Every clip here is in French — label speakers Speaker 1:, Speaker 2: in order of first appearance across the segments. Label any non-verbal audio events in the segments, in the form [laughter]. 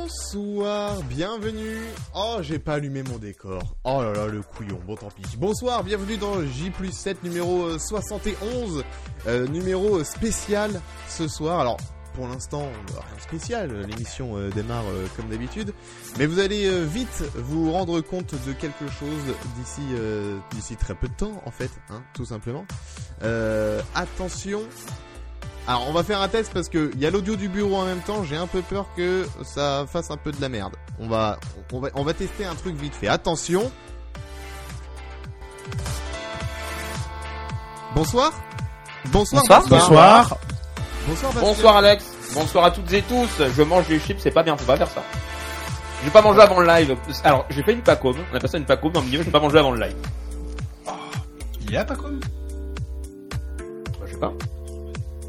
Speaker 1: Bonsoir, bienvenue. Oh, j'ai pas allumé mon décor. Oh là là, le couillon. Bon, tant pis. Bonsoir, bienvenue dans J 7 numéro euh, 71. euh, numéro spécial ce soir. Alors, pour l'instant, rien de spécial. L'émission euh, démarre euh, comme d'habitude. Mais vous allez euh, vite vous rendre compte de quelque chose d'ici euh, d'ici très peu de temps, en fait, hein, tout simplement. Euh, attention. Alors, on va faire un test parce que il y a l'audio du bureau en même temps. J'ai un peu peur que ça fasse un peu de la merde. On va on va on va tester un truc vite fait. Attention. Bonsoir. Bonsoir.
Speaker 2: Bonsoir.
Speaker 3: Bonsoir.
Speaker 1: Bonsoir. Bastien.
Speaker 3: Bonsoir Alex, bonsoir à toutes et tous. Je mange des chips, c'est pas bien, faut pas faire ça. J'ai pas mangé avant le live. Alors, j'ai fait une pacôme, on appelle ça une pacôme dans le milieu, j'ai pas mangé avant le live.
Speaker 4: Ah,
Speaker 2: Il y a pas comme
Speaker 3: Bah, je sais pas.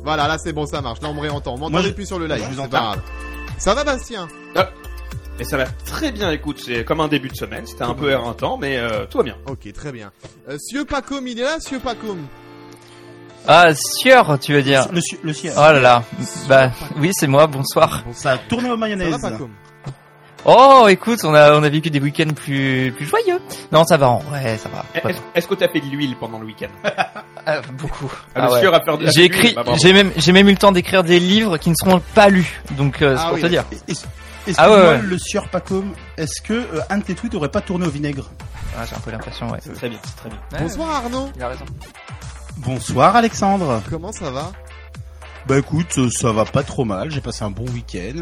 Speaker 1: Voilà, là c'est bon, ça marche. Là on me réentend. On
Speaker 2: Moi,
Speaker 1: m'entendait
Speaker 2: je-
Speaker 1: plus sur le live.
Speaker 2: je vous
Speaker 1: c'est
Speaker 2: entends.
Speaker 1: pas grave. Ça va Bastien
Speaker 3: Mais ça va très bien, écoute, c'est comme un début de semaine, c'était un peu éreintant, mais euh, tout va bien.
Speaker 1: Ok, très bien. Euh, Sieu Pacôme, il est là, Sieu Pacôme
Speaker 4: Ah, sieur, tu veux dire
Speaker 2: le, ci- le ciel.
Speaker 4: Oh
Speaker 5: Ah,
Speaker 4: là là. Bah, oui, c'est moi, bonsoir.
Speaker 2: Ça a tourné
Speaker 1: Ça
Speaker 2: au
Speaker 1: va
Speaker 2: mayonnaise.
Speaker 1: Pacôme
Speaker 4: Oh, écoute, on a, on a vécu des week-ends plus, plus joyeux. Non, ça va, en ouais, ça va.
Speaker 3: Est-
Speaker 4: pas
Speaker 3: Est-ce est-ce que t'as fait de l'huile pendant le week-end
Speaker 4: mal. Ah, beaucoup.
Speaker 3: Eh, Ah, le
Speaker 4: Ah ouais.
Speaker 3: sieur a peur de la
Speaker 4: J'ai
Speaker 3: huile,
Speaker 4: écrit,
Speaker 3: bah, bravo.
Speaker 4: j'ai même, j'ai même eu le temps d'écrire des livres qui ne seront pas lus. Donc, euh, c'est
Speaker 1: Ah
Speaker 4: pour
Speaker 1: oui,
Speaker 4: te dire.
Speaker 2: Est- est- Est-ce
Speaker 4: Ah
Speaker 2: que
Speaker 4: ouais,
Speaker 2: moi,
Speaker 4: ouais.
Speaker 2: le sieur Pacôme, est-ce que euh, un de tes tweets aurait pas tourné au vinaigre
Speaker 4: Ah, j'ai un peu l'impression, ouais.
Speaker 1: Euh,
Speaker 3: C'est très bien, c'est très bien.
Speaker 4: Ouais,
Speaker 1: Bonsoir Arnaud,
Speaker 4: Il a raison.
Speaker 2: Bonsoir Alexandre.
Speaker 1: comment ça va
Speaker 2: Bah écoute, euh, ça va pas trop mal. J'ai passé un bon week-end.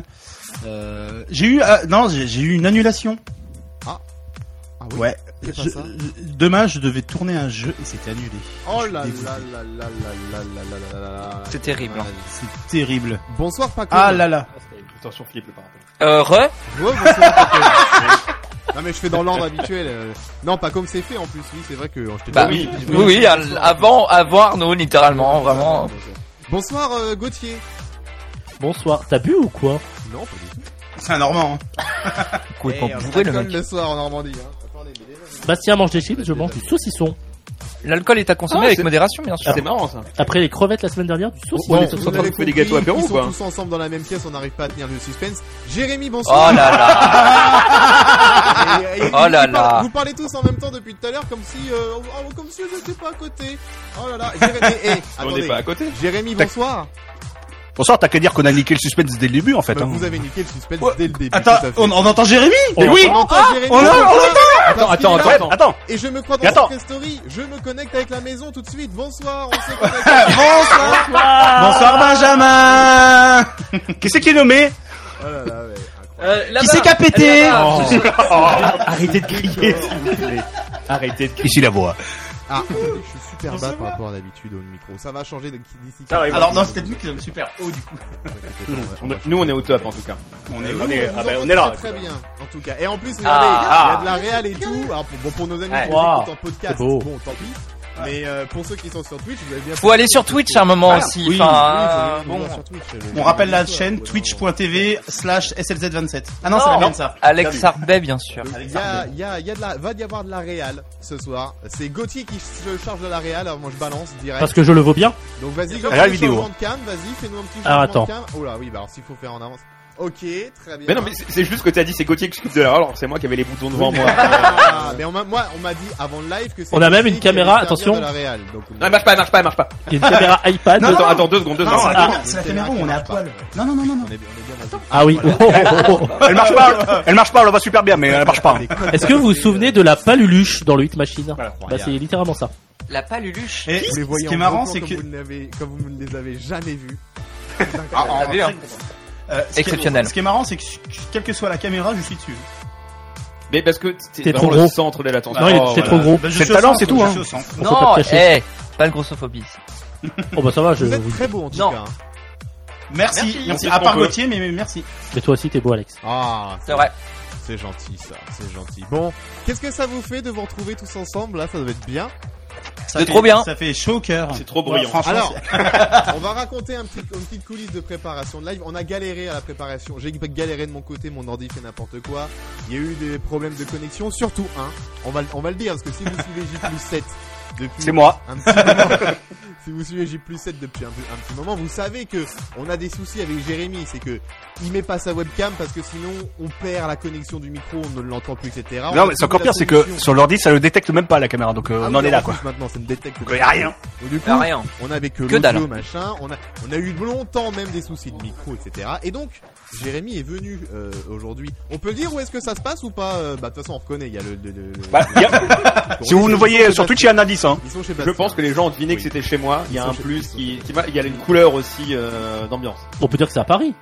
Speaker 2: Euh, j'ai eu ah, non, j'ai j'ai eu une annulation.
Speaker 1: Ah oui,
Speaker 2: Ouais.
Speaker 1: c'est pas
Speaker 2: Je-
Speaker 1: ça.
Speaker 2: je- demain, je devais tourner un jeu et c'était annulé.
Speaker 1: Oh
Speaker 2: Je suis
Speaker 1: là là
Speaker 2: dégoûté.
Speaker 1: là là là là là là là là.
Speaker 4: C'est terrible, hein.
Speaker 2: C'est terrible.
Speaker 1: Bonsoir Pacôme.
Speaker 2: Ah là là.
Speaker 3: Ah, c'était- Attention Philippe le parapluie.
Speaker 4: Euh, re?
Speaker 1: Ouais, bonsoir
Speaker 2: [laughs]
Speaker 1: Pacôme. non mais je fais dans l'ordre habituel. euh. Non, Pacôme c'est fait en plus, oui, c'est vrai que oh, je t'ai
Speaker 4: Bah,
Speaker 1: dit-
Speaker 4: oui, oui, à- avant, avant Arnaud, littéralement, vraiment.
Speaker 1: Eh, Bonsoir euh, Gauthier.
Speaker 6: Bonsoir, t'as bu ou quoi
Speaker 1: Non, pas du tout.
Speaker 2: C'est un Normand. hein.
Speaker 4: Complètement
Speaker 1: Eh, on
Speaker 4: bourré, le
Speaker 1: déconne
Speaker 4: mec.
Speaker 1: le soir en Normandie. Hein. Attendez, mais déjà, je-
Speaker 6: Bastien mange des chips, je mange du saucisson.
Speaker 4: L'alcool est à consommer
Speaker 3: Ah,
Speaker 4: avec
Speaker 3: c'est-
Speaker 4: modération, bien sûr.
Speaker 3: C'est marrant ça.
Speaker 6: Après les crevettes la semaine dernière, du saucisson.
Speaker 3: Ouais,
Speaker 1: Bon,
Speaker 3: mais tous
Speaker 1: vous
Speaker 3: en train de
Speaker 1: avez
Speaker 3: bouffer des
Speaker 1: compris,
Speaker 3: gâteaux apéro
Speaker 1: ils
Speaker 3: ou pas
Speaker 1: sont tous ensemble dans la même pièce, on n'arrive pas à tenir le suspense. Jérémy,
Speaker 4: Oh
Speaker 1: bonsoir.
Speaker 4: là là.
Speaker 1: Et- et-
Speaker 4: Oh
Speaker 1: vous
Speaker 4: là
Speaker 1: parlez-
Speaker 4: là.
Speaker 1: Vous parlez tous en même temps depuis tout à l'heure comme si euh, oh, comme si vous n'étiez pas à côté. Oh là là. Jérémy, eh,
Speaker 3: on n'est
Speaker 1: attendez.
Speaker 3: pas à côté.
Speaker 1: Jérémy, bonsoir.
Speaker 5: Bonsoir, t'as qu'à dire qu'on a niqué le suspense dès le début en fait.
Speaker 1: Bah,
Speaker 5: hein.
Speaker 1: vous avez niqué le suspense
Speaker 2: Ouais.
Speaker 1: dès le début.
Speaker 2: Attends,
Speaker 1: tout à fait.
Speaker 2: on, on entend Jérémy
Speaker 6: On
Speaker 1: On entend Jérémy.
Speaker 2: on l'a- on
Speaker 1: Bonsoir.
Speaker 3: Attends,
Speaker 1: Parce qu'il
Speaker 3: attends,
Speaker 1: est là.
Speaker 5: Ouais,
Speaker 3: attends.
Speaker 5: attends.
Speaker 1: Et je me crois dans
Speaker 5: Attends.
Speaker 1: Secret Story. Je me connecte avec la maison tout de suite. Bonsoir. On se connecte.
Speaker 2: Bonsoir. Bonsoir Benjamin.
Speaker 5: Qui c'est qui est
Speaker 1: Oh
Speaker 5: nommé
Speaker 1: là là, ouais, incroyable.
Speaker 3: Euh,
Speaker 2: Qui c'est qui a pété
Speaker 6: Arrêtez de crier.
Speaker 3: Arrêtez de crier.
Speaker 5: Ici la voix.
Speaker 1: Ah, attendez, je suis super bas par rapport à d'habitude au micro. Ça va changer de- d'ici.
Speaker 2: Alors non, c'était nous qui sommes super haut
Speaker 1: [laughs]
Speaker 2: du coup.
Speaker 3: Nous on est au top en tout cas.
Speaker 2: On
Speaker 5: est-
Speaker 2: est
Speaker 1: Nous,
Speaker 5: on
Speaker 1: vous
Speaker 5: est- ah bah,
Speaker 1: entend
Speaker 5: on est là,
Speaker 1: Très, très
Speaker 5: écoute.
Speaker 1: bien, en tout cas. Et en plus, regardez, il
Speaker 5: Ah,
Speaker 1: y a de la réal et tout. Alors, pour, bon, pour nos amis qui nous
Speaker 6: Wow.
Speaker 1: écoutent en podcast,
Speaker 6: C'est beau.
Speaker 1: bon, tant pis. Mais euh, pour ceux qui sont sur Twitch, vous avez bien
Speaker 4: Faut aller sur Twitch à un moment
Speaker 2: Voilà.
Speaker 4: aussi.
Speaker 2: Oui,
Speaker 4: enfin, euh,
Speaker 1: Oui, vous allez
Speaker 4: Ah, bon.
Speaker 1: sur Twitch, euh, le-
Speaker 2: On rappelle la
Speaker 1: le-
Speaker 2: chaîne
Speaker 1: le-
Speaker 2: twitch.tv slash slz27. Ah non, c'est
Speaker 4: Non.
Speaker 2: la même ça.
Speaker 4: Alex Arbet, bien sûr.
Speaker 1: Donc, Il y a, il y a, il y a de la, va y avoir de la réal ce soir. C'est Gauthier qui se charge de la réal. Alors moi je balance direct.
Speaker 6: Parce que je le vaux bien.
Speaker 1: Donc vas-y,
Speaker 5: Réal
Speaker 1: Gauthier,
Speaker 5: vidéo.
Speaker 1: changement de cam. Vas-y, fais-nous un petit
Speaker 6: Alors,
Speaker 1: changement
Speaker 6: attends.
Speaker 1: de cam. Oh là, oui, bah alors s'il faut faire en avance. Ok, très bien.
Speaker 3: Mais non, mais c'est c'est juste que t'as dit c'est Gauthier qui s'occupe de la- Alors c'est moi qui avais les boutons devant moi.
Speaker 4: [laughs]
Speaker 1: Ah, mais on m'a, moi, on m'a dit avant le live que c'est
Speaker 6: On a même
Speaker 1: Gauthier
Speaker 6: une
Speaker 1: qui allait
Speaker 6: caméra,
Speaker 1: servir
Speaker 6: attention.
Speaker 1: de la réal. Donc, on-
Speaker 3: Non, elle marche pas, elle marche pas, elle marche pas.
Speaker 6: Il y a une caméra
Speaker 1: [laughs]
Speaker 6: iPad.
Speaker 2: Non, non,
Speaker 3: Attends, attends, deux secondes, deux
Speaker 2: Non, c'est
Speaker 3: secondes.
Speaker 2: la
Speaker 6: Ah.
Speaker 2: caméra- c'est la caméra où on est à poil. Non, non, non, non. non.
Speaker 1: On est bien, on est bien dans le-
Speaker 6: Ah oui.
Speaker 5: Elle marche pas, elle marche pas, on la voit super bien, mais elle marche pas.
Speaker 6: oh. Est-ce que vous vous souvenez de la paluluche dans le Hit Machine Bah c'est littéralement ça.
Speaker 4: La paluluche.
Speaker 2: Et
Speaker 1: Vous les
Speaker 2: ce
Speaker 1: voyez
Speaker 2: qui est
Speaker 1: en
Speaker 2: marrant,
Speaker 1: gros plan
Speaker 2: c'est que...
Speaker 1: comme vous, ne l'avez- comme vous ne les avez jamais vus.
Speaker 5: Ah, ah,
Speaker 4: vu, hein.
Speaker 2: euh, ce qui est-
Speaker 4: Exceptionnel.
Speaker 2: Ce qui est marrant, c'est que quelle que soit la caméra, je suis dessus.
Speaker 3: Mais parce que
Speaker 6: T'es
Speaker 3: t'es
Speaker 6: trop
Speaker 3: vraiment le
Speaker 6: gros.
Speaker 3: centre de l'attention.
Speaker 6: Non, il est-
Speaker 3: Oh,
Speaker 6: t'es
Speaker 3: voilà.
Speaker 6: trop gros.
Speaker 2: Bah, je
Speaker 5: C'est
Speaker 2: suis
Speaker 5: le
Speaker 2: au
Speaker 5: talent,
Speaker 2: centre,
Speaker 5: c'est tout,
Speaker 2: je
Speaker 5: hein.
Speaker 2: suis au centre.
Speaker 6: On peut
Speaker 4: Non,
Speaker 6: pas
Speaker 4: eh,
Speaker 6: te cacher.
Speaker 4: pas de grossophobie.
Speaker 6: Oh bah ça va, je.
Speaker 1: Vous êtes très beau en tout
Speaker 4: Non.
Speaker 1: cas. hein.
Speaker 2: Merci.
Speaker 4: Merci.
Speaker 2: Merci.
Speaker 3: On
Speaker 2: À
Speaker 3: peut-
Speaker 2: part
Speaker 3: on peut-
Speaker 2: Gauthier, mais mais merci.
Speaker 6: Mais toi aussi t'es beau Alex.
Speaker 1: Ah,
Speaker 4: C'est vrai.
Speaker 1: c'est gentil ça, c'est gentil. Bon, qu'est-ce que ça vous fait de vous retrouver tous ensemble là Ça doit être bien.
Speaker 4: C'est
Speaker 2: Ça fait-
Speaker 4: trop bien.
Speaker 2: Ça fait chaud au cœur.
Speaker 3: C'est trop bruyant.
Speaker 2: Ouais, franchement,
Speaker 1: Alors,
Speaker 2: c'est-
Speaker 1: [laughs] on va raconter un petit, une petite coulisse de préparation de live. On a galéré à la préparation. J'ai galéré de mon côté, mon ordi fait n'importe quoi. Il y a eu des problèmes de connexion, surtout un. On va, le- on va le dire, parce que si vous suivez J 7 depuis
Speaker 5: C'est moi.
Speaker 1: un petit moment. [laughs] si vous suivez J 7 depuis un, peu- un petit moment, vous savez que on a des soucis avec Jérémy, c'est que il met pas sa webcam parce que sinon on perd la connexion du micro, on ne l'entend plus, etc. On
Speaker 5: Non,
Speaker 1: a
Speaker 5: mais
Speaker 1: trouvé
Speaker 5: c'est encore
Speaker 1: la
Speaker 5: pire, c'est
Speaker 1: solution.
Speaker 5: que sur l'ordi, ça le détecte même pas la caméra, donc euh,
Speaker 1: Ah
Speaker 5: on
Speaker 1: oui,
Speaker 5: en est là,
Speaker 1: plus,
Speaker 5: quoi.
Speaker 1: Maintenant, ça ne détecte
Speaker 5: Il y a rien.
Speaker 1: Donc, du coup,
Speaker 4: Ah, rien.
Speaker 1: on avait que,
Speaker 4: Que dalle.
Speaker 1: l'audio, machin. On a, on a eu longtemps même des soucis de micro, etc. Et donc, Jérémy est venu euh, aujourd'hui. On peut dire où est-ce que ça se passe ou pas Euh, Bah, de toute façon, on reconnaît. Il y a le. le- le- le-
Speaker 5: Bah, il y a-
Speaker 1: le-
Speaker 5: Si vous nous
Speaker 1: ils sont
Speaker 5: voyez
Speaker 1: chez
Speaker 5: sur Twitch, il y
Speaker 1: Bastien.
Speaker 5: a un indice, hein.
Speaker 1: Ils sont chez
Speaker 3: Je
Speaker 1: Bastien.
Speaker 3: pense que les gens ont deviné
Speaker 1: Oui.
Speaker 3: que c'était chez moi. Il y a
Speaker 1: Ils sont
Speaker 3: un
Speaker 1: chez- ils
Speaker 3: plus
Speaker 1: sont
Speaker 3: qui,
Speaker 1: chez-
Speaker 3: qui va- il y a une couleur aussi euh, d'ambiance.
Speaker 6: On peut dire que c'est à Paris.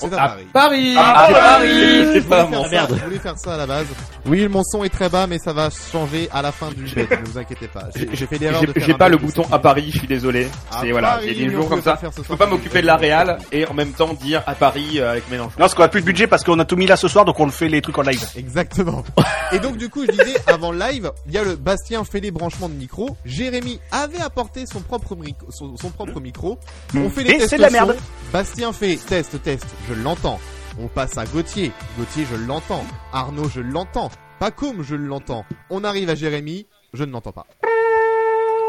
Speaker 1: C'est à
Speaker 3: Ah,
Speaker 1: Paris.
Speaker 3: Paris,
Speaker 5: Ah,
Speaker 4: bah
Speaker 3: C'est
Speaker 6: Paris
Speaker 3: Paris,
Speaker 1: Je
Speaker 3: pas
Speaker 1: voulais faire
Speaker 3: bon.
Speaker 1: ça,
Speaker 6: merde.
Speaker 1: Je voulais faire ça à la base. Oui, mon son est très bas, mais ça va changer à la fin du jet. Ne vous inquiétez pas. J'ai j'ai fait l'erreur de
Speaker 3: J'ai
Speaker 1: faire
Speaker 3: j'ai
Speaker 1: un
Speaker 3: pas le
Speaker 1: jet.
Speaker 3: bouton à Paris, je suis désolé.
Speaker 1: À
Speaker 3: C'est voilà,
Speaker 1: Paris,
Speaker 3: il y a des
Speaker 1: mais on
Speaker 3: jours
Speaker 1: peut
Speaker 3: comme
Speaker 1: pas
Speaker 3: ça.
Speaker 1: faire ce
Speaker 3: Je peux
Speaker 1: soir,
Speaker 3: pas
Speaker 1: c'est
Speaker 3: m'occuper de la Real et en même temps dire à Paris euh, avec Mélenchon.
Speaker 5: Non, parce qu'on a plus de budget parce qu'on a tout mis là ce soir, donc on le fait les trucs en live.
Speaker 1: Exactement. Et donc du coup, je disais avant le live, il y a le Bastien fait les branchements de micro. Jérémy avait apporté son propre micro, son, son propre micro. On fait les
Speaker 5: Et
Speaker 1: tests
Speaker 5: c'est de la merde.
Speaker 1: son. Bastien fait test test, je l'entends. On passe à Gauthier. Gauthier, je l'entends. Arnaud, je l'entends. Pacôme, je l'entends. On arrive à Jérémy, je ne l'entends pas.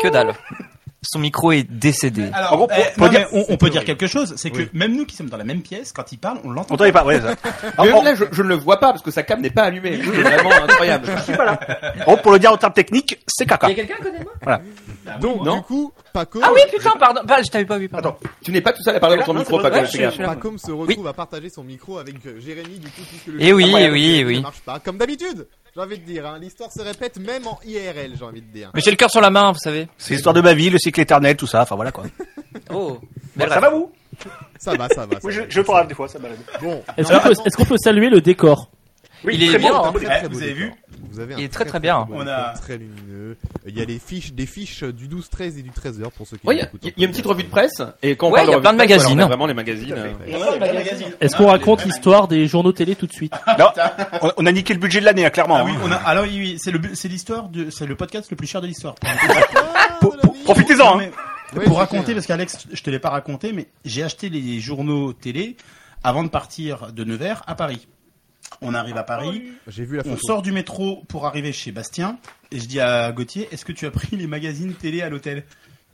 Speaker 4: Que dalle. Son micro est décédé.
Speaker 2: Alors,
Speaker 5: En gros,
Speaker 2: eh,
Speaker 5: pour
Speaker 2: non,
Speaker 5: dire-
Speaker 2: mais on, on peut dire
Speaker 1: horrible.
Speaker 2: quelque chose, c'est que
Speaker 1: Oui.
Speaker 2: même nous qui sommes dans la même pièce, quand il parle, on l'entend.
Speaker 5: On t'entendait pas, ouais. ça.
Speaker 3: Même
Speaker 5: Alors,
Speaker 3: là, je, je ne le vois pas parce que sa cam n'est pas allumée. C'est vraiment incroyable.
Speaker 5: en- en- pour le dire en termes techniques, c'est caca.
Speaker 7: Il y a quelqu'un à côté de moi
Speaker 1: Donc
Speaker 3: Non.
Speaker 1: du coup, Pacôme,
Speaker 7: Ah oui, putain, pardon. Bah, je t'avais pas vu, pardon.
Speaker 3: Tu n'es pas tout seul à parler dans ton
Speaker 5: Non,
Speaker 3: micro,
Speaker 5: c'est pas
Speaker 3: pas
Speaker 5: vrai,
Speaker 3: comme
Speaker 7: je- je-
Speaker 1: Pacôme se retrouve à partager son micro avec euh, Jérémy du coup puisque le
Speaker 4: Eh oui,
Speaker 1: Ah,
Speaker 4: eh oui,
Speaker 1: ok,
Speaker 4: eh oui.
Speaker 1: ça marche pas comme d'habitude. J'ai envie de dire, hein. l'histoire se répète même en IRL, j'ai envie de dire.
Speaker 4: Mais j'ai le cœur sur la main, vous savez.
Speaker 5: C'est l'histoire de ma vie, le cycle éternel, tout ça, enfin voilà quoi.
Speaker 4: Oh.
Speaker 5: Bon, ça va vous
Speaker 1: Ça va, ça va. ça
Speaker 5: Oui, je,
Speaker 1: va.
Speaker 5: je parle des fois, [laughs] ça me balade.
Speaker 1: Bon,
Speaker 6: Est-ce qu'on peut, est-ce qu'on peut saluer le décor
Speaker 5: Oui,
Speaker 4: Il est
Speaker 5: très
Speaker 4: bien,
Speaker 5: beau,
Speaker 4: hein.
Speaker 5: très beau.
Speaker 1: très, très
Speaker 2: Eh,
Speaker 1: beau
Speaker 2: vous avez
Speaker 1: décor.
Speaker 2: vu
Speaker 1: Vous avez un
Speaker 4: Il est très, très bien. hein.
Speaker 1: beau
Speaker 2: On
Speaker 1: décor,
Speaker 2: a-
Speaker 1: très lumineux. Il y a les fiches, des fiches du 12-13 et du 13h pour ceux qui
Speaker 3: Oui,
Speaker 1: nous écoutent.
Speaker 3: il y a une petite revue de presse et quand on
Speaker 4: Ouais,
Speaker 3: parle
Speaker 4: il y a
Speaker 3: revue
Speaker 4: plein de
Speaker 3: presse,
Speaker 4: magazines.
Speaker 3: voilà, on a vraiment les magazines. euh,
Speaker 2: Ah,
Speaker 6: Est-ce
Speaker 1: Ah,
Speaker 6: qu'on raconte l'histoire des journaux télé tout de suite
Speaker 5: On, on a niqué le budget de l'année, hein, clairement.
Speaker 2: Ah oui,
Speaker 5: hein.
Speaker 2: on a. Alors oui, oui, c'est le, bu- c'est l'histoire de, c'est le podcast le plus cher de l'histoire.
Speaker 1: Pour,
Speaker 5: Profitez-en. hein.
Speaker 2: Mais-
Speaker 1: Ouais,
Speaker 2: pour
Speaker 1: c'est
Speaker 2: raconter,
Speaker 1: clair.
Speaker 2: parce qu'Alex, je te l'ai pas raconté, mais j'ai acheté les journaux télé avant de partir de Nevers à Paris. On arrive à Paris,
Speaker 1: Ah J'ai vu la
Speaker 2: on
Speaker 1: photo.
Speaker 2: sort du métro pour arriver chez Bastien, et je dis à Gauthier, est-ce que tu as pris les magazines télé à l'hôtel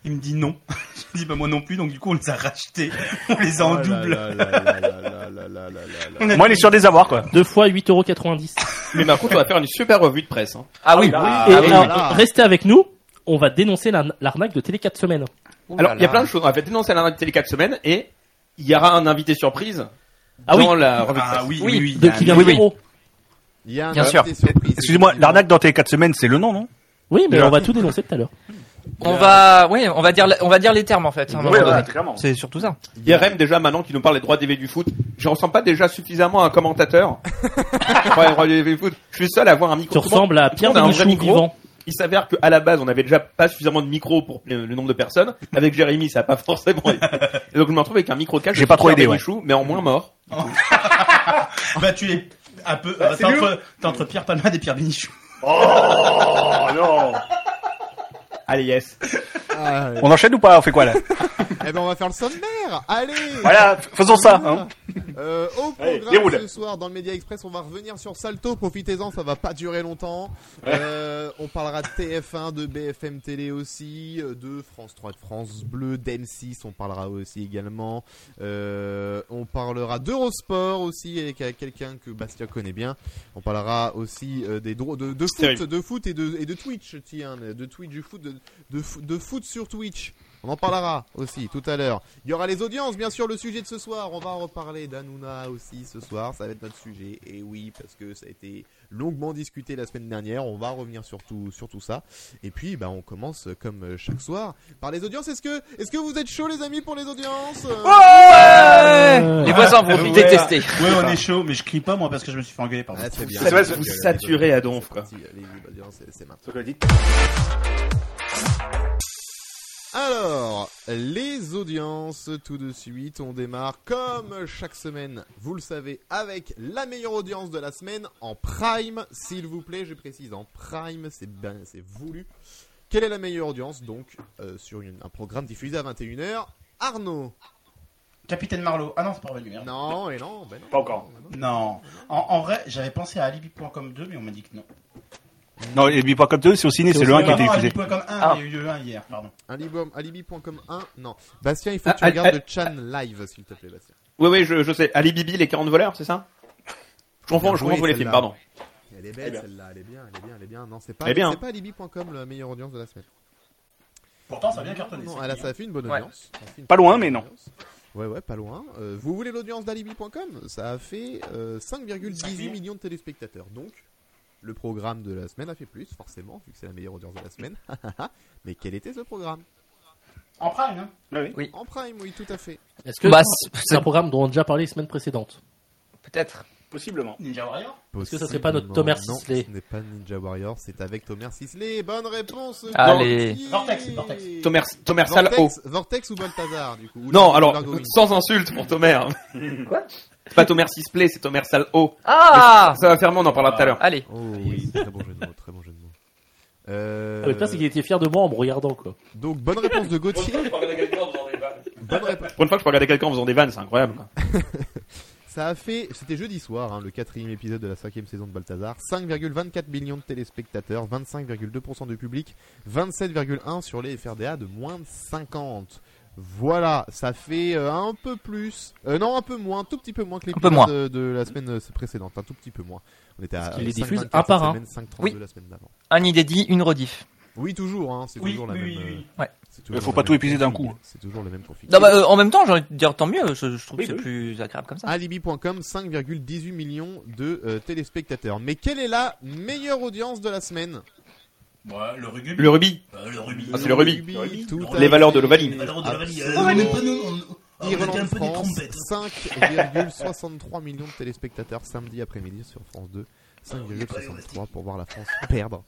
Speaker 2: Il me dit non. [laughs] Je dis bah moi non plus, donc du coup on les a rachetés, [laughs] on les a en
Speaker 1: Oh là
Speaker 2: double.
Speaker 1: là là là là là là là là là là.
Speaker 2: On a-
Speaker 5: Moi, on est sur des avoirs, quoi.
Speaker 6: Deux fois 8,90€.
Speaker 3: Mais par contre, on va faire une super revue de presse. hein.
Speaker 4: Ah oui.
Speaker 6: Et
Speaker 1: Ah oui,
Speaker 6: alors,
Speaker 1: là.
Speaker 6: restez avec nous. On va dénoncer l'arn- l'arnaque de Télé 4 semaines.
Speaker 3: Alors, il y a plein de choses. On va dénoncer à la télé 4 semaines et il y aura un invité surprise
Speaker 6: Ah oui.
Speaker 3: dans la revue de presse.
Speaker 2: Ah oui,
Speaker 4: Oui,
Speaker 2: oui, oui.
Speaker 6: De, qui vient de
Speaker 4: oui.
Speaker 6: Véro.
Speaker 1: Il y a un
Speaker 4: Bien
Speaker 1: invité surprise,
Speaker 5: Excusez-moi,
Speaker 1: effectivement.
Speaker 5: l'arnaque dans tes 4 semaines, c'est le nom, non
Speaker 6: Oui, mais
Speaker 5: Déjà.
Speaker 6: on va tout dénoncer tout à l'heure.
Speaker 4: On va, ouais, on va dire, on va dire les termes en fait. hein, à un moment donné.
Speaker 5: clairement.
Speaker 4: C'est surtout ça.
Speaker 3: Il y a Rem déjà maintenant qui nous parle des droits TV du foot. Je ressemble pas déjà suffisamment à un
Speaker 6: [laughs]
Speaker 3: commentateur. Pour les droits TV du foot. Je suis seul à avoir un micro.
Speaker 6: Tu ressembles à Pierre
Speaker 3: on a un vrai
Speaker 6: Bénichou
Speaker 3: micro
Speaker 6: vivant.
Speaker 3: Il s'avère qu'à la base, on avait déjà pas suffisamment de micros pour le, le nombre de personnes. Avec Jérémy, ça a pas forcément aidé. Et donc, je me retrouve avec un micro cache.
Speaker 5: J'ai pas trop aidé, ouais.
Speaker 3: mais en moins mort.
Speaker 2: Bah tu es un peu,
Speaker 1: Ah,
Speaker 2: euh, t'es entre, t'es entre Pierre Palmade et Pierre Benichou.
Speaker 5: Oh non
Speaker 3: Allez, yes.
Speaker 1: Ah, ouais.
Speaker 5: On enchaîne ou pas On fait quoi là
Speaker 1: Eh ben, on va faire le sommaire. Allez.
Speaker 5: Voilà, f- faisons ça. Hein.
Speaker 1: Euh, au
Speaker 5: Allez,
Speaker 1: programme
Speaker 5: déroule.
Speaker 1: ce soir dans le Média Express, on va revenir sur Salto. Profitez-en, ça va pas durer longtemps. Euh, on parlera de TF1, de BFM Télé aussi, euh, de France 3, de France Bleu, d'M6. On parlera aussi également. Euh, on parlera d'Eurosport aussi avec euh, quelqu'un que Bastia connaît bien. On parlera aussi euh, des dro- de, de foot,
Speaker 3: Terrible.
Speaker 1: de foot et de, et de Twitch. Tiens, de Twitch, du foot, de, de, fo- de foot sur Twitch. On en parlera aussi tout à l'heure. Il y aura les audiences, bien sûr, le sujet de ce soir. On va en reparler d'Anouna aussi ce soir. Ça va être notre sujet. Et oui, parce que ça a été longuement discuté la semaine dernière. On va revenir sur tout, sur tout ça. Et puis, bah, on commence euh, comme euh, chaque soir par les audiences. Est-ce que, est-ce que vous êtes chaud, les amis, pour les audiences Euh,
Speaker 4: Les voisins vont
Speaker 2: Ouais.
Speaker 4: détester.
Speaker 2: Ouais, on est chaud, mais je crie pas moi parce que je me suis fait engueuler par
Speaker 1: ah, c'est bien.
Speaker 3: Vous
Speaker 5: vrai,
Speaker 3: vous saturez à donf, quoi.
Speaker 1: Parti, allez, les audiences, c'est- c'est maintenant. Alors, les audiences, tout de suite, on démarre comme chaque semaine, vous le savez, avec la meilleure audience de la semaine en prime, s'il vous plaît, je précise, en prime, c'est bien, c'est voulu. Quelle est la meilleure audience, donc, euh, sur une- un programme diffusé à 21h Arnaud
Speaker 2: Capitaine Marlowe. Ah non, c'est pas revenu. merde.
Speaker 1: Non, et non, ben non.
Speaker 5: Pas encore.
Speaker 2: Non. En, en vrai, j'avais pensé à alibi.com 2, mais on m'a dit que non.
Speaker 1: Non,
Speaker 5: Non, et puis pas comme deux, c'est au ciné, c'est
Speaker 6: C'est
Speaker 5: le
Speaker 6: au
Speaker 5: 1
Speaker 6: ciné.
Speaker 5: qui a été
Speaker 2: Pardon,
Speaker 5: diffusé.
Speaker 2: Alibi.com 1,
Speaker 7: Ah.
Speaker 2: il y a eu le 1 hier, pardon.
Speaker 1: Alibi- Alibi.com 1, non. Bastien, il faut que tu
Speaker 3: Ah,
Speaker 1: regardes
Speaker 3: ah,
Speaker 1: le Chan live, s'il te plaît, Bastien.
Speaker 3: Oui, oui, je, je sais. Ali Bibi, les 40 voleurs, c'est ça Je confonds, je
Speaker 1: Oui,
Speaker 3: confonds les films,
Speaker 1: celle-là.
Speaker 3: pardon.
Speaker 1: Elle est
Speaker 3: Elle est
Speaker 1: belle,
Speaker 3: bien.
Speaker 1: celle-là, elle est bien, elle est bien, elle est bien. Non, c'est pas,
Speaker 3: Elle est bien.
Speaker 1: c'est pas Alibi.com la meilleure audience de la semaine.
Speaker 2: Pourtant, ça a bien cartonné.
Speaker 1: Non,
Speaker 2: ça.
Speaker 1: elle a, ça a fait une bonne
Speaker 4: Ouais.
Speaker 1: audience. Ça a fait une
Speaker 5: Pas
Speaker 1: bonne
Speaker 5: loin, mais non.
Speaker 1: audience. Ouais, ouais, pas loin. Euh, vous voulez l'audience d'Alibi.com Ça a fait euh, 5,18 millions de téléspectateurs. Donc, le programme de la semaine a fait plus, forcément, vu que c'est la meilleure audience de la semaine. [laughs] mais quel était ce programme
Speaker 2: En prime, hein
Speaker 1: En prime, oui, tout à fait.
Speaker 6: Est-ce que
Speaker 4: Bah, c'est-
Speaker 6: c'est un programme dont on a déjà parlé les semaines précédentes
Speaker 4: Peut-être.
Speaker 5: Possiblement.
Speaker 2: Ninja Warrior
Speaker 1: Est-ce
Speaker 6: que ça serait pas notre Thomas Sisley
Speaker 1: Non, ce n'est pas Ninja Warrior, c'est avec Thomas Sisley. Bonne réponse
Speaker 4: Allez.
Speaker 1: Gauthier.
Speaker 2: Vortex, Vortex.
Speaker 3: Thomas, Thomas Sal O.
Speaker 1: Vortex, Vortex ou Balthazar, du coup ou
Speaker 3: Non,
Speaker 1: Largo-
Speaker 3: alors,
Speaker 1: Largo Wing.
Speaker 3: sans insulte pour Thomas.
Speaker 7: Quoi
Speaker 3: C'est pas Thomas Sisplay, c'est Thomas Sal O.
Speaker 4: Ah
Speaker 3: Ça va faire mal, on en parlera tout à l'heure.
Speaker 4: Allez.
Speaker 1: Oh oui, très bon jeu de mots, très bon jeu de mots. Euh,
Speaker 6: Ah, Le pire, c'est qu'il était fier de moi en me regardant, quoi.
Speaker 1: donc bonne réponse de Gauthier. Bonne réponse.
Speaker 3: Pour une fois que je peux regarder quelqu'un en faisant des vannes, c'est incroyable. quoi.
Speaker 1: Ça a fait, c'était jeudi soir, hein, le quatrième épisode de la cinquième saison de Balthazar. 5,24 millions de téléspectateurs, 25,2% du public, 27,1 sur les FRDA de moins de 50. Voilà, ça fait euh, un peu plus, euh, non un peu moins, un tout petit peu moins que
Speaker 4: peu
Speaker 1: l'épisode
Speaker 4: moins.
Speaker 1: de, de la semaine euh, précédente, un tout petit peu moins. On était à
Speaker 6: Parce qu'ils les
Speaker 1: 5,24
Speaker 6: diffusent
Speaker 1: cette
Speaker 6: un par un.
Speaker 1: semaine, 5,32
Speaker 4: hein. Oui.
Speaker 1: la semaine d'avant.
Speaker 4: Un inédit, une rediff.
Speaker 1: Oui, toujours, hein, c'est
Speaker 2: Oui,
Speaker 1: toujours la
Speaker 2: oui,
Speaker 1: même.
Speaker 2: oui,
Speaker 1: euh,
Speaker 2: oui.
Speaker 4: Ouais.
Speaker 1: c'est toujours
Speaker 5: faut
Speaker 1: la
Speaker 5: pas
Speaker 1: même
Speaker 5: tout épuiser d'un
Speaker 1: config.
Speaker 5: coup. hein.
Speaker 1: C'est toujours le même config.
Speaker 4: Non, bah, euh, en même temps, j'ai envie de dire tant mieux. Je, je trouve
Speaker 3: Oui,
Speaker 4: que c'est
Speaker 3: oui.
Speaker 4: plus agréable comme ça.
Speaker 1: Alibi.com, 5,18 millions de euh, téléspectateurs. Mais quelle est la meilleure audience de la semaine
Speaker 2: Ouais, le rugby.
Speaker 3: Le rubis.
Speaker 2: Euh, le rugby.
Speaker 3: Ah, c'est le rugby.
Speaker 1: tout
Speaker 2: Les
Speaker 1: à
Speaker 3: Les
Speaker 1: fait.
Speaker 3: valeurs de l'Ovalie.
Speaker 2: Alors, de la vanille, euh,
Speaker 1: Absolument.
Speaker 2: on- on- on- on était un peu des
Speaker 1: Irlande-France,
Speaker 2: trompettes.
Speaker 1: 5,63 millions de téléspectateurs samedi après-midi sur France 2. 5,63 pour voir la France perdre.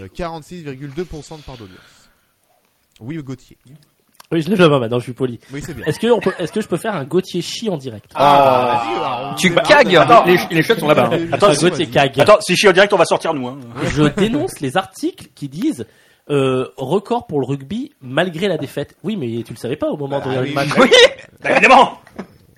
Speaker 1: Euh, 46,2% de part d'audience. Oui, Gauthier.
Speaker 6: Oui, je lève la main maintenant, je suis poli.
Speaker 1: Oui,
Speaker 3: [laughs]
Speaker 1: c'est bien.
Speaker 6: Est-ce que, on peut- est-ce que je peux faire un Gauthier chi en direct
Speaker 3: Ah,
Speaker 4: Tu
Speaker 1: Bah,
Speaker 4: cagues
Speaker 3: Attends, les, les chiottes sont là-bas. hein.
Speaker 6: Un
Speaker 1: vas-y.
Speaker 6: Gauthier cague.
Speaker 5: Attends, si je suis en direct, on va sortir nous. Hein.
Speaker 6: Je dénonce les articles qui disent euh, record pour le rugby malgré la défaite. Oui, mais tu le savais pas au moment de
Speaker 1: Ah
Speaker 6: regarder
Speaker 1: oui,
Speaker 6: le
Speaker 4: [laughs]
Speaker 6: match.
Speaker 4: Oui,
Speaker 5: Bah, évidemment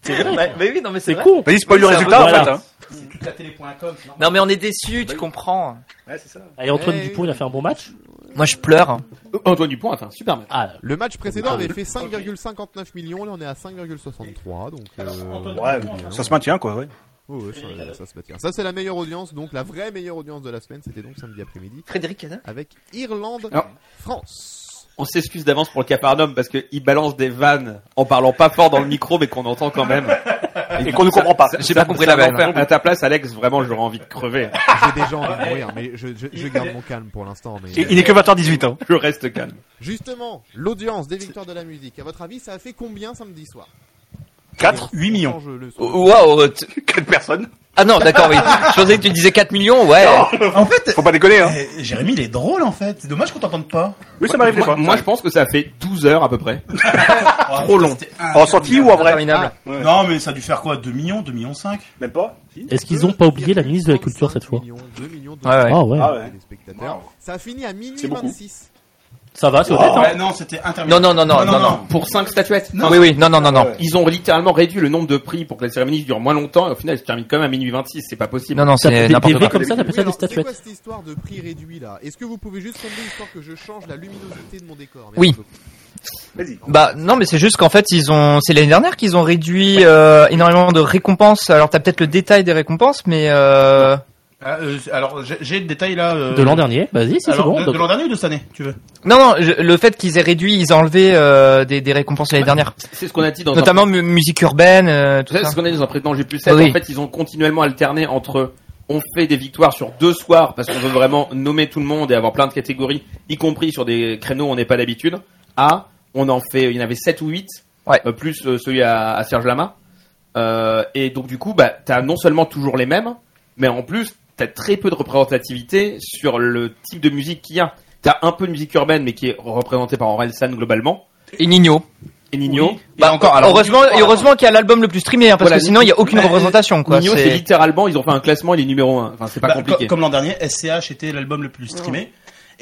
Speaker 4: c'est vrai. Mais oui, non, mais
Speaker 6: C'est
Speaker 4: vrai.
Speaker 6: con.
Speaker 5: Vas-y, spoil le
Speaker 4: Ça,
Speaker 5: résultat
Speaker 6: voilà.
Speaker 5: en fait. Hein.
Speaker 2: C'est toute la télé.com, c'est normal.
Speaker 4: Non, mais on est déçus, tu comprends.
Speaker 5: Ouais, c'est ça.
Speaker 6: Allez, Antoine
Speaker 1: Eh
Speaker 6: Dupont,
Speaker 1: oui.
Speaker 6: il a fait un bon match.
Speaker 4: Moi, je pleure.
Speaker 3: Oh, Antoine Dupont a fait un super match.
Speaker 6: Ah,
Speaker 1: Le match précédent avait fait 5,59 millions, là on est à 5,63, donc euh,
Speaker 5: Ouais,
Speaker 1: bien.
Speaker 5: ça se maintient quoi, ouais.
Speaker 1: Ouais, ouais, ça, ça se maintient. Ça c'est la meilleure audience, donc la vraie meilleure audience de la semaine, c'était donc samedi après-midi
Speaker 4: Frédéric Cadin
Speaker 1: avec Irlande,
Speaker 3: Alors.
Speaker 5: Ah.
Speaker 1: France.
Speaker 3: On s'excuse d'avance pour le capardum parce qu'il balance des vannes en parlant pas fort dans le micro mais qu'on entend quand même.
Speaker 5: Et qu'on ne comprend pas.
Speaker 4: J'ai pas compris la
Speaker 3: vanne.
Speaker 4: vanne.
Speaker 3: À ta place, Alex, vraiment, j'aurais envie de crever.
Speaker 1: J'ai déjà envie de mourir, mais je, je, je garde mon calme pour l'instant. Mais
Speaker 5: Il il est que 20h18. Hein.
Speaker 3: Je reste calme.
Speaker 1: justement, l'audience des victoires de la musique. À votre avis, ça a fait combien samedi soir
Speaker 5: 4 8 millions.
Speaker 1: Change
Speaker 6: Oh,
Speaker 1: le son.
Speaker 4: Wow. euh, t-
Speaker 5: 4 personnes.
Speaker 4: Ah non, d'accord, oui. Je pensais que tu disais 4 millions, ouais.
Speaker 2: En fait,
Speaker 5: Faut pas déconner hein.
Speaker 2: euh, Jérémy, il est drôle en fait. C'est dommage qu'on t'entende pas.
Speaker 5: Oui, ça m'arrive des
Speaker 3: Moi,
Speaker 5: fois.
Speaker 3: moi, je pense que ça fait 12 heures à peu près.
Speaker 2: Trop long. Ah,
Speaker 5: En sortie ou en vrai
Speaker 4: Interminable.
Speaker 5: Ouais.
Speaker 2: Non, mais ça a dû faire quoi 2 millions 2 millions 5
Speaker 5: Même pas.
Speaker 6: Est-ce qu'ils ont pas oublié la ministre de la Culture cette fois
Speaker 1: 2 millions, 2 millions de
Speaker 4: Ouais, ouais.
Speaker 6: Ah ouais.
Speaker 5: Ah ouais.
Speaker 1: téléspectateurs.
Speaker 2: Wow.
Speaker 1: Ça a fini à minuit
Speaker 5: C'est beaucoup.
Speaker 1: 26.
Speaker 6: Ça va, c'est honnête. hein.
Speaker 2: Ouais, non, c'était
Speaker 4: Non,
Speaker 2: interminable.
Speaker 4: non, non, non, non, non.
Speaker 3: Pour 5 statuettes.
Speaker 4: Oui, oui, non, non, non, non.
Speaker 3: Ils ont littéralement réduit le nombre de prix pour que la cérémonie dure moins longtemps et au final, elle se termine quand même à minuit 26. C'est pas possible.
Speaker 4: Non, non,
Speaker 6: Ça fait
Speaker 4: c'est
Speaker 6: des, des
Speaker 4: n'importe
Speaker 6: vrais
Speaker 4: quoi.
Speaker 6: comme ça,
Speaker 1: Oui,
Speaker 6: t'appelles Ah, ça
Speaker 1: alors,
Speaker 6: des
Speaker 1: C'est quoi
Speaker 6: statuettes.
Speaker 1: cette histoire de prix réduit là Est-ce que vous pouvez juste tomber histoire que je change la luminosité de mon décor Merci
Speaker 4: Oui.
Speaker 1: beaucoup.
Speaker 5: Vas-y.
Speaker 4: Bah non mais c'est juste qu'en fait ils ont c'est l'année dernière qu'ils ont réduit euh, énormément de récompenses alors t'as peut-être le détail des récompenses mais euh...
Speaker 2: Ah, euh, alors, j'ai- j'ai le détail là. euh,
Speaker 6: De l'an dernier, vas-y, si c'est
Speaker 2: alors,
Speaker 6: bon.
Speaker 2: de- de l'an dernier ou de cette année, tu veux
Speaker 4: non non je- le fait qu'ils aient réduit ils ont enlevé euh, des, des récompenses l'année dernière
Speaker 3: C'est ce qu'on a dit dans un
Speaker 4: notamment mu- musique urbaine euh, tout
Speaker 3: C'est
Speaker 4: ça
Speaker 3: ce qu'on a dit dans un précédent G plus 7.
Speaker 4: Oui.
Speaker 3: En fait, ils ont continuellement alterné entre on fait des victoires sur deux soirs parce qu'on veut vraiment nommer tout le monde et avoir plein de catégories, y compris sur des créneaux où on n'est pas d'habitude, à on en fait, il y en avait 7 ou 8,
Speaker 4: Ouais.
Speaker 3: euh, plus euh, celui à, à Serge Lama. Euh, et donc du coup, bah, t'as non seulement toujours les mêmes, mais en plus, t'as très peu de représentativité sur le type de musique qu'il y a. T'as un peu de musique urbaine, mais qui est représentée par Orelsan globalement,
Speaker 4: et Nino
Speaker 3: et Nino.
Speaker 4: bah
Speaker 2: encore, alors,
Speaker 4: heureusement heureusement qu'il y a l'album le plus streamé hein, parce
Speaker 3: Voilà,
Speaker 4: que sinon il y a aucune
Speaker 3: Nino-
Speaker 4: représentation quoi
Speaker 3: Nino,
Speaker 4: c'est-
Speaker 3: c'est littéralement, ils ont fait un classement, il est numéro 1. Enfin, c'est pas
Speaker 2: Bah,
Speaker 3: compliqué.
Speaker 2: co- Comme l'an dernier, SCH était l'album le plus streamé.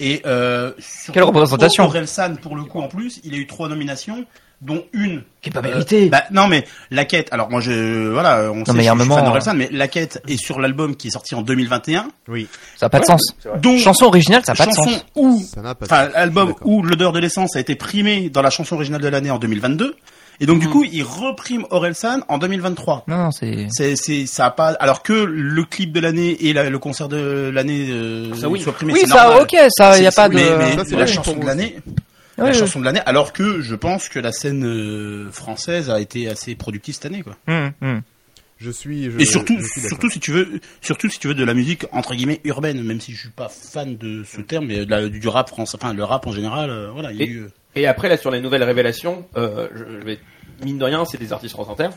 Speaker 2: Et euh, surtout,
Speaker 4: Quelle représentation.
Speaker 2: Orelsan, pour le coup, en plus, il a eu trois nominations. dont une
Speaker 4: Qui est pas mérité.
Speaker 2: bah, non mais la quête. Alors moi je voilà, on sait
Speaker 4: mais il y
Speaker 2: je
Speaker 4: a un
Speaker 2: suis
Speaker 4: moment,
Speaker 2: fan
Speaker 4: hein.
Speaker 2: d'Orelsan, mais la quête est sur l'album qui est sorti en 2021.
Speaker 4: ça a pas de sens.
Speaker 2: Dont
Speaker 4: Chanson originale, ça a pas de
Speaker 2: chanson
Speaker 4: sens.
Speaker 2: où
Speaker 1: Ça n'a pas de
Speaker 2: enfin
Speaker 1: sens.
Speaker 2: album
Speaker 1: D'accord.
Speaker 2: où l'odeur de l'essence a été primée dans la chanson originale de l'année en 2022. Et donc
Speaker 4: Mm.
Speaker 2: du coup, il reprime Orelsan en 2023.
Speaker 4: Non, non, c'est.
Speaker 2: C'est, c'est, ça a pas. Alors que le clip de l'année et la- le concert de l'année euh,
Speaker 3: Ça, oui.
Speaker 2: soient primés,
Speaker 4: Oui,
Speaker 2: c'est
Speaker 4: ça,
Speaker 2: normal.
Speaker 4: ok, ça,
Speaker 2: C'est-
Speaker 4: y a pas de.
Speaker 2: Mais, mais
Speaker 1: Ah, Ça, c'est
Speaker 2: la
Speaker 1: vrai.
Speaker 2: chanson de l'année,
Speaker 4: Ouais,
Speaker 2: la
Speaker 4: ouais.
Speaker 2: chanson de l'année. Alors que je pense que la scène euh, française a été assez productive cette année, quoi.
Speaker 4: Hum, hum.
Speaker 1: Je suis. je-
Speaker 2: Et surtout,
Speaker 1: je suis d'accord.
Speaker 2: surtout si tu veux, surtout si tu veux de la musique entre guillemets urbaine, même si je suis pas fan de ce terme, mais de la- du rap français, enfin le rap en général, euh, voilà. Il y a
Speaker 3: Et-
Speaker 2: eu, euh,
Speaker 3: Et après, là, sur les nouvelles révélations, euh, je, je vais, mine de rien, c'est des artistes France Inter.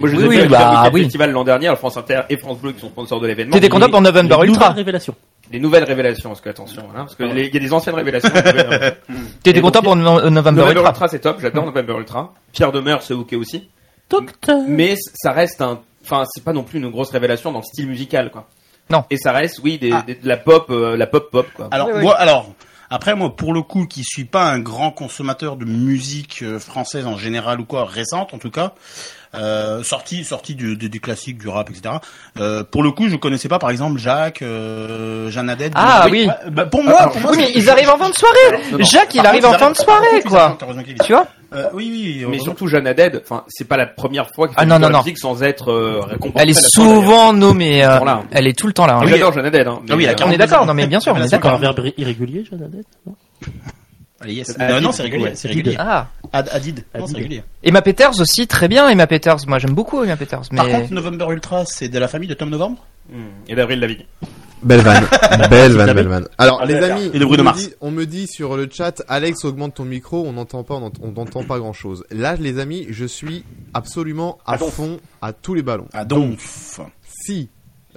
Speaker 3: Moi, je les
Speaker 4: Oui,
Speaker 3: ai
Speaker 4: oui,
Speaker 3: vus à
Speaker 4: bah,
Speaker 3: Guitar Weekend
Speaker 4: oui.
Speaker 3: Festival l'an dernier, alors France Inter et France Bleu qui sont sponsors de l'événement.
Speaker 4: T'es décontable pour November
Speaker 6: Une
Speaker 4: Ultra.
Speaker 6: nouvelle révélation.
Speaker 3: Les nouvelles révélations, parce que attention, hein, parce que les- il y a des
Speaker 4: [laughs]
Speaker 3: anciennes révélations.
Speaker 4: T'es content pour No- November
Speaker 3: November
Speaker 4: Ultra.
Speaker 3: Ultra, c'est top, j'adore November Ultra. Pierre Demeur, c'est ok aussi.
Speaker 6: Docteur.
Speaker 3: mais ça reste un enfin c'est pas non plus une grosse révélation dans le style musical quoi
Speaker 4: Non.
Speaker 3: et ça reste oui des,
Speaker 2: Ah.
Speaker 3: des- de la pop euh, la pop pop
Speaker 4: Ah,
Speaker 3: quoi
Speaker 2: Alors, moi, alors, après, moi, pour le coup, qui suis pas un grand consommateur de musique euh, française en général ou quoi, récente en tout cas, euh, sorti, sorti du, du, du classique, du rap, etc. Euh, pour le coup, je connaissais pas, par exemple, Jacques, euh, Jeanne Haddad.
Speaker 4: Ah, oui.
Speaker 2: Ouais, bah, pour moi, pour moi,
Speaker 4: Oui, mais
Speaker 2: c'est-
Speaker 4: ils arrivent en fin de soirée.
Speaker 3: non, non.
Speaker 4: Jacques, il
Speaker 2: Par
Speaker 4: arrive
Speaker 2: contre,
Speaker 4: en fin de
Speaker 2: ils arrivent- par
Speaker 4: soirée,
Speaker 2: contre, ils arrivent-
Speaker 4: quoi.
Speaker 2: heureusement qu'il est-
Speaker 4: Tu vois
Speaker 2: Euh, oui, oui, oui.
Speaker 3: mais
Speaker 2: heureusement.
Speaker 3: surtout Jeanne Haddad enfin c'est pas la première fois qu'elle
Speaker 4: Ah,
Speaker 3: fait
Speaker 4: non,
Speaker 3: de
Speaker 4: non,
Speaker 3: la
Speaker 4: non.
Speaker 3: musique sans être euh, récompensée
Speaker 4: Elle
Speaker 3: à la
Speaker 4: est
Speaker 3: fin, d'ailleurs.
Speaker 4: souvent nommée. euh,
Speaker 3: Toujours là, hein.
Speaker 4: Elle est tout le temps là. hein.
Speaker 3: Ah, j'adore Jeanne Haddad hein,
Speaker 2: Ah oui, elle a
Speaker 3: euh,
Speaker 4: On est
Speaker 2: 42
Speaker 4: d'accord,
Speaker 2: ans.
Speaker 4: non mais bien sûr, on est
Speaker 2: Révélation
Speaker 6: Un
Speaker 4: d'accord.
Speaker 6: verbe irrégulier, Jeanne Haddad non
Speaker 2: Allez, yes.
Speaker 3: Ah,
Speaker 2: Euh, non,
Speaker 3: Adid,
Speaker 2: c'est régulier,
Speaker 3: ouais,
Speaker 2: c'est régulier.
Speaker 4: Ah.
Speaker 2: Ad- Adid. Non,
Speaker 6: Adid.
Speaker 2: c'est régulier.
Speaker 4: Emma Peters aussi, très bien Emma Peters. Moi j'aime beaucoup Emma Peters,
Speaker 2: Par
Speaker 4: mais
Speaker 2: contre, November Ultra, c'est de la famille de Tom Novembre?
Speaker 3: hmm, et d'Avril Lavigne
Speaker 1: Belle
Speaker 2: [laughs]
Speaker 1: vanne, belle vanne, belle vanne. Alors
Speaker 5: Allez,
Speaker 1: les
Speaker 5: la
Speaker 1: amis,
Speaker 2: Et de Bruno
Speaker 1: on, me
Speaker 2: Mars.
Speaker 1: dit, on me dit sur le chat, Alex augmente ton micro, on n'entend pas, on n'ent- on n'entend pas grand chose. Là les amis, je suis absolument à
Speaker 5: Ah donc.
Speaker 1: fond à tous les ballons.
Speaker 2: Ah, donc.
Speaker 1: Si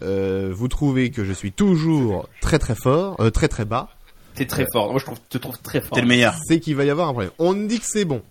Speaker 1: euh, vous trouvez que je suis toujours très très fort, euh, très très bas,
Speaker 3: t'es très fort hein. moi je trouve, te trouve très fort
Speaker 2: T'es le meilleur.
Speaker 1: c'est qu'il va y avoir un problème. On me dit que c'est bon.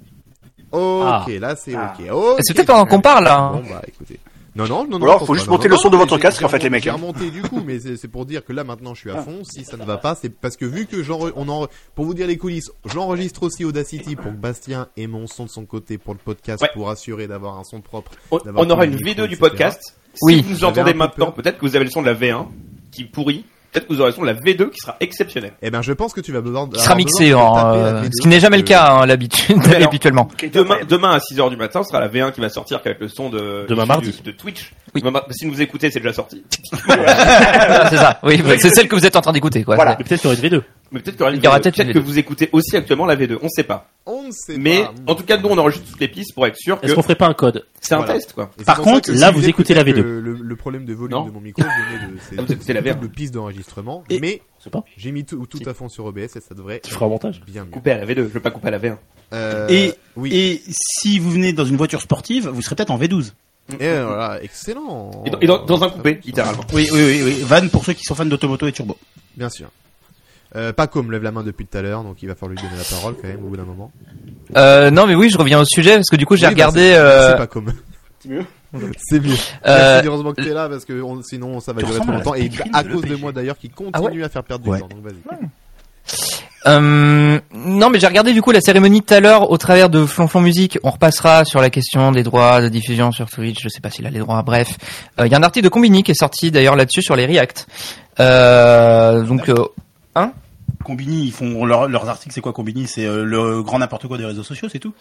Speaker 1: Ok,
Speaker 6: Ah.
Speaker 1: là c'est ok.
Speaker 4: c'est
Speaker 1: Ok.
Speaker 4: peut-être pendant qu'on parle là. hein.
Speaker 1: Bon bah écoutez. Non non non non.
Speaker 5: Ou alors,
Speaker 1: je pense
Speaker 5: faut juste
Speaker 1: pas. Non,
Speaker 5: monter
Speaker 1: non,
Speaker 5: le son de
Speaker 1: non,
Speaker 5: votre
Speaker 1: j'ai-
Speaker 5: casque,
Speaker 1: j'ai
Speaker 5: en fait, les
Speaker 1: remonté-
Speaker 5: mecs,
Speaker 1: J'ai
Speaker 5: hein.
Speaker 1: remonté du coup, mais c'est c'est pour dire que là maintenant je suis à fond. Si ça ne va pas, c'est parce que vu que j'en on en pour vous dire les coulisses, j'enregistre aussi Audacity pour que Bastien ait mon son de son côté pour le podcast
Speaker 3: Ouais.
Speaker 1: pour assurer d'avoir un son propre.
Speaker 3: on,
Speaker 1: d'avoir
Speaker 3: on aura
Speaker 1: pris
Speaker 3: une
Speaker 1: le micro,
Speaker 3: vidéo du
Speaker 1: etc.
Speaker 3: podcast
Speaker 4: Oui.
Speaker 3: si vous nous
Speaker 1: J'avais un
Speaker 3: entendez
Speaker 1: peu
Speaker 3: maintenant
Speaker 1: peur.
Speaker 3: peut-être que vous avez le son de la V1 qui pourrit peut-être que vous aurez le son de la V2 qui sera exceptionnel
Speaker 1: Eh ben je pense que tu vas besoin.
Speaker 4: Qui sera
Speaker 1: avoir besoin de
Speaker 4: mixé,
Speaker 1: te
Speaker 4: en,
Speaker 1: taper la
Speaker 4: euh,
Speaker 1: vidéo
Speaker 4: ce qui n'est jamais le
Speaker 1: que-
Speaker 4: cas hein, l'habitude, [laughs]
Speaker 3: Mais alors-
Speaker 4: habituellement.
Speaker 3: Demain, demain à 6h du matin, ce sera la V1 qui va sortir avec le son de
Speaker 6: Demain
Speaker 3: du-
Speaker 6: mardi.
Speaker 3: de Twitch.
Speaker 4: Oui.
Speaker 3: Demain mar- si vous écoutez, c'est déjà sorti.
Speaker 4: Ah, c'est ça.
Speaker 1: [laughs]
Speaker 4: Oui, bah, c'est celle que vous êtes en train d'écouter quoi.
Speaker 6: Mais peut-être sur une V2.
Speaker 3: Mais peut-être qu'il y aura une
Speaker 4: Il y aura
Speaker 3: V2.
Speaker 4: peut-être une
Speaker 3: que
Speaker 4: V2.
Speaker 3: vous écoutez aussi actuellement la V2, on sait pas.
Speaker 1: On ne sait
Speaker 3: Mais
Speaker 1: pas.
Speaker 3: en tout cas, nous on enregistre toutes les pistes pour être sûr que
Speaker 6: Est-ce qu'on ferait pas un code
Speaker 3: c'est un
Speaker 1: Voilà.
Speaker 3: test quoi.
Speaker 1: Et c'est
Speaker 2: Par
Speaker 1: pour ça
Speaker 2: contre,
Speaker 1: que
Speaker 6: là,
Speaker 1: je
Speaker 6: vous
Speaker 1: disais
Speaker 6: écoutez la
Speaker 1: peut-être
Speaker 6: V2.
Speaker 1: que Le, le problème de volume
Speaker 3: Non.
Speaker 1: de mon micro venait
Speaker 3: [laughs]
Speaker 1: de c'est
Speaker 3: Ah, vous écoutez la V1.
Speaker 1: de piste d'enregistrement,
Speaker 2: Et-
Speaker 1: mais
Speaker 6: Je sais pas.
Speaker 1: j'ai mis tout, tout à fond sur OBS et ça devrait
Speaker 6: Tu feras un montage
Speaker 1: bien mieux.
Speaker 3: Couper à la V2, je veux pas couper à la V1.
Speaker 1: Euh,
Speaker 2: Et-
Speaker 1: oui.
Speaker 2: Et si vous venez dans une voiture sportive, vous serez peut-être en V12.
Speaker 1: Et euh, voilà, excellent.
Speaker 3: Et dans, et dans- dans un coupé, littéralement.
Speaker 2: Oui, oui, oui, oui. Van pour ceux qui sont fans d'automoto et turbo.
Speaker 1: Bien sûr. Euh, Paco me lève la main depuis tout à l'heure, donc il va falloir lui donner la parole quand même au bout d'un moment.
Speaker 4: Euh, non mais oui, je reviens au sujet parce que du coup j'ai
Speaker 1: Oui, bah,
Speaker 4: regardé.
Speaker 1: c'est-
Speaker 4: euh,
Speaker 1: C'est Paco.
Speaker 5: C'est mieux
Speaker 1: [laughs] C'est mieux.
Speaker 4: euh,
Speaker 1: Merci, heureusement que t'es là parce que on- sinon ça va
Speaker 2: Tu
Speaker 1: durer trop
Speaker 2: ressembles à
Speaker 1: longtemps
Speaker 2: la
Speaker 1: et
Speaker 2: speakerine
Speaker 1: à
Speaker 2: de
Speaker 1: cause de
Speaker 2: l'EPG.
Speaker 1: moi d'ailleurs qui continue
Speaker 4: Ah
Speaker 1: à faire perdre du
Speaker 2: Ouais.
Speaker 1: temps. Donc vas-y.
Speaker 4: Euh, non, mais j'ai regardé du coup la cérémonie tout à l'heure au travers de Flonflon Musique. On repassera sur la question des droits de diffusion sur Twitch. Je sais pas s'il a les droits. Bref, Euh, il y a un article de Combini qui est sorti d'ailleurs là-dessus sur les React. Euh, donc euh,
Speaker 2: Combini, ils font leur- leurs articles, c'est quoi Combini C'est euh, le grand n'importe quoi des réseaux sociaux, c'est tout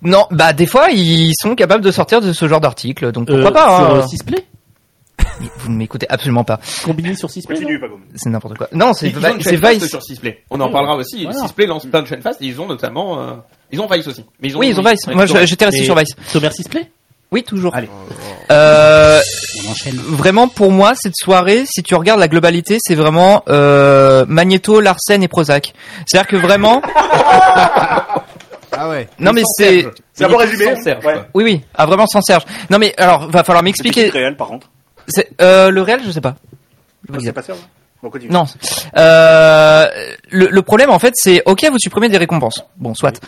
Speaker 4: non, bah des fois ils sont capables de sortir de ce genre d'article. Donc pourquoi
Speaker 6: Euh,
Speaker 4: pas hein.
Speaker 6: Sur 6 play
Speaker 4: Vous ne m'écoutez absolument pas.
Speaker 6: Combiné sur 6 play
Speaker 5: Continue, Pago.
Speaker 4: C'est n'importe quoi. Non, c'est
Speaker 3: Ils ont
Speaker 4: Vi-
Speaker 3: une
Speaker 4: c'est
Speaker 3: chaîne fast
Speaker 4: Vice.
Speaker 3: sur Sisplay. On en parlera aussi.
Speaker 6: Voilà.
Speaker 3: Sisplay lance plein de chaînes fast et ils ont notamment, euh, ils ont Vice aussi. Mais
Speaker 4: Oui, ils ont Vice.
Speaker 3: Ouais,
Speaker 4: Moi,
Speaker 3: ils ont
Speaker 4: je- j'étais resté
Speaker 6: Et-
Speaker 4: sur Vice.
Speaker 6: Sommer 6
Speaker 4: Euh,
Speaker 6: play
Speaker 4: Oui, toujours.
Speaker 6: Allez.
Speaker 4: Euh,
Speaker 2: On enchaîne.
Speaker 4: vraiment pour moi cette soirée si tu regardes la globalité c'est vraiment euh, Magneto Larsen et Prozac c'est à dire que vraiment
Speaker 3: [laughs]
Speaker 1: Ah ouais.
Speaker 4: non mais
Speaker 3: sans
Speaker 4: c'est
Speaker 3: Serge.
Speaker 5: C'est un bon
Speaker 3: Ils
Speaker 5: résumé.
Speaker 3: sans Serge,
Speaker 5: Ouais.
Speaker 3: quoi.
Speaker 4: oui oui ah vraiment sans Serge non mais alors va falloir
Speaker 5: Expliquez.
Speaker 4: m'expliquer
Speaker 5: réel, par contre.
Speaker 4: C'est- euh, le réel je sais pas Je
Speaker 5: Ah,
Speaker 4: vous dis.
Speaker 5: C'est pas ça. hein Bon, continue.
Speaker 4: non euh, le, le problème en fait c'est ok vous supprimez des récompenses bon soit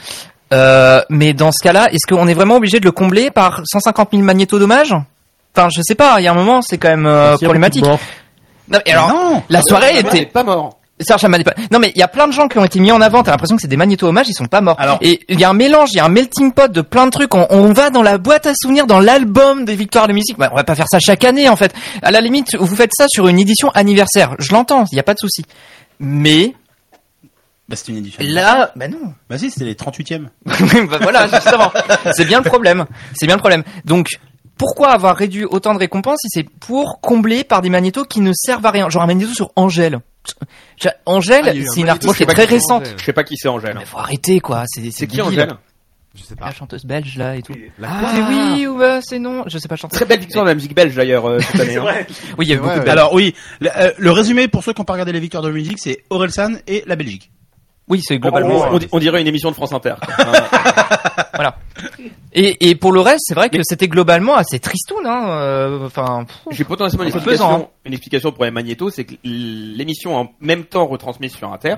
Speaker 4: euh, mais dans ce cas là est-ce qu'on est vraiment obligé de le combler par 150 000 Magneto dommages enfin je sais pas il y a un moment c'est quand même euh,
Speaker 6: Merci à vous,
Speaker 4: problématique
Speaker 6: tout le monde.
Speaker 4: non, et alors
Speaker 2: non
Speaker 4: la soirée
Speaker 3: Ah,
Speaker 4: était
Speaker 3: t'es pas mort.
Speaker 4: Serge Chama n'est pas. Non mais il y a plein de gens qui ont été mis en avant. T'as l'impression que c'est des magnéto hommages, ils sont pas morts.
Speaker 2: Alors-
Speaker 4: et il y a un mélange, il y a un melting pot de plein de trucs. On, on va dans la boîte à souvenirs, dans l'album des victoires de la musique. Bah, on va pas faire ça chaque année en fait. À la limite, vous faites ça sur une édition anniversaire. Je l'entends, il y a pas de souci. Mais
Speaker 2: Bah, c'était une édition.
Speaker 4: là, bah non. [laughs]
Speaker 2: Bah, si, c'était les 38e.
Speaker 4: Bah, voilà, justement. C'est bien le problème. C'est bien le problème. Donc, pourquoi avoir réduit autant de récompenses si c'est pour combler par des magnétos qui ne servent à rien Genre un magnéto sur Angèle. J'a- Angèle,
Speaker 1: Ah, il y a eu un
Speaker 4: c'est une
Speaker 1: magnéto
Speaker 4: artiste qui est
Speaker 1: sur
Speaker 4: très
Speaker 1: Angèle.
Speaker 4: récente.
Speaker 3: Je sais pas qui c'est Angèle.
Speaker 4: Mais faut arrêter quoi, c'est
Speaker 3: C'est qui
Speaker 4: débile.
Speaker 3: Angèle
Speaker 1: Je sais pas.
Speaker 4: La chanteuse belge là et tout.
Speaker 1: La
Speaker 4: Ah, c'est oui ou bah, c'est non, je sais pas chanter.
Speaker 3: Très belle victoire de la musique belge d'ailleurs euh,
Speaker 5: [laughs]
Speaker 3: cette année. hein.
Speaker 4: Oui, il y a eu
Speaker 1: Ouais,
Speaker 4: beaucoup de
Speaker 1: ouais.
Speaker 4: Belges.
Speaker 2: Alors, oui, le, euh, le résumé pour ceux qui ont pas regardé les victoires de la musique, c'est Orelsan et la Belgique.
Speaker 4: Oui, c'est
Speaker 3: On,
Speaker 4: globalement.
Speaker 3: on- on di- on dirait une émission de France
Speaker 5: [laughs]
Speaker 3: Inter. Hein.
Speaker 4: Et, et pour le reste, c'est vrai que c'était globalement assez tristoun hein. euh, Enfin, pff,
Speaker 3: J'ai potentiellement une
Speaker 4: C'est
Speaker 3: explication,
Speaker 4: pesant,
Speaker 3: une explication pour les magnétos, c'est que l'émission en même temps retransmise sur Inter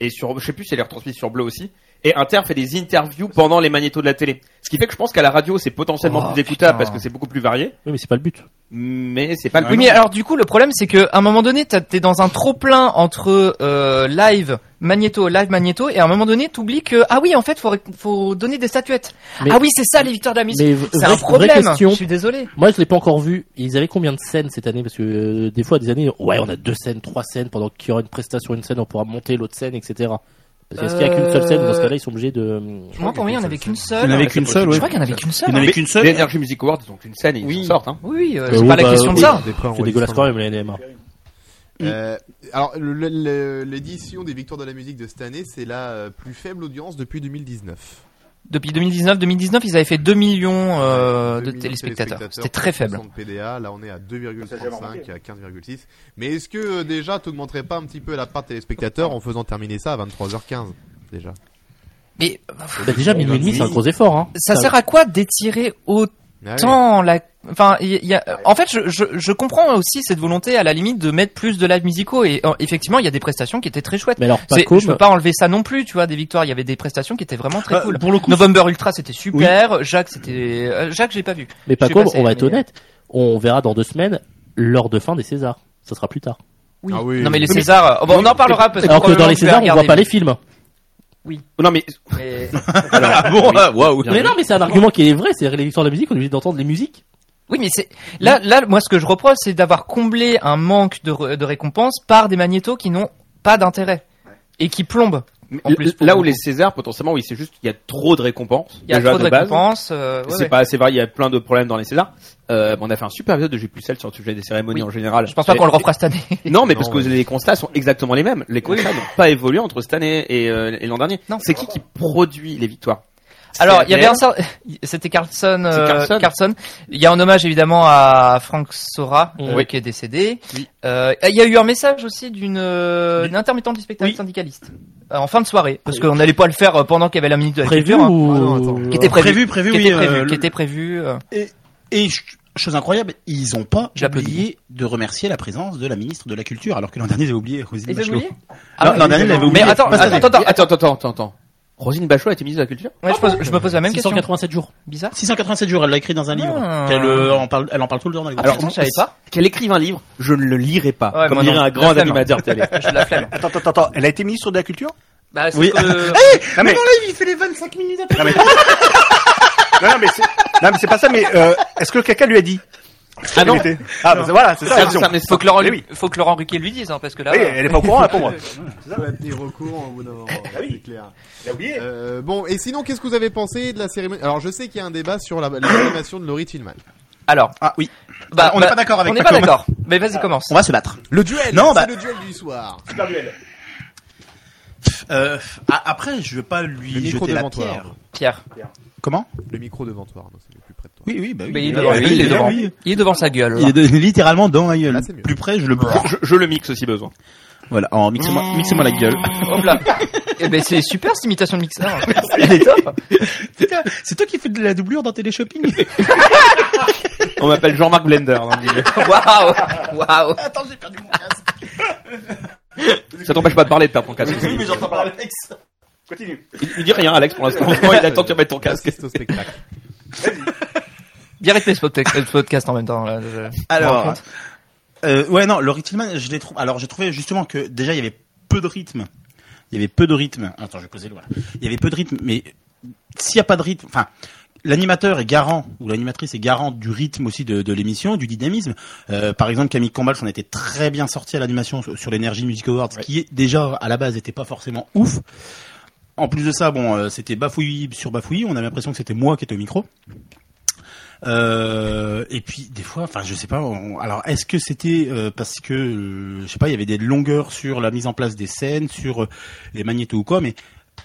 Speaker 3: et sur, je sais plus si elle est retransmise sur Bleu aussi. Et Inter fait des interviews pendant les magnétos de la télé. Ce qui fait que je pense qu'à la radio c'est potentiellement
Speaker 4: Oh,
Speaker 3: plus écoutable
Speaker 4: putain. Ah
Speaker 3: parce que c'est beaucoup plus varié.
Speaker 6: Oui, mais c'est pas le but.
Speaker 3: Mais c'est pas le
Speaker 2: Ouais.
Speaker 4: Oui,
Speaker 3: plus
Speaker 4: mais alors du coup, le problème, c'est que à un moment donné, t'as- t'es dans un trop plein entre euh, live Magneto, live Magneto, et à un moment donné, t'oublies que ah oui, en fait, faut, ré- faut donner des statuettes.
Speaker 6: Mais-
Speaker 4: ah oui, c'est ça les victoires de la musique.
Speaker 6: Mais
Speaker 4: C'est
Speaker 6: vraie-
Speaker 4: un
Speaker 6: vraie
Speaker 4: problème. Je
Speaker 6: question.
Speaker 4: suis désolé.
Speaker 6: Moi, je l'ai pas encore vu. Ils avaient combien de scènes cette année Parce que euh, des fois, des années, ouais, on a deux scènes, trois scènes. Pendant qu'il y aura une prestation, une scène, on pourra monter l'autre scène, etc. Parce que est-ce qu'il y a qu'une seule scène Dans ce cas-là, ils sont obligés de. euh,
Speaker 4: Moi, pour moi, il n'y en avait qu'une
Speaker 2: Il n'y en
Speaker 4: seule.
Speaker 2: avait qu'une seule,
Speaker 4: Je
Speaker 2: ouais.
Speaker 4: crois qu'il y en avait qu'une seule.
Speaker 2: Il n'y en
Speaker 4: hein.
Speaker 2: avait qu'une seule.
Speaker 3: Les Energy Music Awards, ils ont qu'une scène et ils
Speaker 4: Oui.
Speaker 3: s'en sortent. Hein.
Speaker 4: Oui, euh,
Speaker 6: Euh,
Speaker 4: c'est
Speaker 6: oui,
Speaker 4: pas la
Speaker 6: bah,
Speaker 4: question de
Speaker 6: oui.
Speaker 4: Ah ça.
Speaker 6: C'est dégueulasse quand même, la NMA.
Speaker 4: Mm.
Speaker 1: Euh, alors, le- le- le- l'édition des Victoires de la musique de cette année, c'est la euh, plus faible audience depuis 2019.
Speaker 4: Depuis 2019, 2019, ils avaient fait 2 millions euh,
Speaker 1: 2
Speaker 4: de
Speaker 1: millions
Speaker 4: téléspectateurs. C'était très faible.
Speaker 1: 30% de PDA, là on est à
Speaker 5: jamais remarqué.
Speaker 1: 2,35 à 15,6. Mais est-ce que euh, déjà t'augmenterais pas un petit peu la part téléspectateurs en faisant terminer ça à 23h15 déjà
Speaker 4: Mais
Speaker 6: Bah, déjà, minuit et demi, c'est un gros effort. Hein.
Speaker 4: ça sert à quoi d'étirer autant
Speaker 1: Ah oui.
Speaker 4: tant la enfin il y, a en fait je, je, je comprends aussi cette volonté à la limite de mettre plus de live musicaux et euh, effectivement il y a des prestations qui étaient très chouettes
Speaker 6: Mais alors,
Speaker 4: C'est-
Speaker 6: Paco,
Speaker 4: je peux pas enlever ça non plus tu vois des victoires il y avait des prestations qui étaient vraiment très
Speaker 2: Euh,
Speaker 4: cool
Speaker 2: Pour le coup,
Speaker 4: November Ultra c'était super Jacques c'était euh, Jacques j'ai pas vu
Speaker 6: mais
Speaker 4: je sais
Speaker 6: Paco,
Speaker 4: pas, c'est-
Speaker 6: on va être
Speaker 4: mais-
Speaker 6: honnête. On verra dans deux semaines l'heure de fin des Césars. Ça sera plus tard.
Speaker 4: oui.
Speaker 1: Ah oui.
Speaker 4: non mais les
Speaker 1: Oui, mais-
Speaker 4: Césars euh, bon, on en parlera parce que
Speaker 6: Alors que dans
Speaker 4: probablement je vais
Speaker 6: les Césars, on voit
Speaker 4: regarder,
Speaker 6: pas les films.
Speaker 3: Non [laughs] mais
Speaker 4: mais-
Speaker 2: ah bon, ah, waouh.
Speaker 6: Mais non, mais c'est un argument qui est vrai. C'est les victoires de la musique, on est obligé d'entendre les musiques.
Speaker 4: Oui, mais c'est là, là, moi, ce que je reproche, c'est d'avoir comblé un manque de, re- de récompense par des magnétos qui n'ont pas d'intérêt et qui plombent. En plus, pour
Speaker 3: là
Speaker 4: le
Speaker 3: où les
Speaker 4: coup.
Speaker 3: Césaires potentiellement oui c'est juste qu'il y a trop de récompenses.
Speaker 4: Il y a
Speaker 3: déjà
Speaker 4: trop de
Speaker 3: base.
Speaker 4: récompenses. euh, ouais,
Speaker 3: c'est
Speaker 4: ouais.
Speaker 3: pas assez vrai, il y a plein de problèmes dans les Césars. Euh, on a fait un super épisode de G plus sur le sujet des cérémonies
Speaker 4: Oui.
Speaker 3: en général.
Speaker 4: Je pense pas
Speaker 3: Et-
Speaker 4: qu'on le refera cette année.
Speaker 3: [laughs] Non,
Speaker 1: Non,
Speaker 3: mais parce que
Speaker 1: ouais.
Speaker 3: les constats sont exactement les mêmes. Les constats n'ont pas évolué entre cette année et, euh, et l'an dernier.
Speaker 4: Non.
Speaker 3: C'est qui qui produit les victoires
Speaker 4: Alors, il y avait un
Speaker 3: CRDL,
Speaker 4: certain- c'était Carlson, euh,
Speaker 3: C'est Carlson.
Speaker 4: Carlson. Il y a un hommage évidemment à Frank Sora euh,
Speaker 3: Oui.
Speaker 4: qui est décédé.
Speaker 3: Oui.
Speaker 4: Euh, Il y a eu un message aussi d'une euh, d'une intermittente du spectacle
Speaker 6: Oui.
Speaker 4: syndicaliste euh, en fin de soirée parce qu'on n'allait pas le faire euh, pendant qu'il y avait la minute de la
Speaker 6: Prévu
Speaker 4: culture, hein,
Speaker 6: ou. euh,
Speaker 1: Ah non, attends.
Speaker 4: qui était prévue,
Speaker 2: Prévu, prévu,
Speaker 4: qui
Speaker 2: oui.
Speaker 4: était prévue,
Speaker 2: euh,
Speaker 4: qui
Speaker 2: le-
Speaker 4: était prévue, euh,
Speaker 2: Et ch- chose incroyable, ils ont pas
Speaker 4: J'applaudis.
Speaker 2: oublié de remercier la présence de la ministre de la Culture, alors que l'an dernier ils avaient oublié Roselyne
Speaker 4: Ils avaient
Speaker 2: Bachelot.
Speaker 4: oublié
Speaker 2: Ah non, l'an dernier, ils avaient oublié.
Speaker 4: Mais attends,
Speaker 2: Pas cette
Speaker 4: attends, attends,
Speaker 2: année.
Speaker 3: Ah, Attends, attends, attends, attends, attends. Rosine Bachelot a été ministre de la Culture
Speaker 4: Ouais, je, pose- je me pose la même question.
Speaker 6: 687 jours.
Speaker 4: Bizarre.
Speaker 2: 687 jours, elle l'a écrit dans un livre.
Speaker 4: Ah.
Speaker 2: Elle, euh, en parle, elle en parle tout le temps dans les
Speaker 4: Alors,
Speaker 2: groupes.
Speaker 4: Ah, je savais pas.
Speaker 3: Qu'elle écrive un livre, je ne le lirai pas.
Speaker 4: Ouais,
Speaker 3: comme
Speaker 4: moi
Speaker 3: dirait
Speaker 4: non.
Speaker 3: un grand
Speaker 4: La flemme. [laughs]
Speaker 3: animateur télé.
Speaker 4: Je la flemme.
Speaker 5: Attends, attends, attends. Elle a été ministre de la culture
Speaker 4: Bah, c'est
Speaker 2: Oui. [laughs] Eh,
Speaker 4: que-
Speaker 5: Non mais,
Speaker 2: il fait les 25 minutes après.
Speaker 5: non mais, [laughs] non, non, mais c'est, non mais c'est pas ça. Mais euh, est-ce que quelqu'un lui a dit
Speaker 3: Ah non.
Speaker 5: Vérité. Ah bah, voilà, c'est ça. la
Speaker 3: Ça,
Speaker 5: question.
Speaker 3: ça, mais ça-
Speaker 4: faut que
Speaker 2: Eh
Speaker 4: Laurent,
Speaker 5: Mais
Speaker 4: Lu- faut que Laurent Ruquier lui dise, hein, parce que là.
Speaker 5: Oui, elle est pas au courant, là,
Speaker 2: [laughs]
Speaker 5: pour moi.
Speaker 1: Et recours au bout
Speaker 5: [laughs]
Speaker 1: d'un moment,
Speaker 5: Ah oui.
Speaker 1: c'est clair.
Speaker 5: Elle a oublié.
Speaker 1: Euh, bon, et sinon, qu'est-ce que vous avez pensé de la cérémonie Alors, je sais qu'il y a un débat sur la- [coughs] l'animation de Laurie Tillman.
Speaker 4: Alors,
Speaker 2: Ah oui.
Speaker 4: bah,
Speaker 2: on n'est
Speaker 4: bah,
Speaker 2: pas d'accord avec
Speaker 4: on n'est
Speaker 2: Paco. Ah.
Speaker 4: pas d'accord. Mais vas-y, commence.
Speaker 2: On va se battre.
Speaker 1: Le duel
Speaker 2: Non,
Speaker 1: C'est
Speaker 2: bah-
Speaker 1: le duel du soir
Speaker 5: Super duel.
Speaker 2: Euh, a- après, je vais pas lui
Speaker 1: Le micro
Speaker 2: jeter la
Speaker 1: devant toi,
Speaker 2: pierre.
Speaker 1: Arnaud.
Speaker 4: Pierre.
Speaker 2: Comment
Speaker 1: Le micro devant toi, Arnaud, c'est le plus près
Speaker 2: [laughs]
Speaker 1: de toi.
Speaker 2: Oui, oui, bah oui.
Speaker 4: Mais il est devant, lui, il est devant.
Speaker 2: oui.
Speaker 4: Il est devant sa gueule.
Speaker 2: Il est de- littéralement dans ma gueule.
Speaker 1: Là, c'est mieux.
Speaker 2: Plus près, je le prends.
Speaker 3: je, je le mixe si besoin.
Speaker 2: Voilà, en mixez-moi mixez la gueule.
Speaker 4: Hop là. Eh ben, c'est super cette imitation de mixeur.
Speaker 2: [laughs]
Speaker 4: Elle est top.
Speaker 2: Putain, c'est toi qui fais de la doublure dans Téléshopping
Speaker 3: On m'appelle Jean-Marc Blender. dans le
Speaker 4: [laughs]
Speaker 3: milieu.
Speaker 4: Waouh. Waouh.
Speaker 2: Attends, j'ai perdu mon casque.
Speaker 3: ça t'empêche pas de parler de perdre ton casque.
Speaker 5: Oui, mais j'entends parler Alex. Continue.
Speaker 3: Il, il dit rien, Alex, pour
Speaker 4: [laughs]
Speaker 3: l'instant. Il attend que tu remettes ton casque.
Speaker 1: Assiste au spectacle.
Speaker 4: Direct les podcasts en même temps. Là. Je-
Speaker 2: Alors,
Speaker 4: compte.
Speaker 2: Euh, ouais, non, le Ritalman, je l'ai trouvé. Alors, j'ai trouvé justement que déjà, il y avait peu de rythme. Il y avait peu de rythme. Attends, je vais poser le voilà. Il y avait peu de rythme, mais s'il n'y a pas de rythme, enfin, l'animateur est garant ou l'animatrice est garante du rythme aussi de, de l'émission, du dynamisme. Euh, par exemple, Camille Combal s'en était très bien sorti à l'animation sur, sur l'Energy Music Awards, qui est déjà à la base n'était pas forcément ouf. En plus de ça, bon, euh, c'était bafouillis sur bafouillis. On avait l'impression que c'était moi qui étais au micro. Euh, et puis des fois, enfin je sais pas. on- alors est-ce que c'était euh, parce que euh, je sais pas, il y avait des longueurs sur la mise en place des scènes, sur euh, les magnétos ou quoi, mais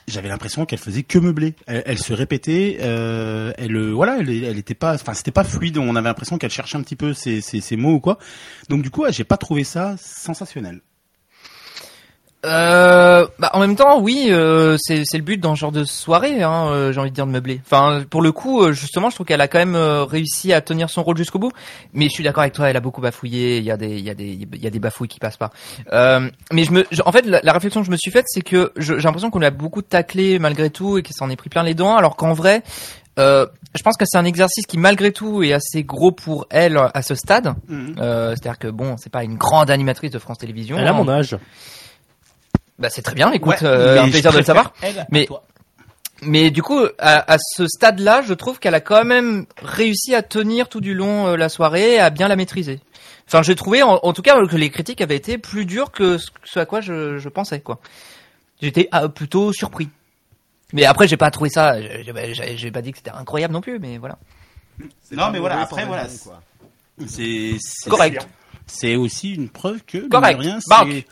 Speaker 2: j'avais l'impression qu'elle faisait que meubler. Elle, elle se répétait. Euh, elle euh, voilà, elle, elle était pas. Enfin c'était pas fluide. On avait l'impression qu'elle cherchait un petit peu ses, ses, ses mots ou quoi. Donc du coup, ouais, j'ai pas trouvé ça sensationnel.
Speaker 4: Euh, bah, en même temps, oui, euh, c'est c'est le but dans ce genre de soirée, hein, euh, j'ai envie de dire de meubler. Enfin, pour le coup, euh, justement, je trouve qu'elle a quand même euh, réussi à tenir son rôle jusqu'au bout. Mais je suis d'accord avec toi, elle a beaucoup bafouillé. Il y a des, il y a des, il y a des bafouilles qui passent pas. Euh, mais je me, je- en fait, la, la réflexion que je me suis faite, c'est que je- j'ai l'impression qu'on lui a beaucoup taclé malgré tout et qu'elle s'en est pris plein les dents, alors qu'en vrai. Euh, je pense que c'est un exercice qui malgré tout est assez gros pour elle à ce stade.
Speaker 2: Mmh.
Speaker 4: Euh, C'est-à-dire que bon, c'est pas une grande animatrice de France Télévisions.
Speaker 6: Elle a
Speaker 4: hein.
Speaker 6: mon âge.
Speaker 4: Bah c'est très bien, écoute,
Speaker 2: Ouais,
Speaker 4: euh,
Speaker 2: mais
Speaker 4: un
Speaker 2: je
Speaker 4: plaisir de le
Speaker 2: préfère
Speaker 4: savoir.
Speaker 2: elle à
Speaker 4: Mais-
Speaker 2: toi.
Speaker 4: Mais du coup, à, à ce stade-là, je trouve qu'elle a quand même réussi à tenir tout du long euh, la soirée, et à bien la maîtriser. Enfin, j'ai trouvé, en, en tout cas, que les critiques avaient été plus dures que ce, ce à quoi je, je pensais, quoi. J'étais ah, plutôt surpris. Mais après, j'ai pas trouvé ça. je- je- J'ai j'ai pas dit que c'était incroyable non plus, mais voilà.
Speaker 1: C'est
Speaker 2: Non,
Speaker 1: pas
Speaker 2: mais voilà,
Speaker 1: mauvais sans
Speaker 2: après,
Speaker 1: raison,
Speaker 2: voilà.
Speaker 1: quoi.
Speaker 2: C'est c'est-
Speaker 4: Correct.
Speaker 2: C'est aussi une preuve que mine de
Speaker 4: Correct. Bah,
Speaker 2: rien,
Speaker 4: Banque.
Speaker 2: c'est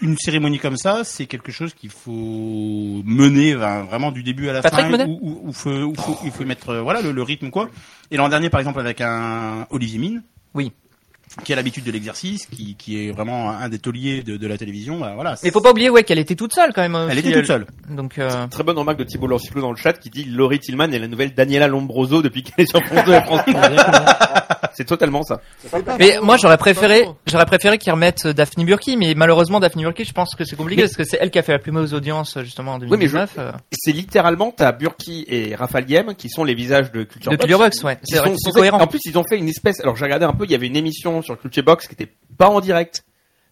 Speaker 2: une cérémonie comme ça, c'est quelque chose qu'il faut mener ben, vraiment du début à la
Speaker 4: Patrick
Speaker 2: fin,
Speaker 4: Monet
Speaker 2: où, où- où faut, où faut- il faut mettre euh, voilà le, le rythme quoi. Et l'an dernier par exemple avec un Olivier Mine.
Speaker 4: Oui.
Speaker 2: Qui a l'habitude de l'exercice, qui, qui est vraiment un des tauliers de, de la télévision, ben, voilà.
Speaker 4: Mais faut pas oublier, ouais, qu'elle était toute seule quand même. euh,
Speaker 2: Elle
Speaker 4: aussi,
Speaker 2: était toute seule.
Speaker 4: Donc, euh,
Speaker 3: Très bonne remarque de Thibault Lorciclo dans le chat qui dit Laurie Tillman est la nouvelle Daniela Lombroso depuis qu'elle est sur France 2 et France 3. C'est totalement ça.
Speaker 4: mais moi, j'aurais préféré, j'aurais préféré qu'ils remettent euh, Daphne Burki, mais malheureusement, Daphne Burki, je pense que c'est compliqué
Speaker 3: Mais-
Speaker 4: parce que c'est elle qui a fait la plus mauvaise audience euh, justement en
Speaker 3: mais je-
Speaker 4: 2019. euh,
Speaker 3: C'est littéralement, t'as Burki et Raphaël Yem qui sont les visages de Culture
Speaker 4: de
Speaker 3: Box.
Speaker 4: Culture Box, ouais.
Speaker 3: Ils
Speaker 4: C'est vrai
Speaker 3: sont
Speaker 4: que c'est
Speaker 3: censés-
Speaker 4: cohérent.
Speaker 3: En plus, ils ont fait une espèce. Alors, j'ai regardé un peu. Il y avait une émission sur Culture Box qui était pas en direct,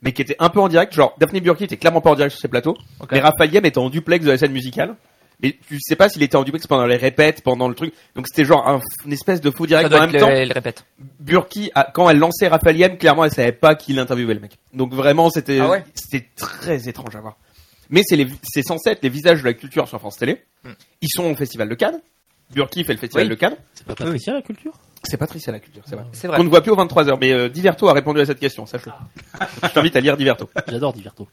Speaker 3: mais qui était un peu en direct. Genre, Daphne Burki était clairement pas en direct sur ses plateaux.
Speaker 4: Ok.
Speaker 3: Mais Raphaël Yem était en duplex de la scène musicale. Et tu sais pas s'il était en duplex pendant les répètes, pendant le truc. Donc, c'était genre un- une espèce de faux
Speaker 4: Ça
Speaker 3: direct.
Speaker 4: doit
Speaker 3: En
Speaker 4: être le-
Speaker 3: même temps,
Speaker 4: le répète.
Speaker 3: Burki, a- quand elle lançait Raphaël Yem, clairement, elle savait pas qui l'interviewait, le mec. Donc, vraiment, c'était
Speaker 4: Ah ouais
Speaker 3: c'était très étrange à voir. Mais c'est les vi- c'est censé être les visages de la culture sur France Télé. Ils sont au Festival de Cannes. Burki fait le Festival
Speaker 4: Mm. Oui.
Speaker 3: de Cannes.
Speaker 6: C'est pas Patricia la culture
Speaker 3: C'est Patricia la culture, c'est vrai.
Speaker 4: C'est
Speaker 3: On
Speaker 4: vrai.
Speaker 3: ne voit plus aux 23h, mais euh, Diverto a répondu à cette question, sache-le.
Speaker 4: Ah.
Speaker 3: Je t'invite à lire Diverto.
Speaker 6: J'adore Diverto.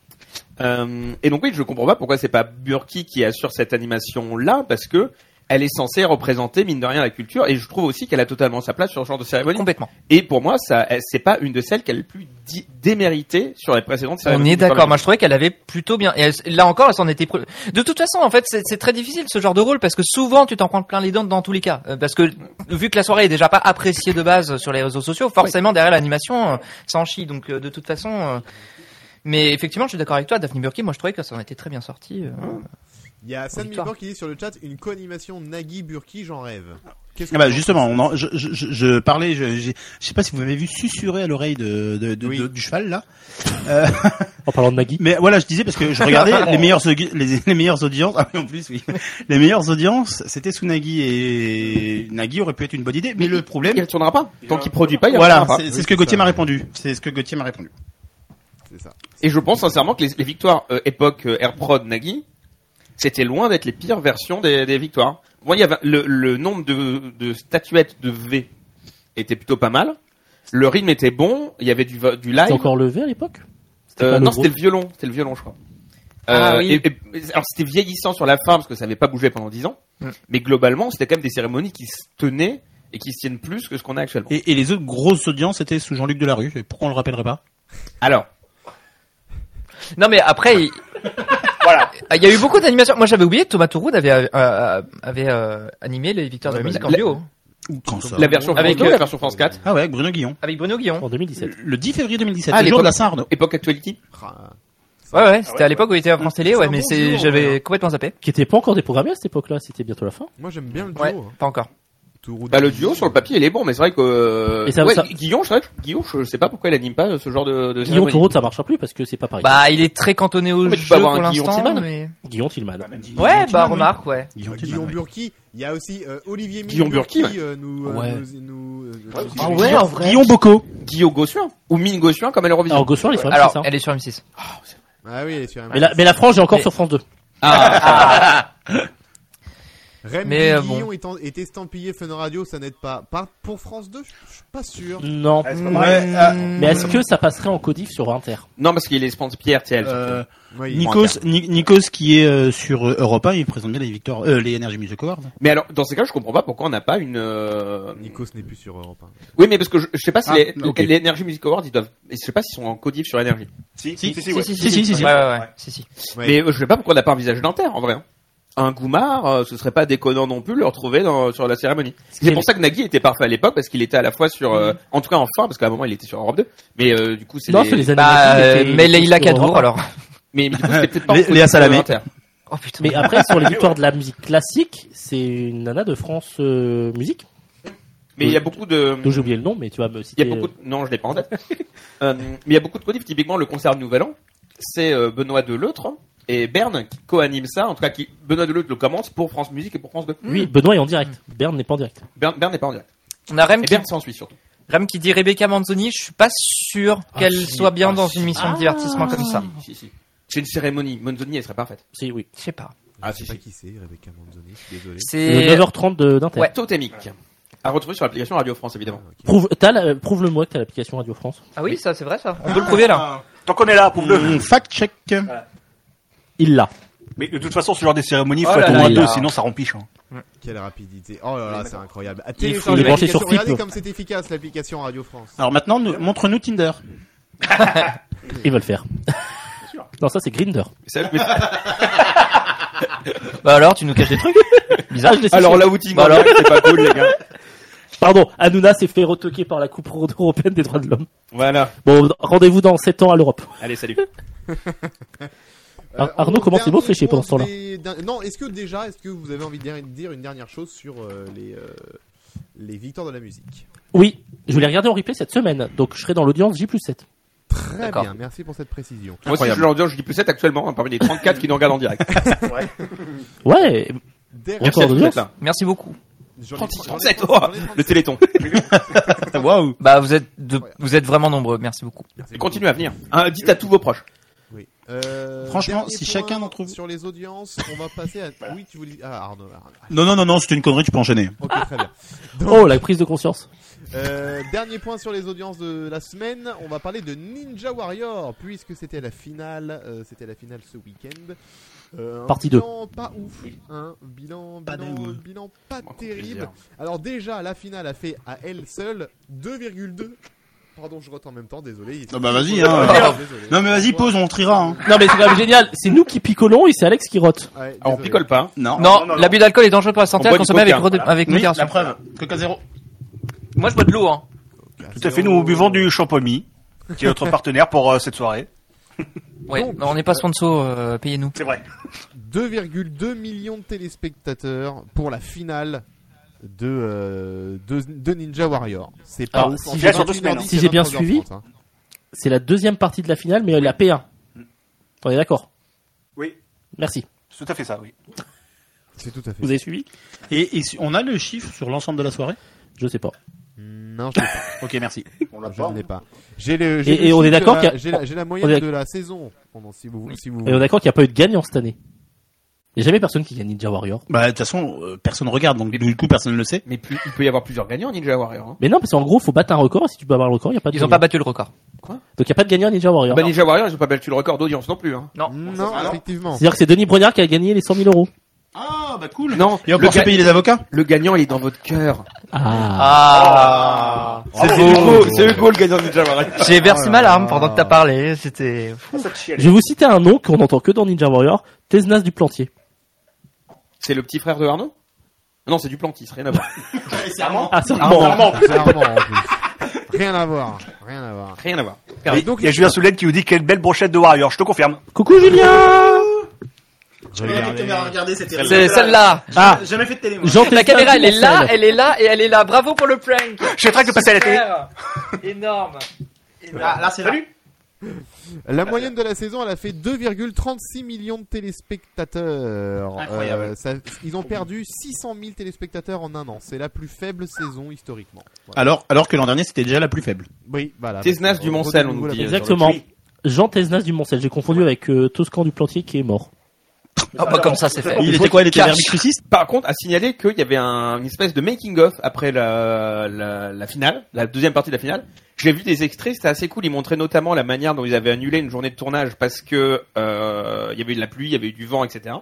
Speaker 3: Euh, et donc oui, je comprends pas pourquoi c'est pas Burki qui assure cette animation-là, parce que elle est censée représenter, mine de rien, la culture, et je trouve aussi qu'elle a totalement sa place sur ce genre de cérémonie.
Speaker 4: Complètement.
Speaker 3: Et pour moi, ça, elle- c'est pas une de celles qu'elle a le plus di- déméritée sur les précédentes
Speaker 4: On
Speaker 3: cérémonies.
Speaker 4: est
Speaker 3: du Parlement.
Speaker 4: d'accord. Moi, je trouvais qu'elle avait plutôt bien. Et elle- là encore, elle s'en était. pr- De toute façon, en fait, c'est c'est très difficile ce genre de rôle parce que souvent, tu t'en prends plein les dents dans tous les cas. Euh, Parce que vu que la soirée est déjà pas appréciée de base sur les réseaux sociaux, forcément derrière l'animation, euh, ça en chie. Donc, euh, de toute façon. euh, Mais effectivement, je suis d'accord avec toi, Daphne Burki. Moi, je trouvais que ça en était très bien sorti. euh.
Speaker 1: Il y a Sam
Speaker 4: Victoire.
Speaker 1: Milbor qui dit sur le chat une co-animation Nagui Burki, j'en rêve. Qu'est-ce
Speaker 2: Ah bah,
Speaker 1: vous en
Speaker 2: justement,
Speaker 1: pensez
Speaker 2: on en- je, je, je- je parlais, je, j'ai- je sais pas si vous m'avez vu susurrer à l'oreille de, de- de-
Speaker 1: Oui.
Speaker 2: de- du cheval là.
Speaker 6: En parlant de Maggie.
Speaker 2: Mais voilà, je disais parce que je regardais les meilleures audi- les, les meilleures audiences. Ah oui, en plus oui. Les meilleures audiences, c'était sous Nagui et Nagui aurait pu être une bonne idée, mais le
Speaker 3: Il
Speaker 2: problème
Speaker 3: ne tournera pas. Tant qu'il produit pas, il ne
Speaker 2: voilà,
Speaker 3: tournera pas.
Speaker 2: c'est c'est
Speaker 1: Oui,
Speaker 2: ce que
Speaker 1: c'est
Speaker 2: Gauthier
Speaker 1: ça.
Speaker 2: m'a répondu. C'est ce que Gauthier m'a répondu.
Speaker 1: C'est ça.
Speaker 3: Et je pense sincèrement que les, les victoires euh, époque euh, Airprod Nagui, c'était loin d'être les pires versions des, des victoires. Moi, il y avait le, le nombre de, de statuettes de V était plutôt pas mal. Le rythme était bon. Il y avait du, va- du live.
Speaker 4: Ah
Speaker 6: C'était encore levé à l'époque
Speaker 3: Euh,
Speaker 6: pas le
Speaker 3: non,
Speaker 6: gros.
Speaker 3: c'était le violon. C'était le violon, je crois.
Speaker 4: Ah,
Speaker 3: Euh,
Speaker 4: oui.
Speaker 3: et- et- alors c'était vieillissant sur la fin parce que ça n'avait pas bougé pendant 10 ans.
Speaker 4: Mm.
Speaker 3: Mais globalement, c'était quand même des cérémonies qui se tenaient et qui se tiennent plus que ce qu'on a actuellement.
Speaker 2: Et, et les autres grosses audiences étaient sous Jean-Luc Delarue. Et pourquoi on le rappellerait pas
Speaker 3: Alors,
Speaker 4: Non, mais après, il- [laughs]
Speaker 3: voilà.
Speaker 4: il y a eu beaucoup d'animations. Moi, j'avais oublié. Thomas Touroud avait euh, euh, avait euh, animé les Victoires de la
Speaker 3: Ouais,
Speaker 4: musique
Speaker 3: bah,
Speaker 4: en
Speaker 3: la-
Speaker 4: duo
Speaker 2: Quand ça
Speaker 3: La version
Speaker 4: Avec,
Speaker 3: France 2 ou
Speaker 4: euh,
Speaker 3: la version France 4,
Speaker 2: Ah ouais, avec Bruno Guillon.
Speaker 4: avec Bruno Guillon.
Speaker 6: En 2017.
Speaker 2: Le 10 février 2017,
Speaker 3: Ah,
Speaker 2: le jour
Speaker 3: l'époque.
Speaker 2: de la Sarde.
Speaker 3: époque actuality.
Speaker 1: Ah, ça-
Speaker 4: Ouais, ouais, c'était à l'époque où il était à France Télé,
Speaker 1: C'est
Speaker 4: ouais,
Speaker 1: un
Speaker 4: mais
Speaker 1: bon
Speaker 4: c'est,
Speaker 1: duo, en
Speaker 4: j'avais
Speaker 1: vrai, hein.
Speaker 4: complètement zappé.
Speaker 6: Qui était pas encore déprogrammé à cette époque-là, c'était bientôt la fin.
Speaker 1: Moi j'aime bien le duo.
Speaker 4: Ouais,
Speaker 1: hein.
Speaker 4: pas encore.
Speaker 1: Tourou. euh,
Speaker 3: Bah, le duo sur le papier, il est bon, mais c'est vrai que. euh,
Speaker 6: Et ça-
Speaker 3: ouais,
Speaker 6: ça-
Speaker 3: Guillon, c'est vrai que Guillon, je sais pas pourquoi il anime pas ce genre de. de
Speaker 6: Guillaume
Speaker 3: cérémonie.
Speaker 6: Tourode, ça marchera plus parce que c'est pas pareil.
Speaker 4: Bah, il est très cantonné au
Speaker 3: Mais tu peux
Speaker 4: jeu
Speaker 3: avoir
Speaker 4: pour
Speaker 3: un Guillaume
Speaker 4: l'instant.
Speaker 3: Tillman.
Speaker 4: mais-
Speaker 6: Guillaume Tillman.
Speaker 4: Ouais, bah remarque, ouais.
Speaker 1: Guillaume, Burki. Il y a aussi euh, Olivier
Speaker 3: Guillaume
Speaker 1: Burki
Speaker 3: Burki,
Speaker 1: euh, nous, euh,
Speaker 4: Ouais.
Speaker 1: nous, nous, euh,
Speaker 3: Ouais,
Speaker 1: nous-
Speaker 3: Ah
Speaker 4: ouais, en vrai.
Speaker 2: Guillaume Bocco.
Speaker 3: Guillaume Gossuin. Ou Mine Gossuin, comme à l'Eurovision.
Speaker 6: Alors, Gossuin, il est sur M6,
Speaker 4: Alors,
Speaker 6: hein.
Speaker 4: elle est sur M6.
Speaker 1: Ah oui, tu as
Speaker 6: Mais la, mais la France, j'ai encore
Speaker 4: Mais-
Speaker 6: sur France 2.
Speaker 3: Ah,
Speaker 1: Rémi
Speaker 4: Mais, euh,
Speaker 1: Guillon est, en- est estampillé Fun Radio, ça n'aide pas. Par- pour France 2, je je suis pas sûr.
Speaker 6: Non.
Speaker 5: Ah, c'est pas
Speaker 2: Ouais,
Speaker 5: pareil.
Speaker 2: ah,
Speaker 6: Mais est-ce que ça passerait en codif sur Inter
Speaker 3: Non, parce qu'il est sponsor RTL.
Speaker 2: euh,
Speaker 1: Oui.
Speaker 2: Nikos, Ni- Nikos qui est euh, sur euh, Europe 1, il présente bien les victoires, euh, les Energy Music Awards.
Speaker 3: Mais alors, dans ces cas, je comprends pas pourquoi on n'a pas une. euh,
Speaker 1: Nikos n'est plus sur Europe. hein.
Speaker 3: Oui, mais parce que je, je sais pas si
Speaker 2: Ah,
Speaker 3: les,
Speaker 2: ok.
Speaker 3: les Energy Music Awards, ils doivent. Je sais pas s'ils sont en codif sur Energy.
Speaker 5: Si,
Speaker 2: Si,
Speaker 5: si, si,
Speaker 4: Si,
Speaker 5: ouais.
Speaker 4: si,
Speaker 2: Si, si, si, si.
Speaker 4: Ouais, ouais, ouais. Si, si.
Speaker 1: Ouais.
Speaker 3: Mais euh, je sais pas pourquoi on n'a pas envisagé dentaire en vrai. hein. Un Goumar, euh, ce serait pas déconnant non plus de le retrouver dans, sur la cérémonie. C'est pour ça que Nagui était parfait à l'époque parce qu'il était à la fois sur, euh, en tout cas en fin, parce qu'à un moment il était sur Europe 2, mais euh, du coup c'est
Speaker 6: Non,
Speaker 3: des-
Speaker 6: c'est les
Speaker 4: Bah,
Speaker 6: animations.
Speaker 4: euh,
Speaker 6: étaient-
Speaker 4: mais Leïla
Speaker 6: étaient sur
Speaker 4: Kadrour,
Speaker 6: Europe.
Speaker 4: alors.
Speaker 3: mais, mais du coup c'était
Speaker 6: [laughs]
Speaker 3: peut-être pas
Speaker 2: Lé-
Speaker 3: en codif
Speaker 2: Léa
Speaker 3: sur
Speaker 2: Salamé.
Speaker 3: Inter.
Speaker 4: Oh putain.
Speaker 6: Mais après,
Speaker 3: [laughs]
Speaker 6: sur les victoires de la musique classique, c'est une nana de France euh, Musique,
Speaker 3: Mais il y a beaucoup de,
Speaker 6: dont j'ai oublié le nom, mais tu vas me citer.
Speaker 3: Mm. il y a beaucoup, de- non je l'ai pas en tête. [laughs] Euh, mais il y a beaucoup de codifs. Typiquement le concert de Nouvel An, c'est euh, Benoît Deleutre et Berne qui co-anime ça. En tout cas, qui, Benoît Deleutre le commence pour France Musique et pour France 2.
Speaker 6: euh, Oui, Benoît est en direct. Berne n'est pas en direct.
Speaker 3: Berne, Berne n'est pas en direct.
Speaker 4: On a Rem
Speaker 3: Et
Speaker 4: qui,
Speaker 3: Berne c'est en Suisse surtout.
Speaker 4: Rem qui dit Rebecca Manzoni, je suis pas sûr
Speaker 3: Ah,
Speaker 4: qu'elle
Speaker 3: si,
Speaker 4: soit bien
Speaker 3: ah,
Speaker 4: dans
Speaker 3: si.
Speaker 4: une mission de divertissement comme ça.
Speaker 3: Si, si, si. C'est une cérémonie. Monzoni elle serait parfaite.
Speaker 6: Si, oui.
Speaker 4: Je sais pas.
Speaker 3: Ah
Speaker 1: Je sais pas qui c'est, Rebecca Manzoni, je suis désolé.
Speaker 6: Le
Speaker 4: C'est
Speaker 6: 9h30 de- d'Inter.
Speaker 4: Ouais.
Speaker 3: Totémique. À retrouver sur l'application Radio France, évidemment.
Speaker 1: Ah, ok.
Speaker 6: Prouve, t'as la- euh, prouve-le-moi que t'as l'application Radio France.
Speaker 4: Ah oui, ça c'est vrai ça. On peut le prouver là.
Speaker 5: Tant qu'on est là, prouve-le.
Speaker 2: Mm, Fact check.
Speaker 6: Il l'a.
Speaker 5: Mais de toute façon, ce genre des cérémonies, faut
Speaker 4: Oh là
Speaker 5: être au
Speaker 6: là
Speaker 5: moins
Speaker 6: là.
Speaker 5: deux, sinon ça rempiche. hein.
Speaker 1: Quelle rapidité. Oh là là, c'est incroyable. Ah,
Speaker 6: Il est
Speaker 1: téléchargez
Speaker 6: branché
Speaker 1: l'application.
Speaker 6: sur Flip.
Speaker 1: Regardez comme c'est efficace l'application Radio France.
Speaker 6: Ah,
Speaker 2: Alors maintenant, nous- montre-nous Tinder.
Speaker 6: Il va le faire. [laughs] non, ça c'est Grinder.
Speaker 3: [laughs] Ça-
Speaker 4: Bah alors, tu nous caches des trucs Bizarre.
Speaker 3: Ah, alors là où tu
Speaker 4: Bah alors.
Speaker 3: c'est pas cool, les gars.
Speaker 6: Pardon, Hanouna s'est fait retoquer par la Coupe européenne des droits de l'homme.
Speaker 3: [laughs] Voilà.
Speaker 6: Bon, rendez-vous dans 7 ans à l'Europe.
Speaker 3: Allez, salut.
Speaker 6: Ar-
Speaker 1: Euh,
Speaker 6: Arnaud,
Speaker 1: on-
Speaker 6: comment c'est beau de
Speaker 1: dernier
Speaker 6: sécher
Speaker 1: point
Speaker 6: pendant ce temps-là
Speaker 1: des- d'un- Non, est-ce que déjà, est-ce que vous avez envie de dire- dire une dernière chose sur euh, les euh, les victoires de la musique
Speaker 6: Oui, je l'ai regardé en replay cette semaine, donc je serai dans l'audience J plus 7.
Speaker 1: Très
Speaker 4: D'accord.
Speaker 1: bien, merci pour cette précision.
Speaker 3: Moi aussi, je leur dis, je dis plus 7 actuellement, hein, parmi les 34 qui nous regardent en [laughs] direct.
Speaker 6: Ouais,
Speaker 1: Derrière,
Speaker 3: Merci à
Speaker 6: Encore de
Speaker 3: tous
Speaker 6: l'audience.
Speaker 3: d'être là.
Speaker 4: Merci beaucoup.
Speaker 1: j'en ai-
Speaker 3: 36,
Speaker 1: j'en ai
Speaker 3: 37, oh,
Speaker 1: 30, j'en ai 30.
Speaker 3: le téléthon.
Speaker 5: Waouh.
Speaker 4: Bah vous êtes de... vous êtes vraiment nombreux. Merci beaucoup.
Speaker 1: Merci
Speaker 3: Et
Speaker 1: beaucoup.
Speaker 3: continuez à venir. Hein, dites à tous vos proches.
Speaker 1: Oui. Euh,
Speaker 2: Franchement,
Speaker 1: dernier
Speaker 2: si
Speaker 1: point
Speaker 2: chacun d'entre vous-
Speaker 1: sur les audiences, on va passer à oui, tu voulais ah Arnaud. Arnaud.
Speaker 2: Non, non, non, non, c'était une connerie, tu peux enchaîner.
Speaker 1: Ok, très bien.
Speaker 6: Oh, la prise de conscience.
Speaker 1: Euh, dernier point sur les audiences de la semaine, on va parler de Ninja Warrior puisque c'était la finale, euh, c'était la finale ce week-end. Euh, un
Speaker 6: Partie
Speaker 1: bilan Pas ouf, un bilan,
Speaker 2: Pas
Speaker 1: bilan,
Speaker 2: dingue.
Speaker 1: bilan pas
Speaker 3: Bon,
Speaker 1: terrible.
Speaker 3: plaisir.
Speaker 1: Alors déjà, la finale a fait à elle seule 2,2. Pardon, je rote en même temps, désolé.
Speaker 2: Non, bah, vas-y,
Speaker 1: Désolé.
Speaker 2: hein.
Speaker 1: [laughs] Désolé.
Speaker 2: Non, mais vas-y, pause, on triera. Hein.
Speaker 6: Non, mais c'est quand même génial. C'est nous qui picolons et c'est Alex qui rote.
Speaker 1: Ouais, désolé.
Speaker 3: Alors, on picole pas. hein.
Speaker 2: Non.
Speaker 4: Non, l'abus d'alcool est dangereux pour la santé
Speaker 3: On
Speaker 4: à
Speaker 3: boit du
Speaker 4: consommer avec,
Speaker 3: coca.
Speaker 4: rede- avec
Speaker 2: Oui, la
Speaker 4: modération.
Speaker 2: preuve. Coca zéro.
Speaker 4: Moi je bois de l'eau hein.
Speaker 5: Tout à fait, nous buvons du champomy, qui est notre partenaire pour euh, cette soirée.
Speaker 4: Ouais,
Speaker 1: Donc,
Speaker 4: non, on n'est pas sponsor, euh, payez-nous.
Speaker 5: C'est vrai.
Speaker 1: 2,2 millions de téléspectateurs pour la finale de, euh, de, de Ninja Warrior. C'est pas
Speaker 6: Alors,
Speaker 1: ouf.
Speaker 6: si
Speaker 1: En
Speaker 6: j'ai-
Speaker 1: fait,
Speaker 5: sur deux semaines,
Speaker 1: 21h10,
Speaker 6: hein. Si j'ai bien
Speaker 1: 23h30, hein.
Speaker 6: C'est la deuxième partie de la finale, mais la P1. On est d'accord
Speaker 5: Oui.
Speaker 6: Merci.
Speaker 5: C'est tout à fait ça, oui.
Speaker 1: C'est tout à fait.
Speaker 6: Vous avez suivi
Speaker 2: Et, et si- on a le chiffre sur l'ensemble de la soirée
Speaker 6: Je sais pas.
Speaker 1: Non, je l'ai pas.
Speaker 2: Ok, merci.
Speaker 5: On l'a
Speaker 1: Je ne l'ai pas. J'ai le, j'ai
Speaker 6: hein. Et-
Speaker 1: le
Speaker 6: et on
Speaker 1: chiffre
Speaker 6: est
Speaker 1: de
Speaker 6: d'accord
Speaker 1: la-
Speaker 6: qu'il y a-
Speaker 1: J'ai la, j'ai la moyenne
Speaker 6: on est-
Speaker 1: de la saison. Pendant, si vous, si vous.
Speaker 6: Et on est d'accord qu'il n'y a pas eu de gagnant cette année. Il n'y a jamais personne qui gagne Ninja Warrior.
Speaker 2: Bah, de toute façon, euh, personne regarde, donc du coup, personne ne le sait.
Speaker 3: Mais plus, il peut y avoir plusieurs gagnants, Ninja Warrior. Hein.
Speaker 6: Mais non, parce qu'en gros, faut battre un record. et Si tu peux avoir le record, il n'y a pas de
Speaker 4: Ils ont pas
Speaker 6: gagnant.
Speaker 4: battu le record.
Speaker 6: Donc il n'y a pas de gagnant à Ninja Warrior.
Speaker 3: Bah, Ninja Warrior, ils ont pas battu le record d'audience non plus. Hein.
Speaker 4: Non.
Speaker 1: Non,
Speaker 5: Ah, non.
Speaker 1: effectivement.
Speaker 6: C'est-à-dire que [laughs] c'est Denis Brognard qui a gagné les 100 000 euros.
Speaker 2: Ah, bah cool.
Speaker 3: Non,
Speaker 2: Et
Speaker 3: le,
Speaker 2: encore,
Speaker 3: ga-
Speaker 2: c'est payer les avocats
Speaker 3: le gagnant, il est dans votre cœur.
Speaker 4: Ah.
Speaker 6: Ah.
Speaker 3: C'est Hugo, c'est Hugo le gagnant de Ninja Warrior.
Speaker 4: J'ai versé ma larme pendant que t'as parlé. C'était.
Speaker 6: Je vais vous citer un nom qu'on n'entend que dans Ninja Warrior. Tesnas du Plantier.
Speaker 3: C'est le petit frère de Arnaud Non, c'est du Plantis, rien à voir.
Speaker 6: Ah, c'est
Speaker 3: Armand.
Speaker 1: Clairement, en plus. Rien à voir. Rien à voir.
Speaker 3: Rien à voir.
Speaker 1: Et
Speaker 5: Et
Speaker 1: donc-
Speaker 5: donc, il y a Julien Soulède qui nous dit quelle belle brochette de Warrior, je te confirme.
Speaker 6: Coucou Julien
Speaker 2: Je
Speaker 8: Ouais, la
Speaker 2: regarde.
Speaker 8: caméra, regardez, c'était
Speaker 4: C'est celle-là.
Speaker 6: Ah,
Speaker 8: Jamais fait de télé, moi.
Speaker 6: Jean
Speaker 8: Je
Speaker 6: Testa
Speaker 8: La caméra, elle est
Speaker 6: Tournesol.
Speaker 8: là, elle est là, et elle est là. Bravo pour le prank.
Speaker 5: Je suis en train de passer à la télé.
Speaker 8: Super. Énorme. Ah, là, c'est là.
Speaker 1: La moyenne de la saison, elle a fait 2,36 millions de téléspectateurs.
Speaker 2: Incroyable.
Speaker 1: Euh, ça- ils ont perdu 600 000 téléspectateurs en un an. C'est la plus faible saison historiquement. Voilà.
Speaker 2: Alors, alors que l'an dernier, c'était déjà la plus faible.
Speaker 1: Oui, voilà.
Speaker 3: Tesnas
Speaker 1: Parce que,
Speaker 3: du
Speaker 1: euh,
Speaker 3: Mancel,
Speaker 1: retenez-vous
Speaker 3: on nous
Speaker 1: la
Speaker 3: dit.
Speaker 1: bonne-
Speaker 6: exactement. Jean Tesnas du Moncel. J'ai confondu avec euh, Toscan du Plantier qui est mort.
Speaker 4: Ah bah comme ça c'est fait.
Speaker 2: Il était quoi Il était
Speaker 4: Cash.
Speaker 2: vermiculiste
Speaker 3: Par contre, à signaler qu'il y avait un, une espèce de making-of après la, la, la finale, la deuxième partie de la finale. J'ai vu des extraits, c'était assez cool. Ils montraient notamment la manière dont ils avaient annulé une journée de tournage parce que euh, il y avait eu de la pluie, il y avait eu du vent, etc.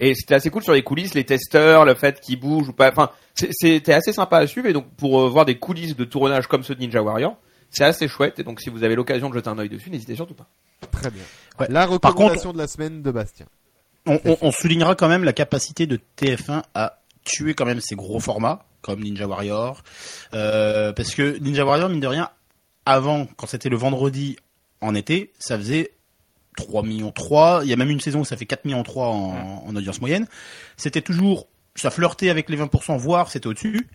Speaker 3: Et c'était assez cool sur les coulisses, les testeurs, le fait qu'ils bougent ou pas. Enfin, c'est- c'était assez sympa à suivre. Et donc, pour euh, voir des coulisses de tournage comme ceux de Ninja Warrior, c'est assez chouette. Et donc, si vous avez l'occasion de jeter un œil dessus, n'hésitez surtout pas.
Speaker 1: Très bien.
Speaker 2: Ouais.
Speaker 1: La
Speaker 2: Par contre-
Speaker 1: recommandation de la semaine de Bastien.
Speaker 2: On, on- on soulignera quand même la capacité de TF1 à tuer quand même ces gros formats comme Ninja Warrior, Euh, parce que Ninja Warrior mine de rien, avant quand c'était le vendredi en été, ça faisait 3 millions 3. Il y a même une saison où ça fait 4 millions 3 en, en audience moyenne. C'était toujours, ça flirtait avec les 20%, voire c'était au-dessus.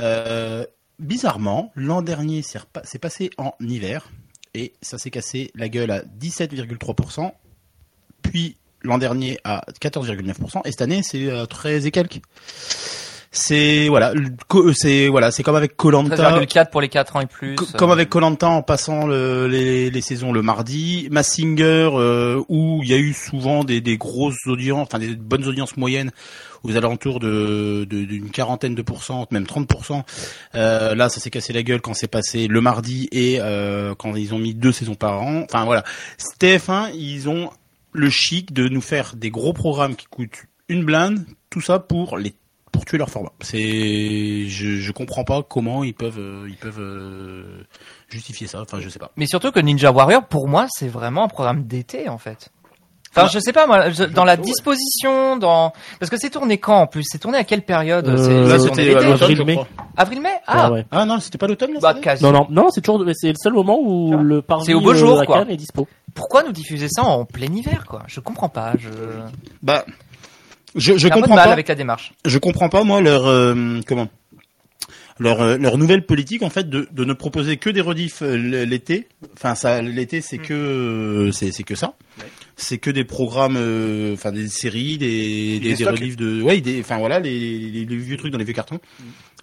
Speaker 2: Euh, bizarrement, l'an dernier, c'est repa- c'est passé en hiver et ça s'est cassé la gueule à 17,3%, puis l'an dernier à 14,9% et cette année c'est euh, 13 et quelques. C'est voilà, le co- c'est voilà, c'est comme avec Colanta.
Speaker 4: 13,4 pour les 4 ans et plus. euh.
Speaker 2: Co- Comme avec Colanta en passant le- les, les saisons le mardi, Massinger euh, où il y a eu souvent des, des grosses audiences, enfin des bonnes audiences moyennes aux alentours de de- d'une quarantaine de pourcents, même 30%. Euh, là, ça s'est cassé la gueule quand c'est passé le mardi et euh, quand ils ont mis deux saisons par an. Enfin voilà, TF1 ils ont le chic de nous faire des gros programmes qui coûtent une blinde, tout ça pour les pour tuer leur format. C'est, je, je comprends pas comment ils peuvent, euh, ils peuvent euh, justifier ça. Enfin, je sais pas.
Speaker 4: Mais surtout que Ninja Warrior, pour moi, c'est vraiment un programme d'été, en fait. Enfin, je sais pas, moi, je- dans la disposition, dans... Parce que c'est tourné quand, en plus C'est tourné à quelle période
Speaker 6: Euh,
Speaker 4: C'est-
Speaker 6: là,
Speaker 4: c'est
Speaker 6: c'était,
Speaker 4: tourné
Speaker 6: euh,
Speaker 4: l'été
Speaker 6: avril, mai.
Speaker 4: Avril-mai
Speaker 6: Ah,
Speaker 4: Ah,
Speaker 6: ouais.
Speaker 2: Ah non, c'était pas l'automne là.
Speaker 4: bah,
Speaker 2: ça
Speaker 4: quasi.
Speaker 6: Non, non, non, c'est toujours, c'est le seul moment où
Speaker 4: Ah.
Speaker 6: le parvis
Speaker 4: C'est au beau
Speaker 6: euh,
Speaker 4: jour,
Speaker 6: à
Speaker 4: quoi.
Speaker 6: Cannes est dispo.
Speaker 4: Pourquoi nous diffuser ça en plein hiver, quoi Je comprends pas, je...
Speaker 2: Bah, je, je
Speaker 4: J'ai un peu de
Speaker 2: comprends
Speaker 4: mal
Speaker 2: pas.
Speaker 4: avec la démarche.
Speaker 2: Je comprends pas moi leur euh, comment leur euh, leur nouvelle politique en fait de, de ne proposer que des rediffs euh, l- l'été. Enfin, ça, l'été c'est que euh, c'est c'est que ça. C'est que des programmes, euh, enfin des séries, des des, des
Speaker 5: stocks.
Speaker 2: rediffs de, ouais, des, enfin voilà les, les, les vieux trucs dans les vieux cartons.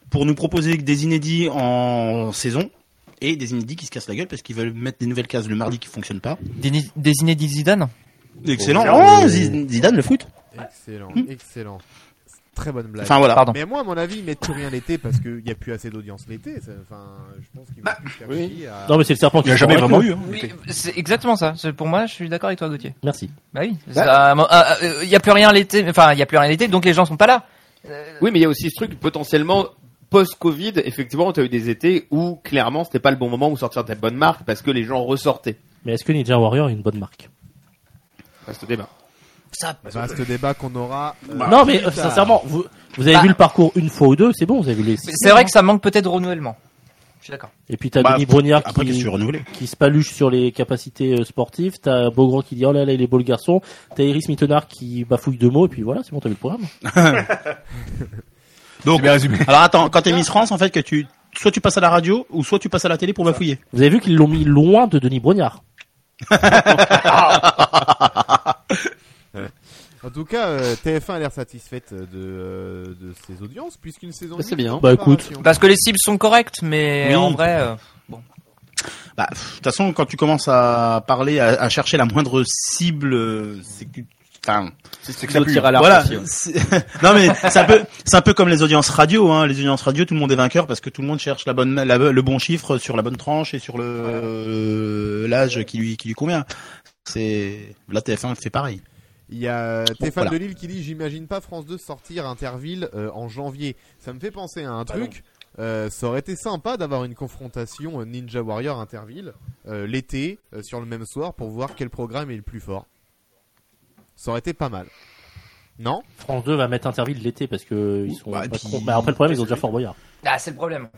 Speaker 2: pour nous proposer des inédits en saison et des inédits qui se cassent la gueule parce qu'ils veulent mettre des nouvelles cases le mardi qui fonctionnent pas.
Speaker 4: Des, ni- des inédits Zidane
Speaker 2: Excellent.
Speaker 1: Oh.
Speaker 2: Oh, Zi- Zidane le foot.
Speaker 1: Excellent, excellent. Très bonne blague.
Speaker 2: Enfin
Speaker 6: Ah,
Speaker 2: voilà.
Speaker 4: Pardon.
Speaker 1: Mais moi, à mon avis, ils mettent plus rien l'été parce qu'il n'y a plus assez d'audience l'été. Ça- Enfin, je pense qu'ils vont plus faire chier à-
Speaker 6: Non, mais c'est le serpent qui
Speaker 5: Il y a
Speaker 6: se
Speaker 5: jamais
Speaker 6: prend la
Speaker 5: vraiment
Speaker 6: queue.
Speaker 5: eu. hein.
Speaker 4: Oui, c'est exactement ça. C'est- Pour moi, je suis d'accord avec toi, Gauthier.
Speaker 6: Merci.
Speaker 4: Bah oui. Il n'y euh, a plus rien l'été, enfin, il n'y a plus rien l'été, donc les gens sont pas là.
Speaker 3: Oui, mais il y a aussi ce truc potentiellement post-Covid. Effectivement, tu as eu des étés où clairement c'était pas le bon moment où sortir des bonnes marques parce que les gens ressortaient.
Speaker 6: Mais est-ce que Ninja Warrior est une bonne marque
Speaker 3: Reste au débat.
Speaker 1: Vaste débat qu'on aura. euh,
Speaker 6: Non, mais
Speaker 1: plus
Speaker 6: euh,
Speaker 1: tard.
Speaker 6: sincèrement, vous, vous avez
Speaker 4: Bah.
Speaker 6: vu le parcours une fois ou deux, c'est bon, vous avez vu les.
Speaker 4: Mais C'est vrai que ça manque peut-être de renouvellement. Je suis d'accord.
Speaker 6: Et puis t'as
Speaker 2: Bah,
Speaker 6: Denis Brognard
Speaker 2: Après qu'est-ce que
Speaker 6: qui,
Speaker 2: tu veux renouveler
Speaker 6: qui se paluche sur les capacités euh, sportives, t'as Beaugrand qui dit oh là là il est beau le garçon, t'as Iris Mittenard qui bafouille deux mots et puis voilà c'est bon t'as vu le programme.
Speaker 5: C'est bien résumé.
Speaker 2: [laughs] Alors attends, quand t'es Miss France en fait que tu soit tu passes à la radio ou soit tu passes à la télé pour bafouiller.
Speaker 6: Vous avez vu qu'ils l'ont mis loin de Denis Brognard.
Speaker 1: En tout cas, euh, TF1 a l'air satisfaite de, euh, de ses audiences puisqu'une saison.
Speaker 3: Bah, c'est
Speaker 1: huit
Speaker 3: bien.
Speaker 1: en
Speaker 6: Bah, écoute.
Speaker 1: préparation.
Speaker 4: Parce que les cibles sont correctes, mais
Speaker 2: Oui.
Speaker 4: en vrai, euh,
Speaker 2: Bah, pff, de toute façon, quand tu commences à parler, à, à chercher la moindre cible, euh, c'est que tu- Enfin,
Speaker 3: C'est
Speaker 5: que ça pue.
Speaker 2: voilà. c'est- [laughs] non mais c'est un peu, c'est un peu comme les audiences radio. Hein. Les audiences radio, tout le monde est vainqueur parce que tout le monde cherche la bonne, la- le bon chiffre sur la bonne tranche et sur le euh, l'âge qui lui, qui lui convient. C'est la TF1 fait pareil.
Speaker 1: Il y a euh, Téphane
Speaker 2: voilà.
Speaker 1: de Lille qui dit J'imagine pas France 2 sortir Interville euh, en janvier. Ça me fait penser à un truc. Euh, ça aurait été sympa d'avoir une confrontation euh, Ninja Warrior Interville euh, l'été euh, sur le même soir pour voir quel programme est le plus fort. Ça aurait été pas mal. Non
Speaker 6: France 2 va mettre Interville l'été parce que ils sont.
Speaker 2: Bah, et
Speaker 6: pas
Speaker 2: puis-
Speaker 6: trop- Bah, après le problème ils ont déjà Fort Boyard.
Speaker 4: ah, c'est le problème.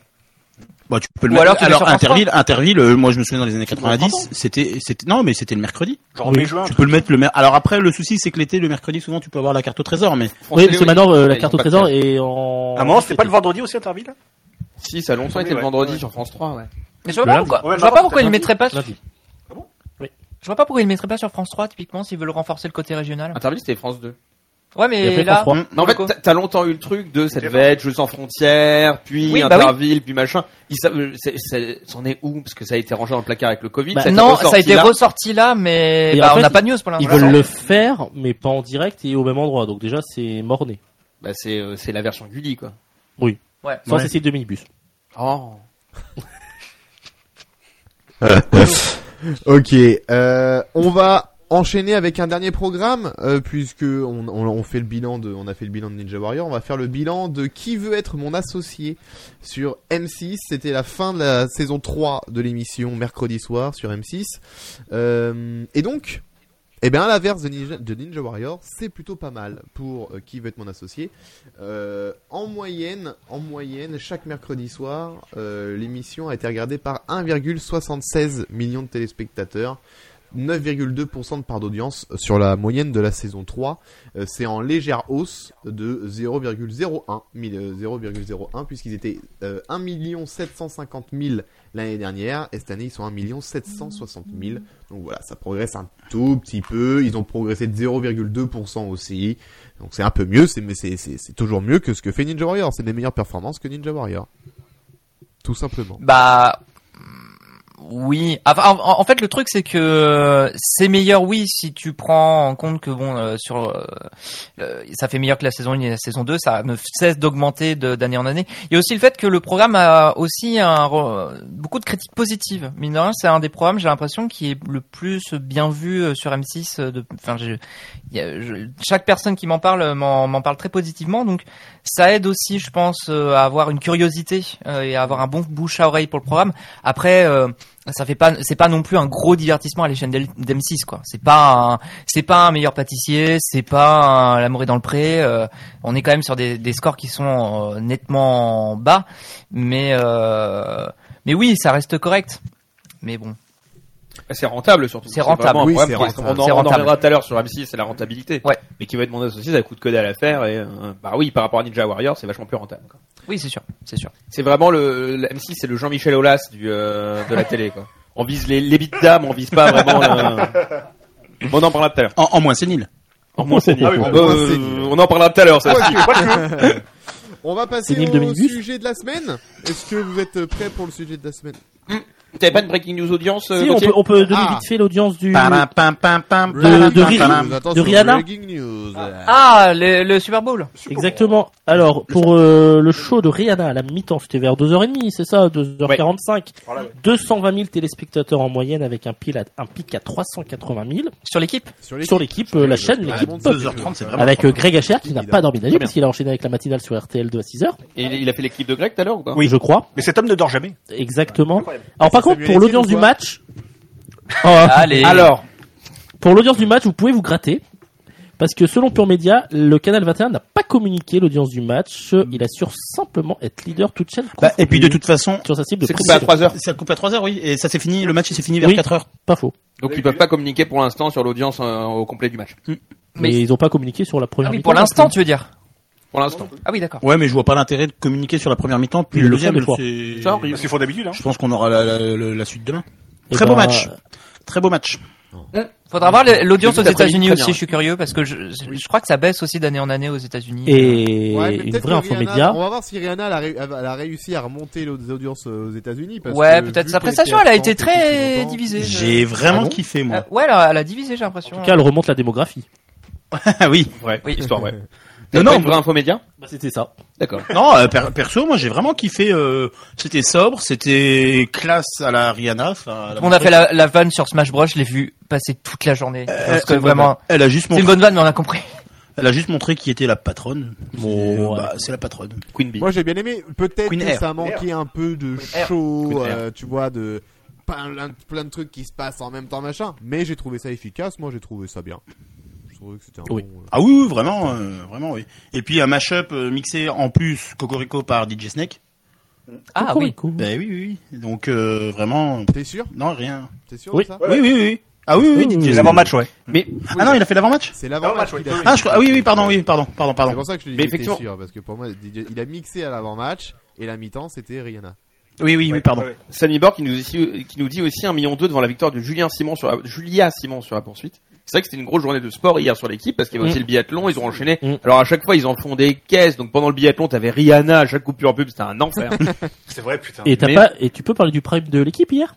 Speaker 2: Bah, tu peux le
Speaker 4: Ou
Speaker 2: mettre-
Speaker 4: alors tu mets sur France
Speaker 2: Interville, Interville, euh, moi je me souviens dans les années
Speaker 5: Tu mets au
Speaker 2: 90, c'était, c'était, non mais c'était le mercredi.
Speaker 5: Genre
Speaker 6: Oui.
Speaker 5: mai-juin.
Speaker 2: Tu peux le mettre le mer. Alors après, le souci c'est que l'été, le mercredi, souvent tu peux avoir la carte au trésor, mais
Speaker 6: Oui, parce que
Speaker 3: oui.
Speaker 6: maintenant, euh, la
Speaker 3: Ils
Speaker 6: carte
Speaker 3: ont
Speaker 6: au
Speaker 3: pas de
Speaker 6: trésor
Speaker 3: carte.
Speaker 6: est en...
Speaker 5: À un moment, c'était pas le vendredi aussi, Interville
Speaker 3: Si, ça a longtemps été le
Speaker 5: Ouais.
Speaker 3: vendredi sur France 3, ouais.
Speaker 4: Mais je vois
Speaker 6: Le
Speaker 4: pas
Speaker 6: lundi.
Speaker 4: pourquoi,
Speaker 5: Ouais,
Speaker 4: je vois
Speaker 5: non,
Speaker 4: pas pourquoi
Speaker 5: c'est
Speaker 4: ils le mettraient pas.
Speaker 6: Lundi.
Speaker 4: Je vois pas pourquoi ils le mettraient pas sur France 3 typiquement s'ils veulent renforcer le côté régional.
Speaker 3: Interview, c'était France 2.
Speaker 4: Ouais,
Speaker 6: Et après,
Speaker 4: mais
Speaker 6: France
Speaker 4: là,
Speaker 6: 3.
Speaker 3: Mais en fait,
Speaker 4: Pourquoi
Speaker 3: t'as- t'as longtemps eu le truc de ça devait être Jeux sans frontières, puis
Speaker 4: Oui, bah oui.
Speaker 3: Interville, puis machin. Ils savent, euh, c'est- c'est- c'en est où Parce que ça a été rangé dans le placard avec le Covid.
Speaker 6: Bah,
Speaker 3: a été
Speaker 4: non, ça a
Speaker 3: ressorti
Speaker 4: été
Speaker 3: là.
Speaker 4: ressorti là, mais
Speaker 6: Et
Speaker 4: bah,
Speaker 6: en
Speaker 4: on
Speaker 6: fait,
Speaker 4: n'a pas de news pour l'instant.
Speaker 6: Ils veulent le faire, mais pas en direct et au même endroit. Donc déjà, c'est morné.
Speaker 3: Bah, c'est euh, c'est la version Gulli, quoi.
Speaker 6: Sans
Speaker 2: Ouais.
Speaker 6: Cécile de minibus.
Speaker 3: Oh.
Speaker 1: Ok, euh, on va enchaîner avec un dernier programme euh, puisque on, on, on fait le bilan de, on a fait le bilan de Ninja Warrior, on va faire le bilan de qui veut être mon associé sur M6. C'était la fin de la saison 3 de l'émission mercredi soir sur M6. Euh, et donc, eh bien à l'inverse de Ninja, de Ninja Warrior, c'est plutôt pas mal pour euh, qui veut être mon associé. Euh, en moyenne, en moyenne, chaque mercredi soir, euh, l'émission a été regardée par 1,76 million de téléspectateurs. 9,2% de part d'audience euh, sur la moyenne de la saison 3. Euh, c'est en légère hausse de 0,01 mille- euh, 0,01 puisqu'ils étaient euh, 1 750 000 l'année dernière et cette année ils sont 1 760 000. Donc voilà, ça progresse un tout petit peu. Ils ont progressé de 0,2% aussi. Donc c'est un peu mieux, c'est, mais c'est, c'est, c'est toujours mieux que ce que fait Ninja Warrior. C'est des meilleures performances que Ninja Warrior. Tout simplement.
Speaker 4: Bah hum, oui. Enfin, en, en fait, le truc c'est que euh, c'est meilleur, oui, si tu prends en compte que bon, euh, sur euh, euh, ça fait meilleur que la saison 1 et la saison 2, ça ne cesse d'augmenter de- d'année en année. Il y a aussi le fait que le programme a aussi un, re- beaucoup de critiques positives. Mine de rien, c'est un des programmes, j'ai l'impression, qui est le plus bien vu euh, sur M6. euh, de- Enfin, je- il y a- je- chaque personne qui m'en parle euh, m'en m'en parle très positivement, donc ça aide aussi, je pense, euh, à avoir une curiosité euh, et à avoir un bon bouche à oreille pour le programme. Après, euh, ça fait pas, c'est pas non plus un gros divertissement à l'échelle d'L- d'M6, quoi. C'est pas, un- c'est pas un meilleur pâtissier, c'est pas un l'amour est dans le pré. euh, on est quand même sur des, des scores qui sont euh, nettement bas, mais euh, mais oui, ça reste correct. Mais bon,
Speaker 3: Bah, C'est rentable surtout.
Speaker 4: C'est rentable.
Speaker 3: vraiment un
Speaker 1: Oui,
Speaker 3: problème
Speaker 1: c'est
Speaker 3: qui est-
Speaker 1: rentable.
Speaker 3: On en,
Speaker 4: C'est
Speaker 3: on en
Speaker 4: rentable.
Speaker 3: reviendra tout à l'heure sur M6, c'est la rentabilité.
Speaker 4: Ouais.
Speaker 3: Mais qui va être mon associé, ça coûte que dalle à faire. Et, euh, bah oui, par rapport à Ninja Warrior, c'est vachement plus rentable. quoi.
Speaker 4: oui, c'est sûr, c'est sûr.
Speaker 3: C'est vraiment le, le M6, c'est le Jean-Michel Aulas du, euh, de la télé, quoi. On vise les, les bits d'âme, on vise pas vraiment le... [laughs] On en parlera tout à l'heure.
Speaker 2: en, en moins sénile.
Speaker 3: En moins, c'est nul.
Speaker 5: Ah oui,
Speaker 3: Euh,
Speaker 5: en
Speaker 1: moins, c'est nul.
Speaker 3: on en parlera tout à l'heure, ça.
Speaker 1: On va passer
Speaker 6: C'est Neil
Speaker 1: au
Speaker 6: Dominguez
Speaker 1: sujet de la semaine. Est-ce que vous êtes prêts pour le sujet de la semaine
Speaker 3: T'avais pas une breaking news audience euh,
Speaker 6: Si, on
Speaker 3: Gauthier
Speaker 6: peut, on peut donner
Speaker 1: Ah.
Speaker 6: vite fait l'audience du...
Speaker 5: Bah,
Speaker 2: Pam, pam, pam, pam,
Speaker 6: De-
Speaker 2: pam,
Speaker 6: de
Speaker 2: pam,
Speaker 6: Riri.
Speaker 2: pam.
Speaker 1: Attention,
Speaker 6: de Rihanna
Speaker 1: breaking news.
Speaker 4: Ah, le, le Super Bowl.
Speaker 6: Exactement. Alors, pour euh, le show de Rihanna à la mi-temps, c'était vers 2h30, c'est ça, 2h45.
Speaker 5: Voilà, ouais.
Speaker 6: 220 000 téléspectateurs en moyenne avec un, pile à, un pic à 380 000
Speaker 4: Sur l'équipe
Speaker 1: Sur les
Speaker 6: sur l'équipe, euh, la chaîne,
Speaker 1: Ah,
Speaker 6: l'équipe
Speaker 1: bon,
Speaker 6: pop.
Speaker 2: 2h30, c'est vraiment.
Speaker 6: Avec euh, Greg Achard qui n'a
Speaker 1: Évidemment.
Speaker 6: pas dormi la nuit
Speaker 3: Très bien.
Speaker 6: parce qu'il a enchaîné avec la matinale sur RTL2 à 6h,
Speaker 3: Et il il a fait l'équipe de Greg tout à l'heure ou pas
Speaker 6: oui. je crois.
Speaker 5: Mais cet homme ne dort jamais.
Speaker 6: Exactement.
Speaker 5: Incroyable.
Speaker 6: Alors par
Speaker 1: C'est
Speaker 6: contre,
Speaker 1: Samuel
Speaker 6: pour
Speaker 1: Etienne
Speaker 6: l'audience
Speaker 1: ou
Speaker 6: du
Speaker 1: quoi
Speaker 6: match, [laughs] Oh,
Speaker 4: Allez.
Speaker 3: Alors,
Speaker 6: pour l'audience du match, vous pouvez vous gratter. Parce que selon Pure Media, le canal 21 n'a pas communiqué l'audience du match. Il assure simplement être leader toute chaîne.
Speaker 2: Bah, et puis de
Speaker 6: confondue
Speaker 2: toute façon,
Speaker 6: sur sa cible de
Speaker 3: c'est coupé à 3 heures.
Speaker 2: ça coupe à 3h, oui. Et ça s'est fini, le match il s'est fini vers
Speaker 6: Oui.
Speaker 2: 4h.
Speaker 6: Pas faux.
Speaker 3: Donc ils peuvent pas communiquer pour l'instant sur l'audience euh, au complet du match.
Speaker 6: Mais,
Speaker 4: Mais-
Speaker 6: ils n'ont pas communiqué sur la première.
Speaker 4: Ah oui,
Speaker 6: mi-temps,
Speaker 4: pour l'instant,
Speaker 6: parce que-
Speaker 4: tu veux dire
Speaker 3: Pour l'instant.
Speaker 4: Ah oui, d'accord.
Speaker 2: Ouais, mais je vois pas l'intérêt de communiquer sur la première mi-temps, puis
Speaker 6: Ils
Speaker 2: le
Speaker 6: le font
Speaker 2: deuxième,
Speaker 6: des fois.
Speaker 2: c'est-
Speaker 3: Ça arrive.
Speaker 5: Parce qu'ils font d'habitude, hein.
Speaker 2: Je pense qu'on aura la, la- la- la suite demain.
Speaker 6: Eh
Speaker 2: Très beau
Speaker 6: ben,
Speaker 2: match. Très beau match.
Speaker 4: Hum, Faudra voir le- l'audience
Speaker 3: Début
Speaker 4: aux
Speaker 3: d'après-midi,
Speaker 4: États-Unis
Speaker 3: très
Speaker 4: aussi.
Speaker 3: bien.
Speaker 4: Je suis curieux parce que je, je- je crois que ça baisse aussi d'année en année aux États-Unis.
Speaker 6: Et
Speaker 1: Ouais, mais
Speaker 6: une
Speaker 1: peut-être
Speaker 6: vraie
Speaker 1: que
Speaker 6: info
Speaker 1: Rihanna-
Speaker 6: média.
Speaker 1: On va voir si Rihanna elle a, ré- elle a réussi à remonter les audiences euh, aux États-Unis. parce
Speaker 4: ouais,
Speaker 1: que vu
Speaker 4: peut-être. Sa
Speaker 1: qu'elle
Speaker 4: prestation,
Speaker 1: était
Speaker 4: elle a
Speaker 1: absente
Speaker 4: été
Speaker 1: depuis
Speaker 4: très
Speaker 1: longtemps-
Speaker 2: euh,
Speaker 4: divisée. je-
Speaker 2: J'ai vraiment
Speaker 6: Ah bon
Speaker 2: kiffé,
Speaker 4: Euh,
Speaker 2: moi.
Speaker 4: ouais, elle a, elle a divisé, j'ai
Speaker 6: En
Speaker 4: l'impression.
Speaker 6: tout cas, elle remonte la démographie.
Speaker 2: Ah [laughs] oui.
Speaker 3: Ouais,
Speaker 4: Oui.
Speaker 3: histoire, ouais.
Speaker 2: Non,
Speaker 3: Non, non,
Speaker 2: non,
Speaker 3: une vraie info média
Speaker 6: Bah, c'était ça.
Speaker 3: D'accord.
Speaker 2: Non, euh, per- perso, moi j'ai vraiment kiffé. euh, c'était sobre, c'était classe à la Rihanna. enfin, à la-
Speaker 4: On a fait la, la vanne sur Smash Bros. Je l'ai vu passer toute la journée. parce que
Speaker 2: c'est une bonne
Speaker 4: vraiment,
Speaker 2: Euh, Elle a juste
Speaker 4: c'est une
Speaker 2: montré,
Speaker 4: bonne vanne, mais on a compris.
Speaker 2: elle a juste montré qui était la patronne.
Speaker 6: Bon,
Speaker 2: Bah,
Speaker 6: ouais.
Speaker 2: c'est la patronne.
Speaker 3: Queen Bee.
Speaker 1: Moi j'ai bien aimé. Peut-être
Speaker 2: Queen
Speaker 1: que
Speaker 2: Air.
Speaker 1: ça a manqué un peu de
Speaker 4: Air.
Speaker 1: show,
Speaker 3: Queen Air.
Speaker 1: euh, tu vois, de plein, plein de trucs qui se passent en même temps, machin. Mais j'ai trouvé ça efficace. Moi j'ai trouvé ça bien. Je trouvais que c'était un
Speaker 6: Oui.
Speaker 1: bon, euh,
Speaker 2: Ah oui, oui, euh, vraiment, euh, vraiment oui. Et puis un mashup up mixé en plus Cocorico par DJ Snake.
Speaker 4: Ah oui.
Speaker 6: Cocorico.
Speaker 2: Ben oui, oui, oui. Donc euh, vraiment,
Speaker 1: T'es sûr
Speaker 2: non, rien.
Speaker 1: T'es sûr
Speaker 6: Oui.
Speaker 1: de ça
Speaker 2: Oui, oui, oui. Ah oui, oui, oui,
Speaker 5: Les
Speaker 2: Didier.
Speaker 5: avant-match, ouais.
Speaker 3: Mais,
Speaker 2: Ah non, il a fait l'avant-match
Speaker 1: C'est l'avant-match
Speaker 5: Non,
Speaker 1: qu'il
Speaker 5: ouais,
Speaker 1: a fait.
Speaker 2: Ah, je crois... ah oui, oui, pardon, oui, pardon, pardon,
Speaker 1: C'est
Speaker 2: pardon.
Speaker 1: pour ça que je lui
Speaker 3: Mais
Speaker 1: dis que t'es
Speaker 3: effectivement-
Speaker 1: sûr, parce que pour moi, DJ, il a mixé à l'avant-match, et la mi-temps, c'était Rihanna.
Speaker 2: Oui, oui, oui, pardon.
Speaker 5: Ouais.
Speaker 3: Samy Borg qui nous, ici- qui nous dit aussi 1,2 million devant la victoire de Julien Simon sur la, Julia Simon sur la poursuite. C'est vrai que c'était une grosse journée de sport hier sur l'équipe parce qu'il y avait aussi le biathlon, ils ont enchaîné.
Speaker 6: Mm.
Speaker 3: Alors à chaque fois ils en font des caisses. Donc pendant le biathlon t'avais Rihanna à chaque coupure pub, c'était un
Speaker 6: [laughs]
Speaker 3: enfer.
Speaker 5: C'est vrai, putain.
Speaker 6: Et t'as
Speaker 3: Mais-
Speaker 6: pas et tu peux parler du prime de l'équipe hier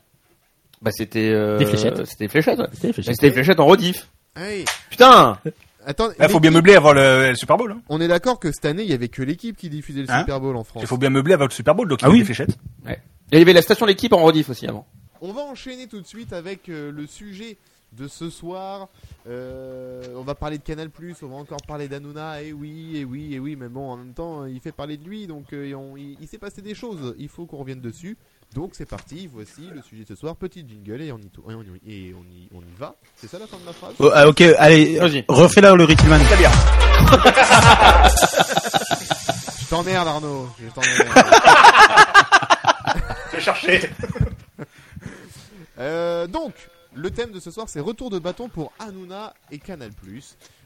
Speaker 3: bah c'était euh,
Speaker 6: Des fléchettes.
Speaker 3: C'était des fléchettes. Ouais.
Speaker 6: C'était
Speaker 3: Mais C'était des fléchettes en rediff.
Speaker 1: Hey,
Speaker 3: Putain.
Speaker 1: attends,
Speaker 5: Là, Bah, faut bien meubler avant le, le Super Bowl. Hein.
Speaker 1: on est d'accord que cette année, il y avait que l'équipe qui diffusait le
Speaker 5: Hein
Speaker 1: Super Bowl en France.
Speaker 5: Il faut bien meubler avant le Super Bowl, donc il
Speaker 2: Ah
Speaker 5: y a
Speaker 2: oui.
Speaker 5: des fléchettes.
Speaker 3: Et il y avait la station l'équipe en rediff aussi avant.
Speaker 1: On va enchaîner tout de suite avec euh, le sujet de ce soir. Euh, on va parler de Canal+, on va encore parler d'Anouna, et oui, et oui, et oui, mais bon, en même temps, il fait parler de lui, donc euh, et on- il, il s'est passé des choses, il faut qu'on revienne dessus. Donc c'est parti, voici le sujet de ce soir, petit jingle, et on y, tou- et on y, et on y, on y va. C'est ça la fin de ma phrase
Speaker 5: Euh,
Speaker 2: Oh, ah, ok, allez,
Speaker 3: Vas-y.
Speaker 2: refais-la le Rickman.
Speaker 1: Je t'emmerde Arnaud, je t'emmerde.
Speaker 5: Je chercher.
Speaker 1: Euh, donc, le thème de ce soir, c'est retour de bâton pour Hanouna et Canal+.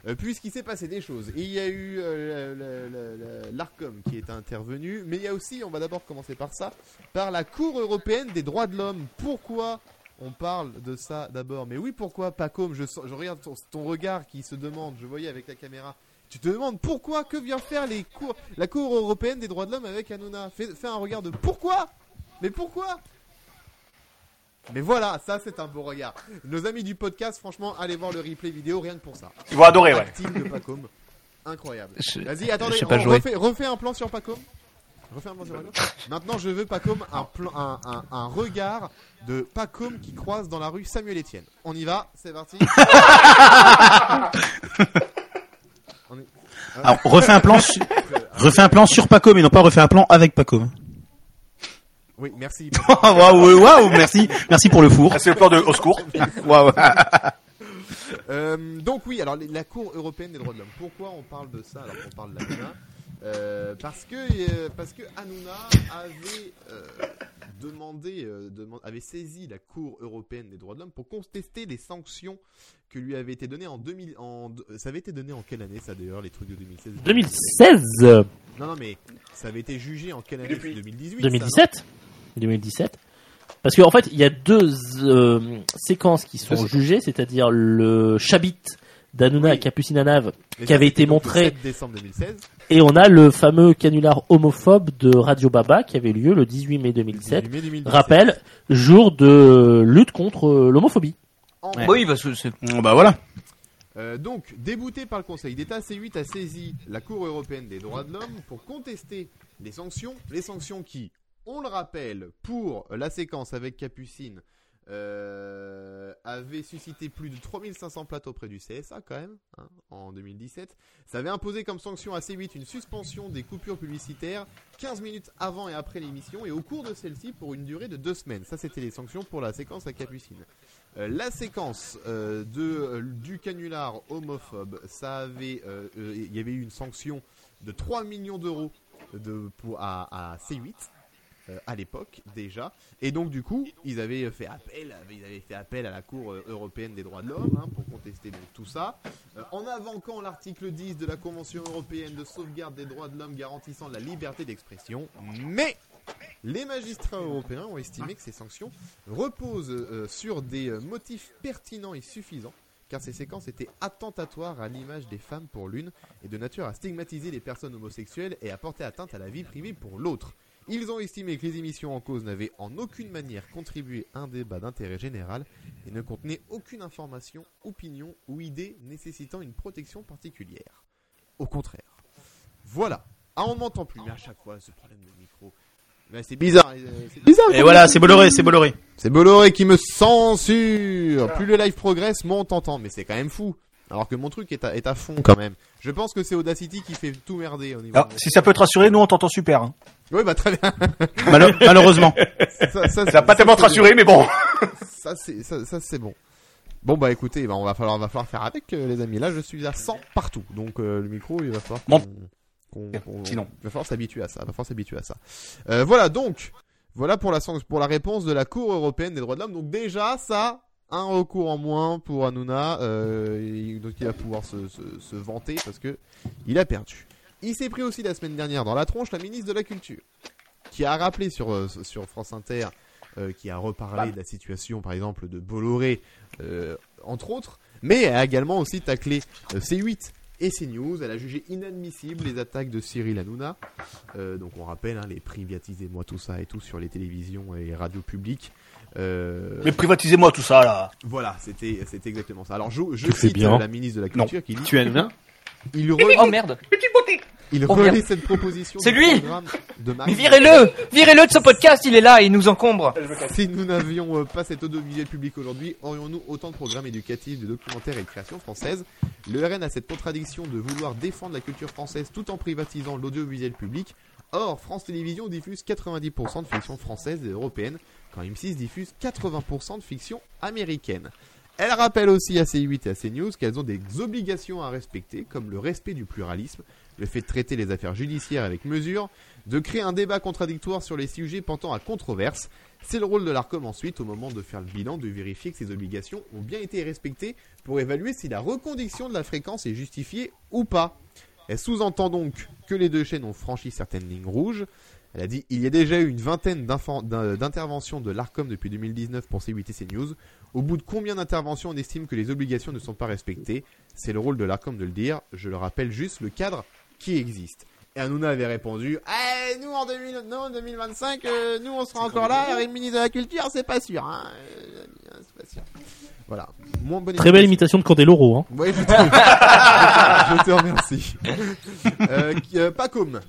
Speaker 1: euh, Puisqu'il s'est passé des choses. Et il y a eu euh, le- le- le- l'ARCOM qui est intervenu, mais il y a aussi, on va d'abord commencer par ça, par la Cour européenne des droits de l'homme. Pourquoi on parle de ça d'abord Mais oui, pourquoi, Pacôme je, sens- je regarde ton, ton regard qui se demande, je voyais avec la caméra. Tu te demandes pourquoi, que vient faire les cours, la Cour européenne des droits de l'homme avec Hanouna fais, fais un regard de pourquoi Mais pourquoi mais voilà, ça c'est un beau regard. Nos amis du podcast, franchement, allez voir le replay vidéo, rien que pour ça.
Speaker 5: Ils vont adorer, ouais.
Speaker 1: Active de Pacôme. Incroyable.
Speaker 4: Je-
Speaker 1: Vas-y, attendez,
Speaker 4: je sais pas
Speaker 1: on
Speaker 4: jouer.
Speaker 1: refait, refais un plan sur Pacôme. Refais un plan sur Pacôme. Maintenant, je veux Pacôme un, plan, un, un, un regard de Pacôme qui croise dans la rue Samuel Etienne. On y va, c'est parti.
Speaker 2: Alors, refais un plan, su- refais un plan sur Paco, mais non pas refais un plan avec Paco. [laughs]
Speaker 1: Oui, merci.
Speaker 2: waouh, waouh, merci, merci pour le four.
Speaker 5: Ah, c'est le plan de au secours.
Speaker 2: Waouh.
Speaker 1: Euh, donc oui, alors les- la Cour européenne des droits de l'homme. Pourquoi on parle de ça alors qu'on parle d'Hanouna euh, Parce que euh, parce que Hanouna avait euh, demandé, euh, deman- avait saisi la Cour européenne des droits de l'homme pour contester les sanctions que lui avaient été données en 2000. En, d- ça avait été donné en quelle année ça d'ailleurs les trucs de 2016
Speaker 6: 2016,
Speaker 1: Non non mais ça avait été jugé en quelle année 2018.
Speaker 6: 2017, 2017. Parce qu'en fait, il y a deux euh, séquences qui sont
Speaker 3: Deux séquences.
Speaker 6: jugées, c'est-à-dire le Chabit d'Anouna
Speaker 1: Oui.
Speaker 6: à Capucine
Speaker 1: ça,
Speaker 6: Anave,
Speaker 1: non
Speaker 6: qui
Speaker 1: Mais ça,
Speaker 6: avait été
Speaker 1: c'était donc le
Speaker 6: montré.
Speaker 1: 7 décembre 2016.
Speaker 6: et on a le fameux canular homophobe de Radio Baba qui avait lieu le 18 mai
Speaker 1: le
Speaker 6: 2017.
Speaker 1: 18 mai 2017.
Speaker 6: Rappel, jour de lutte contre euh, l'homophobie.
Speaker 1: En
Speaker 4: Bah oui, parce que c'est
Speaker 2: Bah voilà.
Speaker 1: Euh, donc, débouté par le Conseil d'État, C8 a saisi la Cour européenne des droits de l'homme pour contester les sanctions. Les sanctions qui, on le rappelle, pour la séquence avec Capucine, euh, avaient suscité plus de 3500 plates auprès du CSA quand même, hein, en 2017. Ça avait imposé comme sanction à C8 une suspension des coupures publicitaires 15 minutes avant et après l'émission et au cours de celle-ci pour une durée de deux semaines. Ça, c'était les sanctions pour la séquence à Capucine. Euh, la séquence euh, de, euh, du canular homophobe, ça avait, euh, euh, il y avait eu une sanction de 3 millions d'euros de, pour- à, à C8 euh, à l'époque déjà. Et donc du coup, ils avaient fait appel, ils avaient fait appel à la Cour euh, européenne des droits de l'homme hein, pour contester donc, tout ça. Euh, en invoquant l'article 10 de la Convention européenne de sauvegarde des droits de l'homme garantissant la liberté d'expression, mais les magistrats européens ont estimé que ces sanctions repose euh, sur des euh, motifs pertinents et suffisants, car ces séquences étaient attentatoires à l'image des femmes pour l'une et de nature à stigmatiser les personnes homosexuelles et à porter atteinte à la vie privée pour l'autre. Ils ont estimé que les émissions en cause n'avaient en aucune manière contribué à un débat d'intérêt général et ne contenaient aucune information, opinion ou idée nécessitant une protection particulière. Au contraire. Voilà. Ah, on m'entend plus, mais à chaque fois, ce problème de micro. Ben, c'est bizarre. euh, c'est bizarre.
Speaker 2: Et voilà, c'est Bolloré, c'est Bolloré.
Speaker 1: C'est Bolloré qui me censure. Plus le live progresse, moins on t'entend. Mais c'est quand même fou. Alors que mon truc est à, est à fond quand même. Je pense que c'est Audacity qui fait tout merder au niveau.
Speaker 5: [laughs] Alors,
Speaker 1: de-
Speaker 5: Ah, si ça peut te rassurer, nous on t'entend super. hein.
Speaker 1: Oui, bah très bien.
Speaker 2: Malo- malheureusement.
Speaker 5: [laughs]
Speaker 1: Ça, ça,
Speaker 5: Ça va pas tellement te rassurer, mais bon.
Speaker 1: Ça c'est ça, ça, c'est bon. Bon bah écoutez, bah, on va falloir, va falloir faire avec euh, les amis. Là, je suis à 100 partout, donc euh, le micro, il va falloir.
Speaker 2: Mon-
Speaker 1: qu'on- qu'on-
Speaker 5: Bien,
Speaker 1: qu'on-
Speaker 5: sinon.
Speaker 1: Il va falloir s'habituer à ça. Il va falloir s'habituer à ça. Euh, voilà donc. Voilà pour la, sens- pour la réponse de la Cour européenne des droits de l'homme. Donc déjà, ça, un recours en moins pour Hanouna. Euh, et donc il va pouvoir se, se- se vanter parce que il a perdu. Il s'est pris aussi la semaine dernière dans la tronche la ministre de la Culture, qui a rappelé sur, euh, sur France Inter, euh, qui a reparlé de la situation par exemple de Bolloré, euh, entre autres, mais elle a également aussi taclé euh, C8 et CNews. Elle a jugé inadmissible les attaques de Cyril Hanouna. Euh, donc on rappelle hein, les privatisez-moi tout ça et tout sur les télévisions et les radios publiques. Euh,
Speaker 5: Mais privatisez-moi tout ça là.
Speaker 1: Voilà, c'était c'était exactement ça. Alors je, je
Speaker 6: Tu fais
Speaker 1: cite
Speaker 6: bien.
Speaker 1: euh, la ministre de la Culture qui dit
Speaker 3: Tu aimes bien
Speaker 1: il, re-
Speaker 4: Oh merde.
Speaker 1: il
Speaker 4: Oh,
Speaker 1: relaie
Speaker 4: merde.
Speaker 1: cette proposition
Speaker 4: C'est
Speaker 1: du
Speaker 4: lui
Speaker 1: programme de
Speaker 4: Mais
Speaker 1: Marine
Speaker 4: virez-le Virez-le de ce podcast, il est là, il nous encombre.
Speaker 1: [laughs] Si nous n'avions euh, pas cet audiovisuel public aujourd'hui, aurions-nous autant de programmes éducatifs, de documentaires et de créations françaises Le RN a cette contradiction de vouloir défendre la culture française tout en privatisant l'audiovisuel public. Or, France Télévisions diffuse 90% de fiction française et européenne, quand M6 diffuse 80% de fiction américaine. Elle rappelle aussi à C8 et à CNews qu'elles ont des obligations à respecter, comme le respect du pluralisme, le fait de traiter les affaires judiciaires avec mesure, de créer un débat contradictoire sur les sujets portant à controverse, c'est le rôle de l'ARCOM ensuite, au moment de faire le bilan, de vérifier que ces obligations ont bien été respectées pour évaluer si la reconduction de la fréquence est justifiée ou pas. Elle sous-entend donc que les deux chaînes ont franchi certaines lignes rouges. Elle a dit il y a déjà eu une vingtaine d'info- d'in- d'interventions de l'ARCOM depuis 2019 pour C8 et CNews. Au bout de combien d'interventions on estime que les obligations ne sont pas respectées C'est le rôle de l'ARCOM de le dire. Je le rappelle juste le cadre qui existe. Et Hanouna avait répondu Eh, nous en 2000 non, en 2025, euh, nous on sera encore là, et le ministre de la Culture, c'est pas sûr. hein. Euh, c'est pas sûr. Voilà. Moins bonne
Speaker 6: Très belle
Speaker 1: explication.
Speaker 6: imitation de Candeloro, hein.
Speaker 1: Oui, je te, je te remercie. Euh, qui- euh, Pacôme.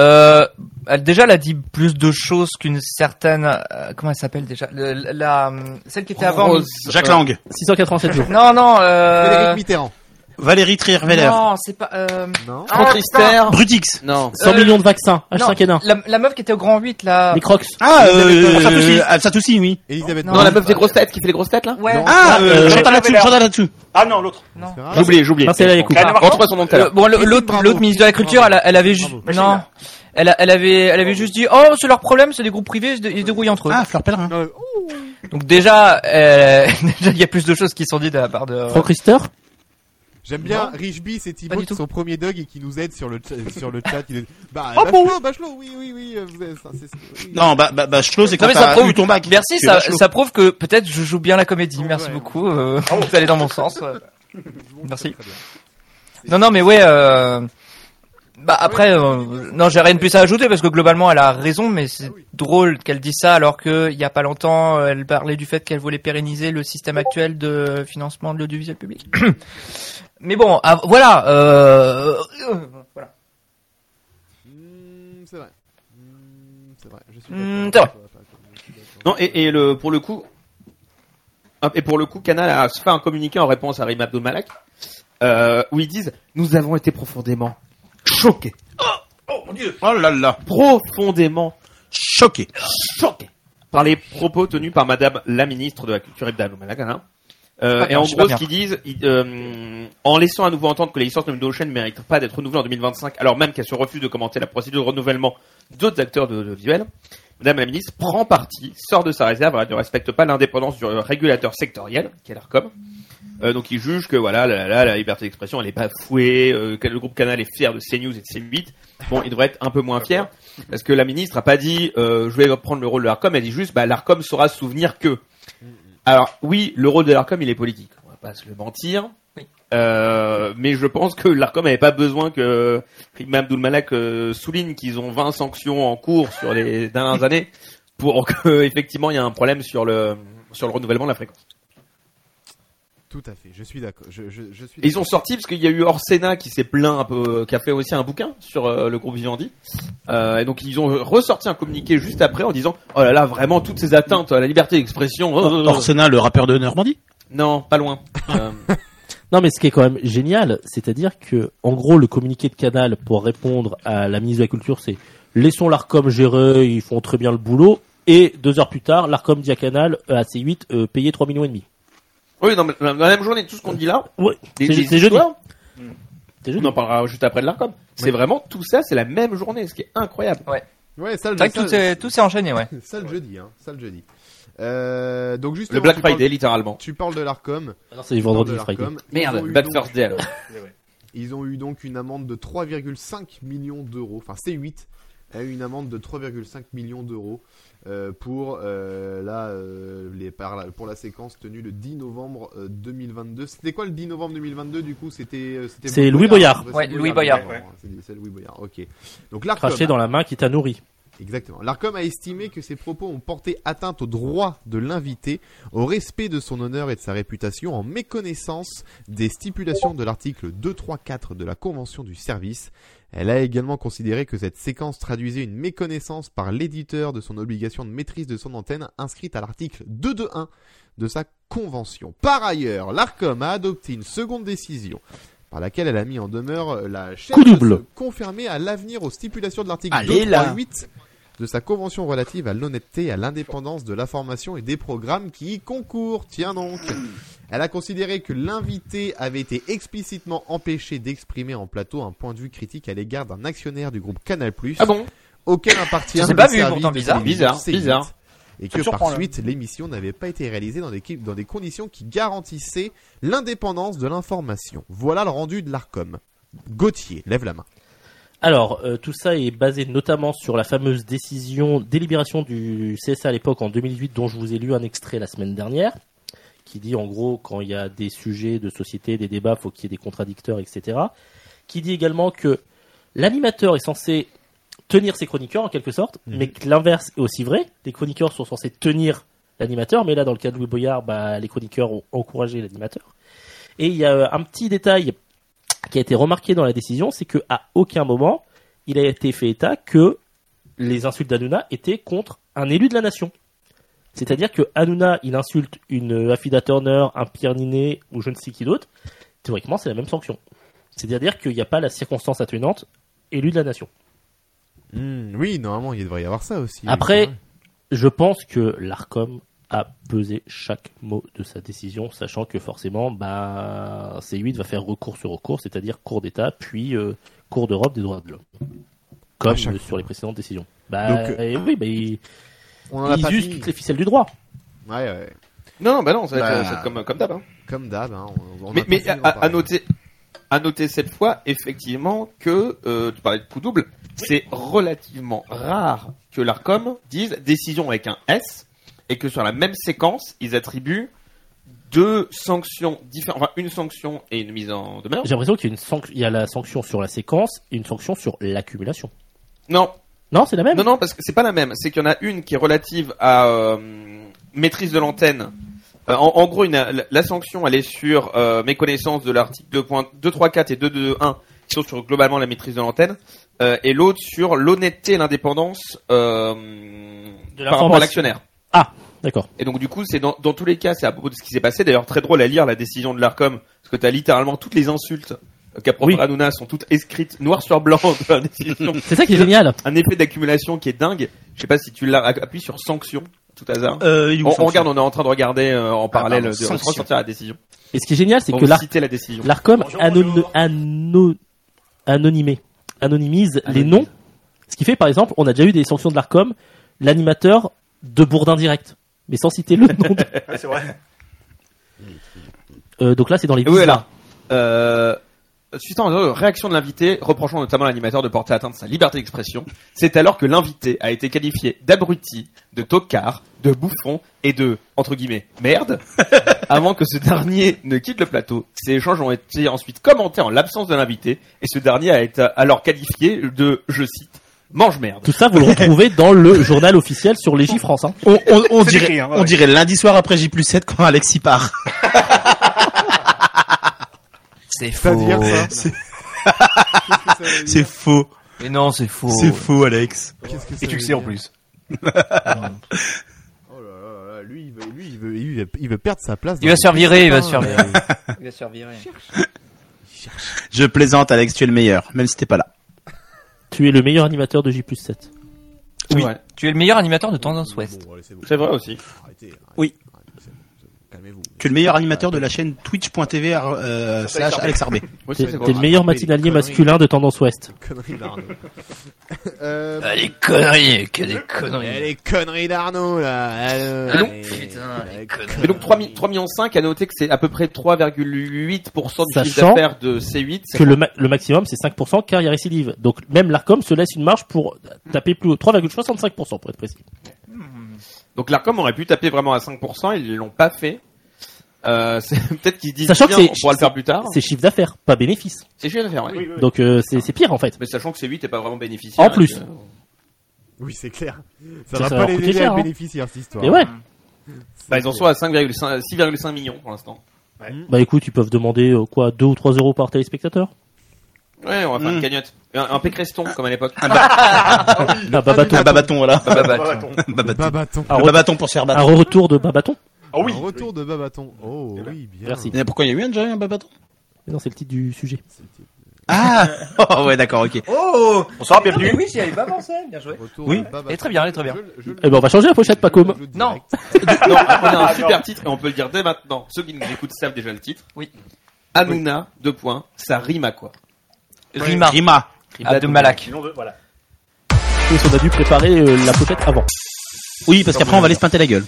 Speaker 4: Euh, elle, déjà, elle a dit plus de choses qu'une certaine... euh, comment elle s'appelle déjà Le- la, euh, Celle qui était avant...
Speaker 3: Rose,
Speaker 2: Jacques
Speaker 3: euh,
Speaker 2: Lang,
Speaker 6: 687 jours.
Speaker 4: Non, non,
Speaker 1: Frédéric
Speaker 4: euh...
Speaker 1: Mitterrand.
Speaker 2: Valérie Trierweiler,
Speaker 4: Non, c'est pas... Euh...
Speaker 1: Non.
Speaker 4: Ah, putain.
Speaker 3: Contrister.
Speaker 2: Brutix.
Speaker 3: Non.
Speaker 6: 100
Speaker 4: Euh,
Speaker 6: millions de vaccins, H5N1,
Speaker 4: La, la meuf qui était au Grand 8, là...
Speaker 6: les crocs.
Speaker 2: Ah,
Speaker 1: Elisabeth
Speaker 2: euh,
Speaker 1: Borne.
Speaker 2: Satouchi. Ah, Satouchi, oui.
Speaker 1: Elisabeth
Speaker 4: Non,
Speaker 3: Non, la
Speaker 1: Borne.
Speaker 3: meuf des grosses têtes qui fait les grosses têtes là
Speaker 4: Ouais,
Speaker 1: Non.
Speaker 2: Ah, euh,
Speaker 6: euh,
Speaker 2: Chantal là-dessus,
Speaker 5: Révélaire.
Speaker 2: Chantal là-dessus.
Speaker 5: Ah non, l'autre.
Speaker 4: non.
Speaker 3: J'ai oublié, j'ai oublié.
Speaker 6: Marcel Yacoub.
Speaker 3: Ah, On retrouve son nom tout à
Speaker 4: Euh,
Speaker 3: l'heure.
Speaker 4: bon, le-
Speaker 1: Christine
Speaker 4: l'autre,
Speaker 1: Bravo.
Speaker 4: l'autre ministre de la culture, elle, a- elle avait juste,
Speaker 1: Bravo.
Speaker 4: non, elle, a- elle avait, elle avait juste dit, oh, c'est leur problème, c'est des groupes privés, ils se dé- ils se débrouillent entre eux.
Speaker 2: Ah, Fleur Pellerin.
Speaker 1: Non, euh, oh,
Speaker 4: Donc déjà, euh, [laughs] déjà, il y a plus de choses qui sont dites de la part de. euh,
Speaker 6: Franck Rister,
Speaker 1: J'aime bien Richby, c'est Thibaut
Speaker 4: Pas
Speaker 1: qui
Speaker 4: du
Speaker 1: est
Speaker 4: tout.
Speaker 1: son premier dog et qui nous aide sur le tcha- sur le chat. Il est... Bah,
Speaker 4: Ah
Speaker 1: Bachelot, Bachelot, oui, oui, oui. euh, vous avez- ça, c'est- c'est- oui.
Speaker 2: Non, bah, bah, bah, Chlo, c'est
Speaker 4: Non, mais
Speaker 2: quand
Speaker 4: ça
Speaker 2: t'as
Speaker 4: prouve-
Speaker 2: eu ton bac.
Speaker 4: Merci,
Speaker 2: Tu
Speaker 4: ça,
Speaker 2: vas chelou.
Speaker 4: ça prouve que peut-être je joue bien la comédie.
Speaker 1: Ouais.
Speaker 4: Merci beaucoup. Euh, vous allez dans
Speaker 1: [laughs]
Speaker 4: mon sens. ouais.
Speaker 1: Bon,
Speaker 4: merci.
Speaker 1: très bien.
Speaker 4: Non, non, mais ouais. Euh, bah après, euh, non, j'ai rien de plus à ajouter parce que globalement, elle a raison, mais c'est drôle qu'elle dise ça alors que il y a pas longtemps, euh, elle parlait du fait qu'elle voulait pérenniser le système actuel de financement de l'audiovisuel public. [clears throat] mais bon, ah, voilà. Euh, euh, voilà.
Speaker 1: Hmm, C'est vrai. Hmm, C'est vrai. Je suis
Speaker 4: Hmm,
Speaker 1: d'accord.
Speaker 4: c'est
Speaker 1: Je suis d'accord.
Speaker 3: Non, et, et le, pour le coup, hop, et pour le coup, Canal a fait un communiqué en réponse à Rima Abdul-Malak, euh, où ils disent, nous avons été profondément choqués,
Speaker 2: Oh là là.
Speaker 3: profondément
Speaker 2: Choqué.
Speaker 3: choqués par les propos tenus par Madame la ministre de la Culture Rima Abdul-Malak. hein. Euh,
Speaker 4: Pas
Speaker 3: et
Speaker 4: bien,
Speaker 3: en
Speaker 4: Ah, je sais
Speaker 3: gros,
Speaker 4: pas
Speaker 3: ce qu'ils disent, ils, euh, en laissant à nouveau entendre que les licences de nos chaînes ne méritent pas d'être renouvelées en 2025, alors même qu'elle se refuse de commenter la procédure de renouvellement d'autres acteurs de l'audiovisuel, Madame la ministre prend parti, sort de sa réserve, elle ne respecte pas l'indépendance du régulateur sectoriel, qui est l'ARCOM. Euh, donc il juge que voilà, la, la- la liberté d'expression, elle est bafouée, euh, que le groupe Canal est fier de CNews et de C8. Bon, il devrait être un peu moins fier, parce que la ministre a pas dit euh, je vais prendre le rôle de l'ARCOM, elle dit juste bah, l'ARCOM saura se souvenir que. Alors oui, le rôle de l'ARCOM, il est politique, on va pas se le mentir. Euh, mais je pense que l'ARCOM n'avait pas besoin que Rima Abdulmalak euh, souligne qu'ils ont 20 sanctions en cours sur les dernières années pour que [laughs] effectivement il y a un problème sur le sur le renouvellement de la fréquence.
Speaker 1: Tout à fait. Je suis d'accord. Je, je, je suis.
Speaker 3: Et ils ont
Speaker 1: d'accord.
Speaker 3: sorti parce qu'il y a eu Orsena qui s'est plaint un peu, qui a fait aussi un bouquin sur euh, le groupe Vivendi. Euh, et donc ils ont ressorti un communiqué juste après en disant oh là là vraiment toutes ces atteintes à la liberté d'expression. euh, euh, euh.
Speaker 2: Orsena, le rappeur de Normandie.
Speaker 3: Non, pas loin. Euh,
Speaker 6: [laughs] Non, mais ce qui est quand même génial, c'est-à-dire que, en gros, le communiqué de Canal pour répondre à la ministre de la Culture, c'est laissons l'Arcom gérer, ils font très bien le boulot. Et deux heures plus tard, l'Arcom dit à Canal, euh, à C8, euh, payez 3 millions et demi.
Speaker 3: oui, dans, dans la même journée tout ce qu'on dit là.
Speaker 6: Ouais,
Speaker 3: des-
Speaker 6: c'est
Speaker 3: des
Speaker 6: c'est jeudi. Hmm.
Speaker 3: histoires,
Speaker 6: C'est
Speaker 3: On
Speaker 6: jeudi.
Speaker 3: en parlera juste après de l'Arcom. C'est vraiment tout ça, c'est la même journée, ce qui est incroyable.
Speaker 1: Ouais, ça le,
Speaker 4: C'est vrai que
Speaker 1: ça-
Speaker 4: tout s'est- tout s'est enchaîné, ouais.
Speaker 1: ça le jeudi, hein, ça le jeudi. Euh, donc juste
Speaker 3: Le Black Friday, littéralement.
Speaker 1: Tu parles de l'Arcom.
Speaker 6: Ah non, c'est les
Speaker 1: tu parles
Speaker 6: vendredis
Speaker 1: de
Speaker 6: Friday.
Speaker 1: l'Arcom. Ils ont
Speaker 3: Merde,
Speaker 1: eu
Speaker 3: Bad
Speaker 1: donc-
Speaker 3: Thursday alors.
Speaker 1: Ils ont eu donc une amende de 3,5 millions d'euros, enfin C8 a eu une amende de 3,5 millions d'euros euh, pour, euh, la, euh, les, par la- pour la séquence tenue le 10 novembre euh, 2022. C'était quoi le 10 novembre 2022 du coup C'était euh, c'était
Speaker 6: C'est Louis Boyard.
Speaker 1: Ouais,
Speaker 4: Ouais,
Speaker 1: c'est
Speaker 4: Louis Boyard.
Speaker 1: d'accord, hein, c'est- C'est Louis Boyard. Ok. Donc l'Arcom.
Speaker 6: Craché dans la main qui t'a nourri.
Speaker 1: Exactement. L'Arcom a estimé que ses propos ont porté atteinte au droit de l'invité, au respect de son honneur et de sa réputation en méconnaissance des stipulations de l'article 234 de la Convention du service. Elle a également considéré que cette séquence traduisait une méconnaissance par l'éditeur de son obligation de maîtrise de son antenne inscrite à l'article 221 de sa convention. Par ailleurs, l'Arcom a adopté une seconde décision par laquelle elle a mis en demeure la chaîne
Speaker 6: Coup
Speaker 1: de
Speaker 6: double.
Speaker 1: se conformer à l'avenir aux stipulations de l'article
Speaker 2: Allez, là.
Speaker 1: 238 de sa convention relative à l'honnêteté et à l'indépendance de l'information et des programmes qui y concourent. Tiens donc. Elle a considéré que l'invité avait été explicitement empêché d'exprimer en plateau un point de vue critique à l'égard d'un actionnaire du groupe Canal+,
Speaker 3: Ah bon
Speaker 1: auquel appartient
Speaker 4: Je sais
Speaker 1: le
Speaker 4: pas vu,
Speaker 1: service
Speaker 4: pourtant,
Speaker 1: de
Speaker 4: bizarre.
Speaker 1: télévision
Speaker 3: Bizarre,
Speaker 1: C8,
Speaker 3: bizarre.
Speaker 1: Et
Speaker 5: me
Speaker 1: que
Speaker 5: surprend,
Speaker 1: par
Speaker 5: là.
Speaker 1: suite, l'émission n'avait pas été réalisée dans des, dans des conditions qui garantissaient l'indépendance de l'information. Voilà le rendu de l'ARCOM. Gauthier, lève la main.
Speaker 6: Alors, euh, tout ça est basé notamment sur la fameuse décision, délibération du CSA à l'époque en 2008, dont je vous ai lu un extrait la semaine dernière, qui dit en gros quand il y a des sujets de société, des débats, faut qu'il y ait des contradicteurs, etc. Qui dit également que l'animateur est censé tenir ses chroniqueurs en quelque sorte,
Speaker 1: Mhm.
Speaker 6: mais que l'inverse est aussi vrai. Les chroniqueurs sont censés tenir l'animateur, mais là dans le cas de Louis Boyard, bah, les chroniqueurs ont encouragé l'animateur. Et il y a euh, un petit détail qui a été remarqué dans la décision, c'est que à aucun moment il a été fait état que les insultes d'Anouna étaient contre un élu de la nation. C'est-à-dire que Hanouna, il insulte une Affida Turner, un Pierre Ninet ou je ne sais qui d'autre. Théoriquement, c'est la même sanction. C'est-à-dire qu'il n'y a pas la circonstance atténuante élu de la nation.
Speaker 1: Hmm, oui, normalement, il devrait y avoir ça aussi.
Speaker 6: Après,
Speaker 1: Oui,
Speaker 6: je pense que l'ARCOM a pesé chaque mot de sa décision, sachant que forcément, bah, C8 va faire recours sur recours, c'est-à-dire cours d'État, puis euh, cours d'Europe des droits de l'homme. Comme
Speaker 1: À chaque
Speaker 6: euh, sur les précédentes décisions. Bah,
Speaker 1: Donc, euh,
Speaker 6: eh oui, bah, ils,
Speaker 1: on en a
Speaker 6: ils
Speaker 1: pas
Speaker 6: usent
Speaker 1: fini.
Speaker 6: toutes les ficelles du droit.
Speaker 1: Ouais, ouais.
Speaker 3: Non, bah non, ça va être,
Speaker 2: Bah.
Speaker 3: ça va être comme, comme d'hab. hein.
Speaker 1: Comme d'hab, hein, on- on a
Speaker 3: Mais,
Speaker 1: pas
Speaker 3: mais
Speaker 1: fini
Speaker 3: à,
Speaker 1: d'en
Speaker 3: à- à
Speaker 1: parler.
Speaker 3: noter, à noter cette fois, effectivement, que euh, tu parlais de coup double, c'est relativement rare que l'Arcom dise décision avec un S et que sur la même séquence, ils attribuent deux sanctions différentes, enfin une sanction et une mise en demeure.
Speaker 6: J'ai l'impression qu'il y a, une sanction, il y a la sanction sur la séquence et une sanction sur l'accumulation.
Speaker 3: Non,
Speaker 6: Non, c'est la même
Speaker 3: non, non, parce que c'est pas la même. C'est qu'il y en a une qui est relative à euh, maîtrise de l'antenne. Euh, en, en gros, une- la, la sanction, elle est sur euh, méconnaissance de l'article 2.234 et 2.2.1, qui sont sur globalement la maîtrise de l'antenne, euh, et l'autre sur l'honnêteté et l'indépendance euh,
Speaker 6: De
Speaker 3: par rapport à
Speaker 6: l'information.
Speaker 3: l'actionnaire.
Speaker 6: D'accord.
Speaker 3: Et donc du coup, c'est dans, dans tous les cas, c'est à propos de ce qui s'est passé. D'ailleurs, très drôle à lire la décision de l'Arcom, parce que t'as littéralement toutes les insultes qu'à propos
Speaker 6: Oui.
Speaker 3: de Hanouna sont toutes écrites noir sur blanc [laughs] dans la décision
Speaker 6: C'est ça qui est génial.
Speaker 3: un effet d'accumulation qui est dingue. Je sais pas si tu l'as appuie sur sanction, tout hasard.
Speaker 2: Euh, il
Speaker 3: on, on regarde, on est en train de regarder euh, en parallèle,
Speaker 2: Ah, pardon,
Speaker 3: de
Speaker 2: sanction.
Speaker 3: ressortir la décision.
Speaker 6: Et ce qui est génial, c'est
Speaker 3: On
Speaker 6: que l'ARCOM
Speaker 3: citer la décision.
Speaker 6: L'ARCOM
Speaker 5: Bonjour,
Speaker 6: anon-
Speaker 5: bonjour.
Speaker 6: ano- anonymé- anonymise les noms. Ce qui fait, par exemple, on a déjà eu des sanctions de l'ARCOM, l'animateur de Bourdin Direct, mais sans citer le [laughs] nom. de-
Speaker 5: [laughs] Ouais, c'est vrai.
Speaker 6: Euh, donc là, c'est dans les
Speaker 3: Et oui,
Speaker 6: visas.
Speaker 3: alors, euh, suite en euh, réaction de l'invité, reprochant notamment l'animateur de porter atteinte à sa liberté d'expression, c'est alors que l'invité a été qualifié d'abruti, de tocard, de bouffon et de, entre guillemets,
Speaker 6: [laughs]
Speaker 3: merde, avant que ce dernier ne quitte le plateau. Ces échanges ont été ensuite commentés en l'absence de l'invité, et ce dernier a été alors qualifié de, je cite, mange merde.
Speaker 6: Tout ça, vous le retrouvez dans le journal officiel sur les France. Hein.
Speaker 2: On, on- on
Speaker 5: C'est
Speaker 2: dirait,
Speaker 5: écrit, hein, ouais,
Speaker 2: on
Speaker 5: ouais.
Speaker 2: dirait lundi soir après J 7 quand Alexis part.
Speaker 4: C'est
Speaker 1: Ça
Speaker 4: faux.
Speaker 1: veut dire ça
Speaker 2: C'est-
Speaker 1: Qu'est-ce que ça veut
Speaker 2: C'est
Speaker 1: dire
Speaker 2: faux.
Speaker 4: Mais non, c'est faux.
Speaker 2: C'est faux, Alex.
Speaker 1: Qu'est-ce que ça
Speaker 5: Et tu
Speaker 1: veut
Speaker 5: le sais en
Speaker 1: dire
Speaker 5: plus.
Speaker 1: [laughs] Oh là là là, lui, il veut, lui, il veut, il veut, il veut perdre sa place.
Speaker 4: Il
Speaker 1: dans
Speaker 4: va
Speaker 1: le
Speaker 4: se faire virer, il va se faire
Speaker 1: putain,
Speaker 4: virer.
Speaker 1: euh,
Speaker 8: Il va se faire virer.
Speaker 2: Je plaisante, Alex, tu es le meilleur, même si t'es pas là.
Speaker 6: Tu es le meilleur animateur de J 7.
Speaker 3: Oui.
Speaker 4: Tu es le meilleur animateur de Tendance Ouest.
Speaker 8: Euh,
Speaker 1: Bon, allez, c'est bon.
Speaker 3: C'est vrai aussi.
Speaker 1: Arrêtez, arrêtez,
Speaker 2: Oui.
Speaker 1: arrêtez, c'est bon, c'est bon. calmez-vous. Ah,
Speaker 2: Tu es le meilleur animateur de la chaîne twitch.tv euh, slash Alex Arbé.
Speaker 3: Moi,
Speaker 6: T'es
Speaker 3: ça, c'est
Speaker 6: t'es le meilleur matinalier
Speaker 1: conneries.
Speaker 6: masculin de tendance ouest.
Speaker 1: Conneries d'Arnaud. euh,
Speaker 4: Ah, les conneries, que des conneries.
Speaker 1: eh, les conneries d'Arnaud, là. euh,
Speaker 3: Mais non,
Speaker 1: eh,
Speaker 4: putain, les
Speaker 1: eh,
Speaker 4: conneries.
Speaker 3: Mais donc 3 millions 5 à noter que c'est à peu près 3,8% du chiffre
Speaker 6: Sachant
Speaker 3: d'affaires de C8.
Speaker 6: Que le, ma- le maximum, c'est 5% car il y a récidive. Donc même l'ARCOM se laisse une marge pour taper plus haut. 3,65% pour être précis.
Speaker 3: Donc l'Arcom aurait pu taper vraiment à 5%, ils l'ont pas fait. Euh, [laughs] c'est peut-être qu'ils disent
Speaker 6: Sachant
Speaker 3: bien,
Speaker 6: que c'est-
Speaker 3: on pourra le faire plus tard.
Speaker 6: C'est chiffre d'affaires, pas bénéfice.
Speaker 3: C'est juste à faire, ouais.
Speaker 6: Donc euh, c'est c'est pire en fait.
Speaker 3: Mais sachant que C8 est pas vraiment bénéficiaire.
Speaker 6: En plus.
Speaker 3: euh,
Speaker 1: Oui, c'est clair. Ça,
Speaker 6: Ça,
Speaker 1: va
Speaker 6: ça
Speaker 1: pas
Speaker 6: leur
Speaker 1: les
Speaker 6: coûter
Speaker 1: aider
Speaker 6: cher,
Speaker 1: à
Speaker 6: hein.
Speaker 1: bénéficier, cette histoire.
Speaker 6: Mais ouais.
Speaker 3: bah, ils en sont à 5,5 6,5 millions pour l'instant.
Speaker 6: Bah écoute, ils peuvent demander euh, quoi 2 ou 3 euros par téléspectateur
Speaker 3: Ouais, on va faire
Speaker 2: Mm.
Speaker 3: une cagnotte. Mmh. Un, [laughs] un pécreston, comme à l'époque.
Speaker 6: [laughs] Ah, Babaton.
Speaker 2: Un babaton, voilà. [laughs]
Speaker 3: Bah, bah, bah,
Speaker 5: Voilà,
Speaker 3: tiens.
Speaker 2: Un
Speaker 5: ton-
Speaker 2: babaton.
Speaker 1: Babaton.
Speaker 6: Un
Speaker 2: Un
Speaker 6: re-
Speaker 2: babaton pour se faire
Speaker 6: un
Speaker 2: battre.
Speaker 6: retour de Babaton
Speaker 5: Ah
Speaker 4: Oh
Speaker 5: oui.
Speaker 1: Un retour de Babaton. Oh, oui, bien.
Speaker 6: Merci.
Speaker 2: Mais Pourquoi il y a eu un, déjà un babaton
Speaker 6: Mais Non, c'est le titre du sujet.
Speaker 2: Ah [laughs] oh, Ouais, d'accord, ok.
Speaker 8: Oh
Speaker 5: Bonsoir,
Speaker 8: Non, mais
Speaker 5: bienvenue.
Speaker 8: oui, j'y avais pas pensé. Bien joué.
Speaker 1: Retour
Speaker 2: Oui.
Speaker 1: de Babaton.
Speaker 4: Elle est très bien, elle est très bien.
Speaker 1: Je- je-
Speaker 6: Eh ben on va changer la pochette, Pacôme.
Speaker 1: je- je-
Speaker 4: Non.
Speaker 1: direct.
Speaker 3: [laughs] Non, on a un super titre et on peut le dire dès maintenant. Ceux qui nous écoutent savent déjà le titre.
Speaker 4: Oui.
Speaker 3: Hanouna, deux points, ça rime à quoi
Speaker 4: Rima.
Speaker 2: Rima.
Speaker 4: Abdel Malak.
Speaker 5: Sinon, euh, voilà.
Speaker 6: Parce qu'on a dû préparer euh, la pochette avant.
Speaker 2: Oui, parce qu'après on va aller se pinter la gueule.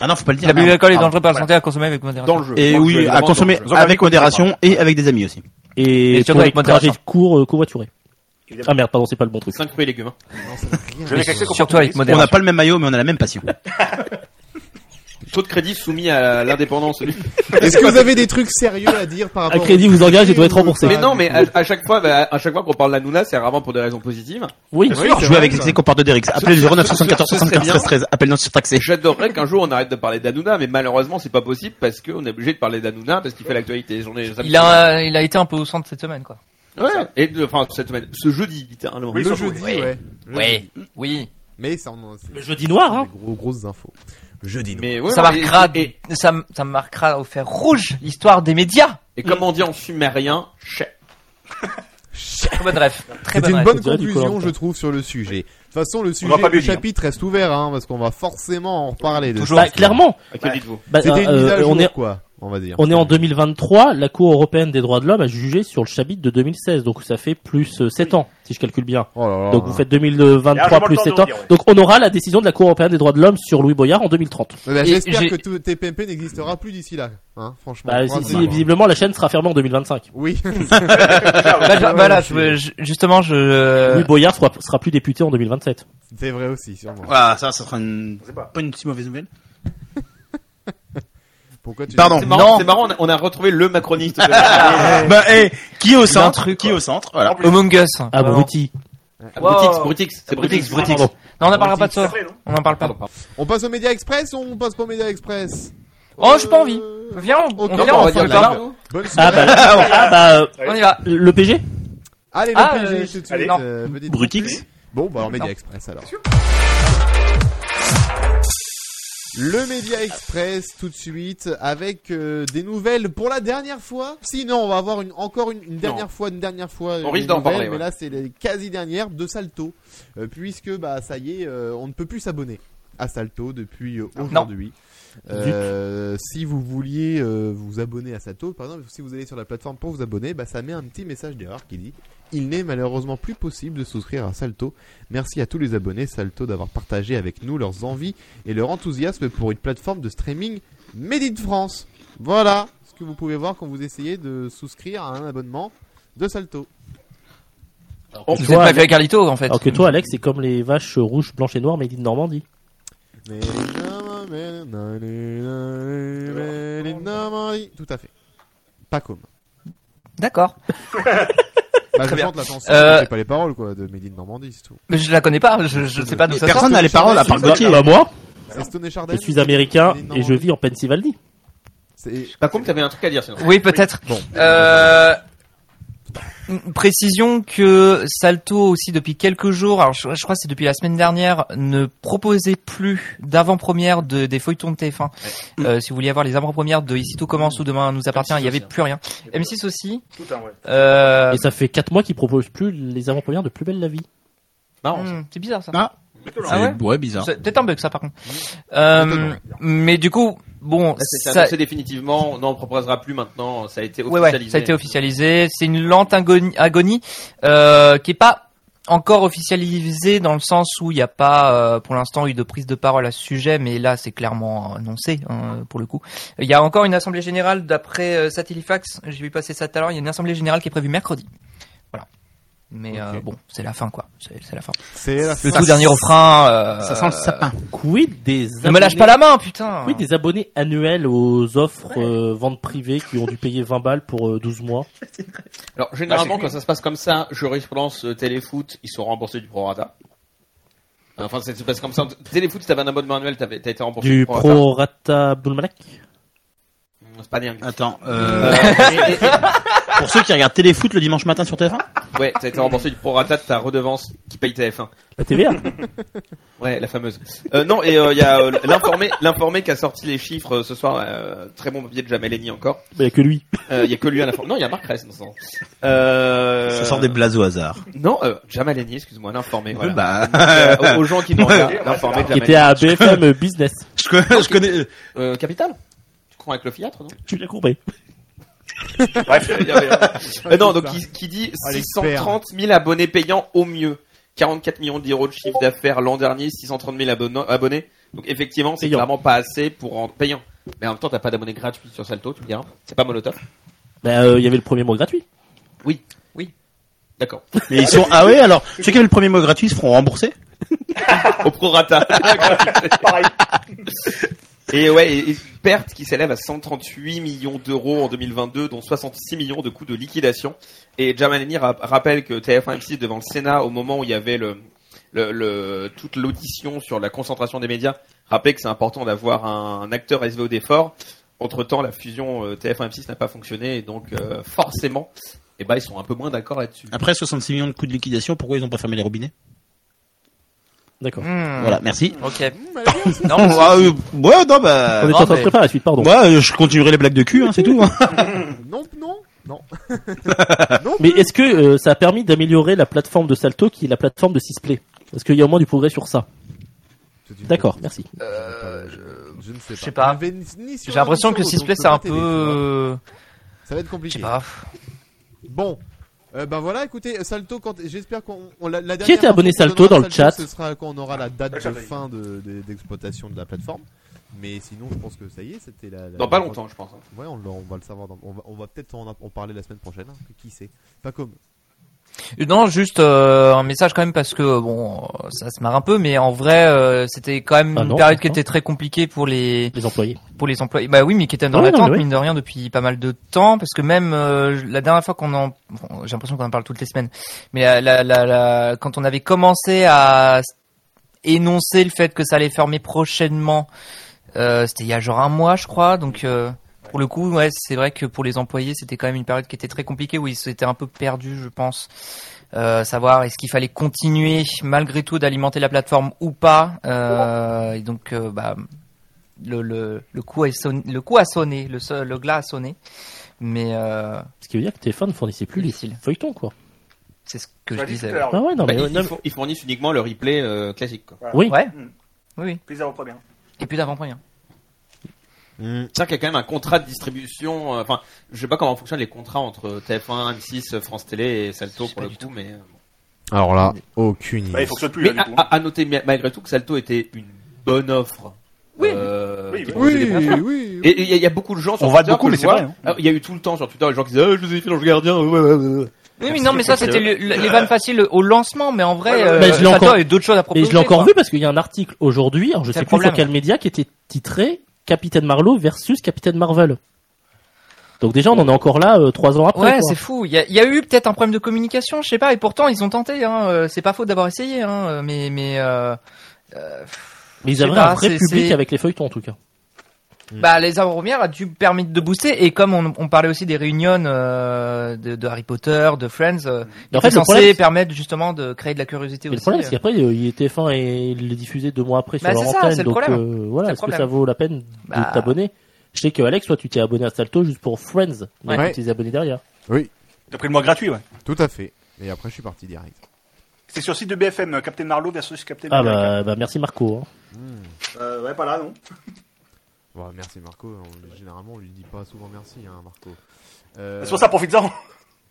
Speaker 2: Ah non, faut pas le dire.
Speaker 4: L'abus
Speaker 2: merde.
Speaker 4: d'alcool est
Speaker 2: Pardon.
Speaker 4: dangereux pour la santé à consommer avec modération.
Speaker 3: Dans le jeu.
Speaker 2: Et
Speaker 3: Dans le jeu,
Speaker 2: oui, à
Speaker 3: évidemment,
Speaker 2: consommer
Speaker 3: dans le jeu.
Speaker 2: avec modération et avec des amis aussi.
Speaker 6: Et,
Speaker 4: Et
Speaker 6: pour
Speaker 4: surtout
Speaker 6: les
Speaker 4: avec modération.
Speaker 6: trajets de cours euh, covoiturés.
Speaker 5: Évidemment.
Speaker 6: Ah merde, pardon, c'est pas le bon truc.
Speaker 3: Cinq fruits et légumes. hein.
Speaker 1: Non, ça n'a rien
Speaker 5: Je l'ai
Speaker 1: à
Speaker 5: caché
Speaker 1: voir.
Speaker 5: comme-
Speaker 4: Surtout avec
Speaker 2: On n'a
Speaker 4: modération.
Speaker 2: pas le même maillot, mais on a la même passion.
Speaker 3: Taux de crédit soumis à l'indépendance. lui.
Speaker 1: Est-ce que vous avez des trucs sérieux à dire par rapport
Speaker 6: Un crédit vous engage et doit être remboursé.
Speaker 3: mais non, mais à, à chaque fois, bah, à chaque fois qu'on parle d'Hanouna, c'est rarement pour des raisons positives.
Speaker 6: Oui.
Speaker 1: Oui, c'est
Speaker 2: Jouer
Speaker 1: vrai,
Speaker 2: avec
Speaker 1: ça.
Speaker 2: les comportes de Derix. Appelez le 0974
Speaker 3: ce serait
Speaker 2: 75
Speaker 3: bien.
Speaker 2: 13 13. Appel non surtaxé.
Speaker 3: J'adorerais qu'un jour on arrête de parler d'Hanouna, mais malheureusement c'est pas possible parce qu'on est obligé de parler d'Hanouna parce qu'il fait l'actualité. J'en ai- ça me-
Speaker 4: Il a, il a été un peu au centre cette semaine, quoi.
Speaker 3: Ouais. Et de- enfin cette semaine, ce jeudi littéralement.
Speaker 5: Oui,
Speaker 1: Le
Speaker 5: surtout,
Speaker 1: jeudi,
Speaker 4: oui.
Speaker 1: ouais. Le jeudi.
Speaker 4: Oui.
Speaker 1: Mais ça en c'est
Speaker 6: Le jeudi noir, hein.
Speaker 1: des gros- grosses infos. Jeudi, non.
Speaker 3: Mais ouais,
Speaker 4: ça
Speaker 3: non, mais-
Speaker 4: marquera,
Speaker 3: Et, et,
Speaker 4: ça, m- ça me marquera au fer rouge l'histoire des médias.
Speaker 3: et comme on dit en sumérien, chais.
Speaker 4: Très bonne ref. Très
Speaker 1: C'est
Speaker 4: bonne
Speaker 1: une
Speaker 4: ref.
Speaker 1: bonne
Speaker 6: dirait du
Speaker 1: conclusion,
Speaker 6: Koh-Lanta.
Speaker 1: je trouve, sur le sujet. De toute façon, le sujet,
Speaker 5: va pas
Speaker 1: le
Speaker 5: bugger, hein.
Speaker 1: chapitre reste ouvert, hein, parce qu'on va forcément en reparler. De
Speaker 4: Toujours.
Speaker 6: Bah, clairement.
Speaker 3: À que dites-vous
Speaker 6: Bah,
Speaker 1: C'était une
Speaker 6: euh,
Speaker 1: mise à jour,
Speaker 6: on est
Speaker 1: quoi, on va dire.
Speaker 6: on est en 2023, la Cour européenne des droits de l'homme a jugé sur le chabit de 2016, donc ça fait plus 7 ans, si je calcule bien.
Speaker 1: Oh là là.
Speaker 6: Donc vous faites
Speaker 5: Largement
Speaker 6: 2023
Speaker 5: Ah, le
Speaker 6: plus
Speaker 5: temps
Speaker 6: 7
Speaker 5: de
Speaker 6: ans.
Speaker 5: dire, ouais.
Speaker 6: Donc on aura la décision de la Cour européenne des droits de l'homme sur Louis Boyard en 2030.
Speaker 1: Eh ben,
Speaker 4: Et
Speaker 1: J'espère
Speaker 4: j'ai-
Speaker 1: que tout TPMP n'existera plus d'ici là, hein, franchement.
Speaker 6: Bah, si,
Speaker 1: Croise
Speaker 6: si,
Speaker 1: les doigts.
Speaker 6: visiblement la chaîne sera fermée en 2025.
Speaker 1: Oui.
Speaker 4: Bah, je-
Speaker 1: Ouais,
Speaker 4: voilà,
Speaker 1: ouais,
Speaker 4: je veux- je- justement, je.
Speaker 6: Louis Boyard sera, sera plus député en 2027.
Speaker 1: C'est vrai aussi, sûrement.
Speaker 2: Voilà, ça, ça sera une,
Speaker 5: Je sais pas.
Speaker 2: pas une si mauvaise nouvelle.
Speaker 1: Pourquoi tu
Speaker 2: Pardon.
Speaker 3: C'est
Speaker 2: Non.
Speaker 3: marrant, c'est marrant, on a- on a retrouvé le macroniste.
Speaker 4: [laughs]
Speaker 3: de la-
Speaker 5: Ah,
Speaker 2: Bah, eh, qui est au centre?
Speaker 4: truc,
Speaker 2: qui est au centre? Voilà.
Speaker 4: Among Us.
Speaker 6: Ah,
Speaker 4: Pardon.
Speaker 6: Brutti.
Speaker 3: Brutix, Brutix, c'est Brutix, Brutix.
Speaker 6: Pardon.
Speaker 4: Non, on n'en parlera pas de
Speaker 5: C'est
Speaker 4: ça.
Speaker 5: vrai, non
Speaker 4: On n'en parle pas.
Speaker 3: Pardon, pardon.
Speaker 1: On passe au Média Express ou on passe pas au Média Express
Speaker 4: Oh, j'ai pas envie. Viens, on,
Speaker 1: Ok,
Speaker 4: viens,
Speaker 1: on
Speaker 4: on,
Speaker 1: va
Speaker 4: fait
Speaker 1: dire
Speaker 4: le
Speaker 1: la
Speaker 4: pas.
Speaker 1: même. Bonne
Speaker 6: Ah
Speaker 1: soirée.
Speaker 6: bah, ah, bah, euh,
Speaker 4: On y va.
Speaker 6: le PG
Speaker 1: Allez, le
Speaker 4: Ah,
Speaker 1: PG,
Speaker 4: euh,
Speaker 1: tout de suite.
Speaker 5: allez.
Speaker 1: euh, petite-
Speaker 2: Brutix.
Speaker 1: Bon, bah, alors, Média
Speaker 4: Non.
Speaker 1: Express alors. Le Média Express tout de suite avec euh, des nouvelles pour la dernière fois. Si non, on va avoir une, encore une, une dernière fois, une dernière fois.
Speaker 3: On
Speaker 1: euh,
Speaker 3: risque
Speaker 1: des
Speaker 3: d'en
Speaker 1: nouvelles,
Speaker 3: parler,
Speaker 1: Mais
Speaker 3: ouais.
Speaker 1: là, c'est les quasi dernières de Salto, Euh, puisque bah ça y est, euh, on ne peut plus s'abonner à Salto depuis euh, aujourd'hui. Euh, si vous vouliez euh, vous abonner à Salto, par exemple, si vous allez sur la plateforme pour vous abonner, bah ça met un petit message d'erreur qui dit il n'est malheureusement plus possible de souscrire à Salto. Merci à tous les abonnés Salto d'avoir partagé avec nous leurs envies et leur enthousiasme pour une plateforme de streaming Made in France. Voilà ce que vous pouvez voir quand vous essayez de souscrire à un abonnement de Salto.
Speaker 6: alors,
Speaker 4: Vous
Speaker 6: que
Speaker 4: êtes
Speaker 6: toi,
Speaker 4: pas
Speaker 6: Alex-
Speaker 4: fait Carlito, en fait.
Speaker 6: alors que toi, Alex, c'est comme les vaches rouges, blanches et noires made in Normandie.
Speaker 1: Mais- Tout à fait. Pas comme.
Speaker 4: D'accord.
Speaker 1: Bah, je
Speaker 4: bien.
Speaker 1: chante la chanson,
Speaker 4: Euh,
Speaker 1: je sais pas les paroles quoi, de Made in Normandie, c'est tout.
Speaker 4: Mais je la connais pas, je, je sais pas d'où ça sort.
Speaker 2: Personne n'a les paroles
Speaker 5: Ah,
Speaker 2: à part Gauthier.
Speaker 6: Bah, moi,
Speaker 1: C'est Stone et Chardin
Speaker 6: je suis américain
Speaker 1: Made in
Speaker 6: et je vis en Pennsylvanie.
Speaker 1: C'est-
Speaker 3: Par contre, t'avais un truc à dire sinon.
Speaker 4: Oui, peut-être. Euh, une précision que Salto aussi depuis quelques jours, alors je, je crois que c'est depuis la semaine dernière, ne proposait plus d'avant-première de, des feuilletons de TF1. Euh, si vous vouliez avoir les avant-premières de Ici tout commence ou Demain nous appartient, il n'y avait plus rien. M6 aussi.
Speaker 5: Tout un, ouais.
Speaker 4: Euh,
Speaker 6: Et ça fait 4 mois qu'ils proposent plus les avant-premières de Plus belle la vie.
Speaker 3: Marrant. ça.
Speaker 4: hmm, c'est bizarre ça.
Speaker 2: Ah.
Speaker 4: Ah ouais
Speaker 2: ouais, bizarre.
Speaker 4: C'est peut-être un bug ça par contre. Euh, mais du coup, bon,
Speaker 3: Là, c'est
Speaker 4: ça,
Speaker 3: annoncé définitivement. Non, on ne proposera plus maintenant. Ça a été
Speaker 4: Ouais, ouais,
Speaker 3: officialisé.
Speaker 4: ça a été officialisé. C'est une lente agonie, agonie, euh, qui est pas encore officialisée dans le sens où il n'y a pas, euh, pour l'instant, eu de prise de parole à ce sujet, mais là, c'est clairement annoncé hein, pour le coup. Il y a encore une assemblée générale d'après euh, Satellifax. J'ai vu passer ça tout à l'heure. Il y a une assemblée générale qui est prévue mercredi. Voilà. Mais euh, bon, c'est la fin, quoi. C'est c'est la fin.
Speaker 1: C'est la
Speaker 4: Le
Speaker 1: fin. [laughs]
Speaker 4: tout dernier refrain. euh,
Speaker 2: Ça sent le sapin.
Speaker 6: Quid des
Speaker 4: Ne me lâche pas la main,
Speaker 5: Ah.
Speaker 4: putain.
Speaker 6: Quid des abonnés annuels aux offres euh, ventes privées qui ont dû payer 20 balles pour euh, 12 mois
Speaker 3: Alors généralement quand ça se passe comme ça, jurisprudence euh, téléfoot, ils sont remboursés du prorata. Euh, Enfin, ça se passe comme ça. Téléfoot, si t'avais un abonnement annuel, t'avais- t'as été remboursé du,
Speaker 6: Du
Speaker 3: prorata.
Speaker 6: pro Rata Boulmalak
Speaker 3: Hum, C'est pas dingue.
Speaker 2: [laughs] Attends. euh, pour ceux qui regardent Téléfoot le dimanche matin sur TF1
Speaker 3: Ouais, t'as été remboursé du prorata de ta redevance qui paye TF1.
Speaker 6: La TVA
Speaker 3: Ouais, la fameuse. Euh, non, et euh, il y a euh, l'informé, l'informé qui a sorti les chiffres euh, ce soir. euh, très bon billet de Jamel Henny encore.
Speaker 6: Il n'y a que lui.
Speaker 4: Ah,
Speaker 3: Euh, Il y a que lui à l'informé. Non, il y a Marc Ress dans ce sens. Euh,
Speaker 2: Ça sort des blagues au hasard.
Speaker 3: Non, euh, Jamal Henny, excuse-moi, l'informé. Voilà.
Speaker 2: Bah, [laughs]
Speaker 3: Donc, euh, aux- aux gens qui nous regardent, l'informé
Speaker 6: Qui
Speaker 3: Jamal
Speaker 6: était à BFM Business.
Speaker 2: je connais. Je connais...
Speaker 3: Henny. Euh, Capital Tu crois avec le fiatre, non
Speaker 6: Tu l'as compris.
Speaker 3: Bref, [laughs]
Speaker 5: [laughs]
Speaker 3: il y avait, euh, euh, non, donc qui, qui dit
Speaker 1: Ah, l'expert.
Speaker 3: 630 000 abonnés payants au mieux. 44 millions d'euros de chiffre d'affaires l'an dernier, 630 000 abonno- abonnés. Donc effectivement, c'est
Speaker 6: Payant.
Speaker 3: clairement pas assez pour en payant. Mais en même temps, t'as pas d'abonnés gratuits sur Salto, tu me diras. C'est pas Molotov.
Speaker 6: Bah, euh, il y avait le premier mois gratuit.
Speaker 3: D'accord. [laughs]
Speaker 2: Mais ils sont. Ah ouais, alors ceux qui avaient le premier mot gratuit se feront rembourser
Speaker 3: Au prorata. [laughs]
Speaker 8: Pareil.
Speaker 3: et ouais, et, et perte qui s'élève à 138 millions d'euros en 2022, dont 66 millions de coûts de liquidation. Et Jamal Henny ra- rappelle que TF1 M6 devant le Sénat, au moment où il y avait le, le, le- toute l'audition sur la concentration des médias, rappelait que c'est important d'avoir un, acteur SVOD fort. Entre temps, la fusion euh, TF1 M6 n'a pas fonctionné, et donc euh, forcément, eh ben, ils sont un peu moins d'accord là-dessus.
Speaker 2: Après 66 millions de coûts de liquidation, pourquoi ils ont pas fermé les robinets
Speaker 6: D'accord.
Speaker 4: Hmm,
Speaker 2: Voilà, merci.
Speaker 4: Ok.
Speaker 1: Hum,
Speaker 2: Non,
Speaker 4: [laughs]
Speaker 2: ah, euh, ouais, non, bah.
Speaker 6: On est
Speaker 4: non,
Speaker 6: en train de
Speaker 4: mais-
Speaker 6: préparer la suite, pardon.
Speaker 2: Moi, euh, je continuerai les blagues de cul, hein, c'est tout. hein.
Speaker 1: Non, non, non. [laughs]
Speaker 6: Mais est-ce que euh, ça a permis d'améliorer la plateforme de Salto qui est la plateforme de Sisplay Est-ce qu'il y a au moins du progrès sur ça D'accord, merci.
Speaker 1: Euh, je, je ne sais pas.
Speaker 4: sais pas.
Speaker 1: Mais ni sur
Speaker 4: J'ai l'impression
Speaker 1: ni
Speaker 4: que
Speaker 1: sur
Speaker 4: si
Speaker 1: l'autre,
Speaker 4: Sisplay
Speaker 1: donc
Speaker 4: c'est un
Speaker 1: je peux pas t'aider, tu vois.
Speaker 4: peu,
Speaker 1: Ça va être
Speaker 4: je sais
Speaker 1: compliqué.
Speaker 4: pas.
Speaker 1: Bon. Euh, ben voilà, écoutez, Salto, quand... j'espère qu'on on- la, la dernière.
Speaker 6: était abonné
Speaker 1: info qu'on
Speaker 6: Salto
Speaker 1: donnera
Speaker 6: dans le chat
Speaker 1: Ce sera quand on aura la date de fin de- de- d'exploitation de, la plateforme. Mais sinon, je pense que ça y est, c'était la, la-
Speaker 3: Dans pas longtemps, je pense. hein.
Speaker 1: Ouais, on, l'a- on va le savoir. dans- on va, on va peut-être en, en parler la semaine prochaine. hein, Qui sait Pas comme.
Speaker 4: Non, juste euh, un message quand même parce que euh, bon, euh, ça se marre un peu, mais en vrai, euh, c'était quand même
Speaker 6: Ah
Speaker 4: une
Speaker 6: non,
Speaker 4: période qui
Speaker 6: d'accord.
Speaker 4: était très compliquée pour les
Speaker 6: Les employés.
Speaker 4: pour les employés. Bah oui, mais qui était dans
Speaker 6: Ouais, non,
Speaker 4: l'attente
Speaker 6: mais Ah oui.
Speaker 4: mine de rien depuis pas mal de temps, parce que même euh, la dernière fois qu'on en, bon, j'ai l'impression qu'on en parle toutes les semaines, mais euh, la, la, la- quand on avait commencé à s- énoncer le fait que ça allait fermer prochainement, euh, c'était il y a genre un mois, je crois, donc. euh, pour le coup, ouais, c'est vrai que pour les employés, c'était quand même une période qui était très compliquée où ils s'étaient un peu perdus, je pense. Euh, savoir est-ce qu'il fallait continuer malgré tout d'alimenter la plateforme ou pas. Euh, et donc, euh, bah, le, le, le, coup est sonné, le coup a sonné, le, so- le glas a sonné. Mais euh,
Speaker 6: Ce qui veut dire que TF1 ne fournissait plus les
Speaker 4: Difficile.
Speaker 6: feuilletons, quoi.
Speaker 4: c'est ce que
Speaker 8: Je
Speaker 4: je
Speaker 8: l'ai dit tout
Speaker 4: disais.
Speaker 8: à l'heure.
Speaker 6: Ah ouais, non,
Speaker 3: Bah,
Speaker 6: mais,
Speaker 3: ils,
Speaker 6: non,
Speaker 3: ils four- ils fournissent uniquement le replay euh, classique. quoi.
Speaker 6: Oui.
Speaker 4: Ouais.
Speaker 5: Hmm,
Speaker 8: Mm.
Speaker 4: Oui, oui.
Speaker 8: Plaisir au premier.
Speaker 4: Et puis d'avant-première.
Speaker 3: C'est-à-dire qu'il y a quand même un contrat de distribution. euh, Enfin, je sais pas comment fonctionnent les contrats entre TF1, M6, France Télé et Salto
Speaker 4: Je sais
Speaker 3: pour
Speaker 4: pas
Speaker 3: le
Speaker 4: du
Speaker 3: coup, mais. euh, bon.
Speaker 1: Alors là, aucune
Speaker 8: Bah, il fonctionne plus, là,
Speaker 3: Mais
Speaker 9: ah,
Speaker 8: du
Speaker 3: à,
Speaker 8: coup.
Speaker 3: à- à noter ma- malgré tout que Salto était une bonne offre.
Speaker 8: Oui.
Speaker 3: Euh,
Speaker 8: Oui,
Speaker 3: qui
Speaker 8: oui.
Speaker 3: proposait des bons
Speaker 1: oui,
Speaker 3: plans.
Speaker 1: oui.
Speaker 3: Et il y, a- il y a beaucoup de gens sur
Speaker 5: On voit
Speaker 3: Twitter
Speaker 5: beaucoup,
Speaker 3: que
Speaker 5: mais
Speaker 3: je
Speaker 5: c'est
Speaker 3: vois.
Speaker 5: vrai, hein.
Speaker 3: Ah, Il y a eu tout le temps sur Twitter les gens qui disaient Ah, je vous ai fait l'ange gardien. ouais, ouais, ouais, ouais.
Speaker 4: Oui, mais non, mais ça, c'était le- le- les vannes faciles au lancement, mais en vrai,
Speaker 8: Ouais, ouais,
Speaker 4: euh,
Speaker 6: euh, ouais. Mais je l'ai
Speaker 4: Salto
Speaker 6: encore-
Speaker 4: avait d'autres choses à
Speaker 6: mais
Speaker 4: proposer.
Speaker 6: je l'ai encore
Speaker 4: quoi.
Speaker 6: vu parce qu'il y a un article aujourd'hui, alors je
Speaker 4: C'est
Speaker 6: sais
Speaker 4: le
Speaker 6: plus sur
Speaker 4: problème.
Speaker 6: quel média, qui était titré Capitaine Marlowe versus Capitaine Marvel. Donc déjà, on en est encore là euh, trois ans après.
Speaker 4: Ouais,
Speaker 6: quoi.
Speaker 4: c'est fou. Il y a, il y a eu peut-être un problème de communication, je sais pas, et pourtant ils ont tenté. Hein. euh, C'est pas faute d'avoir essayé, hein. euh, mais mais euh,
Speaker 6: Mais
Speaker 4: je
Speaker 6: ils
Speaker 4: sais
Speaker 6: avaient
Speaker 4: pas,
Speaker 6: un vrai
Speaker 4: c'est-
Speaker 6: public
Speaker 4: c'est-
Speaker 6: avec les feuilletons, en tout cas. Mm.
Speaker 4: bah les avant-premières a dû permettre de booster. Et comme on, on parlait aussi des réunions euh, de, de Harry Potter, de Friends, euh,
Speaker 6: Mais
Speaker 4: c'est
Speaker 6: en fait, le
Speaker 4: censé
Speaker 6: problème,
Speaker 4: permettre justement de créer de la curiosité
Speaker 6: Mais
Speaker 4: aussi.
Speaker 6: le problème, c'est qu'après, euh, il était fin et il le diffusait deux mois après sur
Speaker 4: Bah,
Speaker 6: leur
Speaker 4: c'est ça,
Speaker 6: antenne.
Speaker 4: c'est le
Speaker 6: donc
Speaker 4: problème.
Speaker 6: euh, voilà,
Speaker 4: C'est le
Speaker 6: est-ce que
Speaker 4: problème.
Speaker 6: ça vaut la peine de
Speaker 4: Bah.
Speaker 6: t'abonner Je sais que Alex, toi, tu t'es abonné à Salto juste pour Friends.
Speaker 1: Ouais.
Speaker 6: Donc, tu t'es abonné derrière.
Speaker 5: T'as pris le mois gratuit, ouais.
Speaker 1: Tout à fait. Et après, je suis parti direct.
Speaker 5: C'est sur le site de BFM, euh, Captain Marlowe versus Captain
Speaker 6: Ah
Speaker 5: America.
Speaker 6: bah, bah, merci Marco. hein.
Speaker 5: Euh, ouais, pas là,
Speaker 1: [laughs]
Speaker 5: non.
Speaker 1: Bon, merci Marco. On- généralement, on lui dit pas souvent merci, hein, Marco. euh,
Speaker 5: C'est pour ça, profites-en.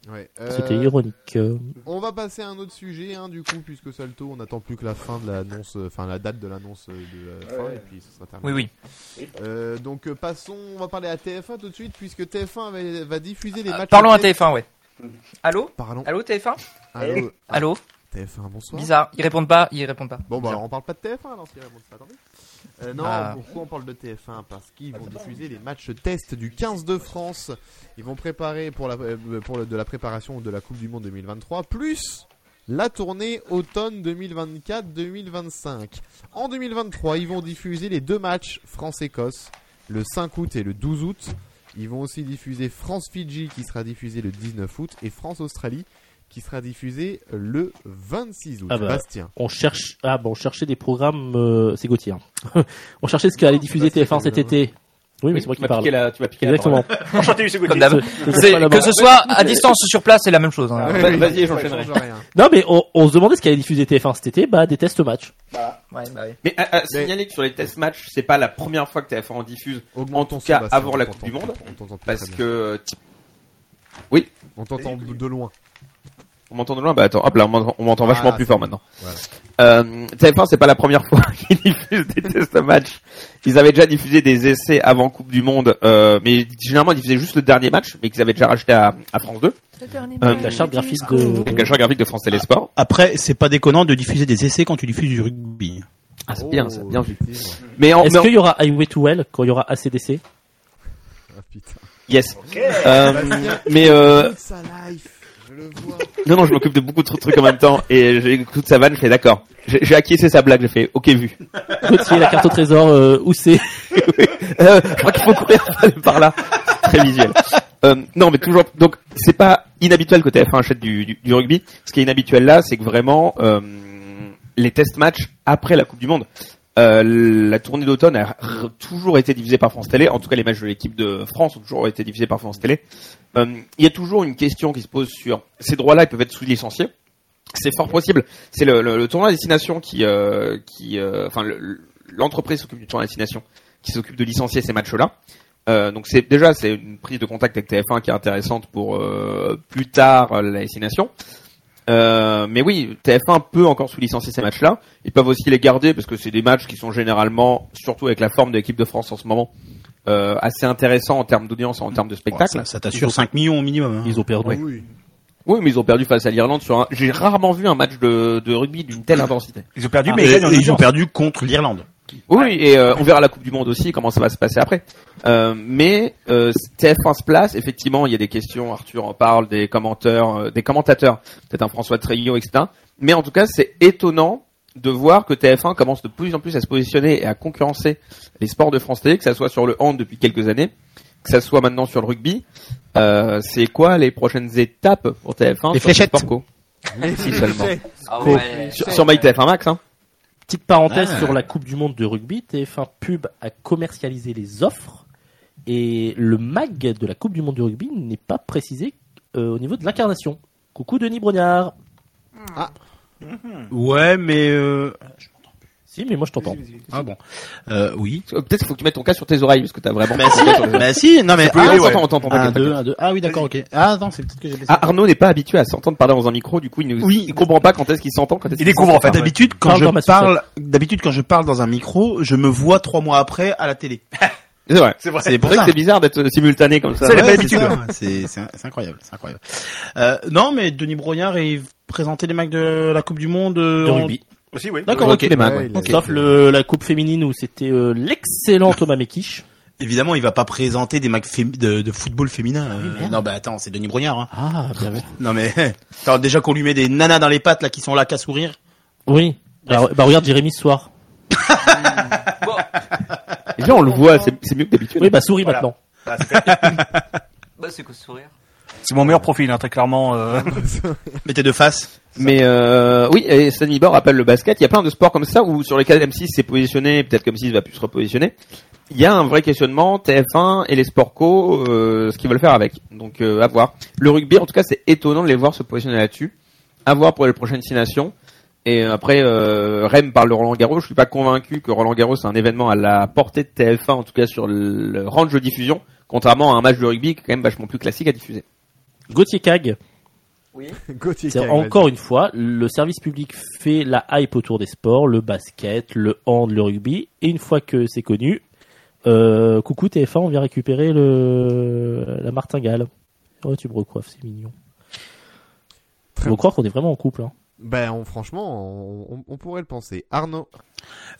Speaker 1: Ouais.
Speaker 6: C'était
Speaker 1: Euh,
Speaker 6: ironique. euh.
Speaker 1: On va passer à un autre sujet, hein, du coup, puisque Salto, on n'attend plus que la fin de l'annonce, euh, enfin la date de l'annonce euh, de la fin, et puis ce sera terminé.
Speaker 4: Oui, oui.
Speaker 1: Euh, donc euh, passons, on va parler à TF1 tout de suite, puisque TF1 va, va diffuser les
Speaker 4: Euh,
Speaker 1: matchs.
Speaker 4: Parlons à
Speaker 1: en tête.
Speaker 4: TF1, ouais.
Speaker 7: Allô
Speaker 1: Parlons.
Speaker 7: Allô TF1
Speaker 1: Allô.
Speaker 4: Allô
Speaker 1: TF1, bonsoir.
Speaker 4: Bizarre. Ils répondent pas, ils répondent pas.
Speaker 1: Bon bah
Speaker 4: Bizarre.
Speaker 1: alors, on parle pas de TF1 alors, si elle répond pas, attendez. Euh, non,
Speaker 4: Ah.
Speaker 1: pourquoi on parle de TF1 Parce qu'ils vont diffuser les matchs test du 15 de France. Ils vont préparer pour la euh, pour le, de la préparation de la Coupe du Monde 2023 plus la tournée automne 2024-2025. En 2023, ils vont diffuser les deux matchs France-Écosse le 5 août et le 12 août. Ils vont aussi diffuser France-Fidji qui sera diffusé le 19 août et France-Australie qui sera diffusé le 26 août.
Speaker 6: Ah bah.
Speaker 1: Bastien.
Speaker 6: On cherche, ah bon, on cherchait des programmes, euh, c'est Gauthier. hein. [laughs] on cherchait ce qu'allait diffuser
Speaker 1: c'est
Speaker 6: TF1 cet
Speaker 1: Gauthier.
Speaker 6: été. Oui, mais c'est moi
Speaker 3: tu
Speaker 6: qui
Speaker 3: m'as
Speaker 6: parle.
Speaker 3: piqué la- tu m'as piqué la
Speaker 6: Exactement.
Speaker 5: Enchanté, c'est
Speaker 4: Comme
Speaker 5: Gauthier.
Speaker 4: d'hab.
Speaker 6: Je- je sais
Speaker 4: C'est-
Speaker 6: pas là-bas.
Speaker 4: Que ce soit à distance ou sur place, c'est la même chose. hein.
Speaker 3: Ah,
Speaker 6: bah,
Speaker 1: Oui, oui,
Speaker 3: vas-y,
Speaker 1: ça
Speaker 3: j'enchaînerai.
Speaker 1: change rien.
Speaker 6: Non, mais on, on se demandait ce qu'allait diffuser TF1 cet été, bah des tests matchs.
Speaker 4: Ouais, bah oui.
Speaker 3: Mais à, à signaler que sur les test matchs, c'est pas la première fois que TF1 en diffuse,
Speaker 1: Augmente
Speaker 3: En tout
Speaker 1: ton son,
Speaker 3: cas,
Speaker 1: Bastien,
Speaker 3: avant
Speaker 1: on
Speaker 3: la
Speaker 1: t'entend
Speaker 3: Coupe du
Speaker 1: plus,
Speaker 3: Monde,
Speaker 1: on t'entend plus
Speaker 3: parce
Speaker 1: très bien.
Speaker 3: que euh,
Speaker 1: on t'entend de loin.
Speaker 3: On m'entend de loin Bah attends, hop là, on m'entend- on m'entend vachement
Speaker 1: Ah,
Speaker 3: plus
Speaker 1: c'est
Speaker 3: fort
Speaker 1: bon.
Speaker 3: maintenant.
Speaker 1: Voilà.
Speaker 3: Euh, TF1, c'est pas la première fois [laughs] qu'ils diffusent des tests match. Ils avaient déjà diffusé des essais avant Coupe du Monde, euh, mais généralement ils diffusaient juste le dernier match, mais qu'ils avaient déjà racheté à, à France 2,
Speaker 6: Avec Euh, la charte graphique
Speaker 1: Ah.
Speaker 6: de.
Speaker 3: donc la chaîne graphique de France Télésport.
Speaker 2: [laughs] Après, c'est pas déconnant de diffuser des essais quand tu diffuses du rugby.
Speaker 3: Ah, c'est
Speaker 1: Oh,
Speaker 3: bien, c'est bien vu.
Speaker 1: effectivement.
Speaker 3: Mais en, Oh, mais
Speaker 6: Est-ce
Speaker 3: en-
Speaker 6: qu'il y aura Highway to Hell quand il y aura ACDC
Speaker 1: Ah, putain.
Speaker 3: yes. Euh, mais euh,
Speaker 1: Toute sa life, je le vois.
Speaker 3: non, non, je m'occupe de beaucoup de trucs en même temps, et j'écoute sa vanne, je fais d'accord. J'ai j'ai acquiescé sa blague, j'ai fait ok vu.
Speaker 6: Gauthier, la carte au trésor, euh, où c'est
Speaker 3: Euh, je crois qu'il faut courir [laughs] par là. Très visuel. Euh, non, mais toujours. Donc, c'est pas inhabituel que TF1 achète du, du, du rugby. Ce qui est inhabituel là, c'est que vraiment euh, les test matchs après la Coupe du Monde, euh, la tournée d'automne a r- toujours été divisée par France Télé. En tout cas, les matchs de l'équipe de France ont toujours été divisés par France Télé. Euh, Il y a toujours une question qui se pose sur ces droits-là. Ils peuvent être sous-licenciés. C'est fort possible. C'est le, le, le tournoi à destination qui, euh, qui, euh, enfin, le- le- l'entreprise s'occupe du tournoi à destination qui s'occupe de licencier ces matchs-là. Euh, donc c'est déjà c'est une prise de contact avec TF1 qui est intéressante pour euh, plus tard euh, la destination. Euh, mais oui, TF1 peut encore sous-licencier ces matchs-là. Ils peuvent aussi les garder parce que c'est des matchs qui sont généralement, surtout avec la forme de l'équipe de France en ce moment, euh, assez intéressants en termes d'audience, en termes de
Speaker 2: Bon,
Speaker 3: spectacle.
Speaker 2: ça ça t'assure 5 millions au minimum. hein.
Speaker 6: Ils ont perdu.
Speaker 3: Oui.
Speaker 1: Oui.
Speaker 3: oui, mais ils ont perdu face à l'Irlande sur un. J'ai rarement vu un match de, de rugby d'une telle intensité.
Speaker 5: Ils ont perdu,
Speaker 6: Ah,
Speaker 5: mais ils
Speaker 2: Et
Speaker 5: gagnent en
Speaker 2: ils ont
Speaker 5: urgence.
Speaker 2: perdu contre l'Irlande.
Speaker 3: Oui, et euh, on verra la Coupe du Monde aussi, comment ça va se passer après. Euh, mais euh, TF1 se place, effectivement, il y a des questions, Arthur en parle, des commentateurs, euh, des commentateurs, peut-être un François Trillot, etc. Mais en tout cas, c'est étonnant de voir que TF1 commence de plus en plus à se positionner et à concurrencer les sports de France Télé, que ça soit sur le hand depuis quelques années, que ça soit maintenant sur le rugby. Euh, c'est quoi les prochaines étapes pour TF1
Speaker 2: Les
Speaker 3: sur
Speaker 2: fléchettes.
Speaker 3: sport co Si seulement.
Speaker 7: Ah
Speaker 6: Cool.
Speaker 7: ouais.
Speaker 3: Sur, sur MyTF1 Max, hein
Speaker 6: Petite parenthèse
Speaker 2: Ah.
Speaker 6: sur la Coupe du Monde de rugby, TF1 Pub a commercialisé les offres et le mag de la Coupe du Monde de rugby n'est pas précisé euh, au niveau de l'incarnation. Coucou Denis Brognard.
Speaker 2: Ouais, mais euh...
Speaker 6: Si, mais moi je t'entends.
Speaker 2: ah bon. Euh, oui.
Speaker 3: Peut-être qu'il faut que tu mettes ton cas sur tes oreilles, parce que t'as vraiment...
Speaker 2: Bah si, bah si. Non mais
Speaker 3: Ah,
Speaker 2: ah,
Speaker 3: on s'entend, on s'entend,
Speaker 2: un,
Speaker 3: t'inquiète,
Speaker 2: deux, un, deux. Ah oui, d'accord, ok. Ah attends, c'est peut-être que j'ai baissé.
Speaker 3: Ah, Arnaud n'est pas habitué à s'entendre parler dans un micro, du coup il ne
Speaker 2: Oui.
Speaker 3: il comprend pas quand est-ce qu'il s'entend, quand est-ce
Speaker 2: Il
Speaker 3: qu'il
Speaker 2: découvre en fait.
Speaker 3: s'entend pas.
Speaker 2: D'habitude, quand
Speaker 6: Parle
Speaker 2: je
Speaker 6: dans ma
Speaker 2: parle, d'habitude quand je parle dans un micro, je me vois trois mois après à la télé.
Speaker 3: C'est vrai.
Speaker 5: C'est vrai.
Speaker 2: C'est
Speaker 3: C'est
Speaker 2: pour
Speaker 3: vrai que
Speaker 2: ça.
Speaker 3: c'est bizarre d'être euh, simultané comme ça.
Speaker 5: C'est
Speaker 2: Ouais,
Speaker 5: la
Speaker 2: c'est
Speaker 5: habitude.
Speaker 2: ça. C'est c'est- c'est incroyable, c'est incroyable. Euh, non, mais Denis Brognard est présenté les mecs de la Coupe du Monde euh,
Speaker 6: De
Speaker 2: en-
Speaker 6: rugby.
Speaker 5: Aussi, oui.
Speaker 6: D'accord,
Speaker 3: ok. Les mains,
Speaker 1: Ouais,
Speaker 3: quoi.
Speaker 1: il a-
Speaker 6: Sauf le- la Coupe féminine où c'était euh, l'excellent Thomas Mekich.
Speaker 2: Évidemment, il va pas présenter des mecs fém- de, de football féminin. euh,
Speaker 6: Oui, merde.
Speaker 2: non, bah attends, c'est Denis Brognard. Hein.
Speaker 6: Ah, bien vu.
Speaker 2: Non mais [laughs] attends, déjà qu'on lui met des nanas dans les pattes là qui sont là qu'à sourire.
Speaker 6: Oui. Bah, bah, regarde Jérémy ce soir.
Speaker 3: Et Là on le voit, c'est c'est mieux que d'habitude.
Speaker 6: Oui, bah souris
Speaker 5: Voilà.
Speaker 6: maintenant.
Speaker 7: Bah, c'est quoi ce sourire
Speaker 9: C'est mon meilleur profil, hein, très clairement. euh.
Speaker 2: Mettez de face.
Speaker 3: Mais euh, oui, et Stanley Bor rappelle le basket, il y a plein de sports comme ça où sur lesquels M6 s'est positionné, peut-être comme 6 va plus se repositionner. Il y a un vrai questionnement, TF1 et les sports co, euh, ce qu'ils veulent faire avec. Donc euh, à voir. Le rugby, en tout cas, c'est étonnant de les voir se positionner là-dessus. À voir pour les prochaines six nations. Et après, euh, Rem parle de Roland Garros. Je suis pas convaincu que Roland Garros c'est un événement à la portée de TF1, en tout cas sur le range de diffusion, contrairement à un match de rugby qui est quand même vachement plus classique à diffuser.
Speaker 6: Gauthier Cag,
Speaker 7: Oui.
Speaker 1: [laughs] Gauthier
Speaker 6: c'est
Speaker 1: Cag,
Speaker 6: encore
Speaker 1: vas-y.
Speaker 6: une fois, le service public fait la hype autour des sports, le basket, le hand, le rugby, et une fois que c'est connu, euh, coucou TF1, on vient récupérer le la martingale. Oh, tu me recoiffes, c'est mignon.
Speaker 1: Très
Speaker 6: Faut
Speaker 1: bon.
Speaker 6: croire qu'on est vraiment en couple. Hein.
Speaker 1: Ben, on- franchement, on, on- on pourrait le penser. Arnaud.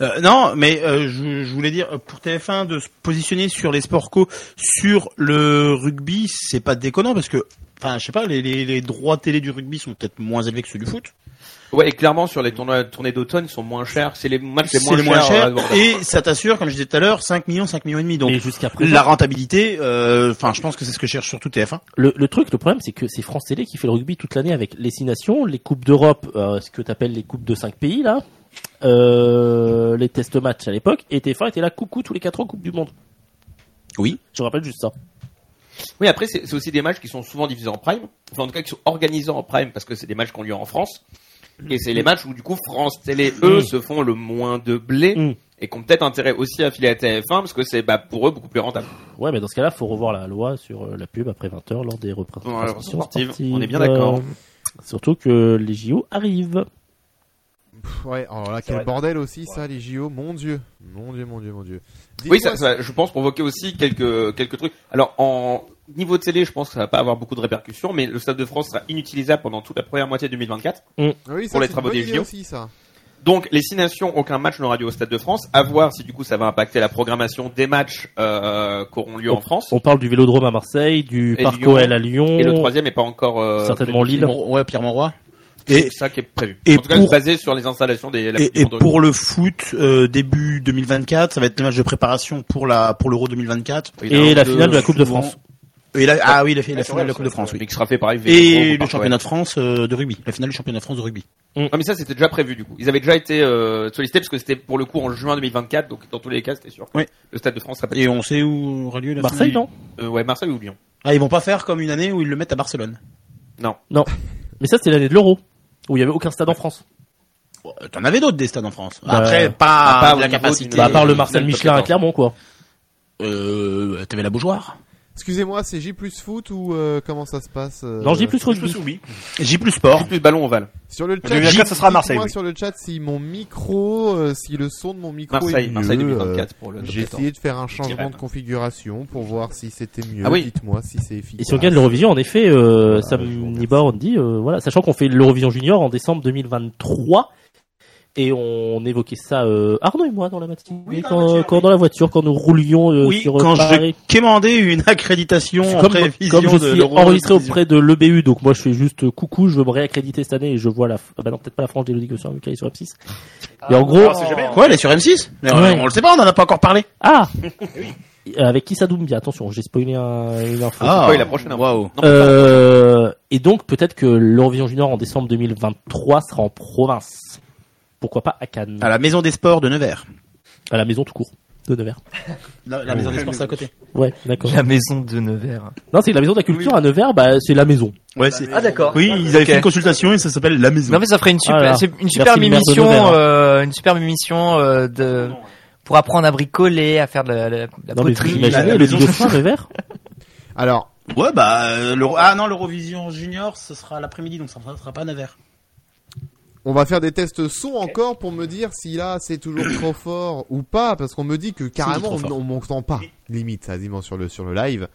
Speaker 2: Euh, non, mais euh, je, je voulais dire euh, pour TF1 de se positionner sur les sports co sur le rugby, c'est pas déconnant parce que enfin je sais pas les, les, les droits télé du rugby sont peut-être moins élevés que ceux du foot.
Speaker 3: Ouais, et clairement sur les tournois, tournées d'automne, ils sont moins chers. C'est les matchs les
Speaker 2: C'est
Speaker 3: moins
Speaker 2: les moins
Speaker 3: chers. euh, à
Speaker 2: cher
Speaker 3: aborder.
Speaker 2: et ça t'assure comme je disais tout à l'heure 5 millions 5 millions et demi donc
Speaker 6: Mais jusqu'à présent,
Speaker 2: la rentabilité euh, enfin je pense que c'est ce que cherche surtout TF1.
Speaker 6: le, le truc, le problème, c'est que c'est France Télé qui fait le rugby toute l'année avec les six nations, les coupes d'Europe, euh, ce que t'appelles les coupes de cinq pays là, euh, les test matchs à l'époque, et TF1 était là coucou tous les quatre ans Coupe du Monde.
Speaker 2: Oui.
Speaker 6: Je rappelle juste ça.
Speaker 3: Oui, après, c'est c'est aussi des matchs qui sont souvent diffusés en prime. Enfin, en tout cas, qui sont organisés en prime parce que c'est des matchs qu'on lieu en France. Et c'est les matchs où, du coup, France Télé, eux,
Speaker 6: Mm.
Speaker 3: se font le moins de blé
Speaker 6: Mm.
Speaker 3: et qui ont peut-être intérêt aussi à filer à TF1 parce que c'est, bah, pour eux, beaucoup plus rentable.
Speaker 6: Ouais, mais dans ce cas-là, faut revoir la loi sur euh, la pub après 20h lors des
Speaker 3: Bon,
Speaker 6: représentations
Speaker 3: alors, sportives,
Speaker 6: sportives.
Speaker 3: on est bien d'accord.
Speaker 6: Euh, Surtout que les JO arrivent.
Speaker 1: Pff, ouais, alors là, quel
Speaker 8: vrai.
Speaker 1: bordel aussi, ça, les JO. Mon dieu. Mon dieu, mon dieu, mon dieu. Dites-moi
Speaker 3: Oui, ça, ça- je pense convoquer aussi quelques quelques trucs. Alors en niveau télé, je pense que ça va pas avoir beaucoup de répercussions, mais le Stade de France sera inutilisable pendant toute la première moitié 2024.
Speaker 1: Oui, ça,
Speaker 3: pour les
Speaker 1: c'est une
Speaker 3: travaux
Speaker 1: bonne
Speaker 3: des
Speaker 1: idée
Speaker 3: JO.
Speaker 1: aussi, ça.
Speaker 3: Donc les six nations, aucun match n'aura lieu au Stade de France. À voir si du coup ça va impacter la programmation des matchs euh, qu'auront lieu en France.
Speaker 6: On parle du Vélodrome à Marseille, du
Speaker 3: Et
Speaker 6: Parc
Speaker 3: Lyon.
Speaker 6: OL à Lyon.
Speaker 3: Et le troisième est pas encore euh,
Speaker 6: Certainement Lille.
Speaker 2: Ouais Pierre Monroy.
Speaker 3: Et
Speaker 2: Et-
Speaker 3: ça qui est prévu.
Speaker 2: et
Speaker 3: en tout cas,
Speaker 2: pour-
Speaker 3: basé sur les installations des. la Coupe
Speaker 2: Et,
Speaker 3: du
Speaker 2: et
Speaker 3: Monde.
Speaker 2: pour le foot euh, début 2024, ça va être les matchs de préparation pour la pour l'Euro 2024.
Speaker 3: Oui,
Speaker 6: Et
Speaker 3: alors,
Speaker 6: la
Speaker 2: de-
Speaker 6: finale de la Coupe de
Speaker 2: souvent-
Speaker 6: France.
Speaker 2: Et la- ah oui, la, la
Speaker 9: Ouais,
Speaker 2: finale de la
Speaker 9: ouais,
Speaker 2: Coupe de France, oui.
Speaker 3: Mais qui sera fait pareil.
Speaker 2: Et le championnat de France euh, de rugby, la finale du championnat de France de rugby.
Speaker 3: Non mais ça c'était déjà prévu du coup. Ils avaient déjà été euh, sollicités parce que c'était pour le coup en juin 2024, donc dans tous les cas c'était sûr. que
Speaker 2: Oui.
Speaker 3: Le Stade de France sera pas.
Speaker 2: Et on sait où aura lieu la
Speaker 6: Marseille,
Speaker 2: finale.
Speaker 6: non
Speaker 3: Euh, ouais Marseille ou Lyon.
Speaker 2: Ah, ils vont pas faire comme une année où ils le mettent à Barcelone.
Speaker 6: Mais ça, c'est l'année de l'Euro, où il y avait aucun stade en France.
Speaker 2: Bon, T'en avais d'autres des stades en France.
Speaker 6: Bah,
Speaker 2: Après,
Speaker 3: bah,
Speaker 2: pas,
Speaker 3: pas
Speaker 2: de
Speaker 3: au
Speaker 2: la
Speaker 3: niveau
Speaker 2: capacité.
Speaker 3: d'une-
Speaker 6: Bah, à part le
Speaker 3: euh,
Speaker 6: Marseille
Speaker 3: finale de
Speaker 6: Michelin à
Speaker 3: compétence.
Speaker 6: Clermont, quoi.
Speaker 2: Euh, T'avais la Beaujoire.
Speaker 1: Excusez-moi, c'est J plus foot ou euh, comment ça se passe euh,
Speaker 6: Non, j'ai plus
Speaker 9: Je me
Speaker 6: rugby.
Speaker 9: souviens.
Speaker 2: J plus sport.
Speaker 3: plus de ballon ovale.
Speaker 1: Sur le chat,
Speaker 9: 2024, ça sera à
Speaker 1: dites-moi
Speaker 9: Marseille, oui.
Speaker 1: sur le chat si mon micro, euh, si le son de mon micro est
Speaker 3: Marseille,
Speaker 1: mieux.
Speaker 3: Marseille
Speaker 1: euh,
Speaker 3: 2024 pour le top
Speaker 1: J'ai
Speaker 3: 14.
Speaker 1: essayé de faire un changement
Speaker 3: dirais.
Speaker 1: de configuration pour voir si c'était mieux.
Speaker 3: Ah oui.
Speaker 1: Dites-moi si c'est efficace.
Speaker 6: Et si on gagne l'Eurovision, en effet, euh,
Speaker 1: Voilà,
Speaker 6: Sam
Speaker 1: je vous remercie.
Speaker 6: Nibor, on dit, euh, voilà, sachant qu'on fait l'Eurovision Junior en décembre 2023, et on évoquait ça, euh, Arnaud et moi, dans la matinée,
Speaker 2: Oui, dans la
Speaker 6: quand,
Speaker 2: voiture,
Speaker 6: euh, quand dans la voiture, quand nous roulions euh,
Speaker 2: Oui,
Speaker 6: sur euh,
Speaker 2: quand j'ai
Speaker 6: Paris.
Speaker 2: commandé une accréditation en
Speaker 6: Comme,
Speaker 2: prévision
Speaker 6: comme je
Speaker 2: de
Speaker 6: suis
Speaker 2: l'Euro
Speaker 6: enregistré
Speaker 2: Eurovision.
Speaker 6: auprès de l'EBU, donc moi je fais juste euh, coucou, je veux me réaccréditer cette année et je vois la, f- ah bah non, peut-être pas la frange d'Elodie Gossuin, vu qu'elle est sur M6. Et en
Speaker 2: Ah,
Speaker 6: gros,
Speaker 9: c'est jamais.
Speaker 2: Quoi, elle est sur M6 Mais on-
Speaker 6: Ouais.
Speaker 2: On le sait pas, on en a pas encore parlé. [laughs]
Speaker 6: ah! Avec qui ça Doumbia? Attention, j'ai spoilé un, une
Speaker 2: Ah,
Speaker 6: info.
Speaker 3: spoil la prochaine info.
Speaker 2: Waouh.
Speaker 3: Non,
Speaker 6: Euh, et donc peut-être que l'Eurovision Junior en décembre 2023 sera en province. Pourquoi pas à Cannes,
Speaker 2: À la maison des sports de Nevers.
Speaker 6: à la maison tout court de Nevers.
Speaker 2: La, la maison des sports, c'est à côté.
Speaker 6: Ouais, d'accord.
Speaker 4: La maison de Nevers.
Speaker 6: Non, c'est la maison de la culture à Nevers, bah c'est la maison.
Speaker 2: Ouais, c'est.
Speaker 8: Ah d'accord.
Speaker 2: Oui, ils avaient fait une consultation et ça s'appelle la maison.
Speaker 4: Non mais ça ferait une super,
Speaker 6: Voilà.
Speaker 4: c'est une superbe
Speaker 6: Merci, le maire de
Speaker 4: émission,
Speaker 6: Nevers. hein.
Speaker 4: euh, une superbe émission euh, de pour apprendre à bricoler, à faire de la, la- la
Speaker 6: Non mais vous
Speaker 4: poterie.
Speaker 6: imaginez
Speaker 2: la- la
Speaker 6: Elodie
Speaker 2: maison.
Speaker 6: Gossuin à Nevers
Speaker 1: Alors,
Speaker 2: Ouais, bah, euh, l'Euro- ah non, l'Eurovision Junior, ce sera l'après-midi, donc ça ne sera pas à 9h.
Speaker 1: on va faire des tests son encore pour me dire si là c'est toujours trop fort ou pas, parce qu'on me dit que carrément
Speaker 2: trop
Speaker 1: on,
Speaker 2: fort.
Speaker 1: on m'entend pas, limite, quasiment sur le sur le live.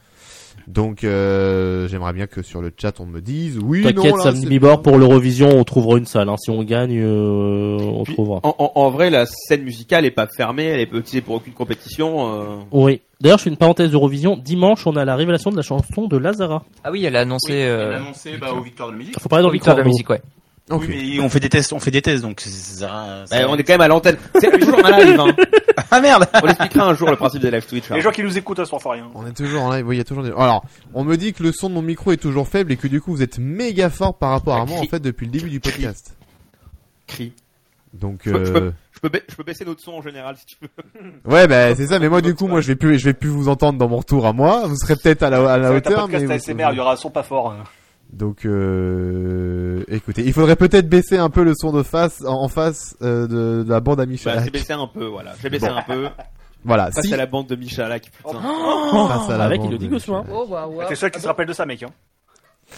Speaker 1: Donc euh, j'aimerais bien que sur le chat on me dise oui non
Speaker 6: T'inquiète,
Speaker 1: là,
Speaker 6: samedi
Speaker 1: c'est-
Speaker 6: Bibor pour l'Eurovision, on trouvera une salle. Hein. Si on gagne, euh, on
Speaker 3: Puis,
Speaker 6: trouvera.
Speaker 3: En, en- en vrai, la scène musicale est pas fermée, elle est pas utilisée pour aucune compétition. euh.
Speaker 6: Oui. D'ailleurs, je fais une parenthèse Eurovision. Dimanche, on a la révélation de la chanson de Lazara.
Speaker 4: Ah oui, elle a annoncé. euh,
Speaker 2: annoncé bah, aux victoires de musique.
Speaker 6: Faut parler dans le
Speaker 4: Victoire de la
Speaker 6: micro,
Speaker 4: musique, ouais.
Speaker 1: Ok.
Speaker 2: Oui, mais on fait des tests, on fait des tests, donc c'est- c'est- ça-
Speaker 3: Bah,
Speaker 2: ça- [laughs]
Speaker 3: on est quand même à l'antenne. C'est un jour on a [laughs] live, hein.
Speaker 2: Ah merde
Speaker 3: On expliquera un jour le principe des live Twitch. hein.
Speaker 9: Les gens qui nous écoutent, elles s'en font
Speaker 5: hein.
Speaker 9: rien.
Speaker 1: On est toujours en live, oui, il y a toujours des... Alors, on me dit que le son de mon micro est toujours faible et que du coup vous êtes méga fort par rapport à moi en fait depuis le début du podcast.
Speaker 3: Crie.
Speaker 1: Donc
Speaker 3: Je peux- je
Speaker 1: euh...
Speaker 3: Je peux, ba- je peux baisser notre son en général si tu veux.
Speaker 1: ouais bah c'est ça mais moi du coup moi je vais plus je vais plus vous entendre dans mon retour à moi, vous serez peut-être à la à la
Speaker 9: Ça va être un
Speaker 1: hauteur mais
Speaker 9: podcast
Speaker 5: hein.
Speaker 1: vous-
Speaker 9: ASMR, il y aura un son pas fort.
Speaker 1: Donc euh... euh, écoutez. Il faudrait peut-être baisser un peu le son de face, en, en face euh, de, de la bande à Michel.
Speaker 3: Bah, j'ai baissé un peu, voilà. J'ai baissé
Speaker 1: Bon.
Speaker 3: un [laughs] peu.
Speaker 1: voilà,
Speaker 3: Face
Speaker 1: si
Speaker 3: à la bande de Michalak, [laughs] putain.
Speaker 1: face à la
Speaker 6: Avec,
Speaker 1: bande
Speaker 6: il le dit
Speaker 1: de
Speaker 6: que soin.
Speaker 1: Michalak.
Speaker 8: Oh, waouh, waouh.
Speaker 9: T'es sûr qu'il se rappelle de ça, mec. Hein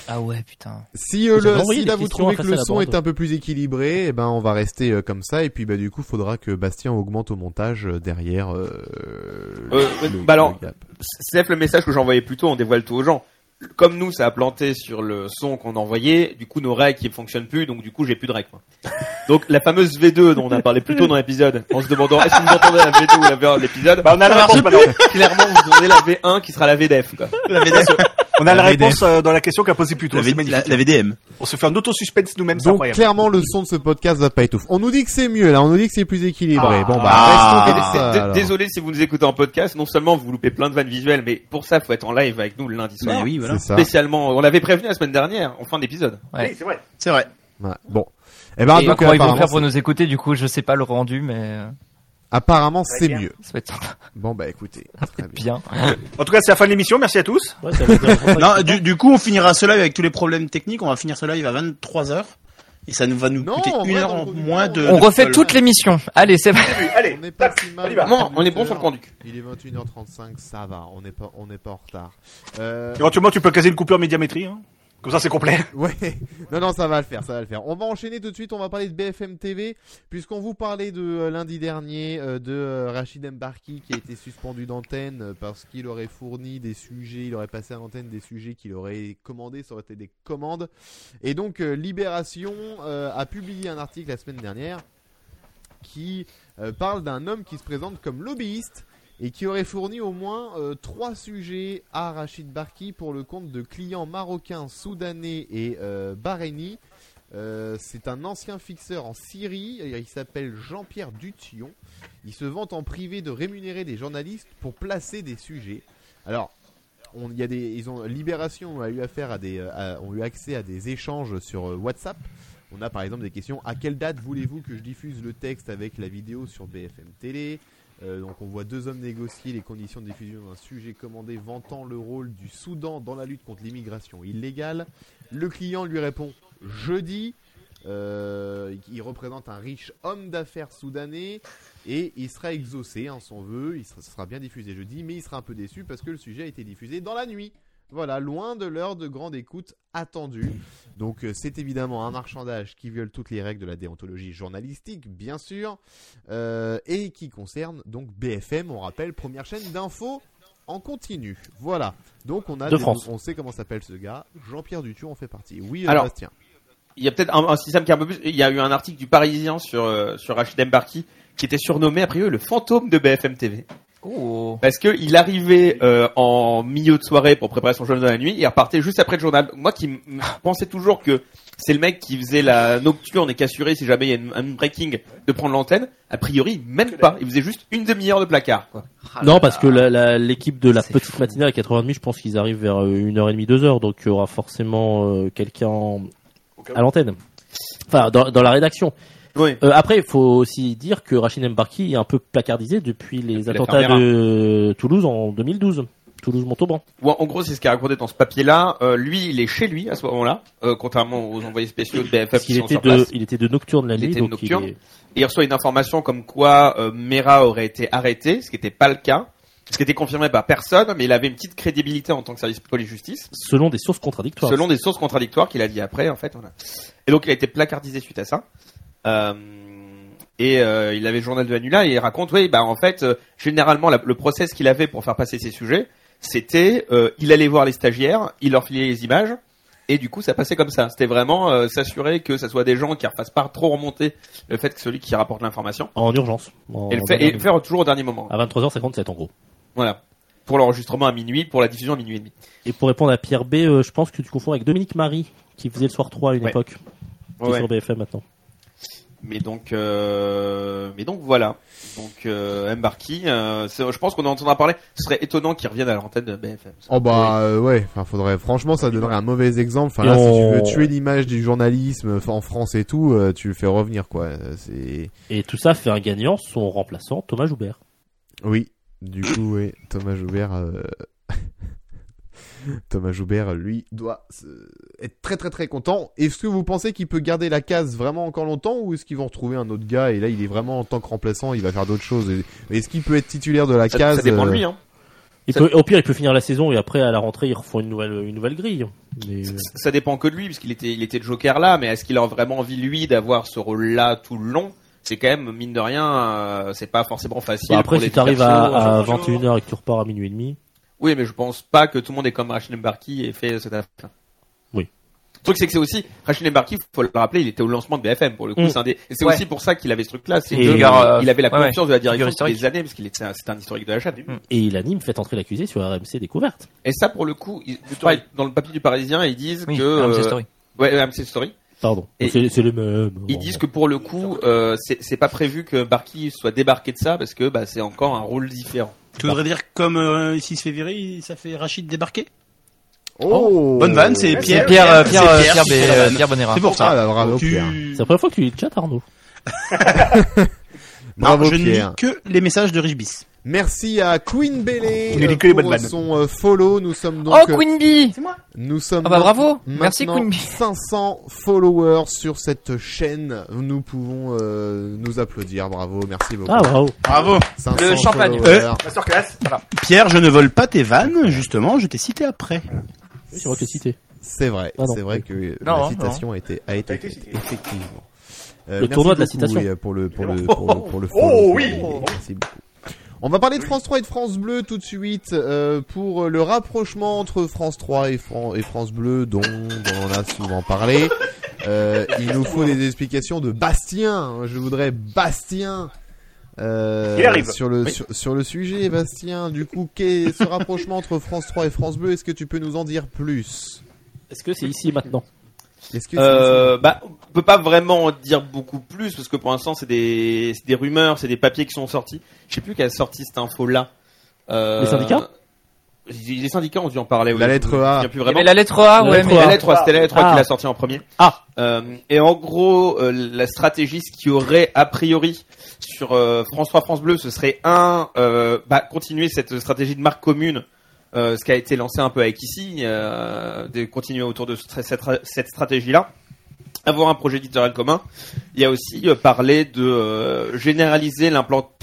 Speaker 4: Ah ouais, putain.
Speaker 1: Si, euh,
Speaker 6: Ils ont
Speaker 1: le,
Speaker 6: envoyé
Speaker 1: si
Speaker 6: des
Speaker 1: là vous
Speaker 6: questions
Speaker 1: trouvez que
Speaker 6: face
Speaker 1: le
Speaker 6: à la
Speaker 1: son
Speaker 6: bande.
Speaker 1: est un peu plus équilibré, eh ben on va rester euh, comme ça et puis bah du coup faudra que Bastien augmente au montage euh, derrière. Euh,
Speaker 3: Euh,
Speaker 1: le-
Speaker 3: bah alors-
Speaker 1: le gap.
Speaker 3: C'est le message que j'envoyais plus tôt, on dévoile tout aux gens. Comme nous, ça a planté sur le son qu'on envoyait, du coup nos règles qui ne fonctionnent plus, donc du coup j'ai plus de règles. quoi. [laughs] Donc la fameuse V2 dont on a parlé plus tôt dans l'épisode, en se demandant est-ce que vous entendez la V2 ou la V1 de l'épisode,
Speaker 9: Bah, on a la réponse maintenant.
Speaker 3: clairement vous entendez la V1 qui sera la VDF. Quoi.
Speaker 9: On a la
Speaker 1: VDF.
Speaker 9: réponse euh, dans la question qu'a posée plus tôt.
Speaker 2: La,
Speaker 9: C'est
Speaker 2: V- la-
Speaker 9: magnifique.
Speaker 2: la VDM.
Speaker 9: On se fait un auto-suspense nous-mêmes, c'est
Speaker 1: Donc
Speaker 9: incroyable.
Speaker 1: clairement le son de ce podcast va pas étouffer. On nous dit que c'est mieux là, on nous dit que c'est plus équilibré.
Speaker 9: Ah.
Speaker 1: bon bah
Speaker 2: Ah.
Speaker 1: restons comme
Speaker 3: Et
Speaker 1: ça.
Speaker 3: d-
Speaker 1: alors.
Speaker 3: Désolé si vous nous écoutez en podcast, non seulement vous loupez plein de vannes visuelles, mais pour ça faut être en live avec nous le lundi soir.
Speaker 2: Bah oui, voilà.
Speaker 1: C'est ça.
Speaker 3: Spécialement, on l'avait prévenu la semaine dernière, en fin d'épisode.
Speaker 4: Ouais.
Speaker 9: Oui, c'est vrai.
Speaker 2: C'est vrai.
Speaker 1: Ouais, Bon. Eh ben
Speaker 6: Ah,
Speaker 4: Et
Speaker 1: donc
Speaker 4: comment ils vont
Speaker 1: apparemment,
Speaker 4: faire pour nous écouter Du coup, je sais pas le rendu, mais euh,
Speaker 1: apparemment, c'est
Speaker 9: bien.
Speaker 1: mieux.
Speaker 4: ça va être sympa.
Speaker 1: Bon bah écoutez, très bien.
Speaker 4: bien.
Speaker 9: En tout cas, c'est la fin de l'émission. Merci à tous.
Speaker 6: Ouais, ça va être bien.
Speaker 2: Non, du, du coup, on finira ce live avec tous les problèmes techniques. On va finir ce live à 23 heures. Et ça nous va nous
Speaker 1: Non,
Speaker 2: coûter
Speaker 1: en
Speaker 2: une
Speaker 1: vrai,
Speaker 2: heure
Speaker 1: dans le
Speaker 2: en
Speaker 1: cours du
Speaker 2: moins
Speaker 1: temps,
Speaker 2: de.
Speaker 4: On
Speaker 2: de
Speaker 4: refait
Speaker 2: colle.
Speaker 4: toutes les missions. Allez, c'est parti.
Speaker 9: Allez,
Speaker 1: On est pas
Speaker 9: tac,
Speaker 1: si mal.
Speaker 9: on y va.
Speaker 3: Bon, on est bon sur le conduc.
Speaker 1: Il est 21h35, ça va. On n'est pas, on n'est pas en retard. Euh,
Speaker 9: Éventuellement, tu peux caser une coupure médiamétrie. Hein. Comme ça, c'est complet.
Speaker 1: [laughs] Ouais, non, non, ça va le faire, ça va le faire. On va enchaîner tout de suite, on va parler de BFM TV, puisqu'on vous parlait de euh, lundi dernier euh, de euh, Rachid Mbarki qui a été suspendu d'antenne euh, parce qu'il aurait fourni des sujets, il aurait passé à l'antenne des sujets qu'il aurait commandés, ça aurait été des commandes. Et donc euh, Libération euh, a publié un article la semaine dernière qui euh, parle d'un homme qui se présente comme lobbyiste et qui aurait fourni au moins euh, trois sujets à Rachid Barki pour le compte de clients marocains, soudanais et euh, bahreïnis. Euh, c'est un ancien fixeur en Syrie, il s'appelle Jean-Pierre Dution. Il se vante en privé de rémunérer des journalistes pour placer des sujets. Alors, on, il y a des, ils ont, Libération a eu affaire à des, euh, à- ont eu accès à des échanges sur euh, WhatsApp. On a par exemple des questions à quelle date voulez-vous que je diffuse le texte avec la vidéo sur BFM Télé euh, donc on voit deux hommes négocier les conditions de diffusion d'un sujet commandé vantant le rôle du Soudan dans la lutte contre l'immigration illégale. Le client lui répond jeudi. Euh, il représente un riche homme d'affaires soudanais et il sera exaucé en son vœu. Il sera, ce sera bien diffusé jeudi, mais il sera un peu déçu parce que le sujet a été diffusé dans la nuit. Voilà, loin de l'heure de grande écoute attendue. Donc euh, c'est évidemment un marchandage qui viole toutes les règles de la déontologie journalistique, bien sûr euh, et qui concerne donc BFM, on rappelle, première chaîne d'infos en continu. Voilà. Donc on a
Speaker 6: De
Speaker 1: des-
Speaker 6: France.
Speaker 1: on sait comment s'appelle ce gars, Jean-Pierre Dutu en fait partie. Oui, euh,
Speaker 3: Alors,
Speaker 1: Bastien.
Speaker 3: il y a peut-être un, un système qui est un peu plus. Il y a eu un article du Parisien sur euh, sur Rachid Mbarki qui était surnommé a priori le fantôme de BFM TV
Speaker 4: Oh.
Speaker 3: parce que il arrivait euh, en milieu de soirée pour préparer son journal de la nuit et il repartait juste après le journal. Moi qui m- m- pensais toujours que c'est le mec qui faisait la nocturne et qui assurait si jamais il y a une, un breaking de prendre l'antenne, a priori même pas. Il faisait juste une demi-heure de placard. Quoi.
Speaker 7: Ah là
Speaker 6: Non, parce
Speaker 7: là.
Speaker 6: que la- la- l'équipe de la
Speaker 7: C'est
Speaker 6: petite
Speaker 7: fou.
Speaker 6: matinale à 4h30, je pense qu'ils arrivent vers euh, 1h30, 2h, donc il y aura forcément euh, quelqu'un à l'antenne. Enfin, dans, dans la rédaction.
Speaker 3: Oui.
Speaker 6: Euh, après, il faut aussi dire que Rachid Mbarki est un peu placardisé depuis les
Speaker 3: Depuis
Speaker 6: attentats
Speaker 3: l'affaire
Speaker 6: de Toulouse en 2012. Toulouse-Montauban.
Speaker 3: Ouais, en gros, c'est ce qu'il a raconté dans ce papier-là. Euh, lui, il est chez lui à ce moment-là, euh, contrairement aux envoyés spéciaux de BFM
Speaker 6: Parce
Speaker 3: qui
Speaker 6: qu'il
Speaker 3: sont
Speaker 6: était
Speaker 3: sur
Speaker 6: de,
Speaker 3: place.
Speaker 6: il était de nocturne la
Speaker 3: Il
Speaker 6: nuit,
Speaker 3: était de
Speaker 6: donc
Speaker 3: nocturne.
Speaker 6: il est...
Speaker 3: il reçoit une information comme quoi euh, Mera aurait été arrêté, ce qui n'était pas le cas, ce qui était confirmé par personne, mais il avait une petite crédibilité en tant que service police-justice,
Speaker 6: selon des sources contradictoires.
Speaker 3: selon des sources contradictoires qu'il a dit après, en fait. Voilà. Et donc il a été placardisé suite à ça. Euh, et euh, il avait le journal de la nuit là, et il raconte, oui, bah en fait, euh, généralement, la- le process qu'il avait pour faire passer ses sujets, c'était, euh, il allait voir les stagiaires, il leur filait les images, et du coup, ça passait comme ça. C'était vraiment euh, s'assurer que ça soit des gens qui ne fassent pas trop remonter le fait que celui qui rapporte l'information.
Speaker 6: En urgence. En-
Speaker 3: Et le, fait- et le faire toujours au dernier moment.
Speaker 6: À 23h57 en gros.
Speaker 3: Voilà. Pour l'enregistrement à minuit, pour la diffusion à minuit et demi.
Speaker 6: Et pour répondre à Pierre B, euh, je pense que tu confonds avec Dominique Marie, qui faisait le soir 3 à une
Speaker 3: Ouais.
Speaker 6: époque, qui est sur BFM maintenant.
Speaker 3: Mais donc, euh, mais donc voilà. Donc euh, Mbarki, euh, c'est- je pense qu'on en entendra parler. Ce serait étonnant qu'il revienne à l'antenne de BFM.
Speaker 1: Oh bah euh, ouais, enfin faudrait franchement ça donnerait un mauvais exemple. Enfin là
Speaker 6: Et on-
Speaker 1: si tu veux tuer l'image du journalisme enfin, en France et tout, euh, tu le fais revenir quoi. Euh, C'est
Speaker 6: Et tout ça fait un gagnant, son remplaçant, Thomas Joubert.
Speaker 1: oui, du coup oui, Thomas Joubert euh, [laughs] Thomas Joubert, lui, doit euh, être très très très content. Est-ce que vous pensez qu'il peut garder la case vraiment encore longtemps ou est-ce qu'ils vont retrouver un autre gars et là il est vraiment en tant que remplaçant, il va faire d'autres choses Et- Est-ce qu'il peut être titulaire de la
Speaker 3: Ça,
Speaker 1: case
Speaker 3: ça dépend de
Speaker 1: euh,
Speaker 3: lui. Hein.
Speaker 6: Il peut- au pire, il peut finir la saison et après, à la rentrée, ils refont une nouvelle, une nouvelle grille. Mais, euh,
Speaker 3: Ça- Ça dépend que de lui, parce qu'il était, il était Joker là, mais est-ce qu'il a vraiment envie lui d'avoir ce rôle-là tout le long C'est quand même mine de rien, euh, c'est pas forcément facile.
Speaker 6: bah après,
Speaker 3: pour les
Speaker 6: si t'arrives
Speaker 3: super chauds,
Speaker 6: à, à
Speaker 3: genre,
Speaker 6: 21h et que tu repars à minuit et demi,
Speaker 3: Oui, mais je pense pas que tout le monde est comme Rachel Barki et fait cette affaire.
Speaker 6: Oui.
Speaker 3: Le truc c'est que c'est aussi Rachel Barki, faut le rappeler, il était au lancement de BFM pour le coup.
Speaker 6: Mm.
Speaker 3: C'est un des- et c'est
Speaker 7: Ouais.
Speaker 3: aussi pour ça qu'il avait ce truc-là, c'est
Speaker 4: Et
Speaker 3: que
Speaker 4: figure, euh,
Speaker 3: il avait la
Speaker 4: ouais, ouais.
Speaker 3: confiance de la direction
Speaker 4: Figure
Speaker 3: depuis des années parce qu'il était, un- c'était un historique de la chaîne.
Speaker 6: et il anime, fait entrer l'accusé sur RMC découverte.
Speaker 3: Et ça pour le coup, il- je parlais dans le papier du Parisien, ils disent
Speaker 4: Oui, ah,
Speaker 3: que
Speaker 4: RMC
Speaker 3: euh,
Speaker 4: Story.
Speaker 3: ouais, RMC Story.
Speaker 6: Pardon.
Speaker 3: Et-
Speaker 6: C'est c'est euh, les mêmes.
Speaker 3: Ils disent que pour le coup, euh, c'est c'est pas prévu que Barki soit débarqué de ça parce que bah, c'est encore un rôle différent.
Speaker 2: Tu voudrais dire comme euh, ici se fait virer, il- ça fait Rachid débarquer
Speaker 1: Oh
Speaker 2: Bonne vanne, c'est
Speaker 1: Ouais,
Speaker 2: Pierre.
Speaker 4: Pierre, euh,
Speaker 2: c'est
Speaker 4: Pierre, euh, Pierre,
Speaker 2: Pierre qui fait la
Speaker 4: Bé-
Speaker 2: vanne.
Speaker 4: Pierre Bonnera.
Speaker 2: C'est pour
Speaker 1: Ah,
Speaker 2: ça.
Speaker 1: bah, bravo
Speaker 2: Tu-
Speaker 1: Pierre.
Speaker 6: C'est
Speaker 2: ah,
Speaker 6: la première fois que tu lui chattes, Arnaud.
Speaker 2: Non,
Speaker 1: Bravo
Speaker 2: je ne
Speaker 1: Pierre.
Speaker 2: lis que les messages de Richbis.
Speaker 1: Merci à Queen Belé
Speaker 9: Il ne
Speaker 1: euh,
Speaker 9: dit que les
Speaker 1: pour
Speaker 9: bonnes vannes.
Speaker 1: son euh, follow. Nous sommes donc
Speaker 4: oh,
Speaker 1: euh,
Speaker 4: Queen Bee
Speaker 1: nous sommes
Speaker 4: Ah bah bravo
Speaker 1: maintenant
Speaker 4: Merci Queen Bee
Speaker 1: 500 followers sur cette chaîne. Nous pouvons euh, nous applaudir. Bravo, merci beaucoup.
Speaker 6: Ah, waouh.
Speaker 2: Bravo.
Speaker 1: 500
Speaker 7: Le champagne.
Speaker 1: followers.
Speaker 9: Masterclass.
Speaker 2: Pierre, je ne vole pas tes vannes, justement, je t'ai cité après.
Speaker 6: C'est moi qui ai cité.
Speaker 1: C'est vrai,
Speaker 6: Ah non.
Speaker 1: c'est vrai que euh,
Speaker 4: Non,
Speaker 1: la
Speaker 4: hein,
Speaker 1: citation a été, a été
Speaker 9: A été
Speaker 1: faite,
Speaker 9: citée.
Speaker 1: effectivement. Euh,
Speaker 6: Le
Speaker 1: merci
Speaker 6: tournoi de la
Speaker 1: beaucoup,
Speaker 6: citation.
Speaker 1: oui, euh, pour le pour le
Speaker 9: Oh,
Speaker 1: pour le, pour le
Speaker 9: oh,
Speaker 1: follow,
Speaker 9: oui.
Speaker 1: Queen Bey. Merci beaucoup. On va parler de France 3 et de France Bleu tout de suite euh, pour le rapprochement entre France 3 et, Fran- et France Bleu dont on en a souvent parlé. Euh, il nous faut des explications de Bastien. hein, Je voudrais Bastien euh,
Speaker 9: Il arrive.
Speaker 1: sur le sur, sur le sujet Bastien. Du coup, qu'est ce rapprochement entre France 3 et France Bleu Est-ce que tu peux nous en dire plus
Speaker 6: Est-ce que c'est ici et maintenant
Speaker 1: est-ce que
Speaker 3: Euh, bah, on peut pas vraiment en dire beaucoup plus parce que pour l'instant c'est des, c'est des rumeurs, c'est des papiers qui sont sortis. Je sais plus qui a sorti cette info là.
Speaker 6: Les syndicats
Speaker 3: Les syndicats ont dû en parler.
Speaker 1: La lettre A.
Speaker 3: Je me souviens
Speaker 4: Il
Speaker 3: plus
Speaker 4: y
Speaker 3: vraiment.
Speaker 4: avait la lettre A,
Speaker 6: Eh ben, La
Speaker 4: ouais,
Speaker 6: lettre
Speaker 4: mais
Speaker 6: A.
Speaker 3: La lettre A, c'était la lettre A
Speaker 6: Ah.
Speaker 3: qui l'a sorti en premier.
Speaker 6: Ah.
Speaker 3: Euh, et en gros, euh, la stratégie, ce qui aurait a priori sur euh, France 3, France Bleu, ce serait un, euh, bah, continuer cette stratégie de marque commune, euh, ce qui a été lancé un peu avec ici, euh, de continuer autour de ce- cette, cette stratégie-là, avoir un projet éditorial commun. Il y a aussi euh, parler de euh, généraliser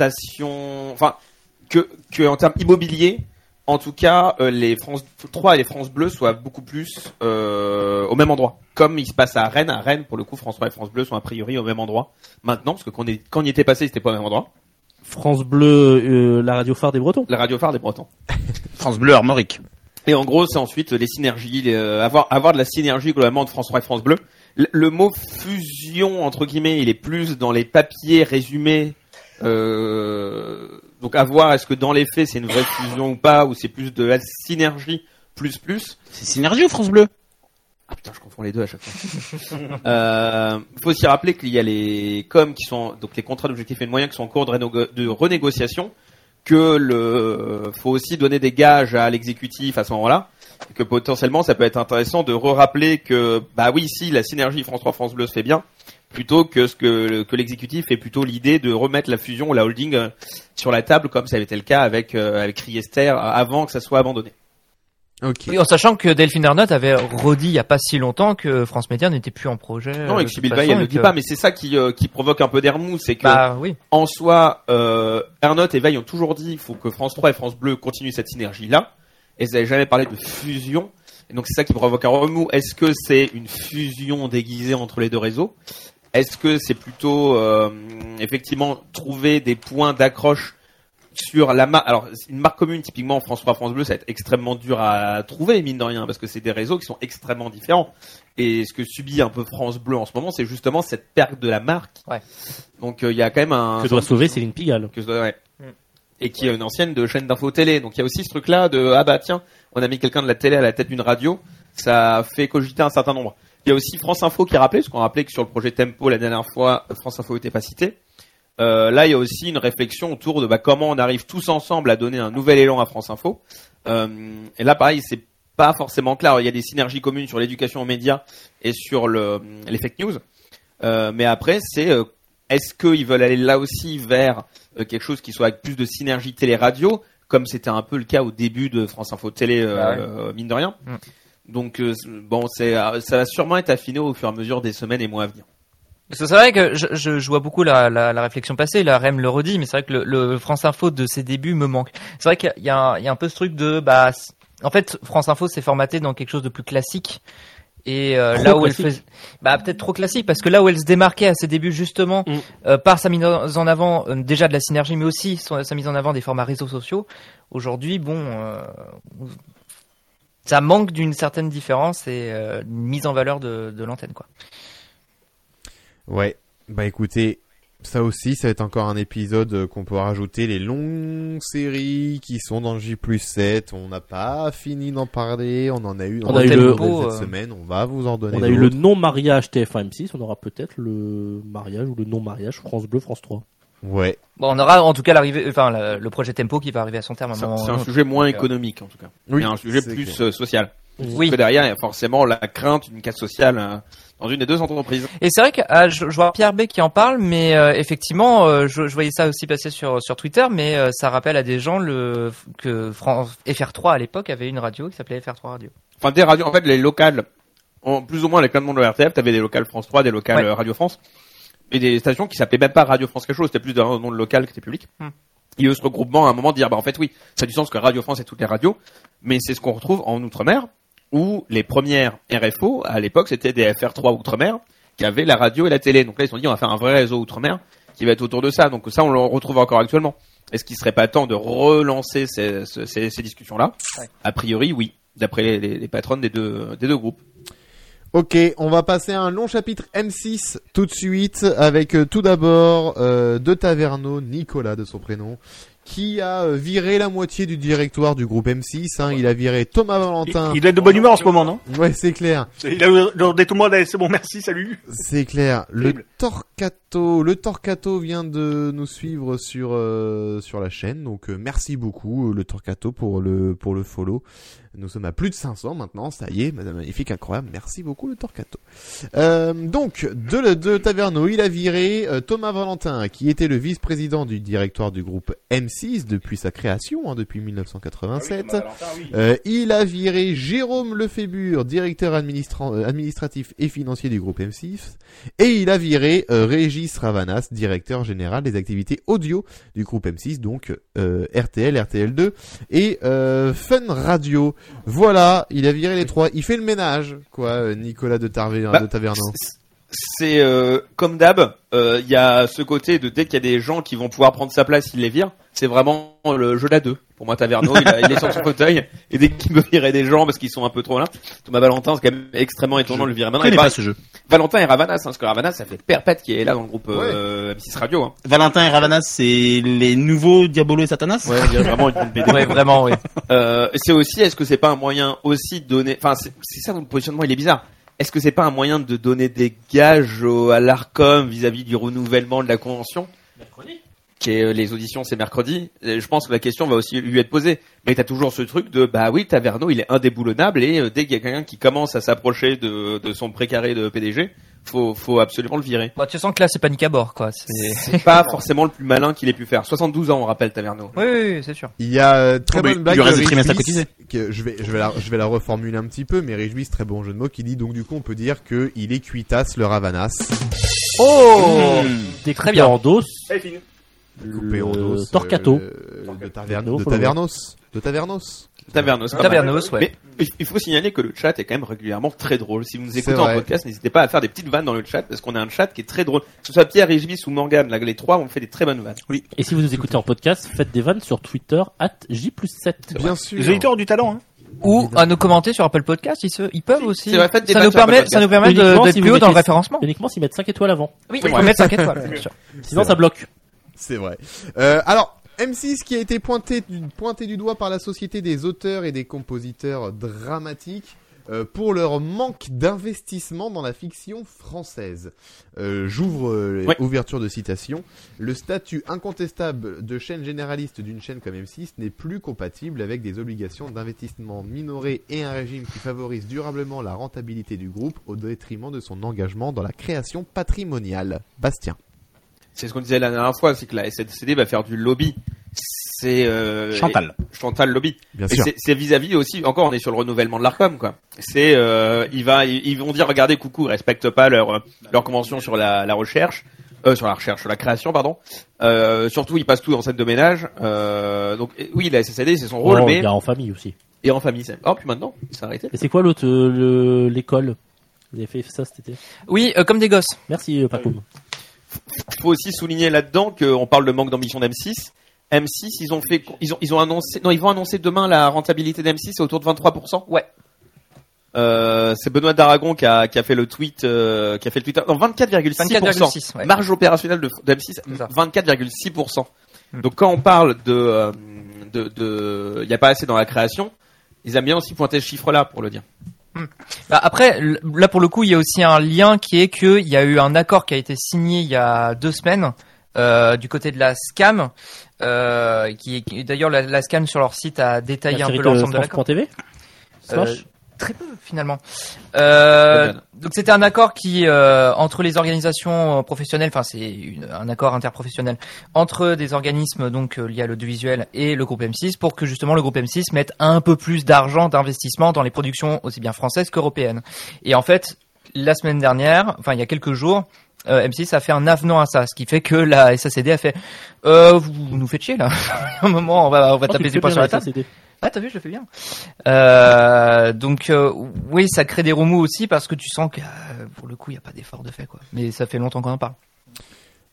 Speaker 3: l'implantation, enfin que, que en termes immobiliers, en tout cas, euh, les France 3 et les France Bleu soient beaucoup plus euh, au même endroit. Comme il se passe à Rennes, à Rennes, pour le coup, France 3 et France Bleu sont a priori au même endroit maintenant, parce que quand on, est, quand on y était passé, c'était pas au même endroit.
Speaker 6: France Bleu, euh, la radio phare des Bretons.
Speaker 3: La radio phare des Bretons.
Speaker 2: France Bleu Armorique.
Speaker 3: Et en gros, c'est ensuite les synergies, les, euh, avoir, avoir de la synergie globalement de France 3 et France Bleu. Le, le mot fusion, entre guillemets, il est plus dans les papiers résumés. Euh, donc à voir, est-ce que dans les faits, c'est une vraie fusion ou pas, ou c'est plus de la synergie plus plus.
Speaker 2: C'est Synergie ou France Bleu
Speaker 3: Ah putain, je confonds les deux à chaque fois. euh, faut aussi rappeler qu'il y a les coms qui sont donc les contrats d'objectifs et de moyens qui sont en cours de, rénogo- de renégociation. Que le faut aussi donner des gages à l'exécutif à ce moment-là. Que potentiellement, ça peut être intéressant de rappeler que bah oui, si la synergie France 3 France Bleu se fait bien, plutôt que ce que, que l'exécutif fait plutôt l'idée de remettre la fusion ou la holding euh, sur la table comme ça avait été le cas avec euh, avec Riester euh, avant que ça soit abandonné.
Speaker 1: Ok.
Speaker 4: Oui, en sachant que Delphine Arnott avait redit il y a pas si longtemps que France Média n'était plus en projet.
Speaker 3: Non,
Speaker 4: euh, de
Speaker 3: et que
Speaker 4: toute
Speaker 3: Sybille Veil,
Speaker 4: façon,
Speaker 3: elle le
Speaker 4: et
Speaker 3: dit
Speaker 4: que-
Speaker 3: pas, mais c'est ça qui, euh, qui provoque un peu d'hermou, c'est que
Speaker 4: Bah oui.
Speaker 3: en soi, euh, Arnott et Veil ont toujours dit il faut que France 3 et France Bleu continuent cette synergie-là, et ils n'avaient jamais parlé de fusion, et donc c'est ça qui provoque un remous. Est-ce que c'est une fusion déguisée entre les deux réseaux Est-ce que c'est plutôt, euh, effectivement, trouver des points d'accroche sur la marque Alors, une marque commune, typiquement France 3, France Bleu, ça va être extrêmement dur à trouver, mine de rien, parce que c'est des réseaux qui sont extrêmement différents. Et ce que subit un peu France Bleu en ce moment, c'est justement cette perte de la marque.
Speaker 4: Ouais.
Speaker 3: Donc euh, il y a quand même un
Speaker 6: Que doit sauver Céline Pigalle.
Speaker 3: que je dois- euh, ouais. Et qui est une ancienne de chaîne d'info télé. Donc il y a aussi ce truc-là de ah bah tiens, on a mis quelqu'un de la télé à la tête d'une radio, ça fait cogiter un certain nombre. Il y a aussi France Info qui est rappelé, parce qu'on rappelait que sur le projet Tempo la dernière fois, France Info n'était pas cité. Euh, là, il y a aussi une réflexion autour de bah, comment on arrive tous ensemble à donner un nouvel élan à France Info. Euh, et là, pareil, c'est pas forcément clair. Il y a des synergies communes sur l'éducation aux médias et sur le, les fake news. Euh, mais après, c'est euh, est-ce qu'ils veulent aller là aussi vers euh, quelque chose qui soit avec plus de synergie télé-radio comme c'était un peu le cas au début de France Info Télé, euh,
Speaker 7: Bah ouais.
Speaker 3: euh, mine de rien.
Speaker 4: Mm.
Speaker 3: Donc euh, c'est- bon, c'est euh, ça va sûrement être affiné au fur et à mesure des semaines et mois à venir.
Speaker 4: Parce que c'est vrai que je, je, je vois beaucoup la, la, la réflexion passée, la REM le redit, mais c'est vrai que le, le France Info de ses débuts me manque. C'est vrai qu'il y, a un- il y a un peu ce truc de... bah c- En fait, France Info s'est formaté dans quelque chose de plus classique. Et euh,
Speaker 6: Trop
Speaker 4: là où
Speaker 6: classique.
Speaker 4: elle faisait... Bah peut-être trop classique, parce que là où elle se démarquait à ses débuts justement,
Speaker 6: Mm.
Speaker 4: euh, par sa mise en avant euh, déjà de la synergie, mais aussi son- sa mise en avant des formats réseaux sociaux, aujourd'hui, bon... euh, ça manque d'une certaine différence et euh, une mise en valeur de, de l'antenne, quoi.
Speaker 1: Ouais. Bah écoutez, ça aussi, ça va être encore un épisode euh, qu'on peut rajouter les longues séries qui sont dans J 7. On n'a pas fini d'en parler. On en a eu.
Speaker 6: On
Speaker 1: en
Speaker 6: a eu
Speaker 1: tellement
Speaker 6: le-
Speaker 1: parlé
Speaker 4: euh,
Speaker 1: cette semaine. On va vous en donner.
Speaker 6: On a eu le
Speaker 1: d'autres.
Speaker 6: non-mariage TF1-M6, on aura peut-être le mariage ou le non-mariage France Bleu, France 3.
Speaker 1: Ouais.
Speaker 4: Bon, on aura en tout cas l'arrivée, enfin le, le projet Tempo qui va arriver à son terme. à un
Speaker 3: C'est un,
Speaker 4: moment
Speaker 3: c'est un
Speaker 4: ou un autre.
Speaker 3: sujet moins
Speaker 4: Donc, euh,
Speaker 3: économique en tout cas.
Speaker 1: Oui.
Speaker 3: Il y a un sujet
Speaker 1: c'est
Speaker 3: plus
Speaker 1: clair.
Speaker 3: euh, social.
Speaker 4: Oui.
Speaker 3: Parce que derrière, il y a forcément la crainte d'une casse sociale euh, dans une des deux entreprises.
Speaker 4: Et c'est vrai que ah, je, je vois Pierre B qui en parle, mais euh, effectivement, euh, je, je voyais ça aussi passer sur sur Twitter, mais euh, ça rappelle à des gens le que Fran- FR3 à l'époque avait une radio qui s'appelait FR3 Radio.
Speaker 3: Enfin, des radios, en fait, les locales, en plus ou moins les classements de RTF, t'avais des locales France 3, des locales
Speaker 4: Ouais.
Speaker 3: euh, Radio France, et des stations qui s'appelaient même pas Radio France quelque chose, c'était plus d'un nom de local que c'était public.
Speaker 4: Hmm.
Speaker 3: Et eux se regroupement à un moment dire, bah en fait oui, ça a du sens que Radio France et toutes les radios, mais c'est ce qu'on retrouve en Outre-mer, où les premières RFO, à l'époque, c'était des FR3 Outre-mer, qui avaient la radio et la télé. Donc là, ils se sont dit, on va faire un vrai réseau Outre-mer, qui va être autour de ça. Donc ça, on le retrouve encore actuellement. Est-ce qu'il serait pas temps de relancer ces, ce- ces- ces discussions-là
Speaker 4: Ouais.
Speaker 3: A priori, oui, d'après les, les, les patronnes des deux, des deux groupes.
Speaker 1: Ok, on va passer à un long chapitre M6 tout de suite avec euh, tout d'abord euh, de Taverneau, Nicolas de son prénom, qui a euh, viré la moitié du directoire du groupe M6. hein. Il a viré Thomas
Speaker 9: Il,
Speaker 1: Valentin.
Speaker 9: il doit être de bonne humeur en ce moment, non
Speaker 1: Ouais, c'est clair.
Speaker 9: Il a leur des tourments, là, c'est bon, merci, salut.
Speaker 1: C'est clair. Le
Speaker 9: Terrible.
Speaker 1: Torcato, le Torcato vient de nous suivre sur euh, sur la chaîne, donc euh, merci beaucoup euh, le Torcato pour le pour le follow. Nous sommes à plus de 500 maintenant, ça y est, Madame Magnifique, incroyable. Merci beaucoup le Torcato. Euh, donc de le- de Taverneau, il a viré euh, Thomas Valentin, qui était le vice-président du directoire du groupe M6 depuis sa création, hein, depuis 1987. Euh, il a viré Jérôme Lefébure, directeur administra- euh, administratif et financier du groupe M6. Et il a viré euh, Régis Ravanas, directeur général des activités audio du groupe M6, donc euh, RTL, RTL2 et euh, Fun Radio. Voilà, il a viré les trois. Il fait le ménage, quoi, euh, Nicolas de, Tarvé,
Speaker 3: Bah,
Speaker 1: de Tavernan.
Speaker 3: C'est euh, comme d'hab, euh, il y a ce côté de dès qu'il y a des gens qui vont pouvoir prendre sa place, il les vire. C'est vraiment le jeu d'à deux. Pour moi, Taverneau, il, a- il est sur son fauteuil et dès qu'il veut virer des gens parce qu'ils sont un peu trop là, Thomas Valentin, c'est quand même extrêmement étonnant de le virer maintenant. Et
Speaker 2: connais
Speaker 3: pas-
Speaker 2: pas ce jeu.
Speaker 3: Valentin et Ravanas, hein, parce que Ravanas, ça fait perpète qui est là dans le groupe euh, M6 Radio. Hein.
Speaker 2: Valentin et Ravanas, c'est les nouveaux Diabolo et Satanas
Speaker 3: [laughs] Ouais, il y a vraiment une bonne BD.
Speaker 4: Ouais, vraiment, oui.
Speaker 3: Euh, c'est aussi, est-ce que c'est pas un moyen aussi de donner, enfin, c'est c'est ça, notre positionnement, il est bizarre. Est-ce que c'est pas un moyen de donner des gages au- à l'ARCOM vis-à-vis du renouvellement de la convention? Qui est, euh, les auditions, c'est mercredi. Et je pense que la question va aussi lui être posée. Mais t'as toujours ce truc de, bah oui, Taverneau, il est indéboulonnable et euh, dès qu'il y a quelqu'un qui commence à s'approcher de, de son précaré de PDG, faut, faut absolument le virer.
Speaker 4: Bon, tu sens que là c'est panique à bord, quoi. C'est...
Speaker 3: C'est pas forcément le plus malin qu'il ait pu faire. 72 ans, on rappelle Taverneau.
Speaker 4: Oui, oui, oui, c'est sûr.
Speaker 1: Il y a euh, très
Speaker 2: Oh, mais
Speaker 1: bonne blague
Speaker 2: il lui reste
Speaker 1: de
Speaker 2: des trimestres à
Speaker 1: Réjouis,
Speaker 2: cotiser.
Speaker 1: que je vais je vais la je vais la reformuler un petit peu mais Réjouis très bon jeu de mots qui dit donc du coup on peut dire que il est cuitasse le Ravanas.
Speaker 4: Oh
Speaker 6: Des
Speaker 4: Très bien.
Speaker 6: en dos,
Speaker 1: coupé
Speaker 6: le
Speaker 1: en dos.
Speaker 6: Torcato.
Speaker 1: euh,
Speaker 9: Torcato.
Speaker 1: de, Taverne-
Speaker 6: Torcato,
Speaker 1: de
Speaker 6: faut le
Speaker 1: Tavernos. De Tavernos.
Speaker 3: Taverneau, c'est pas mal.
Speaker 4: Tavernos, ouais.
Speaker 3: Ah bah, Mais il- il faut signaler que le chat est quand même régulièrement très drôle. Si vous nous
Speaker 1: C'est
Speaker 3: écoutez en
Speaker 1: vrai.
Speaker 3: podcast, n'hésitez pas à faire des petites vannes dans le chat parce qu'on a un chat qui est très drôle. Que ce soit Pierre, Régis ou Morgane, là, les trois ont fait des très bonnes vannes.
Speaker 6: Et si vous nous écoutez en podcast, faites des vannes sur Twitter, at J 7.
Speaker 1: Bien sûr.
Speaker 9: Les auditeurs ont du talent, hein.
Speaker 4: Ou à nous commenter sur Apple Podcast, ils, se- ils peuvent aussi.
Speaker 3: c'est vrai, faites des
Speaker 4: ça,
Speaker 3: vannes
Speaker 4: nous
Speaker 3: sur Apple
Speaker 4: permet,
Speaker 3: Podcast.
Speaker 4: ça nous permet de-
Speaker 6: Uniquement
Speaker 4: d'être
Speaker 6: si
Speaker 4: plus
Speaker 6: vous
Speaker 4: haut dans le
Speaker 6: mettez-
Speaker 4: référencement.
Speaker 6: Uniquement s'ils mettent 5 étoiles avant.
Speaker 4: Oui,
Speaker 3: Oui,
Speaker 4: il faut
Speaker 3: ouais.
Speaker 4: mettre 5 étoiles,
Speaker 3: [laughs]
Speaker 4: bien sûr.
Speaker 6: Sinon,
Speaker 1: vrai.
Speaker 6: ça bloque.
Speaker 1: C'est vrai. Euh, alors, M6 qui a été pointé du, pointé du doigt par la Société des auteurs et des compositeurs dramatiques euh, pour leur manque d'investissement dans la fiction française. Euh, J'ouvre euh,
Speaker 3: Ouais.
Speaker 1: ouverture de citation. Le statut incontestable de chaîne généraliste d'une chaîne comme M6 n'est plus compatible avec des obligations d'investissement minorées et un régime qui favorise durablement la rentabilité du groupe au détriment de son engagement dans la création patrimoniale. Bastien.
Speaker 3: C'est ce qu'on disait la dernière fois, c'est que la SNCD va faire du lobby. c'est euh,
Speaker 2: Chantal.
Speaker 3: et- Chantal Lobby.
Speaker 1: Bien
Speaker 3: Et
Speaker 1: sûr.
Speaker 3: c'est- c'est vis-à-vis aussi. Encore, on est sur le renouvellement de l'Arcom, quoi. C'est, euh, il va, ils ils vont dire, regardez, coucou, ils respectent pas leur euh, leur convention sur la, la recherche, euh, sur la recherche, sur la création, pardon. Euh, surtout, ils passent tout en scène de ménage. Euh, donc, et- oui, la SSAD, c'est son rôle,
Speaker 6: Oh,
Speaker 3: mais
Speaker 6: Il y a en famille aussi.
Speaker 3: et en famille, c'est. Oh, puis maintenant, c'est arrêté.
Speaker 6: Et c'est quoi l'autre, euh, le- l'école Vous avez fait ça cet été
Speaker 4: Oui, euh, comme des gosses.
Speaker 6: Merci, euh, Pacoum.
Speaker 3: faut aussi souligner là-dedans qu'on parle de manque d'ambition d'M6. M6, ils ont fait, ils ont, ils ont annoncé, non, ils vont annoncer demain la rentabilité d'M6 c'est autour de 23%.
Speaker 7: Ouais.
Speaker 3: Euh, c'est Benoît d'Aragon qui a, qui a fait le tweet, euh, qui a fait le tweet, non, 24,6%.
Speaker 4: 24,6. ouais.
Speaker 3: Marge opérationnelle de, d'M6,
Speaker 4: C'est ça.
Speaker 3: 24,6%.
Speaker 4: Hmm.
Speaker 3: Donc quand on parle de, euh, de, de, il n'y a pas assez dans la création, ils aiment bien aussi pointer ce chiffre-là pour le dire.
Speaker 4: Bah, après, l- là pour le coup, il y a aussi un lien qui est que il y a eu un accord qui a été signé il y a deux semaines euh, du côté de la SCAM, euh, qui qui- d'ailleurs la, la SCAM sur leur site a détaillé un peu l'ensemble de l'accord.
Speaker 6: France.tv Slash
Speaker 4: Euh, Très peu finalement. Euh, donc c'était un accord qui euh, entre les organisations euh, professionnelles, enfin c'est une- un accord interprofessionnel entre des organismes donc euh, liés à l'audiovisuel et le groupe M6 pour que justement le groupe M6 mette un peu plus d'argent d'investissement dans les productions aussi bien françaises qu'européennes. Et en fait, la semaine dernière, enfin il y a quelques jours, euh, M6 a fait un avenant à ça, ce qui fait que la SACD a fait euh, vous, vous nous faites chier là. [laughs] un moment on va on va
Speaker 6: Oh, tu
Speaker 4: taper
Speaker 6: fais
Speaker 4: du poing
Speaker 6: bien
Speaker 4: sur la
Speaker 6: avec
Speaker 4: table.
Speaker 6: ça, CD.
Speaker 4: Ah, t'as vu, je le fais bien. Euh, donc, euh, oui, ça crée des remous aussi parce que tu sens que, euh, pour le coup, il n'y a pas d'effort de fait, quoi. Mais ça fait longtemps qu'on en parle.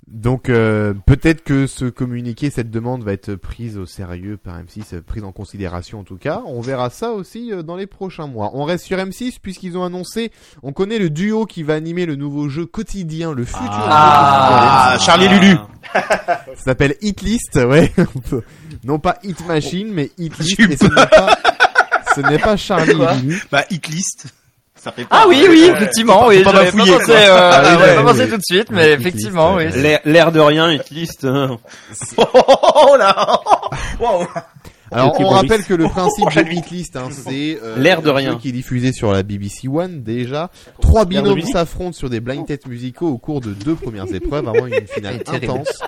Speaker 1: Donc euh, peut-être que ce communiqué, cette demande va être prise au sérieux par M6, euh, prise en considération en tout cas. On verra ça aussi euh, dans les prochains mois. On reste sur M6 puisqu'ils ont annoncé, on connaît le duo qui va animer le nouveau jeu quotidien, le futur.
Speaker 2: Ah,
Speaker 1: jeu quotidien.
Speaker 2: Charlie Lulu.
Speaker 1: Ça s'appelle Hit List, ouais. [laughs] on peut- Non pas Hit Machine, mais Hit List.
Speaker 2: J'ai eu
Speaker 1: Et ce n'est pas, ce n'est pas Charlie
Speaker 7: Quoi
Speaker 1: Lulu.
Speaker 2: Bah, hitlist. Ça fait pas.
Speaker 4: Ah oui, oui, effectivement, oui.
Speaker 2: pas
Speaker 4: j'avais
Speaker 2: bafouillé,
Speaker 4: pensé,
Speaker 2: quoi.
Speaker 4: euh,
Speaker 1: Ah oui,
Speaker 4: j'avais
Speaker 1: ouais,
Speaker 4: pas pensé
Speaker 1: oui.
Speaker 4: tout de suite,
Speaker 1: Oui,
Speaker 4: mais
Speaker 1: oui,
Speaker 4: effectivement,
Speaker 1: oui,
Speaker 4: oui.
Speaker 1: oui.
Speaker 3: L'air l'air de rien, ils te listent, hein.
Speaker 2: [laughs] Oh là Wow.
Speaker 1: Alors,
Speaker 6: Ok,
Speaker 1: on
Speaker 6: Boris.
Speaker 1: rappelle que le principe de Hitlist, hein, c'est euh,
Speaker 3: L'air de
Speaker 1: un
Speaker 3: rien.
Speaker 1: jeu qui est diffusé sur la BBC One déjà. Trois
Speaker 6: L'air de
Speaker 1: binômes
Speaker 6: musique.
Speaker 1: s'affrontent sur des blind tests musicaux au cours de deux premières épreuves avant une finale
Speaker 4: Et terrible.
Speaker 1: intense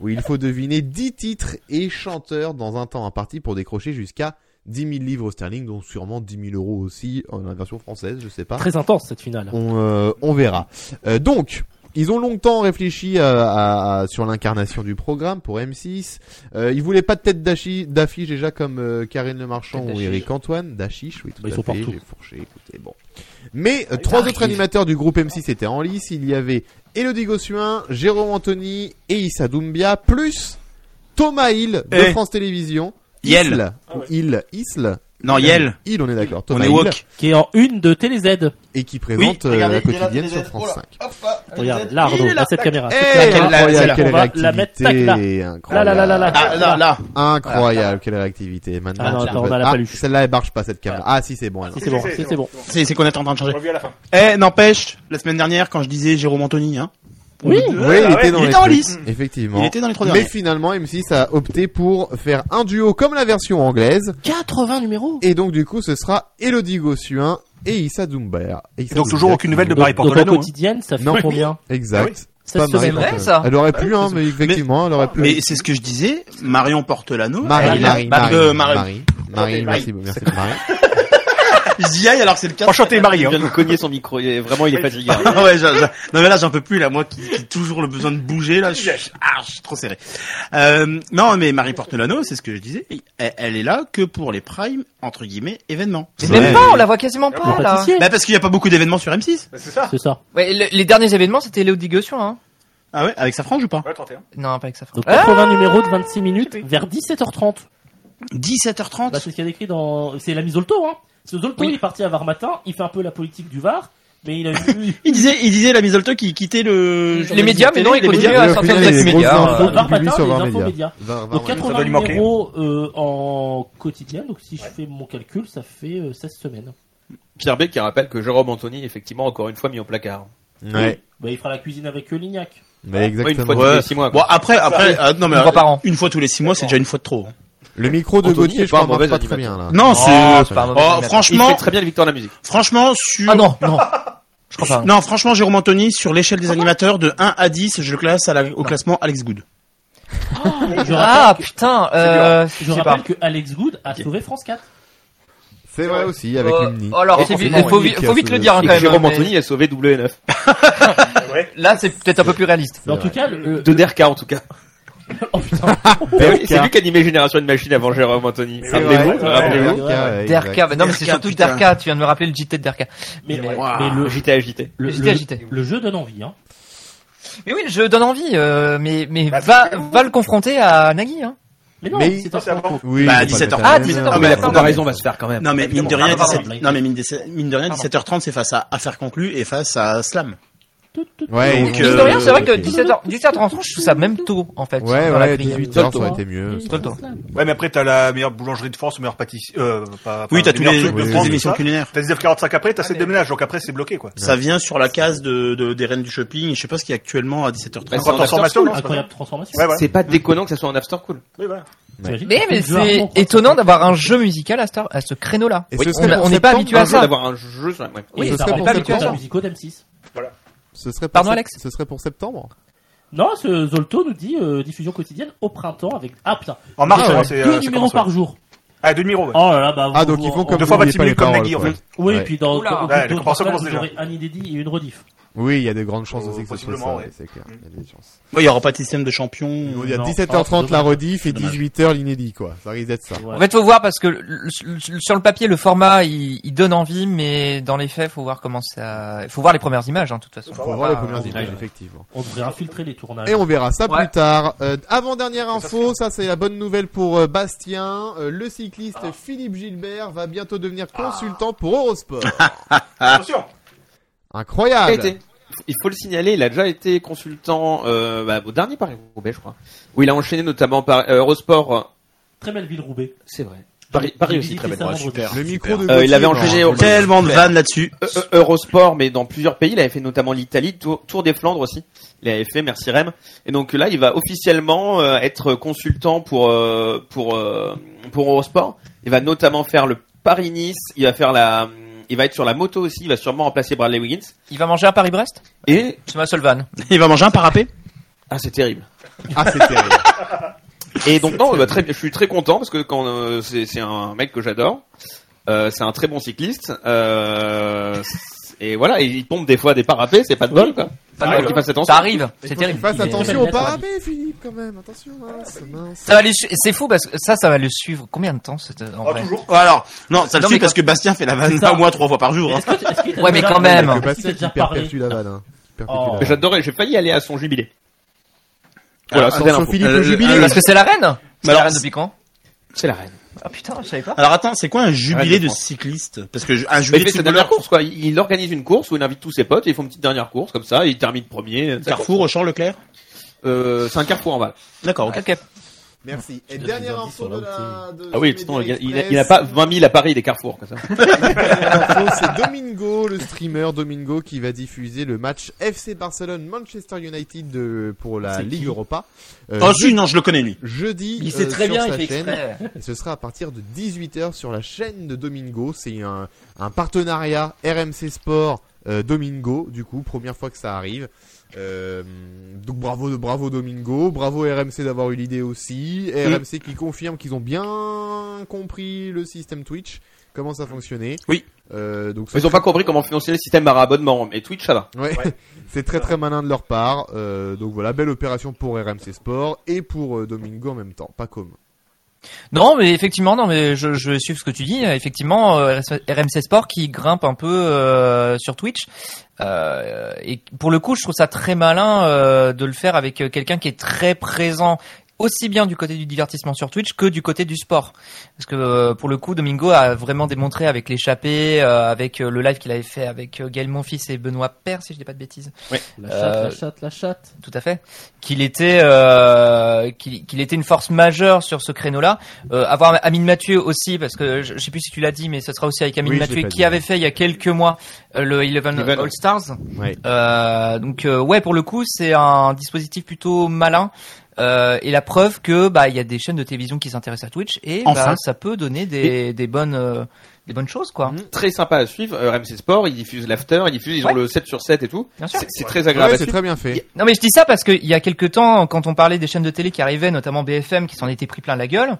Speaker 1: où il faut deviner 10 titres et chanteurs dans un temps imparti pour décrocher jusqu'à 10 000 livres sterling, dont sûrement 10 000 euros aussi en la version française, je sais pas.
Speaker 4: Ah.
Speaker 6: Très intense cette finale.
Speaker 1: On, euh, on verra. Euh, donc, ils ont longtemps réfléchi euh, à, à- sur l'incarnation du programme pour M6. Euh, ils voulaient pas de tête d'achi- d'affiche déjà comme euh, Karine Le Marchand
Speaker 4: Tête
Speaker 1: ou
Speaker 4: d'affiche.
Speaker 1: Eric Antoine d'affiche, oui tout
Speaker 6: Bah, ils
Speaker 1: à
Speaker 6: sont
Speaker 1: fait.
Speaker 6: partout.
Speaker 1: J'ai fourché, écoutez, bon. Mais euh,
Speaker 4: Ah,
Speaker 1: trois autres animateurs du groupe M6 étaient en lice. Il y avait Elodie Gossuin, Jérôme Anthony et Issa Doumbia, plus Thomas Hill de
Speaker 2: Eh.
Speaker 1: France Télévisions.
Speaker 2: Yel.
Speaker 1: Isle,
Speaker 4: Ah
Speaker 1: ou Hill, Isle.
Speaker 2: Non, Yel.
Speaker 1: Hill, on est d'accord.
Speaker 2: On
Speaker 1: Thomas
Speaker 2: est
Speaker 1: Hill,
Speaker 2: woke.
Speaker 6: Qui est en une de TéléZ.
Speaker 1: Et qui présente euh,
Speaker 9: regardez,
Speaker 1: la
Speaker 9: il est là,
Speaker 1: quotidienne
Speaker 9: Télé
Speaker 1: sur
Speaker 9: Z.
Speaker 1: France
Speaker 9: Oh là.
Speaker 1: 5.
Speaker 6: Regarde, là, Arnaud, là, cette caméra.
Speaker 1: Eh,
Speaker 6: Cette caméra.
Speaker 1: incroyable,
Speaker 2: là,
Speaker 1: quelle
Speaker 6: on va la
Speaker 1: réactivité,
Speaker 6: mettre, tac, là. Là,
Speaker 1: incroyable.
Speaker 6: là, là, là, là.
Speaker 2: Ah, là, là.
Speaker 1: Incroyable, quelle réactivité. Maintenant,
Speaker 6: Ah non,
Speaker 1: tu
Speaker 6: attends,
Speaker 1: peux-
Speaker 6: on a la
Speaker 1: Ah,
Speaker 6: paluche.
Speaker 1: celle-là, elle marche pas, cette caméra. Ah, si, c'est bon. elle
Speaker 6: Si, c'est bon, si, c'est bon.
Speaker 2: C'est c'est qu'on est en train de
Speaker 9: Je
Speaker 2: changer.
Speaker 9: reviens à la fin.
Speaker 2: Eh, n'empêche, la semaine dernière, quand je disais Jérôme Anthony, hein,
Speaker 6: Oui,
Speaker 1: marche. Oui, il était dans
Speaker 2: il
Speaker 1: les
Speaker 2: était en
Speaker 1: trucs,
Speaker 2: lice.
Speaker 1: Effectivement.
Speaker 2: il était dans les trois
Speaker 1: Mais
Speaker 2: derniers.
Speaker 1: finalement, M6 a opté pour faire un duo comme la version anglaise.
Speaker 6: 80 numéros.
Speaker 1: Et donc, du coup, ce sera Elodie Gossuin et Issa Doumbia. Et Issa
Speaker 5: Donc
Speaker 1: Doumbia
Speaker 5: toujours aucune nouvelle de Barry
Speaker 6: Donc, donc en
Speaker 5: Portolano. hein.
Speaker 6: quotidienne, ça fait
Speaker 1: Non.
Speaker 6: combien
Speaker 1: qui- Exact.
Speaker 6: Cette
Speaker 1: Pas mal,
Speaker 4: C'est
Speaker 6: semaine.
Speaker 4: vrai,
Speaker 1: donc,
Speaker 4: ça
Speaker 1: Elle aurait pu, hein, mais effectivement, elle aurait pu.
Speaker 2: Mais c'est ce que je disais, Marion Portolano.
Speaker 1: Marie,
Speaker 2: elle a-
Speaker 1: Marie,
Speaker 2: Bah,
Speaker 1: Marie,
Speaker 2: euh, Marie.
Speaker 1: Marie, Marie, merci, merci, Marie.
Speaker 2: Je dis aïe alors que c'est le cas.
Speaker 5: Enchanté, Marie.
Speaker 3: Il
Speaker 5: hein.
Speaker 3: vient de cogner son micro, il est- vraiment, il est fatigué. hein.
Speaker 2: Ah [laughs] ouais, je- je- non mais là j'en peux plus là, moi qui, qui ai toujours le besoin de bouger là, je suis, ah, je suis trop serré. Euh, non mais Marie Portolano, c'est ce que je disais, elle, elle est là que pour les prime entre guillemets événements.
Speaker 4: Mais
Speaker 2: C'est
Speaker 4: même
Speaker 2: vrai.
Speaker 4: pas, on la voit quasiment pas,
Speaker 6: Le
Speaker 4: là.
Speaker 6: pâtissier.
Speaker 2: Bah parce qu'il n'y a pas beaucoup d'événements sur M6.
Speaker 9: Bah, c'est ça.
Speaker 6: C'est ça.
Speaker 4: Ouais, le- les derniers événements, c'était Léo Gossuin, hein.
Speaker 2: Ah ouais, avec sa frange ou pas
Speaker 9: Ouais, 31.
Speaker 4: Non, pas avec sa femme. Hein
Speaker 6: Donc 80 numéros de 26 minutes vers 17h30.
Speaker 2: 17h30.
Speaker 6: Bah, c'est ce qu'il y a écrit dans. C'est l'ami Zolto, hein. Ce Zolto,
Speaker 4: Oui.
Speaker 6: il est parti à Var matin, il fait un peu la politique du Var, mais il a eu.
Speaker 2: [laughs] il disait il disait la Misolto qui quittait le
Speaker 4: Les médias, mais non, ils
Speaker 1: Oui,
Speaker 4: continuent
Speaker 1: au
Speaker 4: à sortir
Speaker 1: final,
Speaker 4: des
Speaker 1: il y a des grosses
Speaker 4: médias.
Speaker 1: infos
Speaker 6: euh,
Speaker 1: qui
Speaker 6: Var
Speaker 1: publient
Speaker 6: Matin,
Speaker 1: sur
Speaker 6: les
Speaker 1: Var
Speaker 6: infos
Speaker 1: Média.
Speaker 6: médias.
Speaker 1: Var- Var
Speaker 6: Donc
Speaker 1: Média.
Speaker 6: 80
Speaker 9: lui manquer.
Speaker 6: numéros euh, en quotidien, donc si je fais mon calcul, ça fait euh, 16 semaines.
Speaker 3: Pierre B qui rappelle que Jérôme Anthony, effectivement, encore une fois mis au placard.
Speaker 1: Ouais,
Speaker 6: Bah, il fera la cuisine avec euh, Lignac.
Speaker 1: mais
Speaker 3: Ouais, une
Speaker 1: exactement.
Speaker 3: fois tous
Speaker 2: Ouais.
Speaker 3: les six mois.
Speaker 2: Bon
Speaker 3: quoi.
Speaker 2: après après euh, non mais
Speaker 4: Une fois
Speaker 2: euh,
Speaker 4: par an.
Speaker 2: une fois tous les 6 mois, c'est déjà une fois de trop. hein.
Speaker 1: Le micro de
Speaker 3: Anthony
Speaker 1: Gauthier,
Speaker 3: est
Speaker 1: je
Speaker 3: pas un
Speaker 1: crois, marche
Speaker 3: mauvais
Speaker 1: pas très bien
Speaker 3: animateur.
Speaker 1: là.
Speaker 2: Non, c'est
Speaker 4: c'est euh, pas un mauvais
Speaker 2: oh,
Speaker 4: animateur.
Speaker 3: Il fait
Speaker 2: franchement
Speaker 3: très bien les victoires de la musique.
Speaker 2: franchement sur
Speaker 4: Ah non, non. Je crois pas.
Speaker 2: Non, franchement, Jérôme Anthony, sur l'échelle des animateurs, de 1 à 10, je le classe à la- au classement Alex Good.
Speaker 6: Je
Speaker 4: Ah
Speaker 6: rappelle que-
Speaker 4: putain, euh,
Speaker 6: je
Speaker 4: je sais pas.
Speaker 6: rappelle que Alex Good a sauvé France 4.
Speaker 1: C'est vrai aussi, avec
Speaker 7: Euh,
Speaker 1: Lumni.
Speaker 7: alors,
Speaker 1: Et
Speaker 4: c'est
Speaker 1: forcément,
Speaker 4: vite- Oh, faut
Speaker 1: Lumni
Speaker 4: vite-
Speaker 1: qui
Speaker 4: faut
Speaker 1: a
Speaker 4: vite le
Speaker 1: ce-
Speaker 4: dire, hein,
Speaker 1: ce-
Speaker 4: quand
Speaker 3: Et
Speaker 4: même.
Speaker 3: Jérôme
Speaker 4: mais-
Speaker 3: Anthony a sauvé W9.
Speaker 4: Là, c'est peut-être un peu plus réaliste.
Speaker 6: Mais en
Speaker 1: C'est
Speaker 6: tout cas, le...
Speaker 3: De Derka en tout cas.
Speaker 6: [laughs] oh putain,
Speaker 3: Mais oui, [laughs] C'est lui qui animait Génération de Machine avant Jérôme Anthony.
Speaker 9: Mais oui,
Speaker 3: Rappelez-vous,
Speaker 9: ouais, ouais,
Speaker 3: rappelez-vous.
Speaker 1: Derka, ouais, exact.
Speaker 4: Derka, mais non, mais c'est
Speaker 2: Derka,
Speaker 4: surtout
Speaker 2: putain.
Speaker 4: Derka. Tu viens de me rappeler le JT de Derka.
Speaker 6: mais,
Speaker 4: Mais-
Speaker 6: mais
Speaker 3: Waouh,
Speaker 6: le,
Speaker 3: Ah, J'étais agité.
Speaker 6: le,
Speaker 4: J'étais
Speaker 6: le-
Speaker 4: agité.
Speaker 6: le jeu donne envie. Hein.
Speaker 4: Mais oui, je donne envie, euh, mais mais
Speaker 9: Bah,
Speaker 4: va
Speaker 9: c'est-
Speaker 4: va le confronter à Nagui. Hein.
Speaker 6: Mais non,
Speaker 1: Mais-
Speaker 6: c'est
Speaker 9: Ça,
Speaker 6: un
Speaker 9: c'est avant.
Speaker 1: Oui,
Speaker 2: Bah,
Speaker 1: il y a pas
Speaker 2: 17h.
Speaker 1: de
Speaker 4: Ah,
Speaker 1: problème.
Speaker 4: 17h.
Speaker 1: Ah,
Speaker 2: mais
Speaker 1: mais
Speaker 2: la
Speaker 1: attends,
Speaker 3: comparaison va se faire quand même.
Speaker 2: Non mais mine de rien,
Speaker 6: Ah, pardon.
Speaker 2: 17 non mais mine de, mine de rien, 17h30 c'est face à affaire conclue et face à slam.
Speaker 1: Ouais,
Speaker 2: Donc,
Speaker 1: ils
Speaker 2: euh,
Speaker 1: ont-
Speaker 4: Mine de rien, c'est vrai que
Speaker 1: ok.
Speaker 4: 17h, 17h30, je trouve ça même tôt, en fait.
Speaker 1: Ouais,
Speaker 4: dans la
Speaker 1: ouais,
Speaker 4: grille.
Speaker 1: 18h, ça aurait été mieux.
Speaker 4: Tout Euh, le temps.
Speaker 9: Ouais, mais après, t'as la meilleure boulangerie de France, meilleure pâtisserie. Euh, pas,
Speaker 2: Oui,
Speaker 9: enfin,
Speaker 2: t'as tous les,
Speaker 9: meilleurs trucs de
Speaker 1: les
Speaker 9: France,
Speaker 2: émissions Ah,
Speaker 9: tout ça.
Speaker 2: culinaires.
Speaker 9: T'as 1945 après, t'as celle de ménage, donc après, c'est bloqué, quoi.
Speaker 2: Ça vient sur la case de, de- des reines du shopping. Je sais pas ce qu'il y a actuellement à 17h30.
Speaker 3: c'est en
Speaker 9: transformation, non, c'est pas
Speaker 6: Incroyable transformation.
Speaker 9: Ouais, ouais.
Speaker 3: C'est pas déconnant que ça soit un after cool.
Speaker 9: Oui, voilà.
Speaker 6: T'imagines
Speaker 4: Mais, mais
Speaker 6: Le jeu Armand,
Speaker 4: c'est
Speaker 6: quoi.
Speaker 4: étonnant d'avoir un jeu musical à, ce- à ce créneau-là.
Speaker 1: Et
Speaker 4: Oui,
Speaker 1: ce
Speaker 4: on
Speaker 1: serait
Speaker 4: a-
Speaker 1: pour
Speaker 4: on n'est pas
Speaker 1: septembre,
Speaker 4: habitué
Speaker 3: Un
Speaker 4: à
Speaker 3: jour
Speaker 4: ça.
Speaker 3: d'avoir un jeu sur la ouais.
Speaker 1: Et
Speaker 6: Et
Speaker 1: ce
Speaker 6: ça
Speaker 1: serait
Speaker 6: rappelle
Speaker 1: pour
Speaker 6: que
Speaker 1: septembre.
Speaker 6: la musicale d'M6.
Speaker 1: Ce serait pour
Speaker 4: Pardon,
Speaker 1: sept-
Speaker 4: Alex
Speaker 1: Ce serait pour septembre
Speaker 6: Non, ce Zolto nous dit euh, diffusion quotidienne au printemps avec ah putain
Speaker 9: En mars,
Speaker 1: Ah ouais.
Speaker 9: hein, c'est.
Speaker 6: deux
Speaker 9: euh, c'est
Speaker 6: numéros
Speaker 9: comment ça
Speaker 6: par jour.
Speaker 9: Ah, deux numéros, ouais.
Speaker 6: Oh là là bah
Speaker 1: Ah,
Speaker 6: vous-
Speaker 1: donc ils
Speaker 6: vous-
Speaker 1: font comme
Speaker 9: deux fois
Speaker 1: vous,
Speaker 9: 26
Speaker 1: n'oubliez
Speaker 9: minutes comme
Speaker 1: pas les
Speaker 9: Nagui, en
Speaker 1: paroles,
Speaker 9: fait.
Speaker 6: Oui,
Speaker 1: Ouais.
Speaker 6: et puis dans
Speaker 7: Oula.
Speaker 6: dans-
Speaker 9: Ouais, les
Speaker 6: dans-
Speaker 9: commencements
Speaker 6: dans-
Speaker 9: commencent déjà.
Speaker 6: j'aurai un inédit et une rediff.
Speaker 1: quoi. Oui, il y a de grandes chances
Speaker 9: Oh,
Speaker 1: aussi que ce soit ça,
Speaker 9: possiblement,
Speaker 1: ouais,
Speaker 9: ouais.
Speaker 1: c'est clair. Il y a des chances.
Speaker 2: Ouais, il y aura pas de système de champion.
Speaker 1: Il y a
Speaker 6: Non.
Speaker 1: 17h30
Speaker 6: Ah,
Speaker 1: la rediff et
Speaker 2: dommage.
Speaker 1: 18h l'inédit, quoi. Ça risque d'être ça.
Speaker 6: Ouais.
Speaker 4: En fait, faut voir parce que le- le- sur le papier, le format, il, il donne envie, mais dans les faits, faut voir comment ça. Faut voir les premières images, hein, de toute façon.
Speaker 1: On va voir les
Speaker 4: pas-
Speaker 1: premières
Speaker 4: on-
Speaker 1: images, effectivement.
Speaker 6: On devrait infiltrer les tournages.
Speaker 1: Et on verra ça
Speaker 7: Ouais.
Speaker 1: plus tard. Euh, Avant-dernière info, ça c'est la bonne nouvelle pour euh, Bastien. Euh, le cycliste Philippe Gilbert va bientôt devenir consultant pour Eurosport.
Speaker 9: Attention!
Speaker 3: Il a
Speaker 1: Incroyable
Speaker 3: été. Il faut le signaler, il a déjà été consultant euh, bah, au dernier Paris-Roubaix, je crois. Où il a enchaîné notamment par euh, Eurosport. euh,
Speaker 6: Très belle ville Roubaix.
Speaker 3: C'est vrai. Paris, Paris aussi, très belle.
Speaker 6: Ouais, super.
Speaker 1: Le micro de
Speaker 3: Euh, il
Speaker 1: Gauthier,
Speaker 3: avait
Speaker 1: non,
Speaker 3: enchaîné
Speaker 1: hein.
Speaker 3: au-
Speaker 2: Tellement de vannes là-dessus.
Speaker 3: Euh, euh, Eurosport, mais dans plusieurs pays. Il avait fait notamment l'Italie, Tour, Tour des Flandres aussi. Il avait fait, merci Rem. Et donc là, il va officiellement euh, être consultant pour euh, pour euh, pour Eurosport. Il va notamment faire le Paris-Nice. Il va faire la, il va être sur la moto aussi. Il va sûrement remplacer Bradley Wiggins.
Speaker 4: Il va manger à Paris-Brest
Speaker 3: Et
Speaker 4: C'est ma seule vanne.
Speaker 2: Il va manger un parapet.
Speaker 3: ah, c'est terrible.
Speaker 1: Ah, c'est terrible.
Speaker 3: Et donc non, bah, très, je suis très content parce que quand euh, c'est c'est un mec que j'adore, euh, c'est un très bon cycliste. Euh, et voilà, et il pompe des fois des parapets, c'est pas de bol quoi.
Speaker 4: Pas de
Speaker 3: Faut
Speaker 4: bol.
Speaker 3: qu'il fasse attention.
Speaker 4: Ça arrive,
Speaker 1: Il
Speaker 4: c'est
Speaker 1: faut
Speaker 4: terrible.
Speaker 1: qu'il Fasse
Speaker 4: Il est-
Speaker 1: attention au
Speaker 6: Il est-
Speaker 1: parapet, Philippe, quand même. Attention, mince, mince.
Speaker 4: Ça va les su- c'est fou parce que ça, ça va le suivre combien de temps cette, en
Speaker 9: Oh,
Speaker 4: vrai
Speaker 9: toujours.
Speaker 2: Oh, Alors, non, ça le
Speaker 4: Non,
Speaker 2: suit
Speaker 4: mais
Speaker 2: parce que Bastien fait la vanne
Speaker 6: C'est ça.
Speaker 2: au moins trois fois par jour. hein.
Speaker 6: Est-ce que- est-ce que t'as
Speaker 4: Ouais, mais
Speaker 6: déjà-
Speaker 4: quand même.
Speaker 6: est-ce
Speaker 1: Que
Speaker 6: que
Speaker 1: Bastien
Speaker 6: t'as
Speaker 1: qui
Speaker 6: déjà
Speaker 1: perpétue
Speaker 6: parlé
Speaker 1: la vanne. hein. Perpétue
Speaker 6: Oh.
Speaker 1: la vanne.
Speaker 3: J'adorais, j'ai failli aller à son jubilé. Voilà,
Speaker 2: Alors,
Speaker 3: c'était
Speaker 1: attention,
Speaker 3: l'info.
Speaker 1: Philippe,
Speaker 2: Euh,
Speaker 1: le jubilé.
Speaker 2: euh,
Speaker 4: Parce que c'est la reine C'est la
Speaker 2: alors,
Speaker 4: reine depuis quand
Speaker 3: C'est la reine.
Speaker 4: Ah putain, je savais pas.
Speaker 2: [laughs] Alors attends, c'est quoi un
Speaker 3: Arrête
Speaker 2: jubilé
Speaker 3: de
Speaker 2: de
Speaker 3: prendre.
Speaker 2: cycliste Parce que je- un
Speaker 3: Mais
Speaker 2: jubilé
Speaker 3: il
Speaker 2: de
Speaker 3: fait sa dernière
Speaker 2: footballeur,
Speaker 3: course quoi. Il il organise une course où il invite tous ses potes et ils font une petite dernière course comme ça. Et il termine premier. euh,
Speaker 2: Carrefour, Auchan, Leclerc.
Speaker 3: Euh, c'est un carrefour en bas.
Speaker 2: D'accord. ok.
Speaker 4: Ah, Ok.
Speaker 1: Merci. Et
Speaker 6: Je te
Speaker 1: dernière
Speaker 6: donne des
Speaker 1: info de
Speaker 6: indices sur
Speaker 1: la. de
Speaker 3: Ah oui,
Speaker 1: ce
Speaker 3: sinon, il,
Speaker 1: Média
Speaker 3: a- il a-
Speaker 1: Express.
Speaker 3: il a pas 20 000 à Paris des carrefours comme ça.
Speaker 1: L'info, c'est Domingo, le streamer Domingo qui va diffuser le match FC Barcelone Manchester United de- pour la
Speaker 6: C'est qui
Speaker 1: Ligue Europa. Euh,
Speaker 2: Oh
Speaker 1: je-
Speaker 2: si, non, je le connais lui.
Speaker 1: jeudi
Speaker 4: Il sait
Speaker 1: euh,
Speaker 4: très
Speaker 1: sur sa
Speaker 4: bien, il fait
Speaker 1: chaîne.
Speaker 4: exprès.
Speaker 1: Et ce sera à partir de 18h sur la chaîne de Domingo. C'est un, un partenariat RMC Sport euh, Domingo, du coup, première fois que ça arrive. Euh, donc bravo, bravo Domingo, bravo RMC d'avoir eu l'idée aussi. RMC qui confirme qu'ils ont bien compris le système Twitch, comment ça fonctionnait.
Speaker 2: Oui.
Speaker 1: Euh, donc c'est
Speaker 3: Ils ont pas compris comment financer le système par abonnement. Mais Twitch ça va.
Speaker 1: Ouais. [laughs] C'est très très malin de leur part. Euh, donc voilà, belle opération pour RMC Sport et pour euh, Domingo en même temps. Pas comme.
Speaker 4: Non, mais effectivement, non, mais je, je suis ce que tu dis. Effectivement, euh, RMC Sport qui grimpe un peu euh, sur Twitch. Euh, et pour le coup, je trouve ça très malin euh, de le faire avec euh, quelqu'un qui est très présent aussi bien du côté du divertissement sur Twitch que du côté du sport. Parce que euh, pour le coup, Domingo a vraiment démontré avec l'échappée, euh, avec euh, le live qu'il avait fait avec euh, Gaël Monfils et Benoît Père, si je dis pas de bêtises
Speaker 6: La chatte,
Speaker 4: Euh,
Speaker 6: la chatte, la chatte.
Speaker 4: tout à fait, qu'il était euh, qu'il qu'il était une force majeure sur ce créneau-là. Euh, avoir Amine Mathieu aussi, parce que je, je sais plus si tu l'as dit, mais ce sera aussi avec Amine
Speaker 1: Oui, je l'ai
Speaker 4: Mathieu
Speaker 1: pas
Speaker 4: qui
Speaker 1: dit.
Speaker 4: avait fait il y a quelques mois euh, le Eleven
Speaker 3: Eleven.
Speaker 4: All Stars.
Speaker 1: Ouais.
Speaker 4: Euh, donc euh, ouais, pour le coup, c'est un dispositif plutôt malin. Euh, et la preuve que bah il y a des chaînes de télévision qui s'intéressent à Twitch et bah,
Speaker 2: Enfin.
Speaker 4: ça peut donner des, des bonnes euh, des bonnes choses,
Speaker 1: Hein.
Speaker 4: quoi.
Speaker 3: Mmh. Très sympa à suivre. Euh, RMC Sport, ils diffusent l'after, ils diffusent, ils ont
Speaker 4: Ouais.
Speaker 3: le 7 sur 7 et tout.
Speaker 4: Bien sûr.
Speaker 3: C'est c'est très agréable à
Speaker 1: c'est
Speaker 3: suivre.
Speaker 1: très bien fait.
Speaker 4: Non mais je dis ça parce qu'il y a quelques temps, quand on parlait des chaînes de télé qui arrivaient, notamment BFM, qui s'en étaient pris plein la gueule,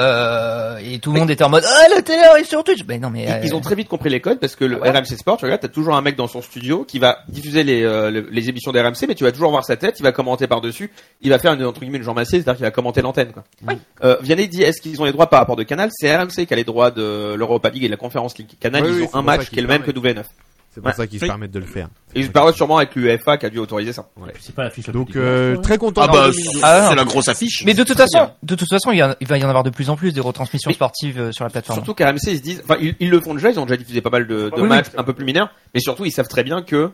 Speaker 4: euh, et tout le monde était en mode ah la télé arrive sur Twitch. Ben non mais euh,
Speaker 3: Ils, ils ont très vite compris les codes parce que le
Speaker 4: Ah ouais.
Speaker 3: RMC Sport, tu regardes, t'as toujours un mec dans son studio qui va diffuser les, euh, le- les émissions des RMC, mais tu vas toujours voir sa tête, il va commenter par-dessus, il va faire une, entre guillemets une Jean Massier, c'est-à-dire qu'il va commenter l'antenne. quoi.
Speaker 4: Oui.
Speaker 3: Euh, Vianney dit est-ce qu'ils ont les droits par rapport de Canal C'est RMC qui a les droits de l'Europa League et de la Conférence League. Canal,
Speaker 1: Oui,
Speaker 3: ils
Speaker 1: oui,
Speaker 3: ont
Speaker 1: c'est
Speaker 3: un
Speaker 1: pour ça
Speaker 3: match qui
Speaker 1: qu'ils
Speaker 3: est le même que
Speaker 1: permettent.
Speaker 3: W9.
Speaker 1: C'est pour
Speaker 3: Ouais.
Speaker 1: ça qu'ils se
Speaker 3: Oui.
Speaker 1: permettent de le faire.
Speaker 3: Et ils se parlent sûrement avec l'UEFA qui a dû autoriser ça.
Speaker 6: C'est pas la fiche.
Speaker 1: Donc euh, très content.
Speaker 2: Ah
Speaker 1: pour
Speaker 2: bah,
Speaker 1: lui.
Speaker 2: c'est
Speaker 4: Ah, non.
Speaker 2: la grosse affiche.
Speaker 4: Mais de toute façon, de toute façon, il, y en- il va y en avoir de plus en plus des retransmissions
Speaker 3: Mais-
Speaker 4: sportives euh, sur la plateforme.
Speaker 3: Surtout qu'RMC, ils se disent, enfin, ils, ils le font déjà, ils ont déjà diffusé pas mal de, de
Speaker 4: Ah Oui,
Speaker 3: matchs un peu plus mineurs, mais surtout, ils savent très bien que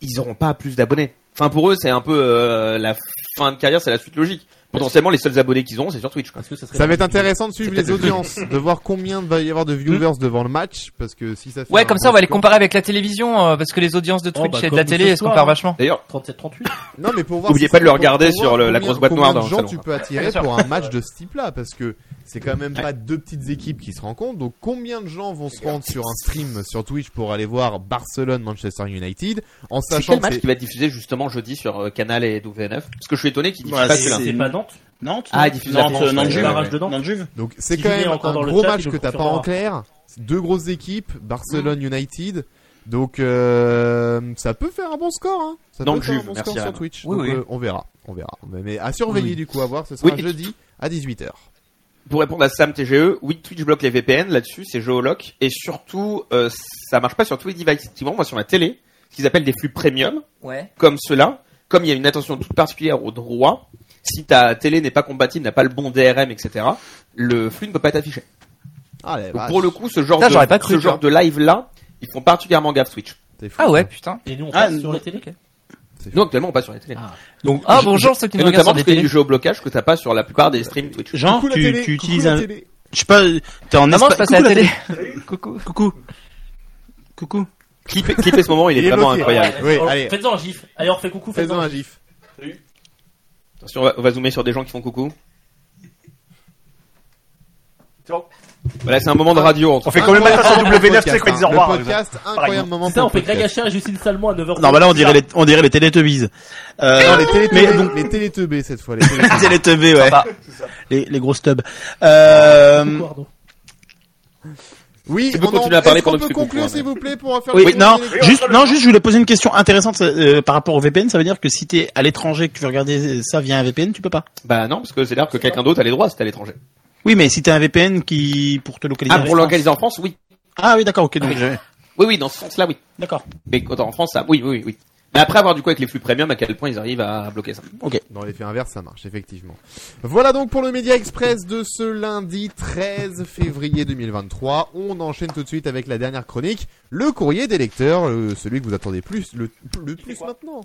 Speaker 3: ils auront pas plus d'abonnés. Enfin, pour eux, c'est un peu euh, la fin de carrière, c'est la suite logique. Potentiellement, les seuls abonnés qu'ils auront, c'est sur Twitch. Quoi.
Speaker 1: Ça va être intéressant de suivre
Speaker 3: C'est
Speaker 1: les audiences, de voir combien va y avoir de viewers devant le match, parce que si ça fait
Speaker 4: Ouais,
Speaker 1: un
Speaker 4: comme
Speaker 1: bon
Speaker 4: ça on va les
Speaker 1: score-
Speaker 4: comparer avec la télévision, euh, parce que les audiences de
Speaker 6: Oh,
Speaker 4: Twitch
Speaker 6: bah,
Speaker 4: et de
Speaker 6: comme
Speaker 4: la
Speaker 6: ce
Speaker 4: télé se
Speaker 6: soir,
Speaker 4: comparent
Speaker 6: hein.
Speaker 4: vachement.
Speaker 3: D'ailleurs,
Speaker 6: 37-38.
Speaker 1: Non, mais pour voir.
Speaker 3: Oubliez
Speaker 1: si
Speaker 3: pas
Speaker 1: ça-
Speaker 3: de le
Speaker 1: pour-
Speaker 3: regarder
Speaker 1: pour
Speaker 3: sur
Speaker 1: voir
Speaker 3: le-
Speaker 1: combien-
Speaker 3: la grosse boîte noire hein,
Speaker 1: combien de
Speaker 3: dans
Speaker 1: gens
Speaker 3: le
Speaker 1: tu
Speaker 3: salon.
Speaker 1: peux attirer
Speaker 4: Bien sûr.
Speaker 1: pour un match de ce type-là, parce que c'est quand même pas deux petites équipes qui se rencontrent. Donc combien de gens vont se rendre sur un stream sur Twitch pour aller voir Barcelone Manchester United en
Speaker 3: c'est
Speaker 1: sachant
Speaker 3: quel
Speaker 1: que
Speaker 3: match
Speaker 1: c'est-
Speaker 3: qui va être diffusé justement jeudi sur euh, Canal et W9 Parce que je suis étonné qu'ils diffusent
Speaker 2: Ouais,
Speaker 3: pas
Speaker 2: c'est-
Speaker 3: celui-là.
Speaker 6: C'est pas Nantes.
Speaker 2: Nantes
Speaker 3: Ah, ils diffusent la
Speaker 2: Nantes,
Speaker 3: France,
Speaker 2: Nantes,
Speaker 3: ouais,
Speaker 2: Juve.
Speaker 3: le barrage
Speaker 6: de Nantes.
Speaker 2: Nantes, Juve.
Speaker 1: Donc c'est
Speaker 6: Si
Speaker 1: quand
Speaker 6: Julien est
Speaker 1: même
Speaker 6: encore
Speaker 1: un
Speaker 6: dans le
Speaker 1: gros
Speaker 6: chat,
Speaker 1: match
Speaker 6: il nous
Speaker 1: que t'as pas
Speaker 6: confirmera.
Speaker 1: en clair. C'est Deux grosses équipes, Barcelone United. Donc euh, ça peut faire un bon score. Hein. Ça
Speaker 3: Dans
Speaker 1: peut
Speaker 3: le
Speaker 1: faire un
Speaker 3: Juve,
Speaker 1: bon
Speaker 3: merci,
Speaker 1: score sur
Speaker 3: Alain.
Speaker 1: Twitch.
Speaker 4: Oui,
Speaker 1: Donc,
Speaker 4: oui.
Speaker 1: euh, on verra, on verra. Mais, mais à surveiller du coup, à voir. Ce sera
Speaker 3: Oui.
Speaker 1: jeudi à 18h.
Speaker 3: Pour répondre à Sam TGE, oui, Twitch bloque les VPN là-dessus, c'est géoloc, et surtout, euh, ça marche pas sur tous les devices. Effectivement, moi, sur ma télé, ce qu'ils appellent des flux premium,
Speaker 7: Ouais.
Speaker 3: comme cela, comme il y a une attention toute particulière au droit, si ta télé n'est pas compatible, n'a pas le bon DRM, etc., le flux ne peut pas être affiché.
Speaker 1: Ah, la
Speaker 3: Donc,
Speaker 1: vache,
Speaker 3: pour le coup, ce genre
Speaker 4: Putain,
Speaker 3: de,
Speaker 4: j'aurais pas cru,
Speaker 3: ce
Speaker 4: tu
Speaker 3: genre de live-là, ils font particulièrement gaffe Twitch.
Speaker 1: c'est fou,
Speaker 4: Ah ouais,
Speaker 1: ça.
Speaker 4: putain.
Speaker 6: Et nous on
Speaker 2: Ah,
Speaker 6: passe sur
Speaker 2: non.
Speaker 6: la télé.
Speaker 3: Nous, actuellement, on passe sur les télés.
Speaker 6: Ah.
Speaker 3: Donc,
Speaker 4: Ah
Speaker 3: je-
Speaker 4: bonjour ceux qui
Speaker 3: et
Speaker 4: nous regardent
Speaker 3: notamment
Speaker 4: sur
Speaker 3: parce
Speaker 4: des
Speaker 3: qu'il y a
Speaker 4: télés.
Speaker 3: du géoblocage que t'as pas sur la plupart des streams Twitch.
Speaker 2: Genre,
Speaker 1: Coucou la
Speaker 2: tu,
Speaker 1: télé,
Speaker 2: tu
Speaker 1: coucou
Speaker 2: utilises
Speaker 1: la
Speaker 2: un...
Speaker 1: télé.
Speaker 2: Je sais pas, t'es en
Speaker 4: Maman, Ah je
Speaker 2: Espagne.
Speaker 4: passe à la télé. [laughs]
Speaker 2: Coucou. Coucou. Coucou.
Speaker 3: Clip, clipper ce moment, il est
Speaker 1: Il est
Speaker 3: vraiment
Speaker 1: bloqué.
Speaker 3: incroyable.
Speaker 1: Ouais, oui,
Speaker 6: Alors,
Speaker 1: allez.
Speaker 6: Faites-en un gif. Allez, on refait coucou.
Speaker 1: Faisons
Speaker 6: Faites-en
Speaker 1: un gif.
Speaker 3: Attention, on va, on va zoomer sur des gens qui font coucou. Voilà, c'est un
Speaker 4: Ah.
Speaker 3: moment de radio. entre-
Speaker 5: On fait quand même
Speaker 1: Incroyable
Speaker 5: pas sur
Speaker 1: moment
Speaker 5: W9,
Speaker 1: Ah, podcast,
Speaker 5: c'est quoi, ils disent
Speaker 1: hein.
Speaker 5: au revoir.
Speaker 1: Le podcast, incroyable moment.
Speaker 6: C'est ça, on
Speaker 1: pour
Speaker 6: fait
Speaker 1: le
Speaker 6: Greg
Speaker 1: podcast.
Speaker 6: Hachin et Justine Salmon à 9h.
Speaker 2: Non, bah là, on dirait les, on dirait les Télétubbies. Euh,
Speaker 1: Non, les télétubés,
Speaker 2: Mais donc-
Speaker 1: les télétubés cette fois. Les télétubés.
Speaker 2: les [laughs] Télétubbies, ouais.
Speaker 4: Sympa.
Speaker 2: Les, les grosses tubs. Euh,
Speaker 1: Oui,
Speaker 3: Tu peux
Speaker 1: on en-
Speaker 3: continuer à parler
Speaker 1: est-ce qu'on
Speaker 3: pendant que
Speaker 1: peut
Speaker 3: tu coupes,
Speaker 1: conclure
Speaker 3: hein,
Speaker 1: s'il vous plaît pour faire
Speaker 2: oui,
Speaker 1: le tour
Speaker 2: non,
Speaker 1: des
Speaker 2: juste, non, juste, je voulais poser une question intéressante euh, par rapport au VPN. Ça veut dire que si t'es à l'étranger, que tu veux regarder ça via un VPN, tu peux pas.
Speaker 3: Bah non, parce que c'est-à-dire que quelqu'un d'autre a les droits si t'es à l'étranger.
Speaker 2: Oui, mais si t'as un VPN qui pour te localiser.
Speaker 3: Ah,
Speaker 2: en
Speaker 3: pour
Speaker 2: France.
Speaker 3: localiser en France, oui.
Speaker 2: Ah oui, d'accord, ok, donc je-
Speaker 3: Oui, oui, dans ce sens-là, oui.
Speaker 2: d'accord.
Speaker 3: Mais quand en France, ça, oui, oui, oui. Mais après avoir du coup avec les flux premium, à quel point ils arrivent à bloquer ça.
Speaker 1: Dans l'effet inverse, ça marche, effectivement. Voilà donc pour le Média Express de ce lundi 13 février 2023. On enchaîne tout de suite avec la dernière chronique, le courrier des lecteurs, euh, celui que vous attendez plus, le, le plus maintenant.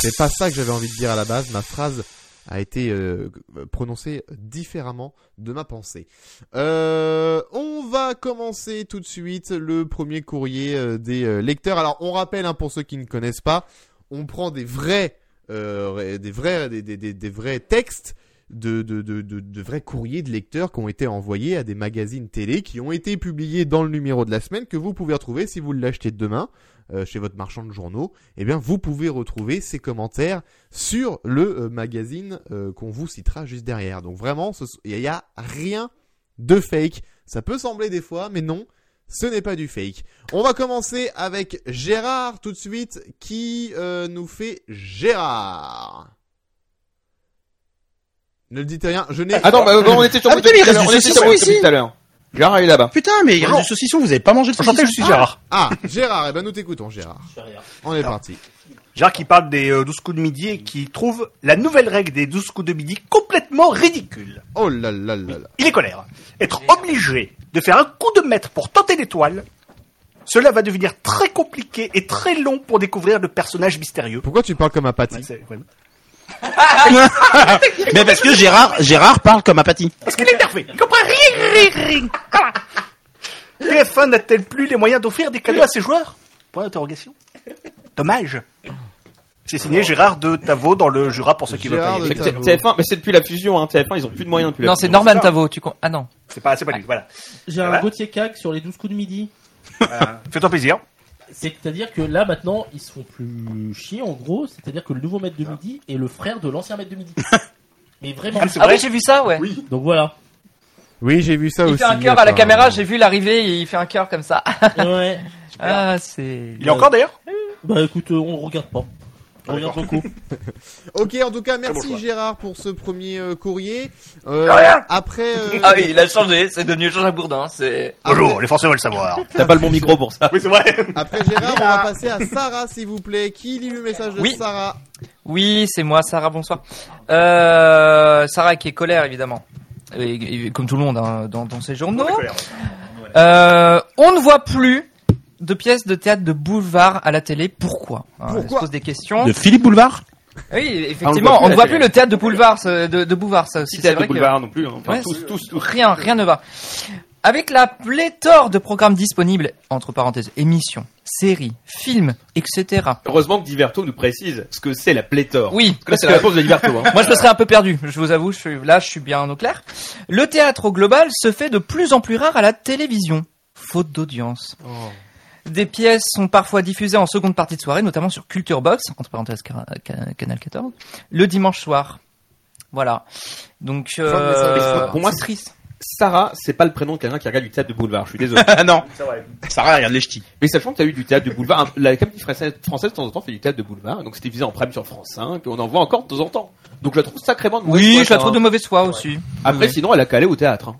Speaker 1: C'est pas ça que j'avais envie de dire à la base, ma phrase a été euh, prononcée différemment de ma pensée. Euh, on va commencer tout de suite le premier courrier euh, des euh, lecteurs. Alors on rappelle hein, pour ceux qui ne connaissent pas, on prend des vrais, euh, ré- des vrais, des, des, des, des vrais textes de, de, de, de, de vrais courriers de lecteurs qui ont été envoyés à des magazines télé qui ont été publiés dans le numéro de la semaine que vous pouvez retrouver si vous l'achetez demain euh, chez votre marchand de journaux. Eh bien, vous pouvez retrouver ces commentaires sur le euh, magazine euh, qu'on vous citera juste derrière. Donc vraiment, ce sont- il n'y a rien de fake. Ça peut sembler des fois, mais non. Ce n'est pas du fake. On va commencer avec Gérard tout de suite, qui euh, nous fait Gérard. Ne le dites rien, je n'ai...
Speaker 3: Attends, bah, on était sur
Speaker 2: Ah,
Speaker 3: vous
Speaker 2: putain,
Speaker 3: depuis
Speaker 2: il
Speaker 3: tout
Speaker 2: reste
Speaker 3: à l'heure,
Speaker 2: du
Speaker 3: on était sur
Speaker 2: saucisson
Speaker 3: vous depuis
Speaker 2: ici.
Speaker 3: tout à l'heure. Gérard est là-bas.
Speaker 2: Putain, mais il y a
Speaker 1: Bonjour.
Speaker 2: du saucisson, vous avez pas mangé de saucisson.
Speaker 5: Enchanté, je suis Gérard.
Speaker 1: Ah, Gérard, eh ben nous t'écoutons Gérard. On est parti.
Speaker 5: Gérard qui parle des euh, 12 coups de midi et qui trouve la nouvelle règle des 12 coups de midi complètement ridicule.
Speaker 1: Oh là là là là.
Speaker 5: Il est colère. Être obligé de faire un coup de maître pour tenter l'étoile, cela va devenir très compliqué et très long pour découvrir le personnage mystérieux.
Speaker 1: Pourquoi tu parles comme un pâté
Speaker 5: Ouais, c'est- ouais.
Speaker 2: Ah, [laughs] Mais parce que Gérard, Gérard parle comme Apathy.
Speaker 5: Parce qu'il est énervé. Il comprend rien, rien, rien. Voilà. TF1 n'a-t-elle plus les moyens d'offrir des cadeaux à ses joueurs Point d'interrogation. Dommage. C'est signé Gérard de Tavaux dans le Jura pour ceux qui veulent
Speaker 1: Gérard
Speaker 5: pas y
Speaker 1: de
Speaker 5: aller.
Speaker 3: C'est que
Speaker 1: Tavaux.
Speaker 3: TF1, mais c'est depuis la fusion, hein, TF1, ils ont plus de moyens depuis la
Speaker 4: Non, c'est
Speaker 3: fusion.
Speaker 4: Norman Tavo, tu con... Ah non.
Speaker 5: c'est pas, c'est pas lui. Voilà.
Speaker 6: J'ai
Speaker 2: Ah
Speaker 6: un
Speaker 5: Voilà.
Speaker 6: Gauthier Cag sur les 12 coups de midi.
Speaker 5: Voilà. Fais-toi plaisir.
Speaker 6: C'est-à-dire que là, maintenant, ils se font plus chier, en gros. C'est-à-dire que le nouveau maître de
Speaker 2: Ah.
Speaker 6: midi est le frère de l'ancien maître
Speaker 2: [laughs]
Speaker 6: de midi. Mais vraiment.
Speaker 5: Ah, c'est
Speaker 4: Ah
Speaker 5: vrai
Speaker 4: oui, j'ai vu ça, ouais.
Speaker 6: Donc voilà.
Speaker 1: Oui, j'ai vu ça
Speaker 4: Il
Speaker 1: aussi.
Speaker 4: fait un cœur à la
Speaker 1: apparemment.
Speaker 4: caméra, j'ai vu l'arrivée et il fait un cœur comme [laughs] ça.
Speaker 6: Ouais.
Speaker 4: Ah, c'est.
Speaker 5: Il est encore d'ailleurs
Speaker 6: Bah écoute, euh, on regarde pas. On regarde beaucoup.
Speaker 1: Ok, en tout cas,
Speaker 5: bon
Speaker 1: merci
Speaker 5: choix.
Speaker 1: Gérard pour ce premier euh, courrier. Euh,
Speaker 4: De rien.
Speaker 1: après, euh,
Speaker 4: Ah oui, il a changé, c'est devenu Jean-Jacques Bourdin, c'est.
Speaker 5: Bonjour, Ah les Français veulent savoir.
Speaker 3: T'as pas le bon micro pour ça.
Speaker 5: [laughs] oui, c'est vrai.
Speaker 1: après Gérard, on va passer à Sarah, s'il vous plaît. Qui lit le message de
Speaker 4: Oui.
Speaker 1: Sarah
Speaker 4: Oui, c'est moi, Sarah, bonsoir. Euh, Sarah qui est colère, évidemment. Et- et comme tout le monde hein, dans, dans ses journaux. Euh, on ne voit plus de pièces de théâtre de boulevard à la télé. Pourquoi Hein, On
Speaker 1: Pourquoi
Speaker 4: se pose des questions.
Speaker 2: Philippe Boulevard
Speaker 4: Oui, effectivement,
Speaker 3: Ah,
Speaker 4: on ne voit
Speaker 3: à la
Speaker 4: plus
Speaker 3: télé.
Speaker 4: le théâtre de boulevard, ce- de, de boulevard, ça aussi.
Speaker 3: Si
Speaker 4: c'est
Speaker 3: t'as
Speaker 4: vrai
Speaker 3: de
Speaker 4: que-
Speaker 3: boulevard non plus, hein. Enfin,
Speaker 4: Ouais,
Speaker 3: tous, tous, tous.
Speaker 4: Rien, rien ne va. Avec la pléthore de programmes disponibles, entre parenthèses, émissions, séries, films, etc.
Speaker 3: Heureusement que Diverto nous précise ce que c'est la pléthore.
Speaker 4: Oui,
Speaker 3: Parce que là,
Speaker 4: parce
Speaker 3: c'est la
Speaker 4: que
Speaker 3: réponse de Diverto. Hein.
Speaker 4: moi je me serais un peu perdu, je vous avoue, je suis, là je suis bien au clair. Le théâtre au global se fait de plus en plus rare à la télévision, faute d'audience. Des pièces sont parfois diffusées en seconde partie de soirée, notamment sur Culture Box, entre parenthèses ca- ca- Canal 14, le dimanche soir. Voilà. Donc, euh,
Speaker 3: Pour moi,
Speaker 4: c'est triste.
Speaker 3: Sarah, c'est pas le prénom de quelqu'un qui regarde du théâtre de boulevard. Je
Speaker 4: [laughs]
Speaker 3: suis désolé.
Speaker 2: Ah non. Sarah regarde les ch'tis.
Speaker 3: Mais sachant que t'as eu du théâtre de boulevard, un- la comédie française, française de temps en temps fait du théâtre de boulevard, donc c'était diffusé en prime sur France 5, et on en voit encore de temps en temps. Donc je la trouve sacrément de mauvaise
Speaker 4: Oui,
Speaker 3: foi,
Speaker 4: je la
Speaker 3: ça,
Speaker 4: trouve de
Speaker 3: hein.
Speaker 4: mauvaise foi aussi.
Speaker 3: Après,
Speaker 4: Oui.
Speaker 3: sinon, elle a calé au théâtre. Hein.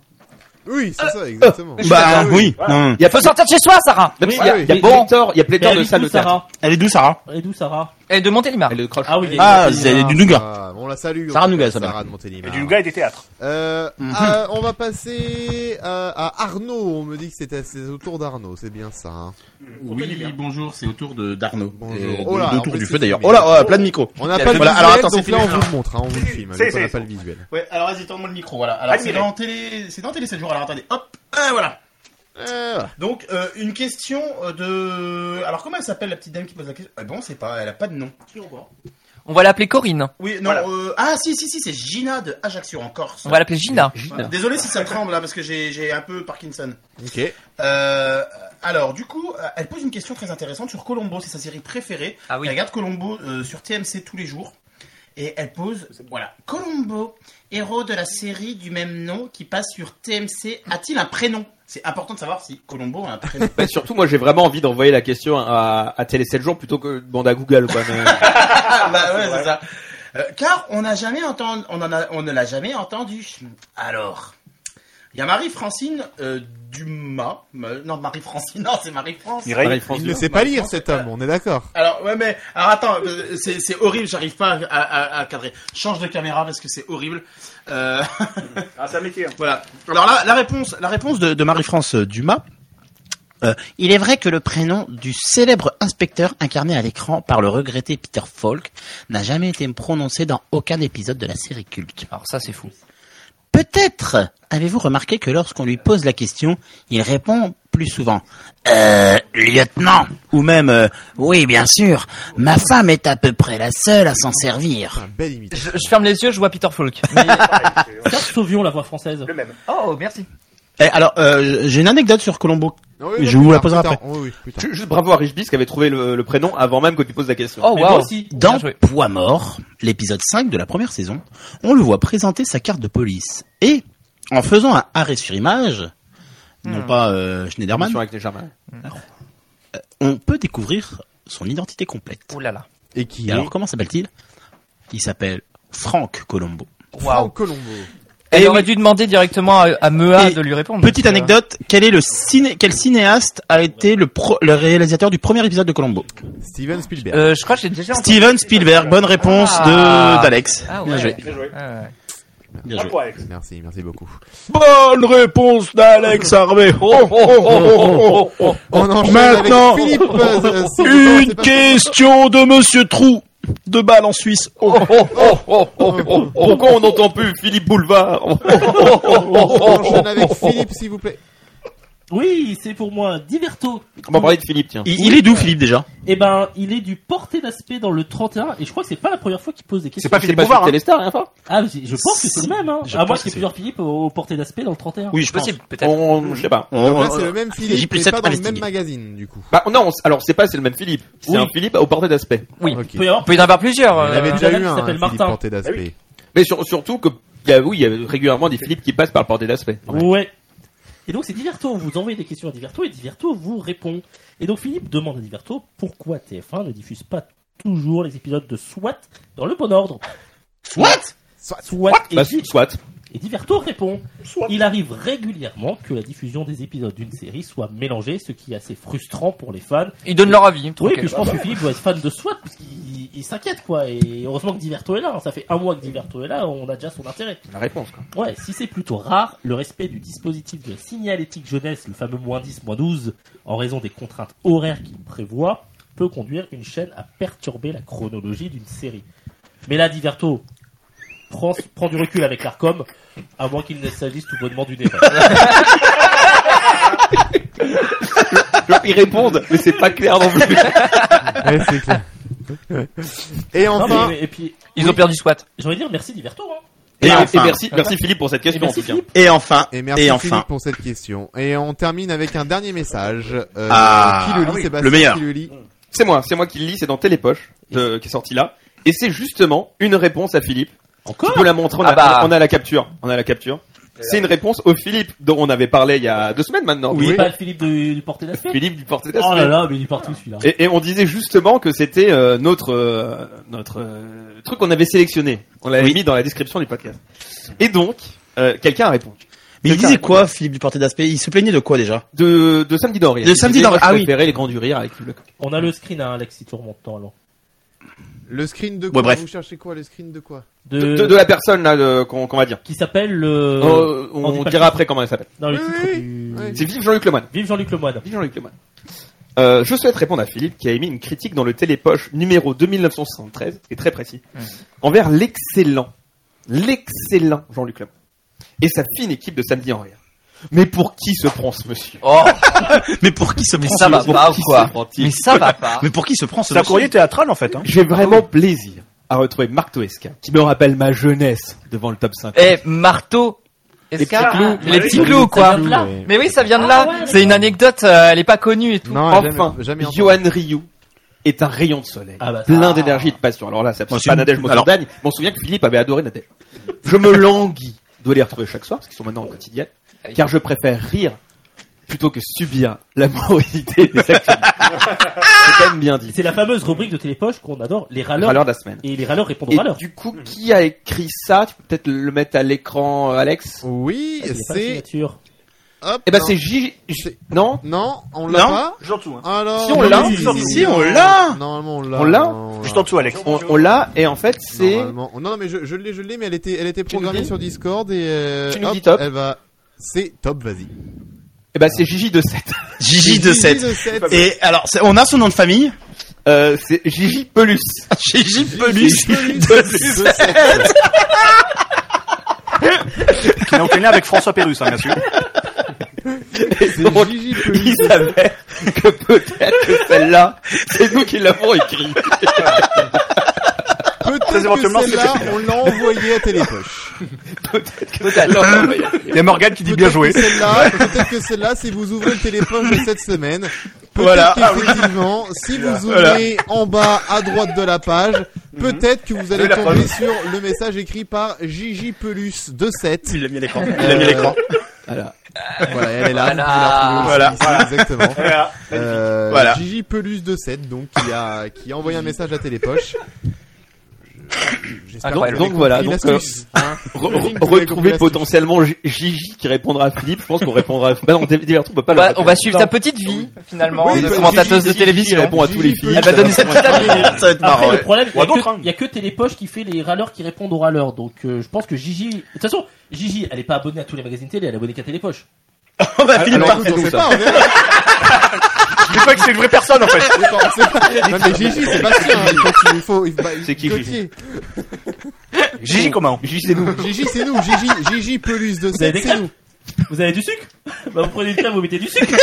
Speaker 1: Oui,
Speaker 2: Ah.
Speaker 1: c'est ça, exactement.
Speaker 2: Bah oui. Non.
Speaker 3: Il y a
Speaker 4: Faut sortir de chez soi, Sarah
Speaker 3: Non, mais il y a, il y a
Speaker 6: mais-
Speaker 3: pléthore, il y a pléthore
Speaker 6: elle
Speaker 3: de
Speaker 6: est
Speaker 3: salles
Speaker 6: d'où,
Speaker 3: de théâtre.
Speaker 6: Sarah
Speaker 2: Elle est d'où Sarah
Speaker 6: Elle est d'où, Sarah
Speaker 4: Et de Montélimar.
Speaker 3: Elle le croche.
Speaker 6: Ah oui,
Speaker 2: Ah,
Speaker 6: elle est-
Speaker 2: c'est du nougat.
Speaker 1: Ah, bon, on la salue.
Speaker 2: Sarah
Speaker 1: en tout
Speaker 2: Nougat,
Speaker 1: cas,
Speaker 2: ça
Speaker 1: Sarah de Montélimar.
Speaker 5: Et du gars et des théâtres.
Speaker 1: Euh,
Speaker 2: Mhm.
Speaker 1: euh, on va passer euh, à Arnaud. On me dit que c'est à- c'est au tour d'Arnaud, c'est bien ça. hein.
Speaker 2: Oui, bonjour, c'est au tour de d'Arnaud.
Speaker 1: Bonjour.
Speaker 2: Euh,
Speaker 1: Oh là,
Speaker 2: de
Speaker 1: en
Speaker 2: tour
Speaker 1: plus,
Speaker 2: du
Speaker 1: c'est
Speaker 2: feu d'ailleurs.
Speaker 1: filmé.
Speaker 2: Oh là, oh là, plein de micros.
Speaker 1: On n'a
Speaker 2: Il y a
Speaker 1: pas le
Speaker 2: le- voilà,
Speaker 1: visuel,
Speaker 2: alors, attends,
Speaker 1: donc
Speaker 2: c'est
Speaker 1: là on
Speaker 2: filmé,
Speaker 1: vous le montre, hein, on vous le filme.
Speaker 5: C'est-
Speaker 1: donc on n'a
Speaker 5: c'est-
Speaker 1: pas le visuel.
Speaker 2: Ouais, alors vas-y, tends-moi le micro, voilà. Alors,
Speaker 5: Admirez.
Speaker 2: c'est dans télé, c'est dans télé 7 jours, alors attendez, hop, ah, voilà. Donc, euh, une question euh, de... Alors, comment elle s'appelle la petite dame qui pose la question Ah Bon, c'est pas, elle a pas de nom.
Speaker 4: On va l'appeler Corinne.
Speaker 2: Oui, non,
Speaker 5: Voilà.
Speaker 2: euh, ah si, si, si, c'est Gina de Ajaccio en Corse.
Speaker 4: On va l'appeler Gina.
Speaker 2: Voilà. Désolé si ça tremble là, parce que j'ai j'ai un peu Parkinson.
Speaker 1: Ok.
Speaker 2: Euh, alors, du coup, euh, elle pose une question très intéressante sur Colombo, c'est sa série préférée.
Speaker 4: Ah oui.
Speaker 2: Elle regarde Colombo euh, sur TMC tous les jours. Et elle pose, voilà, Colombo, héros de la série du même nom qui passe sur TMC, a-t-il un prénom C'est important de savoir si Colombo a un prénom.
Speaker 3: Ben, surtout, moi, j'ai vraiment envie d'envoyer la question à, à Télé 7 jours plutôt que de demander à Google, quoi. mais-
Speaker 2: [laughs] ah bah ouais, c'est ça. Euh, car on n'a jamais entendu, on en a- on ne l'a jamais entendu. Alors, il y a Marie-Francine euh, Dumas, euh, non Marie-Francine, [laughs] non c'est Marie-France.
Speaker 3: Pareil, France
Speaker 1: Il
Speaker 3: deux.
Speaker 1: ne sait pas lire cet homme, on est d'accord.
Speaker 2: Alors ouais mais alors attends euh, c'est c'est horrible j'arrive pas à, à- à cadrer change de caméra parce que c'est horrible euh,
Speaker 5: Ah, c'est un métier. hein.
Speaker 2: [laughs] voilà alors là la réponse la réponse de, de Marie-France euh, Dumas Euh, il est vrai que le prénom du célèbre inspecteur incarné à l'écran par le regretté Peter Falk n'a jamais été prononcé dans aucun épisode de la série culte.
Speaker 4: Alors ça, c'est fou.
Speaker 2: Peut-être avez-vous remarqué que lorsqu'on lui pose la question, il répond plus souvent euh, lieutenant ou même euh, oui bien sûr, ma femme est à peu près la seule à s'en servir.
Speaker 1: Un bel imitation.
Speaker 4: Je, je ferme les yeux, je vois Peter Falk.
Speaker 6: Serge Sauvion, la voix française.
Speaker 5: Le même.
Speaker 4: oh, merci.
Speaker 2: Eh, alors euh, j'ai une anecdote sur Colombo.
Speaker 1: Non,
Speaker 2: Je vous la poserai
Speaker 1: plus tard. Oui, oui, plus tard.
Speaker 3: Ju- Juste bravo à Richbis qui avait trouvé le, le prénom avant même que tu poses la question.
Speaker 4: Oh,
Speaker 6: Mais moi
Speaker 4: wow.
Speaker 6: aussi.
Speaker 4: Bien
Speaker 2: Dans
Speaker 4: joué.
Speaker 2: Poids mort, l'épisode 5 de la première saison, on le voit présenter sa carte de police et en faisant un arrêt sur image, non pas euh, Schneiderman,
Speaker 3: Émission avec les Germains.
Speaker 2: on peut découvrir son identité complète.
Speaker 4: Oh là là.
Speaker 1: Et qui
Speaker 2: Et
Speaker 1: est
Speaker 2: alors, comment s'appelle-t-il Il s'appelle Franck Colombo.
Speaker 1: Franck Colombo.
Speaker 4: Elle
Speaker 2: Eh
Speaker 4: aurait dû demander directement à, à Mea
Speaker 2: Et
Speaker 4: de lui répondre.
Speaker 2: [laughs] Petite
Speaker 4: parce que-
Speaker 2: anecdote, quel est le ciné- quel cinéaste a été le, pro- le réalisateur du premier épisode de Colombo
Speaker 1: Steven Spielberg.
Speaker 4: Euh, je crois que j'ai déjà entendu.
Speaker 2: Steven Spielberg, bonne réponse
Speaker 4: Ah.
Speaker 2: de d'Alex.
Speaker 4: Ah ouais.
Speaker 2: Bien joué.
Speaker 5: Bien joué.
Speaker 4: Ah ouais.
Speaker 2: Bien
Speaker 5: Un
Speaker 2: joué.
Speaker 5: point, Alex.
Speaker 1: Merci, merci beaucoup.
Speaker 2: Bonne réponse d'Alex Harvey. Oh, oh, oh, oh, oh, oh.
Speaker 1: On enchaîne
Speaker 2: Maintenant,
Speaker 1: avec Philippe.
Speaker 2: [laughs]
Speaker 1: euh, c'est-
Speaker 2: Une
Speaker 1: c'est [laughs] pas-
Speaker 2: question de Monsieur Trou. Deux balles en Suisse. Oh,
Speaker 3: Pourquoi on n'entend plus Philippe Boulevard
Speaker 1: On enchaîne avec Philippe, s'il vous plaît.
Speaker 6: Oui, c'est pour moi. Diverto.
Speaker 3: On va parler de Philippe, tiens.
Speaker 2: Il, il est d'où, Philippe, déjà
Speaker 6: Eh ben, il est du porté d'aspect dans le 31, et je crois que c'est pas la première fois qu'il pose des
Speaker 9: C'est
Speaker 6: questions.
Speaker 9: pas
Speaker 3: C'est
Speaker 9: Philippe
Speaker 3: pas
Speaker 9: Bouvard.
Speaker 3: sur
Speaker 9: hein.
Speaker 3: Téléstar, hein, ça
Speaker 6: Ah, je je pense que c'est le même, hein.
Speaker 2: Je
Speaker 6: À moins
Speaker 2: pense
Speaker 6: qu'il y ait
Speaker 2: que
Speaker 6: plusieurs Philippe au, au porté d'aspect dans le 31.
Speaker 2: Oui, je pense.
Speaker 7: Possible, peut-être.
Speaker 3: On, je sais pas.
Speaker 1: En
Speaker 2: On-
Speaker 1: fait, c'est le même
Speaker 2: J'ai
Speaker 1: Oh, Philippe,
Speaker 2: pris
Speaker 1: mais
Speaker 2: cette
Speaker 1: pas dans le même
Speaker 2: Palestinienne.
Speaker 1: magazine, du coup.
Speaker 3: Bah, non, on s- alors c'est pas, c'est le même Philippe. C'est
Speaker 6: Oui.
Speaker 3: un Philippe au porté d'aspect.
Speaker 7: Oui.
Speaker 2: Ah,
Speaker 1: Ok.
Speaker 6: Il peut y avoir
Speaker 7: On peut y en avoir plusieurs.
Speaker 1: Il
Speaker 7: euh,
Speaker 1: avait
Speaker 6: euh,
Speaker 1: déjà
Speaker 6: il y en a
Speaker 1: eu
Speaker 6: qui
Speaker 1: un
Speaker 6: s'appelle
Speaker 1: Philippe
Speaker 6: Martin.
Speaker 1: porté d'aspect.
Speaker 3: Mais sur- surtout que, il y a, oui, il y a régulièrement des Philippe qui passent par le porté d'aspect.
Speaker 6: Ouais. Et donc c'est Diverto, vous envoyez des questions à Diverto et Diverto vous répond. Et donc Philippe demande à Diverto pourquoi TF1 ne diffuse pas toujours les épisodes de SWAT dans le bon ordre.
Speaker 2: What
Speaker 6: SWAT et,
Speaker 3: Bah,
Speaker 6: Di-
Speaker 3: soit.
Speaker 6: et Diverto répond. Il arrive régulièrement que la diffusion des épisodes d'une série soit mélangée, ce qui est assez frustrant pour les fans.
Speaker 7: Ils donnent leur avis. hein,
Speaker 6: Oui,
Speaker 7: Ok.
Speaker 6: puis je
Speaker 4: bah,
Speaker 6: pense que Philippe doit être fan de SWAT parce qu'il il s'inquiète quoi. Et heureusement que Diverto est là. hein. Ça fait un mois que Diverto est là, on a déjà son intérêt.
Speaker 3: La réponse, quoi.
Speaker 6: Ouais, si c'est plutôt rare, le respect du dispositif de signalétique jeunesse, le fameux moins 10, moins 12, en raison des contraintes horaires qu'il prévoit, peut conduire une chaîne à perturber la chronologie d'une série. Mais là, Diverto, prends, prends du recul avec l'ARCOM, à moins qu'il ne s'agisse tout bonnement du débat.
Speaker 3: Genre, ils répondent, mais c'est pas clair non
Speaker 1: [laughs]
Speaker 3: plus.
Speaker 1: Ouais, c'est clair. [laughs] Et
Speaker 6: Non,
Speaker 1: enfin,
Speaker 6: mais- et puis,
Speaker 7: Ils ont perdu SWAT.
Speaker 6: j'ai envie de dire merci Diverto. Hein.
Speaker 3: [laughs] Et,
Speaker 2: Et enfin.
Speaker 3: et merci, merci Philippe pour cette
Speaker 6: Et
Speaker 3: question, en
Speaker 6: merci
Speaker 3: tout cas.
Speaker 6: Philippe.
Speaker 2: Et enfin.
Speaker 1: et merci
Speaker 2: Et enfin.
Speaker 1: Philippe pour cette question. Et on termine avec un dernier message. Euh,
Speaker 2: Ah,
Speaker 1: qui le lit,
Speaker 2: oui,
Speaker 1: Sébastien
Speaker 2: le meilleur.
Speaker 1: Qui le lit
Speaker 3: C'est moi, c'est moi qui le lis, c'est dans Télépoche, de- qui est sorti là. Et c'est justement une réponse à Philippe. Tu
Speaker 6: Encore
Speaker 3: peux la montrer, on,
Speaker 7: Ah
Speaker 3: a,
Speaker 7: bah.
Speaker 3: on a la capture. On a la capture. C'est une réponse au Philippe dont on avait parlé il y a deux semaines maintenant.
Speaker 6: Oui, pas le Philippe du, du porté d'aspect.
Speaker 3: Philippe du porté
Speaker 6: Oh là là, mais il est partout celui-là.
Speaker 3: Et, et on disait justement que c'était euh, notre euh, notre euh, truc qu'on avait sélectionné. On l'avait mis dans la description du podcast. Et donc, euh, quelqu'un a répondu.
Speaker 2: Mais il
Speaker 3: Quelqu'un.
Speaker 2: disait quoi, Philippe du porté d'aspect Il se plaignait de quoi déjà
Speaker 3: De, de samedi dans Rire.
Speaker 2: De
Speaker 3: Il
Speaker 2: Samedi
Speaker 3: disait,
Speaker 2: dans
Speaker 3: moi,
Speaker 2: Rire, ah
Speaker 3: je
Speaker 2: oui.
Speaker 3: préférais les grands du rire avec le
Speaker 6: On a le screen, hein, Alex, si tu remontes temps alors.
Speaker 1: Le screen de
Speaker 2: Ouais,
Speaker 1: quoi
Speaker 2: bref.
Speaker 1: Vous cherchez quoi Le screen de quoi
Speaker 6: De,
Speaker 3: de, de la personne là de- qu'on qu'on va dire.
Speaker 6: Qui s'appelle euh,
Speaker 3: Euh, on
Speaker 6: on dit pas
Speaker 3: dira
Speaker 6: le-
Speaker 3: après comment elle s'appelle.
Speaker 6: dans le
Speaker 1: Oui,
Speaker 6: titre
Speaker 1: oui,
Speaker 6: du-
Speaker 1: oui.
Speaker 3: C'est vive Jean-Luc Lemoine.
Speaker 6: Vive Jean-Luc Lemoine.
Speaker 3: Vive Jean-Luc Lemoine. Euh, je souhaite répondre à Philippe qui a émis une critique dans le télépoche numéro 2973, qui est très précis, envers l'excellent, l'excellent Jean-Luc Lemoine et sa fine équipe de Samedi en Rire. Mais pour qui se prend ce monsieur
Speaker 7: Oh,
Speaker 2: Mais pour qui se
Speaker 7: mais
Speaker 2: prend
Speaker 7: ça
Speaker 2: ce
Speaker 7: va
Speaker 2: monsieur
Speaker 7: pas ou
Speaker 3: qui
Speaker 7: quoi
Speaker 3: se prend-il
Speaker 7: Mais ça va pas.
Speaker 2: Mais pour qui se prend ce
Speaker 9: C'est un
Speaker 2: monsieur
Speaker 9: courrier théâtral en fait. Hein.
Speaker 3: J'ai vraiment plaisir à retrouver Marc Toesca, qui me rappelle ma jeunesse devant le top 5.
Speaker 7: Eh, marteau.
Speaker 3: Les
Speaker 7: Escar-
Speaker 3: petits clous.
Speaker 7: Les petits clous,
Speaker 6: Ça
Speaker 7: quoi. Ah
Speaker 6: vient de là.
Speaker 1: Ouais.
Speaker 7: Mais oui, ça vient de là. C'est une anecdote, euh, elle est pas connue et tout.
Speaker 1: Non,
Speaker 3: enfin,
Speaker 1: Ah, jamais, jamais entendu.
Speaker 3: Johan Rioux est un rayon de soleil,
Speaker 6: Ah bah,
Speaker 3: plein d'énergie et de passion. Alors là, c'est
Speaker 2: Moi,
Speaker 3: pas
Speaker 2: c'est-
Speaker 3: Nadège Montagne,
Speaker 2: alors-
Speaker 3: mais on se souvient que Philippe avait adoré Nadège. Je me languis de les retrouver chaque soir, parce qu'ils sont maintenant en quotidien,
Speaker 1: Ah
Speaker 3: car je préfère rire plutôt que subir la moralité des acteurs. c'est quand même bien dit.
Speaker 6: C'est la fameuse rubrique de télépoche qu'on adore, les
Speaker 3: Le
Speaker 6: râleurs.
Speaker 3: râleur de la semaine.
Speaker 6: Et les râleurs répondent aux
Speaker 3: Et
Speaker 6: râleurs.
Speaker 3: du coup, qui a écrit ça Tu peux peut-être le mettre à l'écran, euh, Alex
Speaker 1: Oui,
Speaker 3: Ah,
Speaker 6: Il y a pas de
Speaker 1: c'est.
Speaker 6: signature.
Speaker 1: Hop.
Speaker 3: Eh ben
Speaker 1: non.
Speaker 3: c'est J... J-
Speaker 1: C'est-
Speaker 3: Non
Speaker 1: Non, on l'a
Speaker 2: Non.
Speaker 1: pas.
Speaker 9: Juste en dessous. Hein.
Speaker 1: Alors.
Speaker 3: Si, on l'a.
Speaker 1: oui.
Speaker 2: Si, on l'a.
Speaker 1: Normalement, on l'a.
Speaker 3: On l'a
Speaker 1: Normalement, on
Speaker 9: Juste en dessous, Alex.
Speaker 3: on, on l'a, et en fait, c'est...
Speaker 1: Normalement. Non, non, mais je, je l'ai, je l'ai, mais elle était, elle était
Speaker 3: Tu nous
Speaker 1: programmée
Speaker 3: dis
Speaker 1: sur Discord et euh,
Speaker 3: Tu nous
Speaker 1: hop,
Speaker 3: dis top.
Speaker 1: Elle va. C'est top, vas-y.
Speaker 3: Eh ben c'est Gigi de 7.
Speaker 2: Gigi de 7. Et alors, c'est- on a son nom de famille
Speaker 3: Euh, c'est Gigi Pelus.
Speaker 2: [laughs] Gigi Pelus de 7.
Speaker 9: Qui n'a aucun lien avec François Pérus, hein, bien sûr.
Speaker 3: Et donc,
Speaker 1: C'est Gigi Pelus.
Speaker 3: il s'avère que peut-être que celle-là, c'est nous qui l'avons écrit.
Speaker 9: Très
Speaker 1: Peut-être
Speaker 9: éventuellement,
Speaker 1: que
Speaker 9: c'est
Speaker 1: celle-là, on l'a envoyée à Télépoche.
Speaker 3: Peut-être que celle-là.
Speaker 9: Il y a Morgane qui dit bien joué.
Speaker 1: Peut-être que
Speaker 2: [laughs]
Speaker 1: celle-là, peut-être que celle-là, si vous ouvrez le Télépoche de cette semaine, peut-être
Speaker 2: Voilà. Ah
Speaker 1: qu'effectivement, si vous ouvrez en bas à droite de la page,
Speaker 2: Mhm.
Speaker 1: peut-être que vous allez
Speaker 9: la
Speaker 1: tomber sur le message écrit par Gigi Pelus de 7.
Speaker 2: Il l'a mis à l'écran. Il l'a mis à l'écran.
Speaker 1: Voilà, elle est là. vous
Speaker 7: Voilà.
Speaker 1: pouvez la retrouver aussi, Exactement.
Speaker 9: Voilà.
Speaker 1: Euh,
Speaker 2: Voilà.
Speaker 1: Gigi Pelus de 7, donc, qui a, qui a envoyé un message à Télépoche. J'espère
Speaker 3: Ah,
Speaker 1: que vous
Speaker 3: donc-
Speaker 1: avez
Speaker 3: donc voilà,
Speaker 1: compris
Speaker 3: donc, euh,
Speaker 1: l'astuce, hein.
Speaker 3: Re-
Speaker 1: J'imagine que vous
Speaker 3: re-
Speaker 1: avez compris
Speaker 3: Retrouver
Speaker 1: l'astuce.
Speaker 3: potentiellement G- Gigi qui répondra à Philippe. Je pense qu'on répondra à... Bah non, Diverton, on peut pas
Speaker 7: On
Speaker 3: le
Speaker 7: va, on
Speaker 3: rappeler.
Speaker 7: va suivre
Speaker 3: Non.
Speaker 7: ta petite vie, finalement,
Speaker 1: Oui,
Speaker 7: de
Speaker 1: bah,
Speaker 7: commentateuse de
Speaker 3: Gigi- Gigi
Speaker 7: télévision.
Speaker 3: répond à tous les
Speaker 1: Gigi
Speaker 3: filles.
Speaker 2: Ah, bah,
Speaker 7: Elle va donner sa petite avis.
Speaker 2: Ça va être
Speaker 3: ah
Speaker 2: marrant.
Speaker 6: Après, le
Speaker 2: ouais.
Speaker 6: problème, il y
Speaker 9: Ouais,
Speaker 6: a, que,
Speaker 9: d'autres, hein.
Speaker 6: il y a que Télépoche qui fait les râleurs qui répondent aux râleurs. Donc, euh, je pense que Gigi. De toute façon, Gigi, elle est pas abonnée à tous les magazines télé, elle est abonnée qu'à Télépoche.
Speaker 2: Oh, bah, Philippe,
Speaker 1: Alors,
Speaker 2: par-
Speaker 1: écoute, on
Speaker 3: nous,
Speaker 1: sait
Speaker 3: ça.
Speaker 1: pas, on verra.
Speaker 9: Je dis pas que c'est une vraie personne, en fait.
Speaker 1: On sait pas. Non, mais Gigi, c'est pas sûr, hein. Donc, il faut, il- bah,
Speaker 3: C'est qui,
Speaker 1: Gauthier.
Speaker 9: Gigi comment
Speaker 3: Gigi, c'est nous.
Speaker 1: Gigi, c'est nous. Gigi, Gigi Pelus de
Speaker 6: Vous avez
Speaker 1: 7,
Speaker 6: des
Speaker 1: c'est nous.
Speaker 6: Vous avez du sucre [laughs] Bah vous prenez une crème, vous mettez du sucre.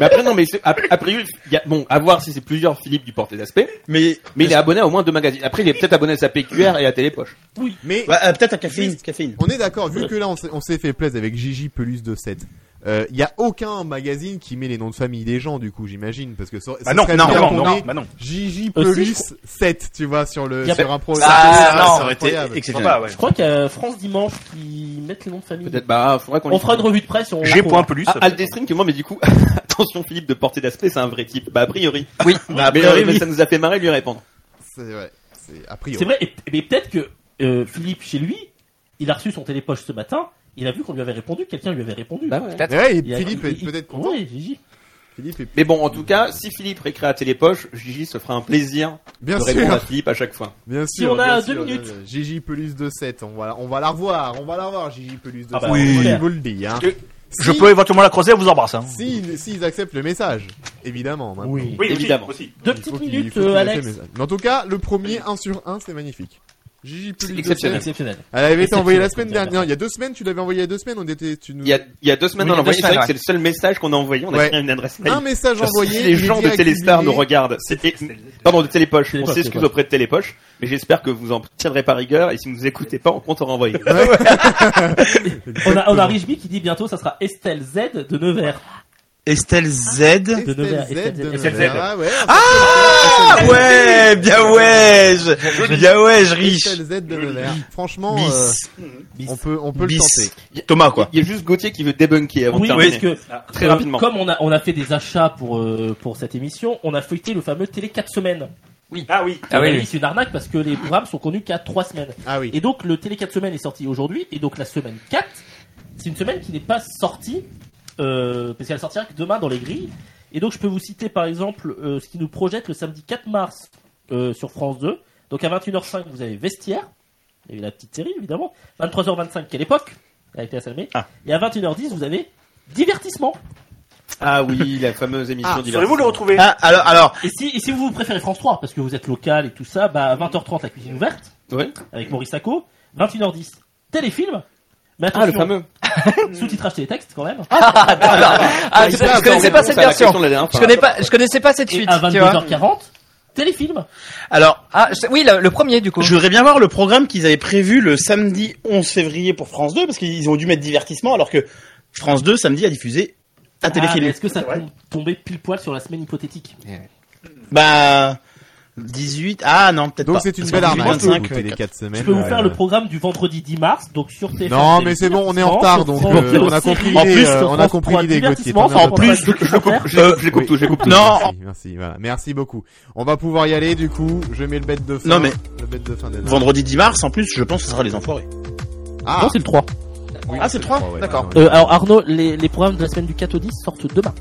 Speaker 3: Mais après, non, mais c'est- a a priori, il y a, bon, à voir si c'est plusieurs Philippe du porté d'aspect.
Speaker 2: Mais
Speaker 3: Mais il est abonné à au moins deux magazines. Après, il est peut-être abonné à sa PQR et à Télépoche.
Speaker 1: Mais
Speaker 2: Ouais, euh, peut-être à caféine, caféine.
Speaker 1: on est d'accord, vu que là on s'est- on s'est fait plaisir avec Gigi Pelus de 7. Euh, Il y a aucun magazine qui met les noms de famille des gens, du coup, j'imagine, parce que ça, ça
Speaker 9: Bah non,
Speaker 1: serait
Speaker 9: non,
Speaker 1: bien
Speaker 9: non,
Speaker 1: qu'on
Speaker 9: non,
Speaker 1: ait
Speaker 9: bah non.
Speaker 1: Gigi
Speaker 6: Aussi,
Speaker 1: Pelus
Speaker 6: je
Speaker 1: 7, tu vois, sur le
Speaker 6: Y a
Speaker 1: sur
Speaker 6: pas-
Speaker 1: un pro.
Speaker 9: Ah,
Speaker 1: ça,
Speaker 9: non,
Speaker 1: ça aurait été
Speaker 9: incroyable.
Speaker 1: exceptionnel.
Speaker 9: Sympa, ouais.
Speaker 6: Je crois qu'il y a France Dimanche qui mettent les noms de famille.
Speaker 3: Peut-être, bah, faudrait qu'on
Speaker 6: On fera une revue de presse et on.
Speaker 9: J'ai
Speaker 6: on-
Speaker 9: point plus.
Speaker 3: Ah, Aldestream qui me demande, mais du coup, [laughs] attention Philippe de portée d'aspect, c'est un vrai type. [laughs] Bah, a priori.
Speaker 2: Oui, bah,
Speaker 3: mais,
Speaker 2: après,
Speaker 3: euh, mais ça nous a fait marrer de lui répondre.
Speaker 1: C'est vrai. C'est a
Speaker 6: C'est
Speaker 1: priori.
Speaker 6: vrai, et- mais peut-être que euh, Philippe, chez lui, il a reçu son télépoche ce matin, il a vu qu'on lui avait répondu, quelqu'un lui avait répondu.
Speaker 4: Bah ouais.
Speaker 1: Mais ouais, et
Speaker 6: Il y a-
Speaker 1: Eh Philippe
Speaker 6: il-
Speaker 1: est
Speaker 6: il-
Speaker 1: peut-être content.
Speaker 6: Ouais, Gigi.
Speaker 1: Philippe est-
Speaker 3: Mais bon, en tout cas, si Philippe récrée à Télépoche, Gigi se fera un plaisir
Speaker 1: Bien
Speaker 3: de répondre à
Speaker 1: sûr,
Speaker 3: Philippe à chaque fois.
Speaker 1: bien sûr.
Speaker 6: Si on a
Speaker 1: bien
Speaker 6: deux
Speaker 1: sûr,
Speaker 6: minutes.
Speaker 1: bien sûr. Gigi Pelus de 7, on va, la- on va la revoir, on va la revoir, Gigi Pelus de
Speaker 6: Ah
Speaker 1: 7.
Speaker 6: bah, Oui.
Speaker 1: Je vous le dis, hein.
Speaker 5: Je
Speaker 1: Si-
Speaker 5: peux éventuellement la croiser, elle vous embrasse. Hein.
Speaker 1: Si, ils- si ils acceptent le message, évidemment. maintenant.
Speaker 6: Oui.
Speaker 9: Oui,
Speaker 3: Évidemment.
Speaker 9: Aussi.
Speaker 6: Deux
Speaker 1: Il faut
Speaker 6: petites
Speaker 1: qu'il- il
Speaker 6: minutes,
Speaker 1: faut qu'il
Speaker 6: euh,
Speaker 1: accepte le
Speaker 6: Alex.
Speaker 1: message. Mais en tout cas, le premier 1 sur 1, c'est magnifique. Gigi Pelus de
Speaker 3: Exceptionnel.
Speaker 1: sept.
Speaker 6: Exceptionnel.
Speaker 1: Elle avait été
Speaker 6: Exceptionnel,
Speaker 1: envoyée la
Speaker 6: comme
Speaker 1: semaine
Speaker 6: dirait
Speaker 1: dernière. Il y a deux semaines, tu l'avais envoyée il y a deux semaines. On était, tu nous...
Speaker 3: Il y a, il y a deux semaines,
Speaker 7: Oui,
Speaker 3: on
Speaker 7: il y a
Speaker 3: l'a envoyé, c'est
Speaker 7: deux
Speaker 3: vrai
Speaker 7: semaines,
Speaker 3: que c'est le seul message qu'on a envoyé, on a
Speaker 1: Ouais.
Speaker 3: créé une adresse mail.
Speaker 1: Un message
Speaker 3: Parce que
Speaker 1: envoyé.
Speaker 3: si les
Speaker 1: il est
Speaker 3: gens de
Speaker 1: direct
Speaker 3: Téléstar
Speaker 1: [laughs]
Speaker 3: nous
Speaker 1: publié.
Speaker 3: regardent, c'était, pardon, de Télépoche, on
Speaker 6: Télépoche,
Speaker 3: s'excuse
Speaker 6: Télépoche.
Speaker 3: auprès de Télépoche, mais j'espère que vous en tiendrez par rigueur, et si vous nous écoutez pas, on compte en renvoyer.
Speaker 6: On a, on a Rijbi qui dit bientôt ça sera Estelle Z de Nevers.
Speaker 3: Ah,
Speaker 2: Estelle Z.
Speaker 1: Estelle
Speaker 6: Nevers,
Speaker 1: Z
Speaker 6: Estelle Z.
Speaker 1: de
Speaker 6: Estelle Z.
Speaker 1: Nevers. Ah ouais.
Speaker 2: Ah ouais, bien ouais, je- bien ouais, je riche.
Speaker 1: Estelle Z de Nevers. Franchement, euh,
Speaker 2: Bis.
Speaker 1: on peut, on peut le
Speaker 2: Bis.
Speaker 1: tenter.
Speaker 2: Thomas quoi.
Speaker 3: Il y a juste Gauthier qui veut débunker avant
Speaker 6: Oui,
Speaker 3: de terminer.
Speaker 6: parce que
Speaker 3: Ah, Très
Speaker 6: euh,
Speaker 3: rapidement.
Speaker 6: comme on a on a fait des achats pour euh, pour cette émission, on a feuilleté le fameux télé 4 semaines.
Speaker 9: Ah oui.
Speaker 6: Et
Speaker 7: Ah
Speaker 6: on a
Speaker 7: oui.
Speaker 6: dit, c'est une arnaque parce que les programmes sont connus qu'à 3 semaines.
Speaker 1: Ah oui.
Speaker 6: Et donc le télé 4 semaines est sorti aujourd'hui et donc la semaine 4, c'est une semaine qui n'est pas sortie euh, parce qu'elle sortira que demain dans les grilles. Et donc je peux vous citer par exemple euh, ce qui nous projette le samedi 4 mars euh, sur France 2. Donc à 21h05 vous avez Vestiaire, et la petite série évidemment. 23h25 quelle époque avec Théa Salmé.
Speaker 2: Ah.
Speaker 6: Et à 21h10 vous avez Divertissement.
Speaker 3: Ah oui, la fameuse émission
Speaker 1: Ah,
Speaker 3: d'hiver.
Speaker 5: Saurez-vous le retrouver
Speaker 2: Ah, alors, alors,
Speaker 6: Et si, et si vous préférez France 3 parce que vous êtes local et tout ça, bah à 20h30 la cuisine ouverte
Speaker 3: Oui.
Speaker 6: avec Maurice Sacco, 21h10 téléfilm. Mais
Speaker 3: Ah, le
Speaker 6: attention,
Speaker 3: fameux.
Speaker 6: sous-titrage télétexte quand même.
Speaker 7: Ah, je, je connaissais pas cette version. Je connais pas, je connaissais pas cette
Speaker 6: Et
Speaker 7: suite,
Speaker 6: à
Speaker 7: tu vois.
Speaker 6: 22h40 téléfilm.
Speaker 2: alors,
Speaker 7: Ah, je- oui, le, le premier du coup.
Speaker 2: je voudrais bien voir le programme qu'ils avaient prévu le samedi 11 février pour France 2 parce qu'ils ont dû mettre divertissement alors que France 2 samedi a diffusé un
Speaker 6: Ah, mais
Speaker 2: téléfilm.
Speaker 6: Est-ce que ça tombe tombait pile poil sur la semaine hypothétique
Speaker 2: Bah 18 Ah non, peut-être pas.
Speaker 1: Donc c'est une
Speaker 2: Parce
Speaker 1: belle
Speaker 2: que
Speaker 1: arme. hein,
Speaker 2: 25,
Speaker 1: les
Speaker 2: euh,
Speaker 1: 4 semaines.
Speaker 6: Je peux vous
Speaker 1: euh,
Speaker 6: faire le programme du vendredi 10 mars donc sur TF1.
Speaker 1: Non, mais c'est bon, on est en retard, donc
Speaker 6: France
Speaker 1: euh,
Speaker 6: zéro
Speaker 1: on a
Speaker 6: série,
Speaker 1: compris
Speaker 6: France
Speaker 1: l'idée, euh, on a
Speaker 6: trois
Speaker 1: compris l'idée, Gauthier.
Speaker 6: divertissement,
Speaker 1: t'en as
Speaker 6: en
Speaker 1: pas
Speaker 6: plus,
Speaker 2: parlé.
Speaker 6: je coupe.
Speaker 2: Euh,
Speaker 3: Je coupe tout, je coupe tout.
Speaker 2: Non.
Speaker 1: Merci, merci, voilà. merci beaucoup. On va pouvoir y aller, du coup, je mets le bête de fin.
Speaker 2: Non, mais-
Speaker 1: Le bête de fin des
Speaker 2: euh, vendredi 10 mars en plus, je pense que ce sera les enfoirés.
Speaker 1: Ah,
Speaker 6: Non, c'est le 3.
Speaker 1: oui,
Speaker 2: Ah, c'est le 3,
Speaker 1: ouais,
Speaker 2: d'accord.
Speaker 1: ouais, ouais.
Speaker 6: Euh, alors Arnaud, les, les programmes de la semaine du 4 au 10 sortent demain.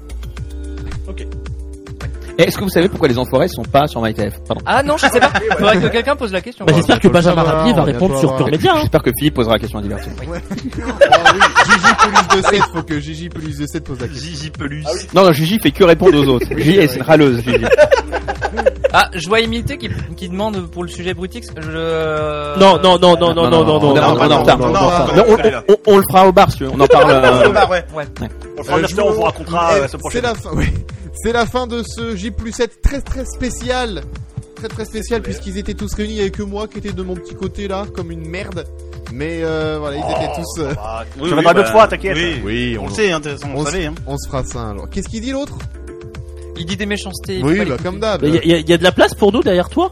Speaker 3: Est-ce que vous savez pourquoi les enfoirés sont pas sur MyTF Pardon.
Speaker 7: Ah non, je sais pas. Faudrait que quelqu'un pose la question.
Speaker 6: Bah, J'espère que
Speaker 1: bientôt le
Speaker 6: Benjamin
Speaker 1: savoir,
Speaker 6: Rabier va
Speaker 1: on va bientôt
Speaker 6: répondre sur
Speaker 1: avoir-
Speaker 6: Pure Média. hein.
Speaker 3: J'espère que Philippe posera la question à Divertissement.
Speaker 1: Ah oui, Gigi Police de 7, faut que Gigi Police de 7 pose la question.
Speaker 9: Gigi Pelus.
Speaker 2: Ah
Speaker 3: Non, non, Gigi fait que répondre aux autres. Gigi, c'est une râleuse, Gigi.
Speaker 7: Ah, je vois Emilité qui, qui demande pour le sujet Brutix. Je... euh,
Speaker 6: Non, non, non, non, non, non, non, non,
Speaker 3: on est en- on est en retard.
Speaker 1: non,
Speaker 6: non,
Speaker 1: non, non,
Speaker 6: non, non.
Speaker 3: Non, on, on- on- on le fera au bar, si tu veux. On en parle.
Speaker 5: Ah,
Speaker 3: euh,
Speaker 9: Bah ouais. On fera
Speaker 1: Euh,
Speaker 9: un
Speaker 1: je
Speaker 9: instant,
Speaker 1: vous-
Speaker 9: on vous racontera
Speaker 1: Eh,
Speaker 9: euh, la semaine
Speaker 1: C'est
Speaker 9: prochaine.
Speaker 1: la fin, [laughs] oui. C'est la fin de ce J 7 très très spécial. Très très spécial puisqu'ils étaient tous réunis, il n'y avait que moi qui était de mon petit côté là, comme une merde. Mais euh, voilà, ils étaient
Speaker 5: Oh.
Speaker 1: tous... euh,
Speaker 9: Bah,
Speaker 2: Oui,
Speaker 5: Tu
Speaker 2: oui,
Speaker 9: bah,
Speaker 5: reviendras d'autres fois, t'inquiète.
Speaker 9: oui.
Speaker 1: Oui,
Speaker 2: On le sait, hein, de toute façon, on
Speaker 1: on
Speaker 2: le
Speaker 1: s-
Speaker 2: savait. Hein.
Speaker 1: on se fera ça un jour. Qu'est-ce qu'il dit l'autre
Speaker 7: Il dit des méchancetés. il faut pas
Speaker 1: Oui, bah
Speaker 7: l'écouter.
Speaker 1: comme d'hab.
Speaker 6: Il y, a- il y a- il y a de la place pour nous derrière toi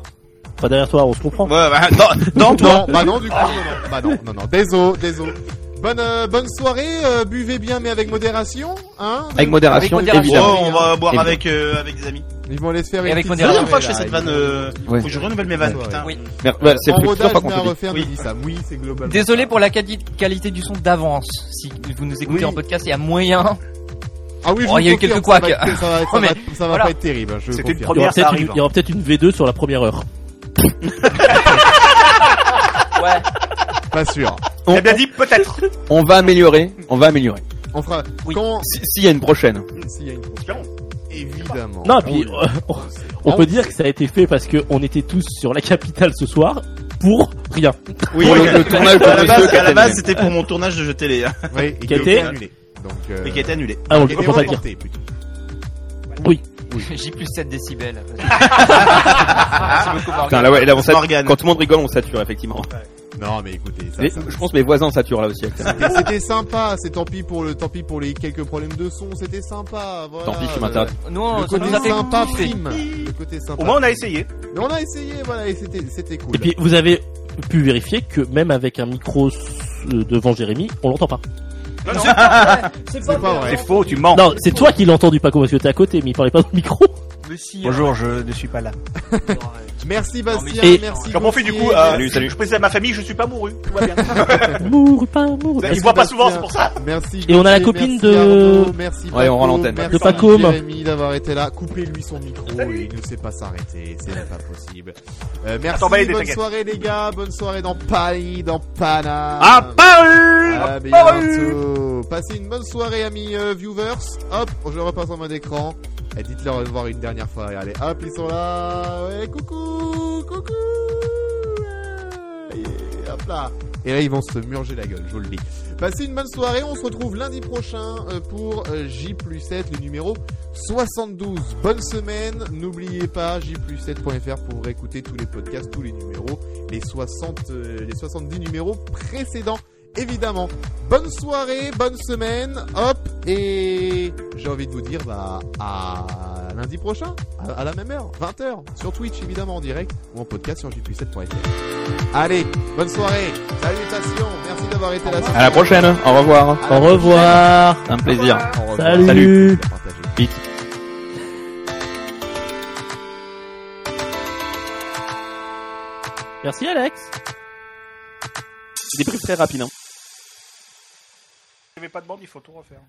Speaker 6: Enfin, derrière toi, on se comprend.
Speaker 2: Ouais, bah, non, non,
Speaker 1: Non,
Speaker 2: toi.
Speaker 1: bah non, du coup, non, non. Bah non, non, non, désolé, désolé. Bonne, euh, bonne soirée, euh, buvez bien mais avec modération, hein
Speaker 3: avec modération,
Speaker 7: Avec modération.
Speaker 3: évidemment.
Speaker 2: Oh, on va boire
Speaker 3: Évidemment.
Speaker 2: avec, euh, avec des amis.
Speaker 1: Ils vont aller se faire
Speaker 7: Et
Speaker 1: une
Speaker 7: avec
Speaker 1: petite soirée,
Speaker 7: modération.
Speaker 2: Deuxième fois que je fais
Speaker 1: là,
Speaker 2: cette
Speaker 1: ils
Speaker 2: vanne,
Speaker 1: vont-
Speaker 2: euh,
Speaker 3: Ouais.
Speaker 2: faut que je renouvelle mes vannes,
Speaker 1: Ouais.
Speaker 2: putain.
Speaker 7: Oui.
Speaker 3: Merde, ouais, c'est
Speaker 1: En
Speaker 3: plus plusieurs
Speaker 1: rodage,
Speaker 3: fois qu'on
Speaker 1: mais à
Speaker 3: te le dit.
Speaker 1: refaire, mais dis ça. Oui, c'est globalement.
Speaker 7: Désolé
Speaker 1: ça.
Speaker 7: pour la quali- qualité du son d'avance. Si vous nous écoutez
Speaker 1: Oui.
Speaker 7: en podcast, il y a moyen.
Speaker 1: Ah oui, je
Speaker 7: Oh,
Speaker 1: vous
Speaker 7: il y a eu quelques
Speaker 1: confirme, ça va
Speaker 7: couacs.
Speaker 1: être- Ça va, ça
Speaker 7: [laughs] Oh, mais
Speaker 1: va- ça va
Speaker 7: voilà.
Speaker 1: pas être terrible, hein, je
Speaker 9: C'était une
Speaker 1: confirme.
Speaker 6: Il y aura
Speaker 9: première, ça
Speaker 6: peut-être une,
Speaker 9: arrive.
Speaker 6: il y aura peut-être une V2 sur la première heure.
Speaker 7: Ouais.
Speaker 1: Pas sûr.
Speaker 3: On,
Speaker 9: T'as bien dit peut-être.
Speaker 3: on va améliorer, on va améliorer.
Speaker 1: On fera
Speaker 7: [laughs] Oui.
Speaker 1: quand
Speaker 3: Si- S'il y a une prochaine.
Speaker 1: s'il y a une
Speaker 9: Espérons.
Speaker 1: évidemment.
Speaker 6: Non, et puis
Speaker 1: Oui.
Speaker 6: euh, on peut dire que ça a été fait parce que on était tous sur la capitale ce soir pour rien.
Speaker 3: Oui, le, le tournage
Speaker 2: À la
Speaker 3: pour
Speaker 2: base,
Speaker 3: Monsieur
Speaker 2: à la base,
Speaker 3: Catalan.
Speaker 2: c'était pour mon tournage de jeu télé, hein,
Speaker 1: Oui, et
Speaker 6: Qui a été
Speaker 1: annulé. Donc, euh,
Speaker 2: mais qui a été annulé.
Speaker 6: Ah, on,
Speaker 1: qui a
Speaker 6: on
Speaker 1: été
Speaker 6: peut pas le dire.
Speaker 1: reporté, plutôt.
Speaker 6: Oui.
Speaker 7: [laughs] J'ai plus
Speaker 6: [laughs]
Speaker 7: 7 décibels.
Speaker 3: Putain, là, ouais, là, on sature.
Speaker 2: Morgane.
Speaker 3: Quand tout le monde rigole, on sature, effectivement.
Speaker 1: Non, mais écoutez, ça,
Speaker 3: Mais
Speaker 1: ça-
Speaker 3: je pense que mes voisins saturent là aussi. actuellement.
Speaker 1: c'était- c'était sympa. C'est tant pis pour le, tant pis pour les quelques problèmes de son. C'était sympa. Voilà,
Speaker 3: Tant pis, je
Speaker 1: euh,
Speaker 3: m'interdis.
Speaker 7: Nous,
Speaker 1: Le
Speaker 7: on- ça
Speaker 1: côté
Speaker 7: nous a fait
Speaker 1: sympa
Speaker 7: kiffer.
Speaker 1: prime. Le côté sympa.
Speaker 5: Au moins, on a
Speaker 1: prime.
Speaker 5: essayé.
Speaker 1: Mais on a essayé, voilà, et c'était, c'était cool.
Speaker 6: Et puis vous avez pu vérifier que même avec un micro s- euh, devant Jérémy, on l'entend pas.
Speaker 1: c'est pas vrai.
Speaker 5: C'est faux, tu mens.
Speaker 6: Non, c'est toi qui l'as entendu pas parce que t'es à côté, mais il parlait pas dans le micro.
Speaker 5: Bonjour, je ne suis pas là.
Speaker 1: Merci Bastien,
Speaker 6: mais- Et-
Speaker 1: merci.
Speaker 9: J'en profite du
Speaker 1: Gauthier.
Speaker 9: coup. euh,
Speaker 3: Salut, salut.
Speaker 9: Je précise à ma famille, je suis pas mouru. Tout va bien.
Speaker 6: Mourre, pas mourre.
Speaker 9: Ils me voient pas souvent, c'est pour ça.
Speaker 1: Merci.
Speaker 6: Et on a la
Speaker 1: Gauthier,
Speaker 6: copine
Speaker 1: merci
Speaker 6: de-
Speaker 1: Arnaud, merci.
Speaker 3: Ouais, on rend l'antenne.
Speaker 1: Merci
Speaker 6: De Pacôme.
Speaker 1: Jérémy d'avoir été là. Coupez-lui son micro. Il ne sait pas s'arrêter. C'est pas possible. Euh, merci.
Speaker 9: Attends, on va aider,
Speaker 1: bonne
Speaker 9: t'inquiète.
Speaker 1: soirée les gars. Bonne soirée dans Paris, dans Pana.
Speaker 5: Ah,
Speaker 9: Ah,
Speaker 1: À bientôt. Ah, Passez une bonne soirée amis euh, viewers. Hop, je repasse en mode écran. Et dites-leur au revoir une dernière fois. Et Allez, hop, ils sont là. Et coucou, coucou. Et hop là. Et là, ils vont se murger la gueule, je vous le dis. Passez une bonne soirée. On se retrouve lundi prochain euh, pour euh, J 7, le numéro 72. Bonne semaine. N'oubliez pas j7.fr pour écouter tous les podcasts, tous les numéros, les 60, euh, les 70 numéros précédents, évidemment. Bonne soirée, bonne semaine. Hop. Et j'ai envie de vous dire, bah, à lundi prochain, à, à la même heure, 20h, sur Twitch, évidemment, en direct, ou en podcast sur j7.fr. Allez, bonne soirée. Salutations. Merci d'avoir été là.
Speaker 3: À la prochaine. Au revoir.
Speaker 1: À la
Speaker 6: Au revoir.
Speaker 3: Un plaisir.
Speaker 1: prochaine. Au revoir.
Speaker 6: Salut.
Speaker 3: Salut.
Speaker 1: Partagez.
Speaker 6: Merci Alex.
Speaker 3: C'est des prix très rapides. hein.
Speaker 5: Il n'y avait pas de bande, il faut tout refaire.